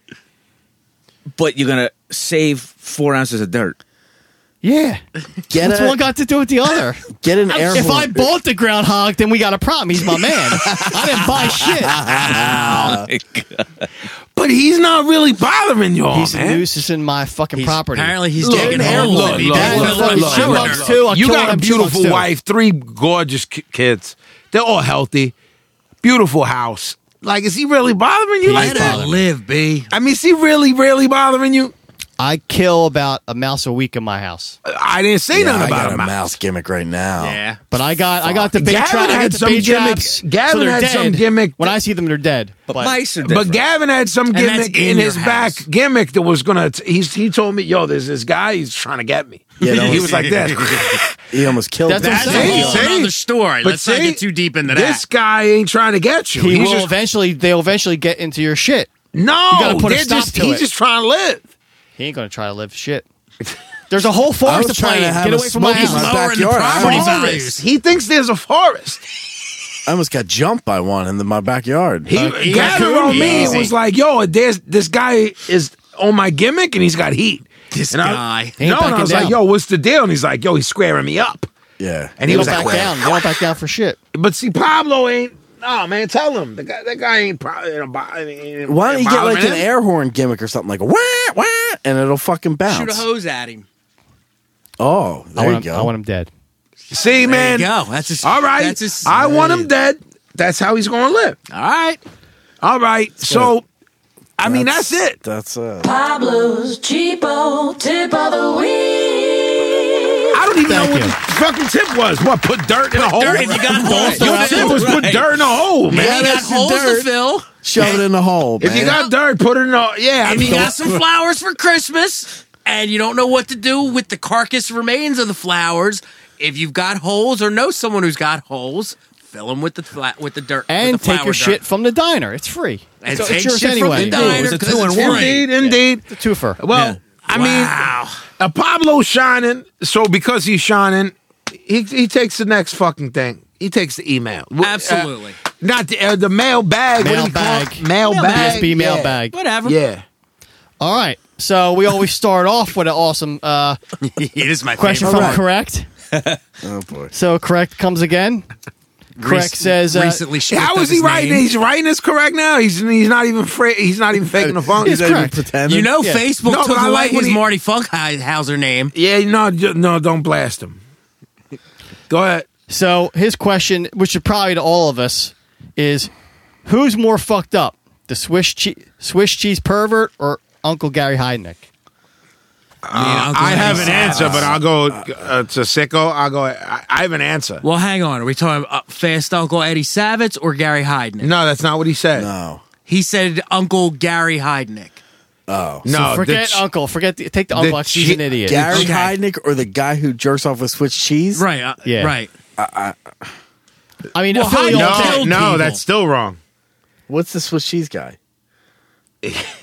but you're gonna save four ounces of dirt.
Yeah.
Get
What's
a-
one got to do with the other?
Get an air
if I
balloon.
bought the groundhog, then we got a problem. He's my man. I didn't buy shit.
But he's not really bothering you,
He's a
man.
nuisance in my fucking
He's-
property.
Apparently, he's
Look,
taking
look,
home.
look,
with me.
look,
That's
look,
a
look,
little
look,
Two
similar.
months too. I'll
you
kill
got a
them two
beautiful
months too.
wife, three gorgeous ki- kids. They're all healthy, beautiful house. Like, is he really bothering you like uh,
Let it
that?
live, B.
I mean, is he really, really bothering you?
I kill about a mouse a week in my house.
I didn't say
Yeah,
nothing
I
about
got
him.
a
I-
mouse gimmick right
Oh.
now.
Yeah, but I got I got the bait
Gavin
trap. I got
had
the
some
bait
gimmick-
traps,
Gavin
they're
had some
dead
gimmick-
When I see them, they're dead. But,
mice are
But
different.
Gavin had some
that's
gimmick in,
in your
his
house.
back gimmick that was gonna. T- he's, he told me, "Yo, there's this guy. He's trying to get me."
Yeah, that
he
was-
was like that.
He almost killed
That's
me.
what I'm
That's
saying.
a
See,
whole
see?
other story.
But
Let's not
see,
get too deep into that.
This guy ain't trying to get you. he's
he will
just,
eventually. They'll eventually get into your shit.
no.
gotta put a
they're
stop
just,
to
he's
it.
just trying to live.
He ain't gonna try to live shit. There's a whole
I
forest
was
to
trying
play.
to
in.
have
Get
a
away from my
smoke in
house.
my
Lowering the
backyard. I
property
almost-
values.
He thinks there's a forest.
I almost got jumped by one in the, my backyard.
He Gavin
Coon,
on me
easy.
was like, "Yo, there's this guy is on my gimmick and he's got heat."
This
and
guy.
I,
ain't
no, and I
backing
was like,
down.
"Yo, what's the deal?" And he's like, "Yo, he's squaring me up."
yeah.
And he
They don't
was like,
back
"Well,
down. They don't back down for shit.
But see, Pablo ain't. No, man, tell him the guy. That guy ain't probably. You know,
Why don't you get like an air horn gimmick or something like a wah, wah, and it'll fucking bounce.
Shoot a hose at him.
Oh, there
I want
you
him,
go.
I want him dead.
See,
There
man.
you go. That's his.
All right.
That's his,
I want him dead. That's how he's going to live.
All right.
All right. So, I mean, that's it.
That's uh,
Pablo's cheapo tip of the week.
I don't even know what the fucking tip was. What? Put dirt in a hole.
Dirt, if you got holes
Your
to
tip
fill.
was put dirt in a hole, man.
If you got
that's the
holes to
dirt.
fill.
shove it in the hole.
If you
man.
got dirt, put it in a yeah. I
If
mean,
you got some flowers for Christmas and you don't know what to do with the carcass remains of the flowers, if you've got holes or know someone who's got holes, fill them with the fla- with the dirt with
And
the flower
take your
dirt.
shit from the diner. It's free.
And
it's,
take
it's yours
shit
anyway.
from the diner
It's a
'cause
two
it's
and one.
free.
indeed, indeed.
It's a twofer.
Well, I
Wow.
mean, a Pablo shining. So because he's shining, he he takes the next fucking thing. He takes the email. W- uh,
Absolutely.
not the uh, the mail bag. What do you call it?
Mailbag.
Mail bag.
BSB mail
yeah.
bag.
Whatever.
Yeah.
All right. So we always start off with an awesome uh,
it is my
question
favorite.
from correct.
oh boy,
So correct comes again. Correct
Rec-
says uh,
recently. shit
How
up
is
his
he writing?
name.
He's writing this correct now. He's he's not even fra- he's not even faking the funk.
He's
Not even
correct.
pretending.
You know,
Yeah.
Facebook
No,
took
but I
away
like when
his
he-
Marty Funkhauser name.
yeah. No. ju- No. Don't blast him. Go ahead.
So his question, which is probably to all of us, is who's more fucked up, the Swiss che- Swiss cheese pervert or Uncle Gary Heidnick?
Yeah, Uncle
Uh, I
Gary
have an
said
answer,
it.
but I'll go uh, to sicko. I'll go. I, I have an answer.
Well, hang on. Are we talking about uh, Fast Uncle Eddie Savitz or Gary Heidnick?
No, that's not what he said.
no.
He said Uncle Gary Heidnick.
No, Oh, the
forget
ch-
Uncle. Forget the, take the uncle. out, She's
che-
an idiot.
Gary
Okay.
Heidnick or the guy who jerks off with Swiss cheese?
Right. Uh,
Yeah.
Right.
I mean,
Well,
Philly
Heidnick-
all day.
No,
killed
no,
people.
that's still wrong.
What's the Swiss cheese guy?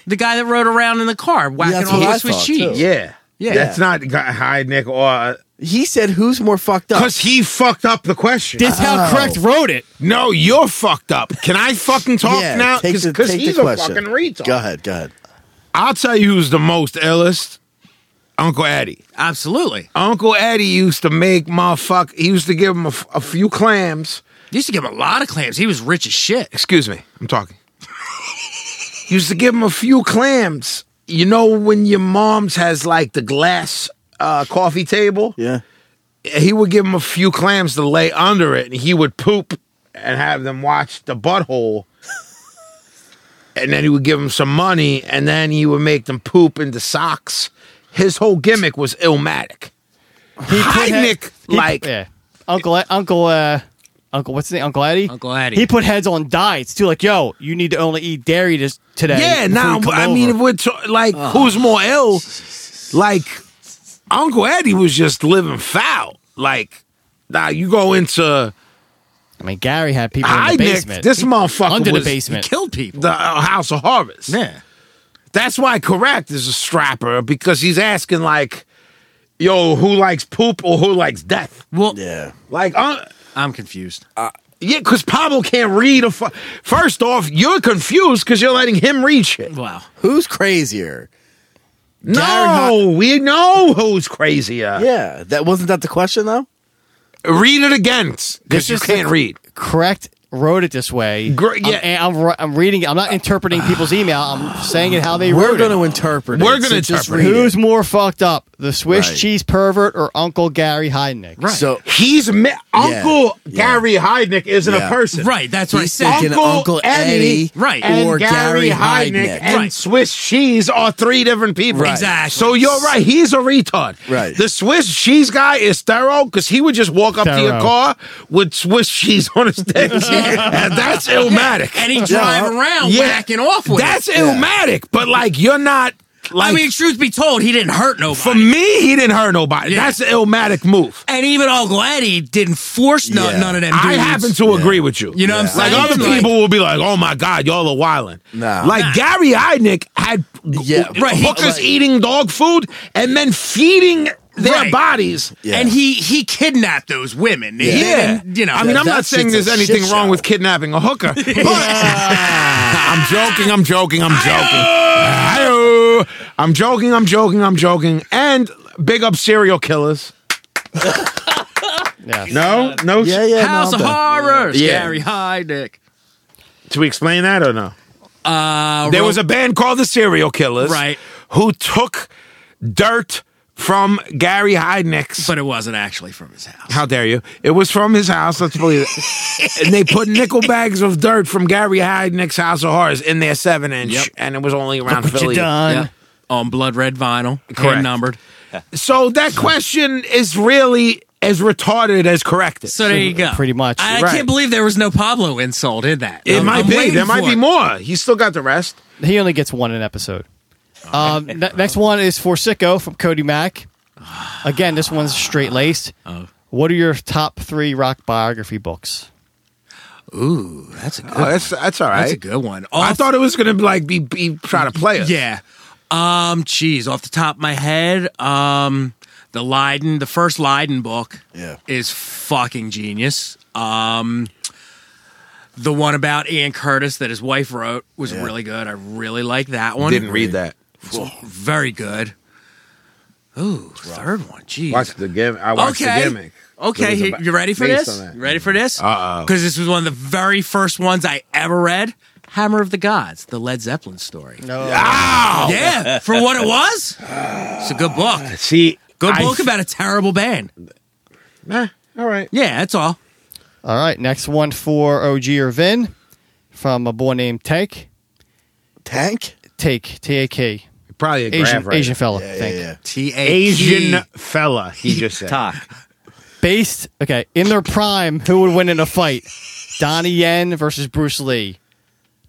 The guy that rode around in the car whacking
that's
all
what
the
I
Swiss
thought,
cheese.
too.
Yeah. Yeah. That's not high Nick or
He said, "Who's more fucked up?"
because he fucked up the question.
This how correct wrote it.
no, you're fucked up. Can I fucking talk
yeah,
now?
take the-
Because
take the
he's a
question.
fucking retard.
Go ahead, go ahead.
I'll tell you who's the most illest. Uncle Eddie.
Absolutely.
Uncle Eddie used to make motherfuck. He used to give him a, f- a few clams.
They used to give him a lot of clams. He was rich as shit.
Excuse me, I'm talking. used to give him a few clams. You know when your mom's has like the glass uh, coffee table.
Yeah,
he would give him a few clams to lay under it, and he would poop and have them watch the butthole. and then he would give them some money, and then he would make them poop into socks. His whole gimmick was illmatic. Heidnick,
He-
like
yeah. Uncle Ed- Uncle uh, Uncle what's his name? Uncle Eddie.
Uncle Eddie.
He put heads on diets too. Like, yo, you need to only eat dairy this, today.
yeah.
before
Now
you come
I
over. Uh-huh.
mean, if we're ta- like, who's more ill? Like Uncle Eddie was just living foul. Like now you go into
I mean, Gary had people in the
Heidnick.
basement.
This motherfucker
under the
was
basement.
Killed people.
The uh, House of Harvest.
yeah.
That's why correct is a strapper because he's asking like, yo, who likes poop or who likes death?
Well,
yeah.
Like, uh,
I'm confused.
yeah, because Pablo can't read a. Fu- First off, you're confused because you're letting him read shit.
wow.
Who's crazier?
No, we know who's crazier.
Yeah, that wasn't that the question though.
Read it again because you
is
can't read.
correct wrote it this way.
Gr- yeah.
I'm, I'm, ri- I'm reading it. I'm not interpreting people's email. I'm saying it how they
We're
wrote
going
it.
to interpret it.
We're gonna
so just
interpret it.
read
Who's more fucked up, the Swiss
Right.
cheese pervert or Uncle Gary Heidnick?
Right.
So
He's me- Uncle
Yeah.
Gary Heidnick isn't
Yeah.
a person.
Right, that's what
he's
I said.
thinking Uncle, Eddie,
Right.
And
or
Gary, Heidnick, and
Right.
Swiss cheese are three different people.
Right.
Exactly.
So you're right. He's a retard.
Right.
The Swiss cheese guy is thorough because he would just walk up to your
Thorough.
car with Swiss cheese on his dick, and that's illmatic.
And he drive around
Yeah.
whacking off with
that's
it.
illmatic. But like, you're not. Like,
I mean, truth be told, he didn't hurt nobody.
for me, he didn't hurt nobody.
Yeah.
That's an illmatic move.
and even Uncle Eddie didn't force no,
Yeah.
none of them dudes.
I happen to agree with you.
You know what I'm
Like
saying?
other people will be like, "Oh my God, y'all are wilding."
Nah.
Like Gary Idnick had
Yeah,
right, he-
hookers
right.
eating dog food and then feeding their
Right.
bodies.
Yeah.
And he he kidnapped those women. He
Yeah.
didn't, you know.
I mean, I'm
that
not saying
shit's
there's
a
anything
shit
wrong
show.
with kidnapping a hooker. but- I'm joking. I'm joking. I'm joking. Hi-yo. I'm joking. I'm joking. I'm joking. And big up serial killers.
Yes.
No, no.
Yeah, yeah. no,
House
I'm
of
done.
Horrors.
Yeah.
Gary Heidnick.
To explain that or no?
Uh,
There
Ro-
was a band called the Serial Killers,
Right.
Who took dirt from Gary Heidnick's.
but it wasn't actually from his house.
How dare you? It was from his house. Let's believe it. and they put nickel bags of dirt from Gary Heidnick's House of Horrors in their seven inch,
Yep.
and it was only around
What you
Philly.
done?
Yeah. On blood red vinyl,
Correct.
numbered.
So that question is really as retarded as corrected.
So there you go.
Pretty much.
I, I
Right.
can't believe there was no Pablo insult in that.
it
I'm-
might
I'm
be.
waiting
There might
for
be
it.
more. He still got the rest.
He only gets one an episode. Um, ne- next one is for Sicko from Cody Mack. Again, this one's straight laced.
Oh.
What are your top three rock biography books?
Ooh, that's a good.
Oh, that's that's all right.
That's a good one.
I
Off-
thought it was gonna be like be, be try to play us.
Yeah. Um, geez, off the top of my head, um, the Leiden, the first Leiden book
Yeah.
is fucking genius. Um, the one about Ian Curtis that his wife wrote was really good. I really like that one.
didn't read that.
Very good. Ooh, third one. Geez.
Watch the gimmick. I watched
Okay.
the gimmick.
Okay,
It was
he-
about-
you ready for
based
this?
on that.
You ready for this?
Uh-oh.
Because this was one of the very first ones I ever read. Hammer of the Gods, the Led Zeppelin story.
No.
Ow!
Yeah, for what it was, it's a good book.
See,
Good
I-
book about a terrible band.
Nah, all right.
Yeah, that's all.
All right, next one for OG or Vin from a boy named Tank.
Tank?
Take T A K.
Probably a grab
Asian
writer.
Asian fella.
Yeah, yeah,
Tank.
yeah.
T A
Asian fella. He just said.
Talk.
Based okay in their prime, who would win in a fight? Donnie Yen versus Bruce Lee.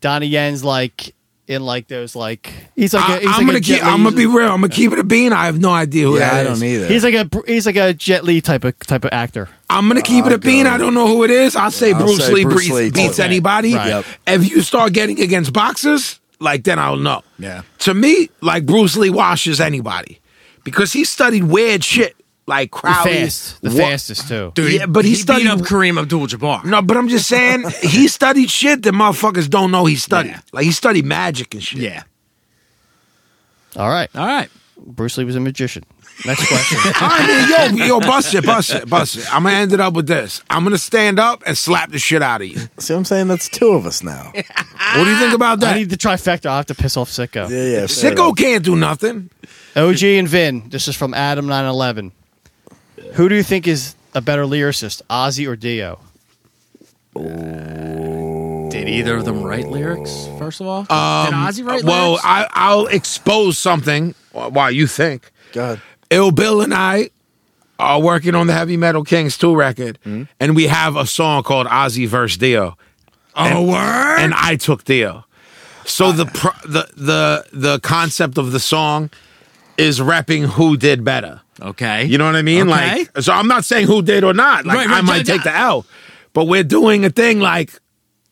Donnie Yen's like in like those like he's like a,
I,
he's
am
like a
gonna
Jet
keep.
Li-
I'm gonna be real. I'm gonna keep it a bean. I have no idea who
Yeah,
that
I
is.
don't either.
He's like a Bru- he's like a Jet Li type of type of actor.
I'm gonna keep it a bean. I don't know who it is. I'll say
I'll
Bruce
say
Lee
Bruce
beats,
Lee,
beats
too.
anybody.
Right.
Yep.
If you start getting against boxers, like then I'll know.
Yeah.
To me, like Bruce Lee washes anybody because he studied weird shit like Crowley.
Fast, the
Wa-
fastest too.
Dude,
Yeah, but he
he,
studied-
beat up Kareem Abdul-Jabbar.
No, but I'm just saying he studied shit that motherfuckers don't know he studied.
Yeah.
Like he studied magic and shit.
Yeah.
All right,
All right.
Bruce Lee was a magician. Next question.
All right, yo, yo, bust it, bust it, bust it. I'm gonna end it up with this. I'm gonna stand up and slap the shit out of you.
See what I'm saying? That's two of us now. Yeah,
What do you think about
I
that?
need the trifecta. I have to piss off Sicko.
yeah. fair
Sicko can't do nothing.
OG and Vin. This is from Adam nine eleven. Who do you think is a better lyricist, Ozzy or Dio?
Did either of them write lyrics, first of all? Did Ozzy write
Um, Uh, well,
lyrics?
I, I'll expose something while you think.
God.
Ill Bill and I are working on the Heavy Metal Kings 2 record, and we have a song called Ozzy vs. Dio. Oh, word? And I took Dio. So the, pro- the the the concept of the song is repping who did better.
okay.
You know what I mean?
Okay.
Like, so I'm not saying who did or not. Like,
Right, right,
I might
yeah,
take the L, but we're doing a thing like,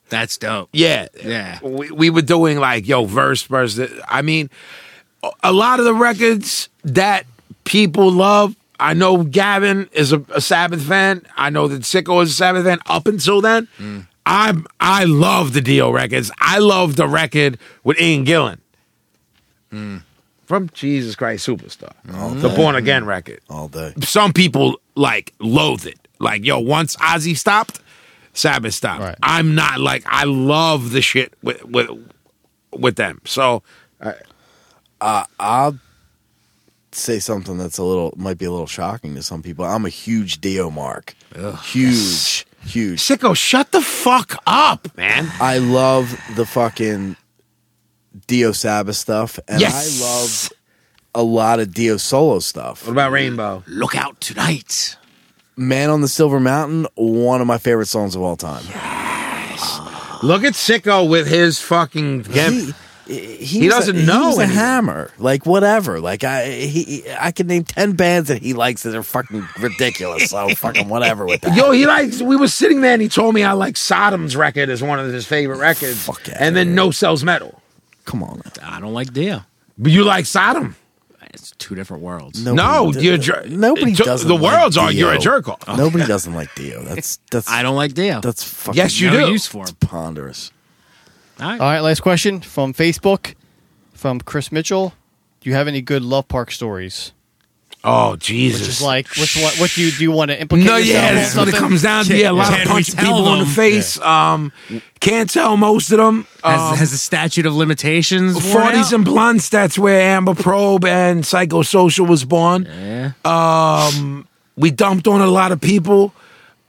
That's dope.
yeah,
Yeah.
We, we were doing like, yo, verse, verse. th- I mean, a- a lot of the records that people love. I know Gavin is a, a Sabbath fan. I know that Sicko is a Sabbath fan. Up until then,
Mm.
I'm I love the Dio records. I love the record with Ian Gillan. From Jesus Christ Superstar, the Born Again record
All day.
some people like loathe it. Like, yo, once Ozzy stopped, Sabbath style.
Right.
I'm not like I love the shit with with with them. So
say something that's a little might be a little shocking to some people. I'm a huge Dio mark. Huge, huge.
sicko, shut the fuck up, man.
I love the fucking Dio Sabbath stuff, and
Yes.
I love a lot of Dio solo stuff.
What about Rainbow?
Look out tonight.
Man on the Silver Mountain, one of my favorite songs of all time.
Look at sicko with his fucking.
He,
He
was
doesn't
a,
know
He was a
anything.
hammer, like whatever. Like I, he, I can name ten bands that he likes that are fucking ridiculous. so fucking whatever with that.
Yo, he likes. We were sitting there, and he told me I like Sodom's record as one of his favorite records,
Fuck yeah.
and then No Sells Metal.
Come on, now.
I don't like Dio.
But you like Sodom?
It's two different worlds.
no,
d-
you're a jer-
nobody
Ju-
doesn't.
The
like
world's are you're a
Dio.
jerk off.
Nobody doesn't like Dio. That's that's
I don't like Dio.
That's fucking
Yes, you
no
do.
use for him.
ponderous.
All right.
All right, last question from Facebook from Chris Mitchell. Do you have any good love park stories?
Oh
Which
Jesus!
is like, which what, what do you do? You want to implicate
No,
yourself?
yeah,
in
that's what it
something?
comes down to. Yeah, a lot
Can
of
we
punch
tell
people in the
them?
face. Um, can't tell most of them.
Has,
Um,
has the statute of limitations. worn out?
Forties and blunts. That's where Amber Probe and Psychosocial was born. Um, we dumped on a lot of people.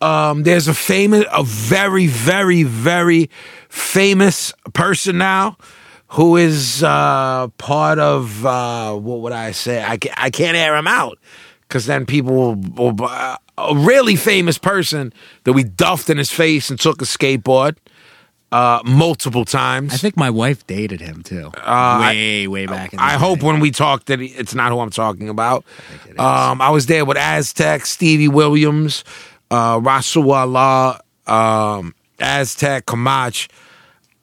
Um, there's a famous, a very, very, very famous person now who is uh, part of uh, what would I say? I can't, I can't air him out because then people will. will bu- a really famous person that we duffed in his face and took a skateboard uh, multiple times.
I think my wife dated him too. way, way back. In the
Uh, I hope
day.
when we talk that it's not who I'm talking about. um, I was there with Aztec, Stevie Williams, uh, Rasuala, um, Aztec, Kamach.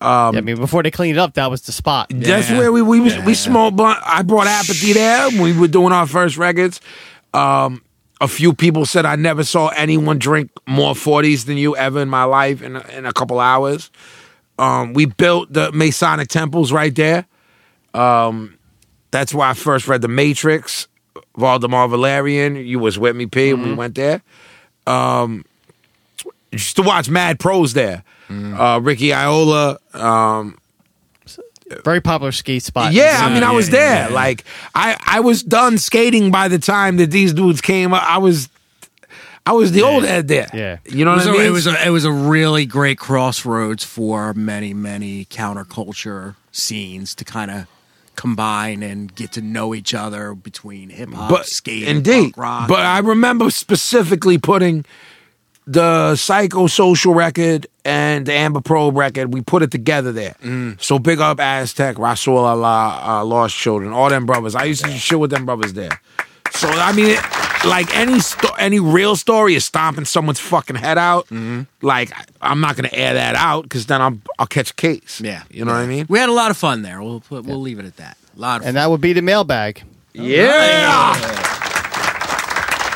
Yeah, I mean, before they cleaned it up, that was the spot.
That's where we we, we smoked blunt. I brought apathy there when we were doing our first records. Um, a few people said I never saw anyone drink more 40s than you ever in my life in a, in a couple hours. Um, we built the Masonic temples right there. Um, that's why I first read The Matrix. Valdemar Valerian, you was with me, P. When we went there just to watch Mad Pros there. Uh, Ricky Iola,
Very popular skate spot.
Yeah, I mean, I was there. Like, I I was done skating by the time that these dudes came. I was, I was the old head there.
Yeah.
you know
It was,
what I
a,
mean.
it was a it was a really great crossroads for many many counterculture scenes to kind of combine and get to know each other between hip hop,
but
skate,
indeed.
punk rock.
But I remember specifically putting the psychosocial record and the Amber Probe record. We put it together there.
Mm.
So big up Aztec, Rasul Allah, uh, Lost Children, all them brothers. I used to shit with them brothers there. So I mean, it, like any sto- any real story is stomping someone's fucking head out.
Mm-hmm.
Like I'm not gonna air that out because then I'm I'll catch a case.
Yeah.
you know what I mean.
we had a lot of fun there. We'll put, we'll leave it at that. A lot of
And
fun.
that would be the mailbag.
Yeah.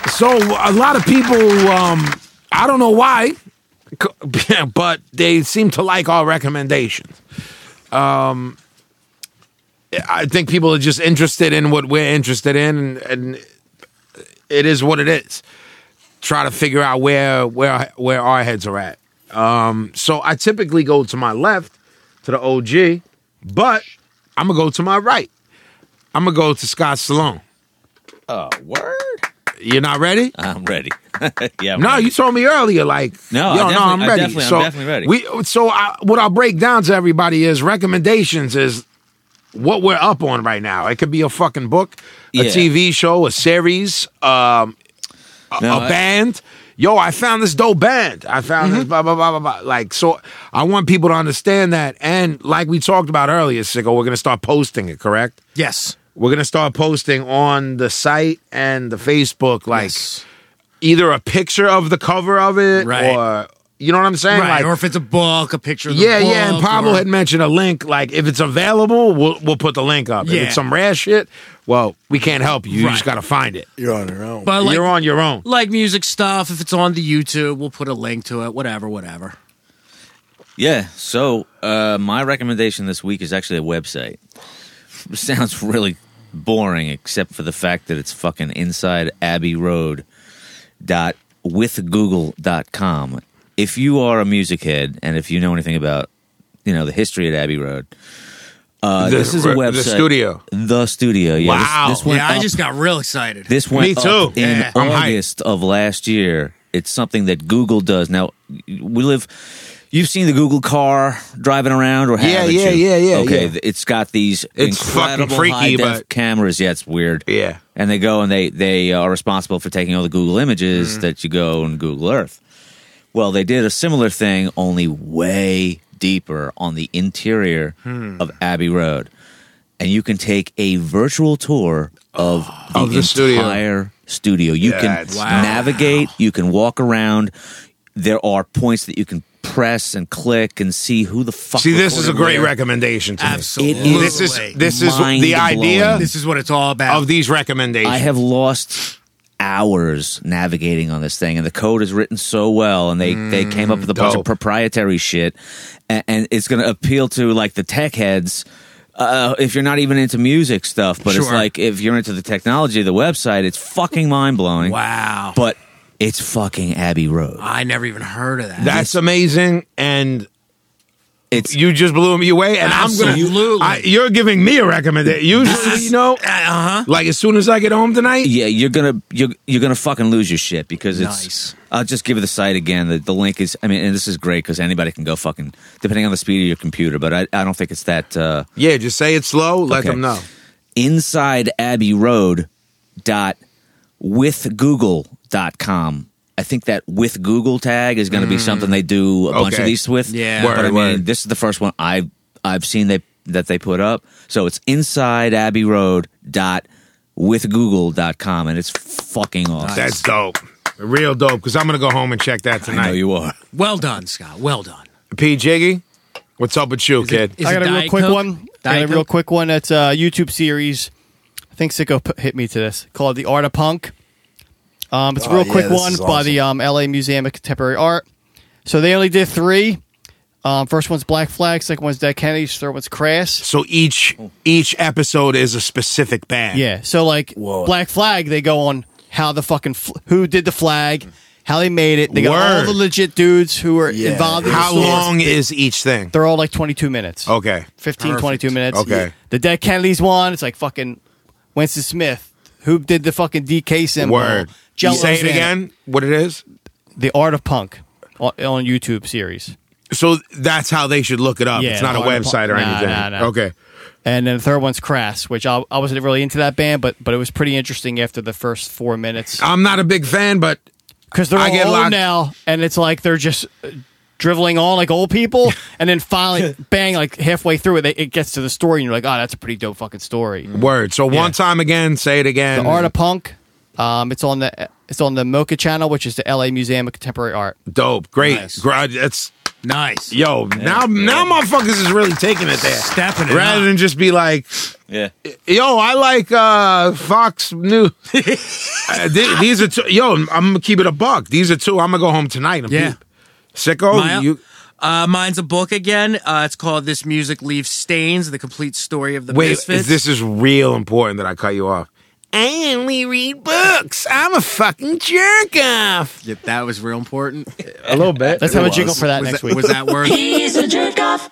So a lot of people, um, I don't know why, c- but they seem to like our recommendations. Um, I think people are just interested in what we're interested in, and, and it is what it is. Try to figure out where where where our heads are at. Um, so I typically go to my left to the OG, but I'm gonna go to my right. I'm gonna go to Scott Stallone.
Oh, word!
You're not ready?
I'm ready. yeah. I'm
No,
ready.
you told me earlier, like,
No, I
yo, no,
definitely-
I'm
I
ready.
definitely- I'm
so
definitely ready.
We, so I, what I'll break down to everybody is recommendations is what we're up on right now. It could be a fucking book, a
Yeah.
TV show, a series, um, a,
No,
a
I- Mm-hmm.
band. Yo, I found this dope band. I found this blah blah blah blah blah. Like, so I want people to understand that. And like we talked about earlier, Sicko, we're gonna start posting it. Correct?
yes,
We're gonna start posting on the site and the Facebook. Like
yes.
either a picture of the cover of it
Right.
or you know what I'm saying?
right.
Like,
or if it's a book, a picture. Of the
yeah, yeah. And
book,
Pablo
or-
had mentioned a link. Like if it's available, we'll we'll put the link up. If
Yeah.
it's some rare shit, well, we can't help you. You just
Right.
gotta find it.
You're on your own.
but like,
You're on your own.
like music stuff. If it's on the YouTube, we'll put a link to it. Whatever, whatever.
Yeah. So uh, my recommendation this week is actually a website. Sounds really boring, except for the fact that it's fucking inside Abbey Road dot with Google dot com. if you are a music head and if you know anything about you know the history at Abbey Road, uh,
The-
this is a
the
website.
studio.
The studio. Yeah, this-
Wow.
This, went
yeah, I
up-
just got real excited.
This went
Me
up
too.
in
Yeah, I'm hyped.
August of last year. It's something that Google does. Now we live. You've seen the Google car driving around, or
Yeah,
haven't
yeah,
you?
yeah, yeah,
Okay,
yeah.
th- it's got these
It's fucking
incredible
freaky,
high def
but-
cameras. Yeah, it's weird.
Yeah.
and they go and they they uh, are responsible for taking all the Google
Mm-hmm.
images that you go and Google Earth. Well, they did a similar thing, only way deeper on the interior
Hmm.
of Abbey Road, and you can take a virtual tour of the,
Of the studio.
entire studio. You can
That's-
navigate. You can walk around. There are points that you can press and click and see who the fuck.
See, this is a
recorded
great
where.
recommendation to me.
Absolutely.
It
This is
Way.
this is the
Mind-blowing.
idea
This is what it's all about.
of these recommendations.
I have lost hours navigating on this thing, and the code is written so well, and they they
Mm,
came up with a bunch
dope.
of proprietary shit, and, and it's going to appeal to like the tech heads. Uh, if you're not even into music stuff, but it's
Sure.
like if you're into the technology of the website, it's fucking mind blowing.
wow.
But it's fucking Abbey Road.
I never even heard of that.
That's amazing, and
It's
you just blew me away. And I'm gonna,
Absolutely.
I, you're giving me a recommendation. Usually, you know,
uh huh.
like as soon as I get home tonight,
yeah, you're gonna you're, you're gonna fucking lose your shit because it's.
Nice.
I'll just give the site again. The, the link is. I mean, and this is great because anybody can go fucking depending on the speed of your computer. But I, I don't think it's that. Uh,
yeah, just say it slow. Let
Okay.
them know.
inside Abbey Road dot with Google dot com. I think that with Google tag is going to be something they do a bunch
Mm.
of
Okay.
these with.
Yeah.
but I
Word,
mean,
word.
this is the first one I I've seen they that they put up. So it's inside Abbey Road dot with Google dot com, and it's fucking awesome.
That's dope, real dope. Because I'm gonna go home and check that
I know
tonight.
you are.
Well done, Scott. Well done.
P Jiggy, what's up with you, kid?
Is
I
it
got a real
Diet
quick
Coke?
one. I
Diet
got a real
Coke?
quick one. That's a YouTube series. I think Sicko p- hit me to this called "The Art of Punk." Um, it's a
Oh,
real
yeah,
quick
this
one
is
by the um, LA Museum of Contemporary Art. So they only did three. Um, first one's Black Flag. Second one's Dead Kennedys. Third one's Crash.
So each each episode is a specific band.
Yeah. So like
Whoa.
Black Flag, they go on how the fucking fl- who did the flag, how they made it. They got
Word.
all the legit dudes who were
Yeah.
involved. In the
How
story.
long is each thing?
They're all like twenty-two minutes.
Okay.
15, 22 minutes.
Okay.
The Dead Kennedys one, it's like fucking Winston Smith. Who did the fucking DK symbol?
Word.
Jello's
Say it
in
again. What it is?
The Art of Punk on, on YouTube series.
So that's how they should look it up.
Yeah,
Um, it's not a
no, I-
website or
nah,
anything.
nah, nah.
Okay.
And then the third one's Crass, which I, I wasn't really into that band, but but it was pretty interesting after the first four minutes
I'm not a big fan, but
because they're
I get
all
locked-
old now, and it's like they're just uh, driveling on like old people, and then finally, bang, like halfway through it, it gets to the story, and you're like, oh, that's a pretty dope fucking story.
word. So one time again, say it again.
The Art of Punk. Um, it's on the it's on the Mocha channel, which is the LA Museum of Contemporary Art.
Dope. Great.
Nice.
Gra- That's
Nice.
yo. Now now motherfuckers is really taking it there.
Stepping it
Rather
up.
than just be like,
Yeah.
yo, I like uh, Fox News. Uh, th- these are two. Yo, I'm gonna keep it a buck. These are two. I'm gonna go home tonight. And
Yeah.
peep. Sicko,
Maya?
you
Uh, mine's a book again. Uh, it's called "This Music Leaves Stains: The Complete Story of the
wait.
Misfits."
This is real important that I cut you off. I only read books. I'm a fucking jerk off.
Yeah, that was real important.
A little bit.
Let's have a jingle for that
was,
next
that,
week.
was that worth?
He's a jerk off.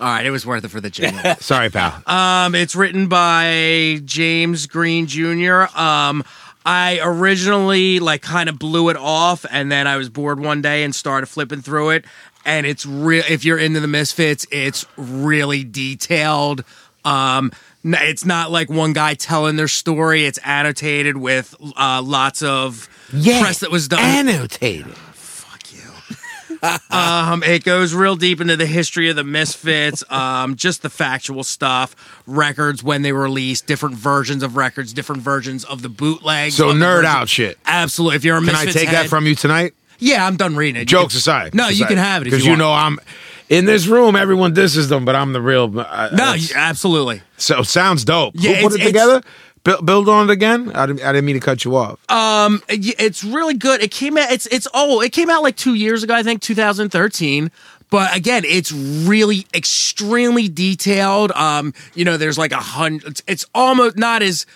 All right, it was worth it for the jingle.
Sorry, pal.
Um, it's written by James Green Jr. Um, I originally like kind of blew it off, and then I was bored one day and started flipping through it. And it's real. If you're into the Misfits, it's really detailed. Um, n- it's not like one guy telling their story. It's annotated with uh, lots of press that was done.
Annotated.
Um, it goes real deep into the history of the Misfits, um, just the factual stuff, records when they were released, different versions of records, different versions of the bootlegs.
So
of the
nerd
versions-
out shit.
Absolutely. If you're a
Can
Misfits
I take
head-
that from you tonight?
Yeah, I'm done reading it. You
Jokes
can-
aside.
No, you can have it if
because
you
you
want.
know I'm in this room. Everyone disses them, but I'm the real. I,
No,
I-
you- absolutely.
so sounds dope.
Yeah,
Who put
it's-
it
it's-
together? Bu- build on it again. I didn't, I didn't mean to cut you off.
Uh, y- It's really good. It came out. It's it's oh, it came out like two years ago, I think, 2013. But again, it's really extremely detailed. Um, you know, there's like a hundred. It's, it's almost not as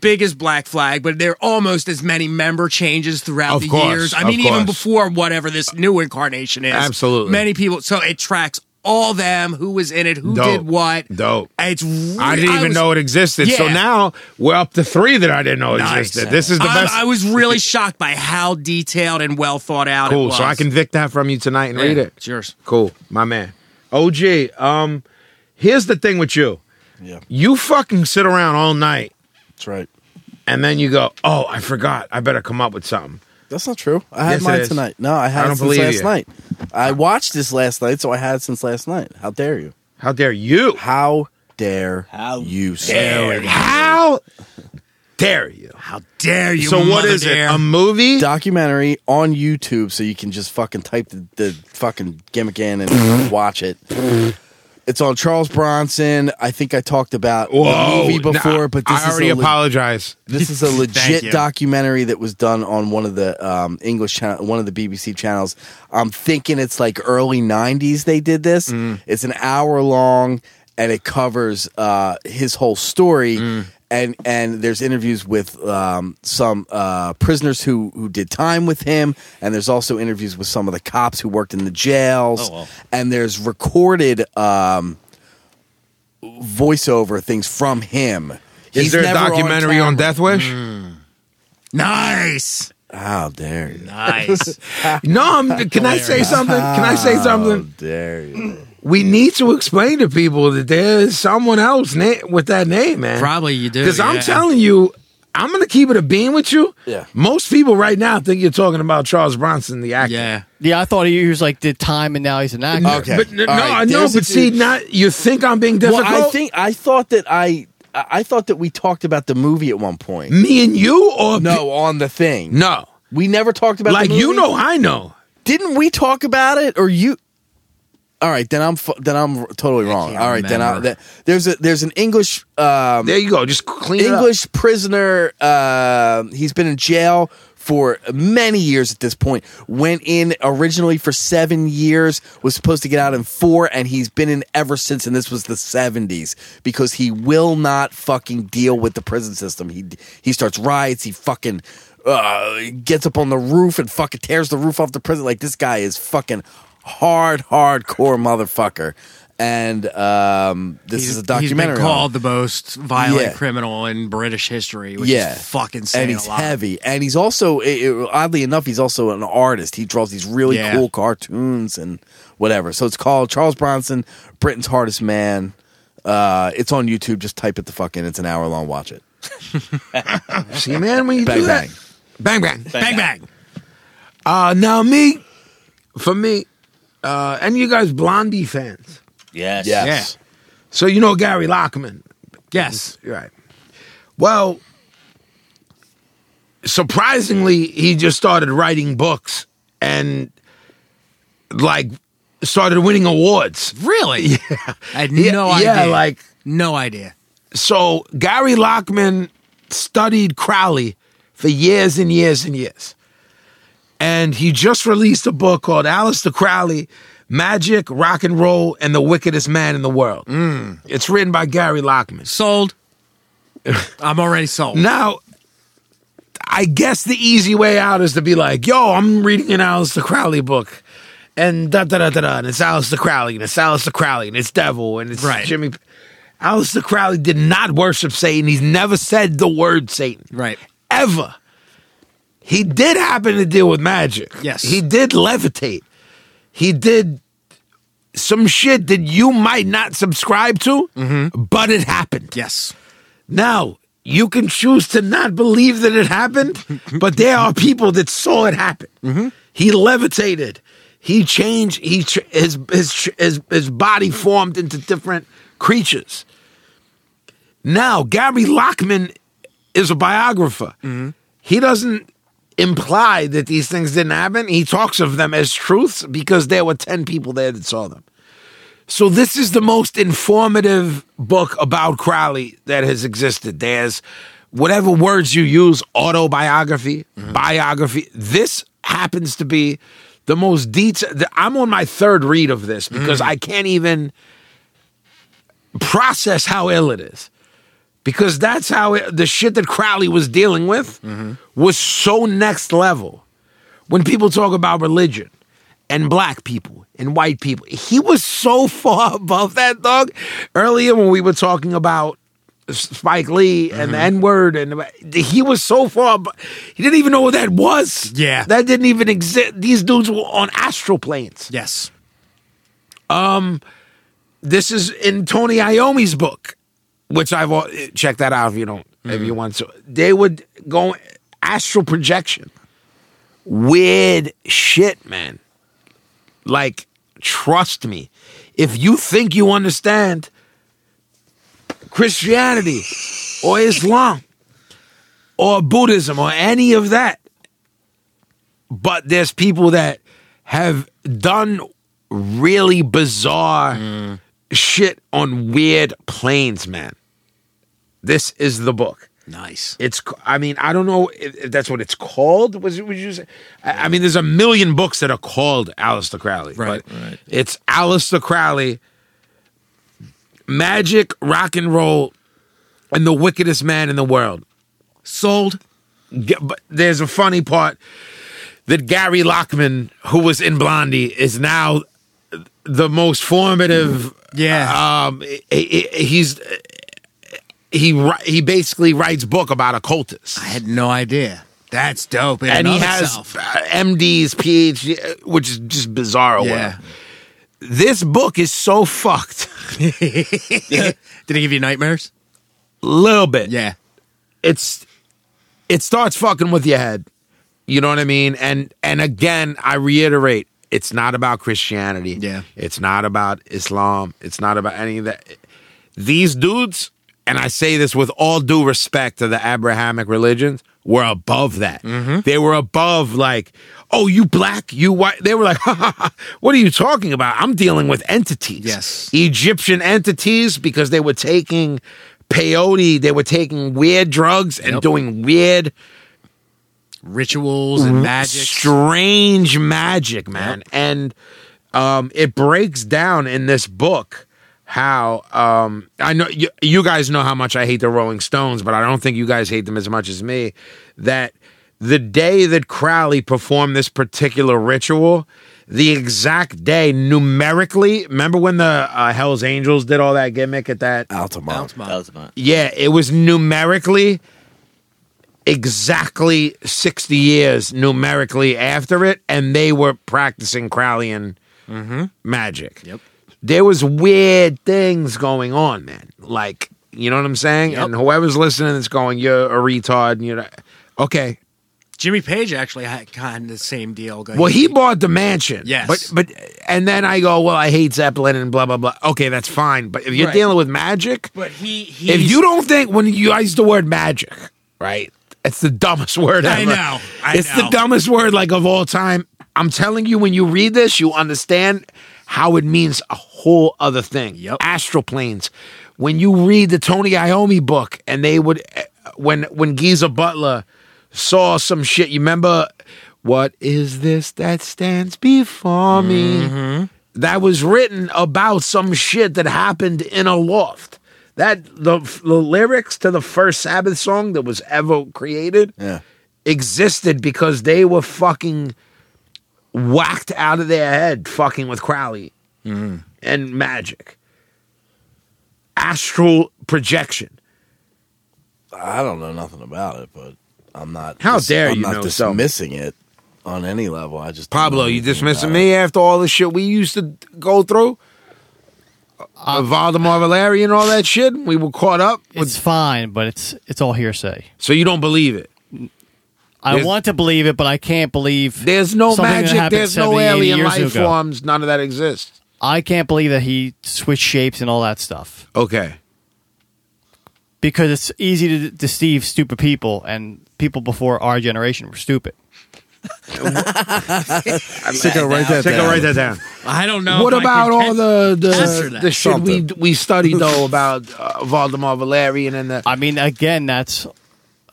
big as Black Flag, but there are almost as many member changes throughout
Of
the
course,
years. I
of
mean, even
course.
before whatever this new incarnation is.
Absolutely.
Many people. So it tracks all them, who was in it, who
Dope.
did what.
Dope.
It's re-
I didn't even
was-
know it existed. So
Yeah.
now we're up to three that I didn't know
Nice.
existed. This is the
I,
best.
I was really shocked by how detailed and well thought out it
cool.
was.
So I can vic that from you tonight and read it.
It's yours.
Cool, my man. OG, um, here's the thing with you.
Yeah.
You fucking sit around all night
That's right.
and then you go, "Oh, I forgot. I better come up with something."
That's not true. I had
Yes, it
mine
is.
tonight. No, I had
I
it
don't
since
believe
last
you.
night. I watched this last night, so I had it since last night. How dare you?
How dare you?
How dare you, sir?
How dare you?
How dare you?
so what
Mother
is
Dare.
it? Um, A movie?
Documentary on YouTube, so you can just fucking type the, the fucking gimmick in and watch it. It's on Charles Bronson. I think I talked about
Whoa!
the movie
Oh, Nah,
before, but this
I already
is a le-
apologize.
This is a
you.
legit documentary that was done on one of the um, English channel, one of the BBC channels. I'm thinking it's like early '90s. They did this.
Mm.
It's an hour long, and it covers uh, his whole story.
Mm.
And and there's interviews with um, some uh, prisoners who who did time with him, and there's also interviews with some of the cops who worked in the jails.
Oh,
And there's recorded. Um, voiceover things from him.
Is
He's
there a
never
documentary on,
camera. Mm.
Death Wish?
Nice.
How dare you?
Nice.
No, I'm, can I say something? Can I say
How
something?
dare you?
we need to explain to people that there's someone else na- with that name, man.
Probably you do.
Because I'm
yeah.
telling you, I'm gonna keep it a beam with you.
Yeah.
Most people right now think you're talking about Charles Bronson, the actor.
Yeah.
Yeah, I thought he was like did time and now he's an actor.
Okay.
But n- no,
All right,
I know.
there's a
But see,
dude-
not you think I'm being
well,
difficult.
I think I thought that I I I thought that we talked about the movie at one point.
me and you or
No, on the thing.
no.
we never talked about. the
Like you
movie?
know, I know.
didn't we talk about it or you? All right, then I'm fu- then I'm totally wrong. All right, then I,
remember.
that, there's a there's an English um,
There you go. Just clean it up.
English prisoner. Uh, he's been in jail for many years at this point. Went in originally for seven years, was supposed to get out in four, and he's been in ever since. And this was the seventies because he will not fucking deal with the prison system. He he starts riots. He fucking. Uh, gets up on the roof and fucking tears the roof off the prison. Like this guy is fucking hard, hardcore motherfucker. And um, this is a documentary.
He's
on
been
him.
called the most violent
Yeah.
criminal in British history, which
yeah,
is fucking saying
and he's
a lot.
heavy, and he's also i i- oddly enough, he's also an artist. He draws these really
Yeah.
cool cartoons and whatever. So it's called Charles Bronson, Britain's Hardest Man. Uh, it's on YouTube. Just type it the fuck in. It's an hour long. Watch it.
See, man, when you
Bang,
do
bang.
that, bang bang,
Bang bang.
Uh, now me, for me, uh, and you guys, Blondie fans.
Yes.
Yes.
So you know Gary Lockman.
Yes.
You're right. Well, surprisingly, he just started writing books and like started winning awards.
Really? Yeah. I had
Yeah,
no
yeah,
idea.
like-
no idea.
So Gary Lockman studied Crowley for years and years and years. And he just released a book called Alistair Crowley Magic, Rock and Roll, and the Wickedest Man in the World. It's written by Gary Lockman.
Sold. I'm already sold.
Now, I guess the easy way out is to be like, yo, I'm reading an Alistair Crowley book. And da da da da da, and it's Alistair Crowley, and it's Alistair Crowley, and it's Devil, and it's
Right.
Jimmy. Alistair Crowley did not worship Satan. He's never said the word Satan.
Right.
Ever. He did happen to deal with magic.
Yes.
He did levitate. He did some shit that you might not subscribe to,
Mm-hmm.
but it happened.
Yes.
Now, you can choose to not believe that it happened, but there are people that saw it happen. He levitated. He changed. He ch- his, his his his body formed into different creatures. Now, Gary Lockman is a biographer. He doesn't imply that these things didn't happen. He talks of them as truths because there were ten people there that saw them. So this is the most informative book about Crowley that has existed. There's whatever words you use, autobiography, biography. This happens to be the most detailed. I'm on my third read of this because I can't even process how ill it is. because that's how it, the shit that Crowley was dealing with was so next level. When people talk about religion and black people and white people, he was so far above that dog. Earlier when we were talking about Spike Lee and the N word, and he was so far, abo- he didn't even know what that was.
Yeah.
that didn't even exist. These dudes were on astral planes
Yes.
this is in Tony Iommi's book, which I've al- check that out if you don't if you want to. They would go astral projection, weird shit, man. Like, trust me, if you think you understand Christianity or Islam or Buddhism or any of that, but there's people that have done really bizarre shit on weird planes, man. This is the book.
Nice.
It's. c- I mean, I don't know if, if that's what it's called. Was it? Would you say? I, I mean, there's a million books that are called Aleister Crowley.
Right.
but It's Aleister Crowley, magic, rock and roll, and the wickedest man in the world.
Sold.
Yeah, but there's a funny part that Gary Lockman, who was in Blondie, is now the most formative.
Yeah.
um, he- he- he's he ri- he basically writes book about occultists,
I had no idea. That's dope. In
and he
of
has
itself.
uh, MDs, PhD, uh, which is just bizarre. or
Yeah.
whatever. this book is so fucked,
Did he give you nightmares?
little bit.
Yeah.
it's it starts fucking with your head. You know what I mean? And and again, I reiterate, it's not about Christianity.
Yeah.
It's not about Islam. It's not about any of that. These dudes, and I say this with all due respect to the Abrahamic religions, were above that. They were above like, oh, you black, you white. They were like, what are you talking about? I'm dealing with entities.
Yes.
Egyptian entities because they were taking peyote, they were taking weird drugs and doing weird,
Rituals
Mm-hmm.
and magic.
strange magic, man. And um, it breaks down in this book how um, I know you, you guys know how much I hate the Rolling Stones, but I don't think you guys hate them as much as me. That the day that Crowley performed this particular ritual, the exact day numerically, remember when the uh, Hell's Angels did all that gimmick at that
Altamont.
That was about.
yeah, it was numerically exactly 60 years numerically after it, and they were practicing Crowleyan
Mm-hmm.
magic. Yep. There was weird things going on, man. Like, you know what I'm saying? And whoever's listening is going, you're a retard, and you're not. Okay.
Jimmy Page actually had kind of the same deal. going-
Well, he bought the mansion.
Yes.
But but and then I go, well, I hate Zeppelin and blah blah blah. Okay, that's fine. But if you're
Right.
dealing with magic,
But he. he
if you don't think when you I use the word magic, right? It's the dumbest word
I
ever.
know, I
it's
know.
the dumbest word like of all time. I'm telling you, when you read this, you understand how it means a whole other thing.
Yep.
Astral planes. When you read the Tony Iommi book, and they would eh, when when Giza Butler saw some shit. You remember what is this that stands before me?
Mm-hmm.
that was written about some shit that happened in a loft. That the, the lyrics to the first Sabbath song that was ever created
Yeah.
existed because they were fucking whacked out of their head, fucking with Crowley Mm-hmm. and magic, astral projection.
I don't know nothing about it, but I'm not.
How dare
I'm
you
not
know so.
dismissing it on any level. I just don't
Pablo,
know
you
Mm-hmm.
anything
dismissing
about
me after all the shit we used to go through? Uh, Valdemar Valeri and all that shit. We were caught up.
It's fine, but it's it's all hearsay.
So you don't believe it?
I
There's-
want to believe it, but I can't believe
There's no
something that
magic.
happened
There's no
70, 80
alien
years
life
ago.
forms. None of that exists.
I can't believe that he switched shapes and all that stuff
Okay.
because it's easy to d- deceive stupid people, and people before our generation were stupid.
Sicko, write that
Take a
down.
write that down.
I don't know.
What
if I
about
can-
all the
answer
the,
that.
the shit we we studied though about uh, Valdemar Valerian and the
I mean, again, that's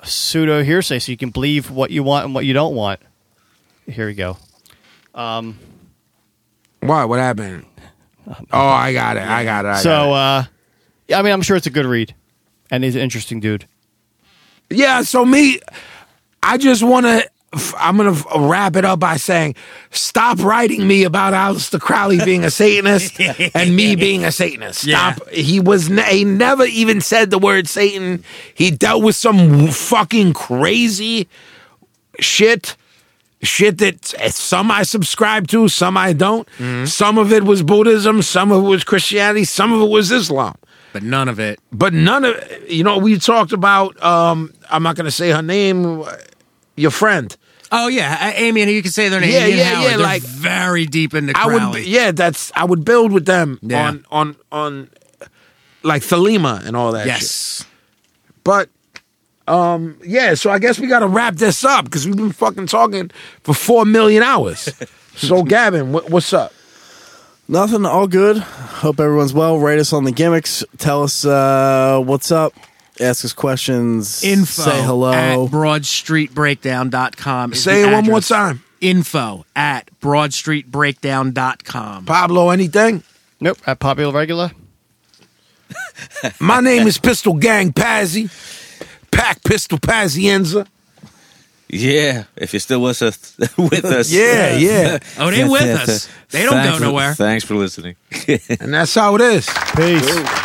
pseudo hearsay, so you can believe what you want and what you don't want. Here we go.
why? What
Uh,
happened? Oh, I got it. I got it. I got
so, uh, yeah, I mean, I'm sure it's a good read.
it.
and he's an interesting dude.
Yeah, so me, I just want to. I'm gonna wrap it up by saying, stop writing me about Aleister Crowley being a Satanist and me being a Satanist. Stop. He was. Ne- he never even said the word Satan. He dealt with some fucking crazy shit. Shit that eh, some I subscribe to, some I don't. Some of it was Buddhism, some of it was Christianity, some of it was Islam
but none of it.
but none of you know we talked about um i'm not gonna say her name your friend
Oh yeah, A- Amy and you can say their name.
Yeah,
Ian
yeah,
Howard.
yeah,
They're
like-
very deep into
i
Crowley.
would yeah that's i would build with them
Yeah.
on on on like thelema and all that shit.
yes.
but um yeah so i guess we gotta wrap this up because we've been fucking talking for four million hours so gavin what, what's up
Nothing, all good. Hope everyone's well. Rate us on the gimmicks. Tell us uh, what's up. Ask us questions.
Info
Say
at
hello.
broadstreetbreakdown.com. is
say
the
it one more
address.
time
Info at broadstreetbreakdown.com.
pablo anything
Nope, at Popular Regular.
my name is pistol gang pazzi pack pistol pazienza
Yeah, if you're still with us, with us.
yeah yeah
Oh, they with us. They don't
Thanks
go
for-
nowhere.
Thanks for listening.
and that's how it is
Peace.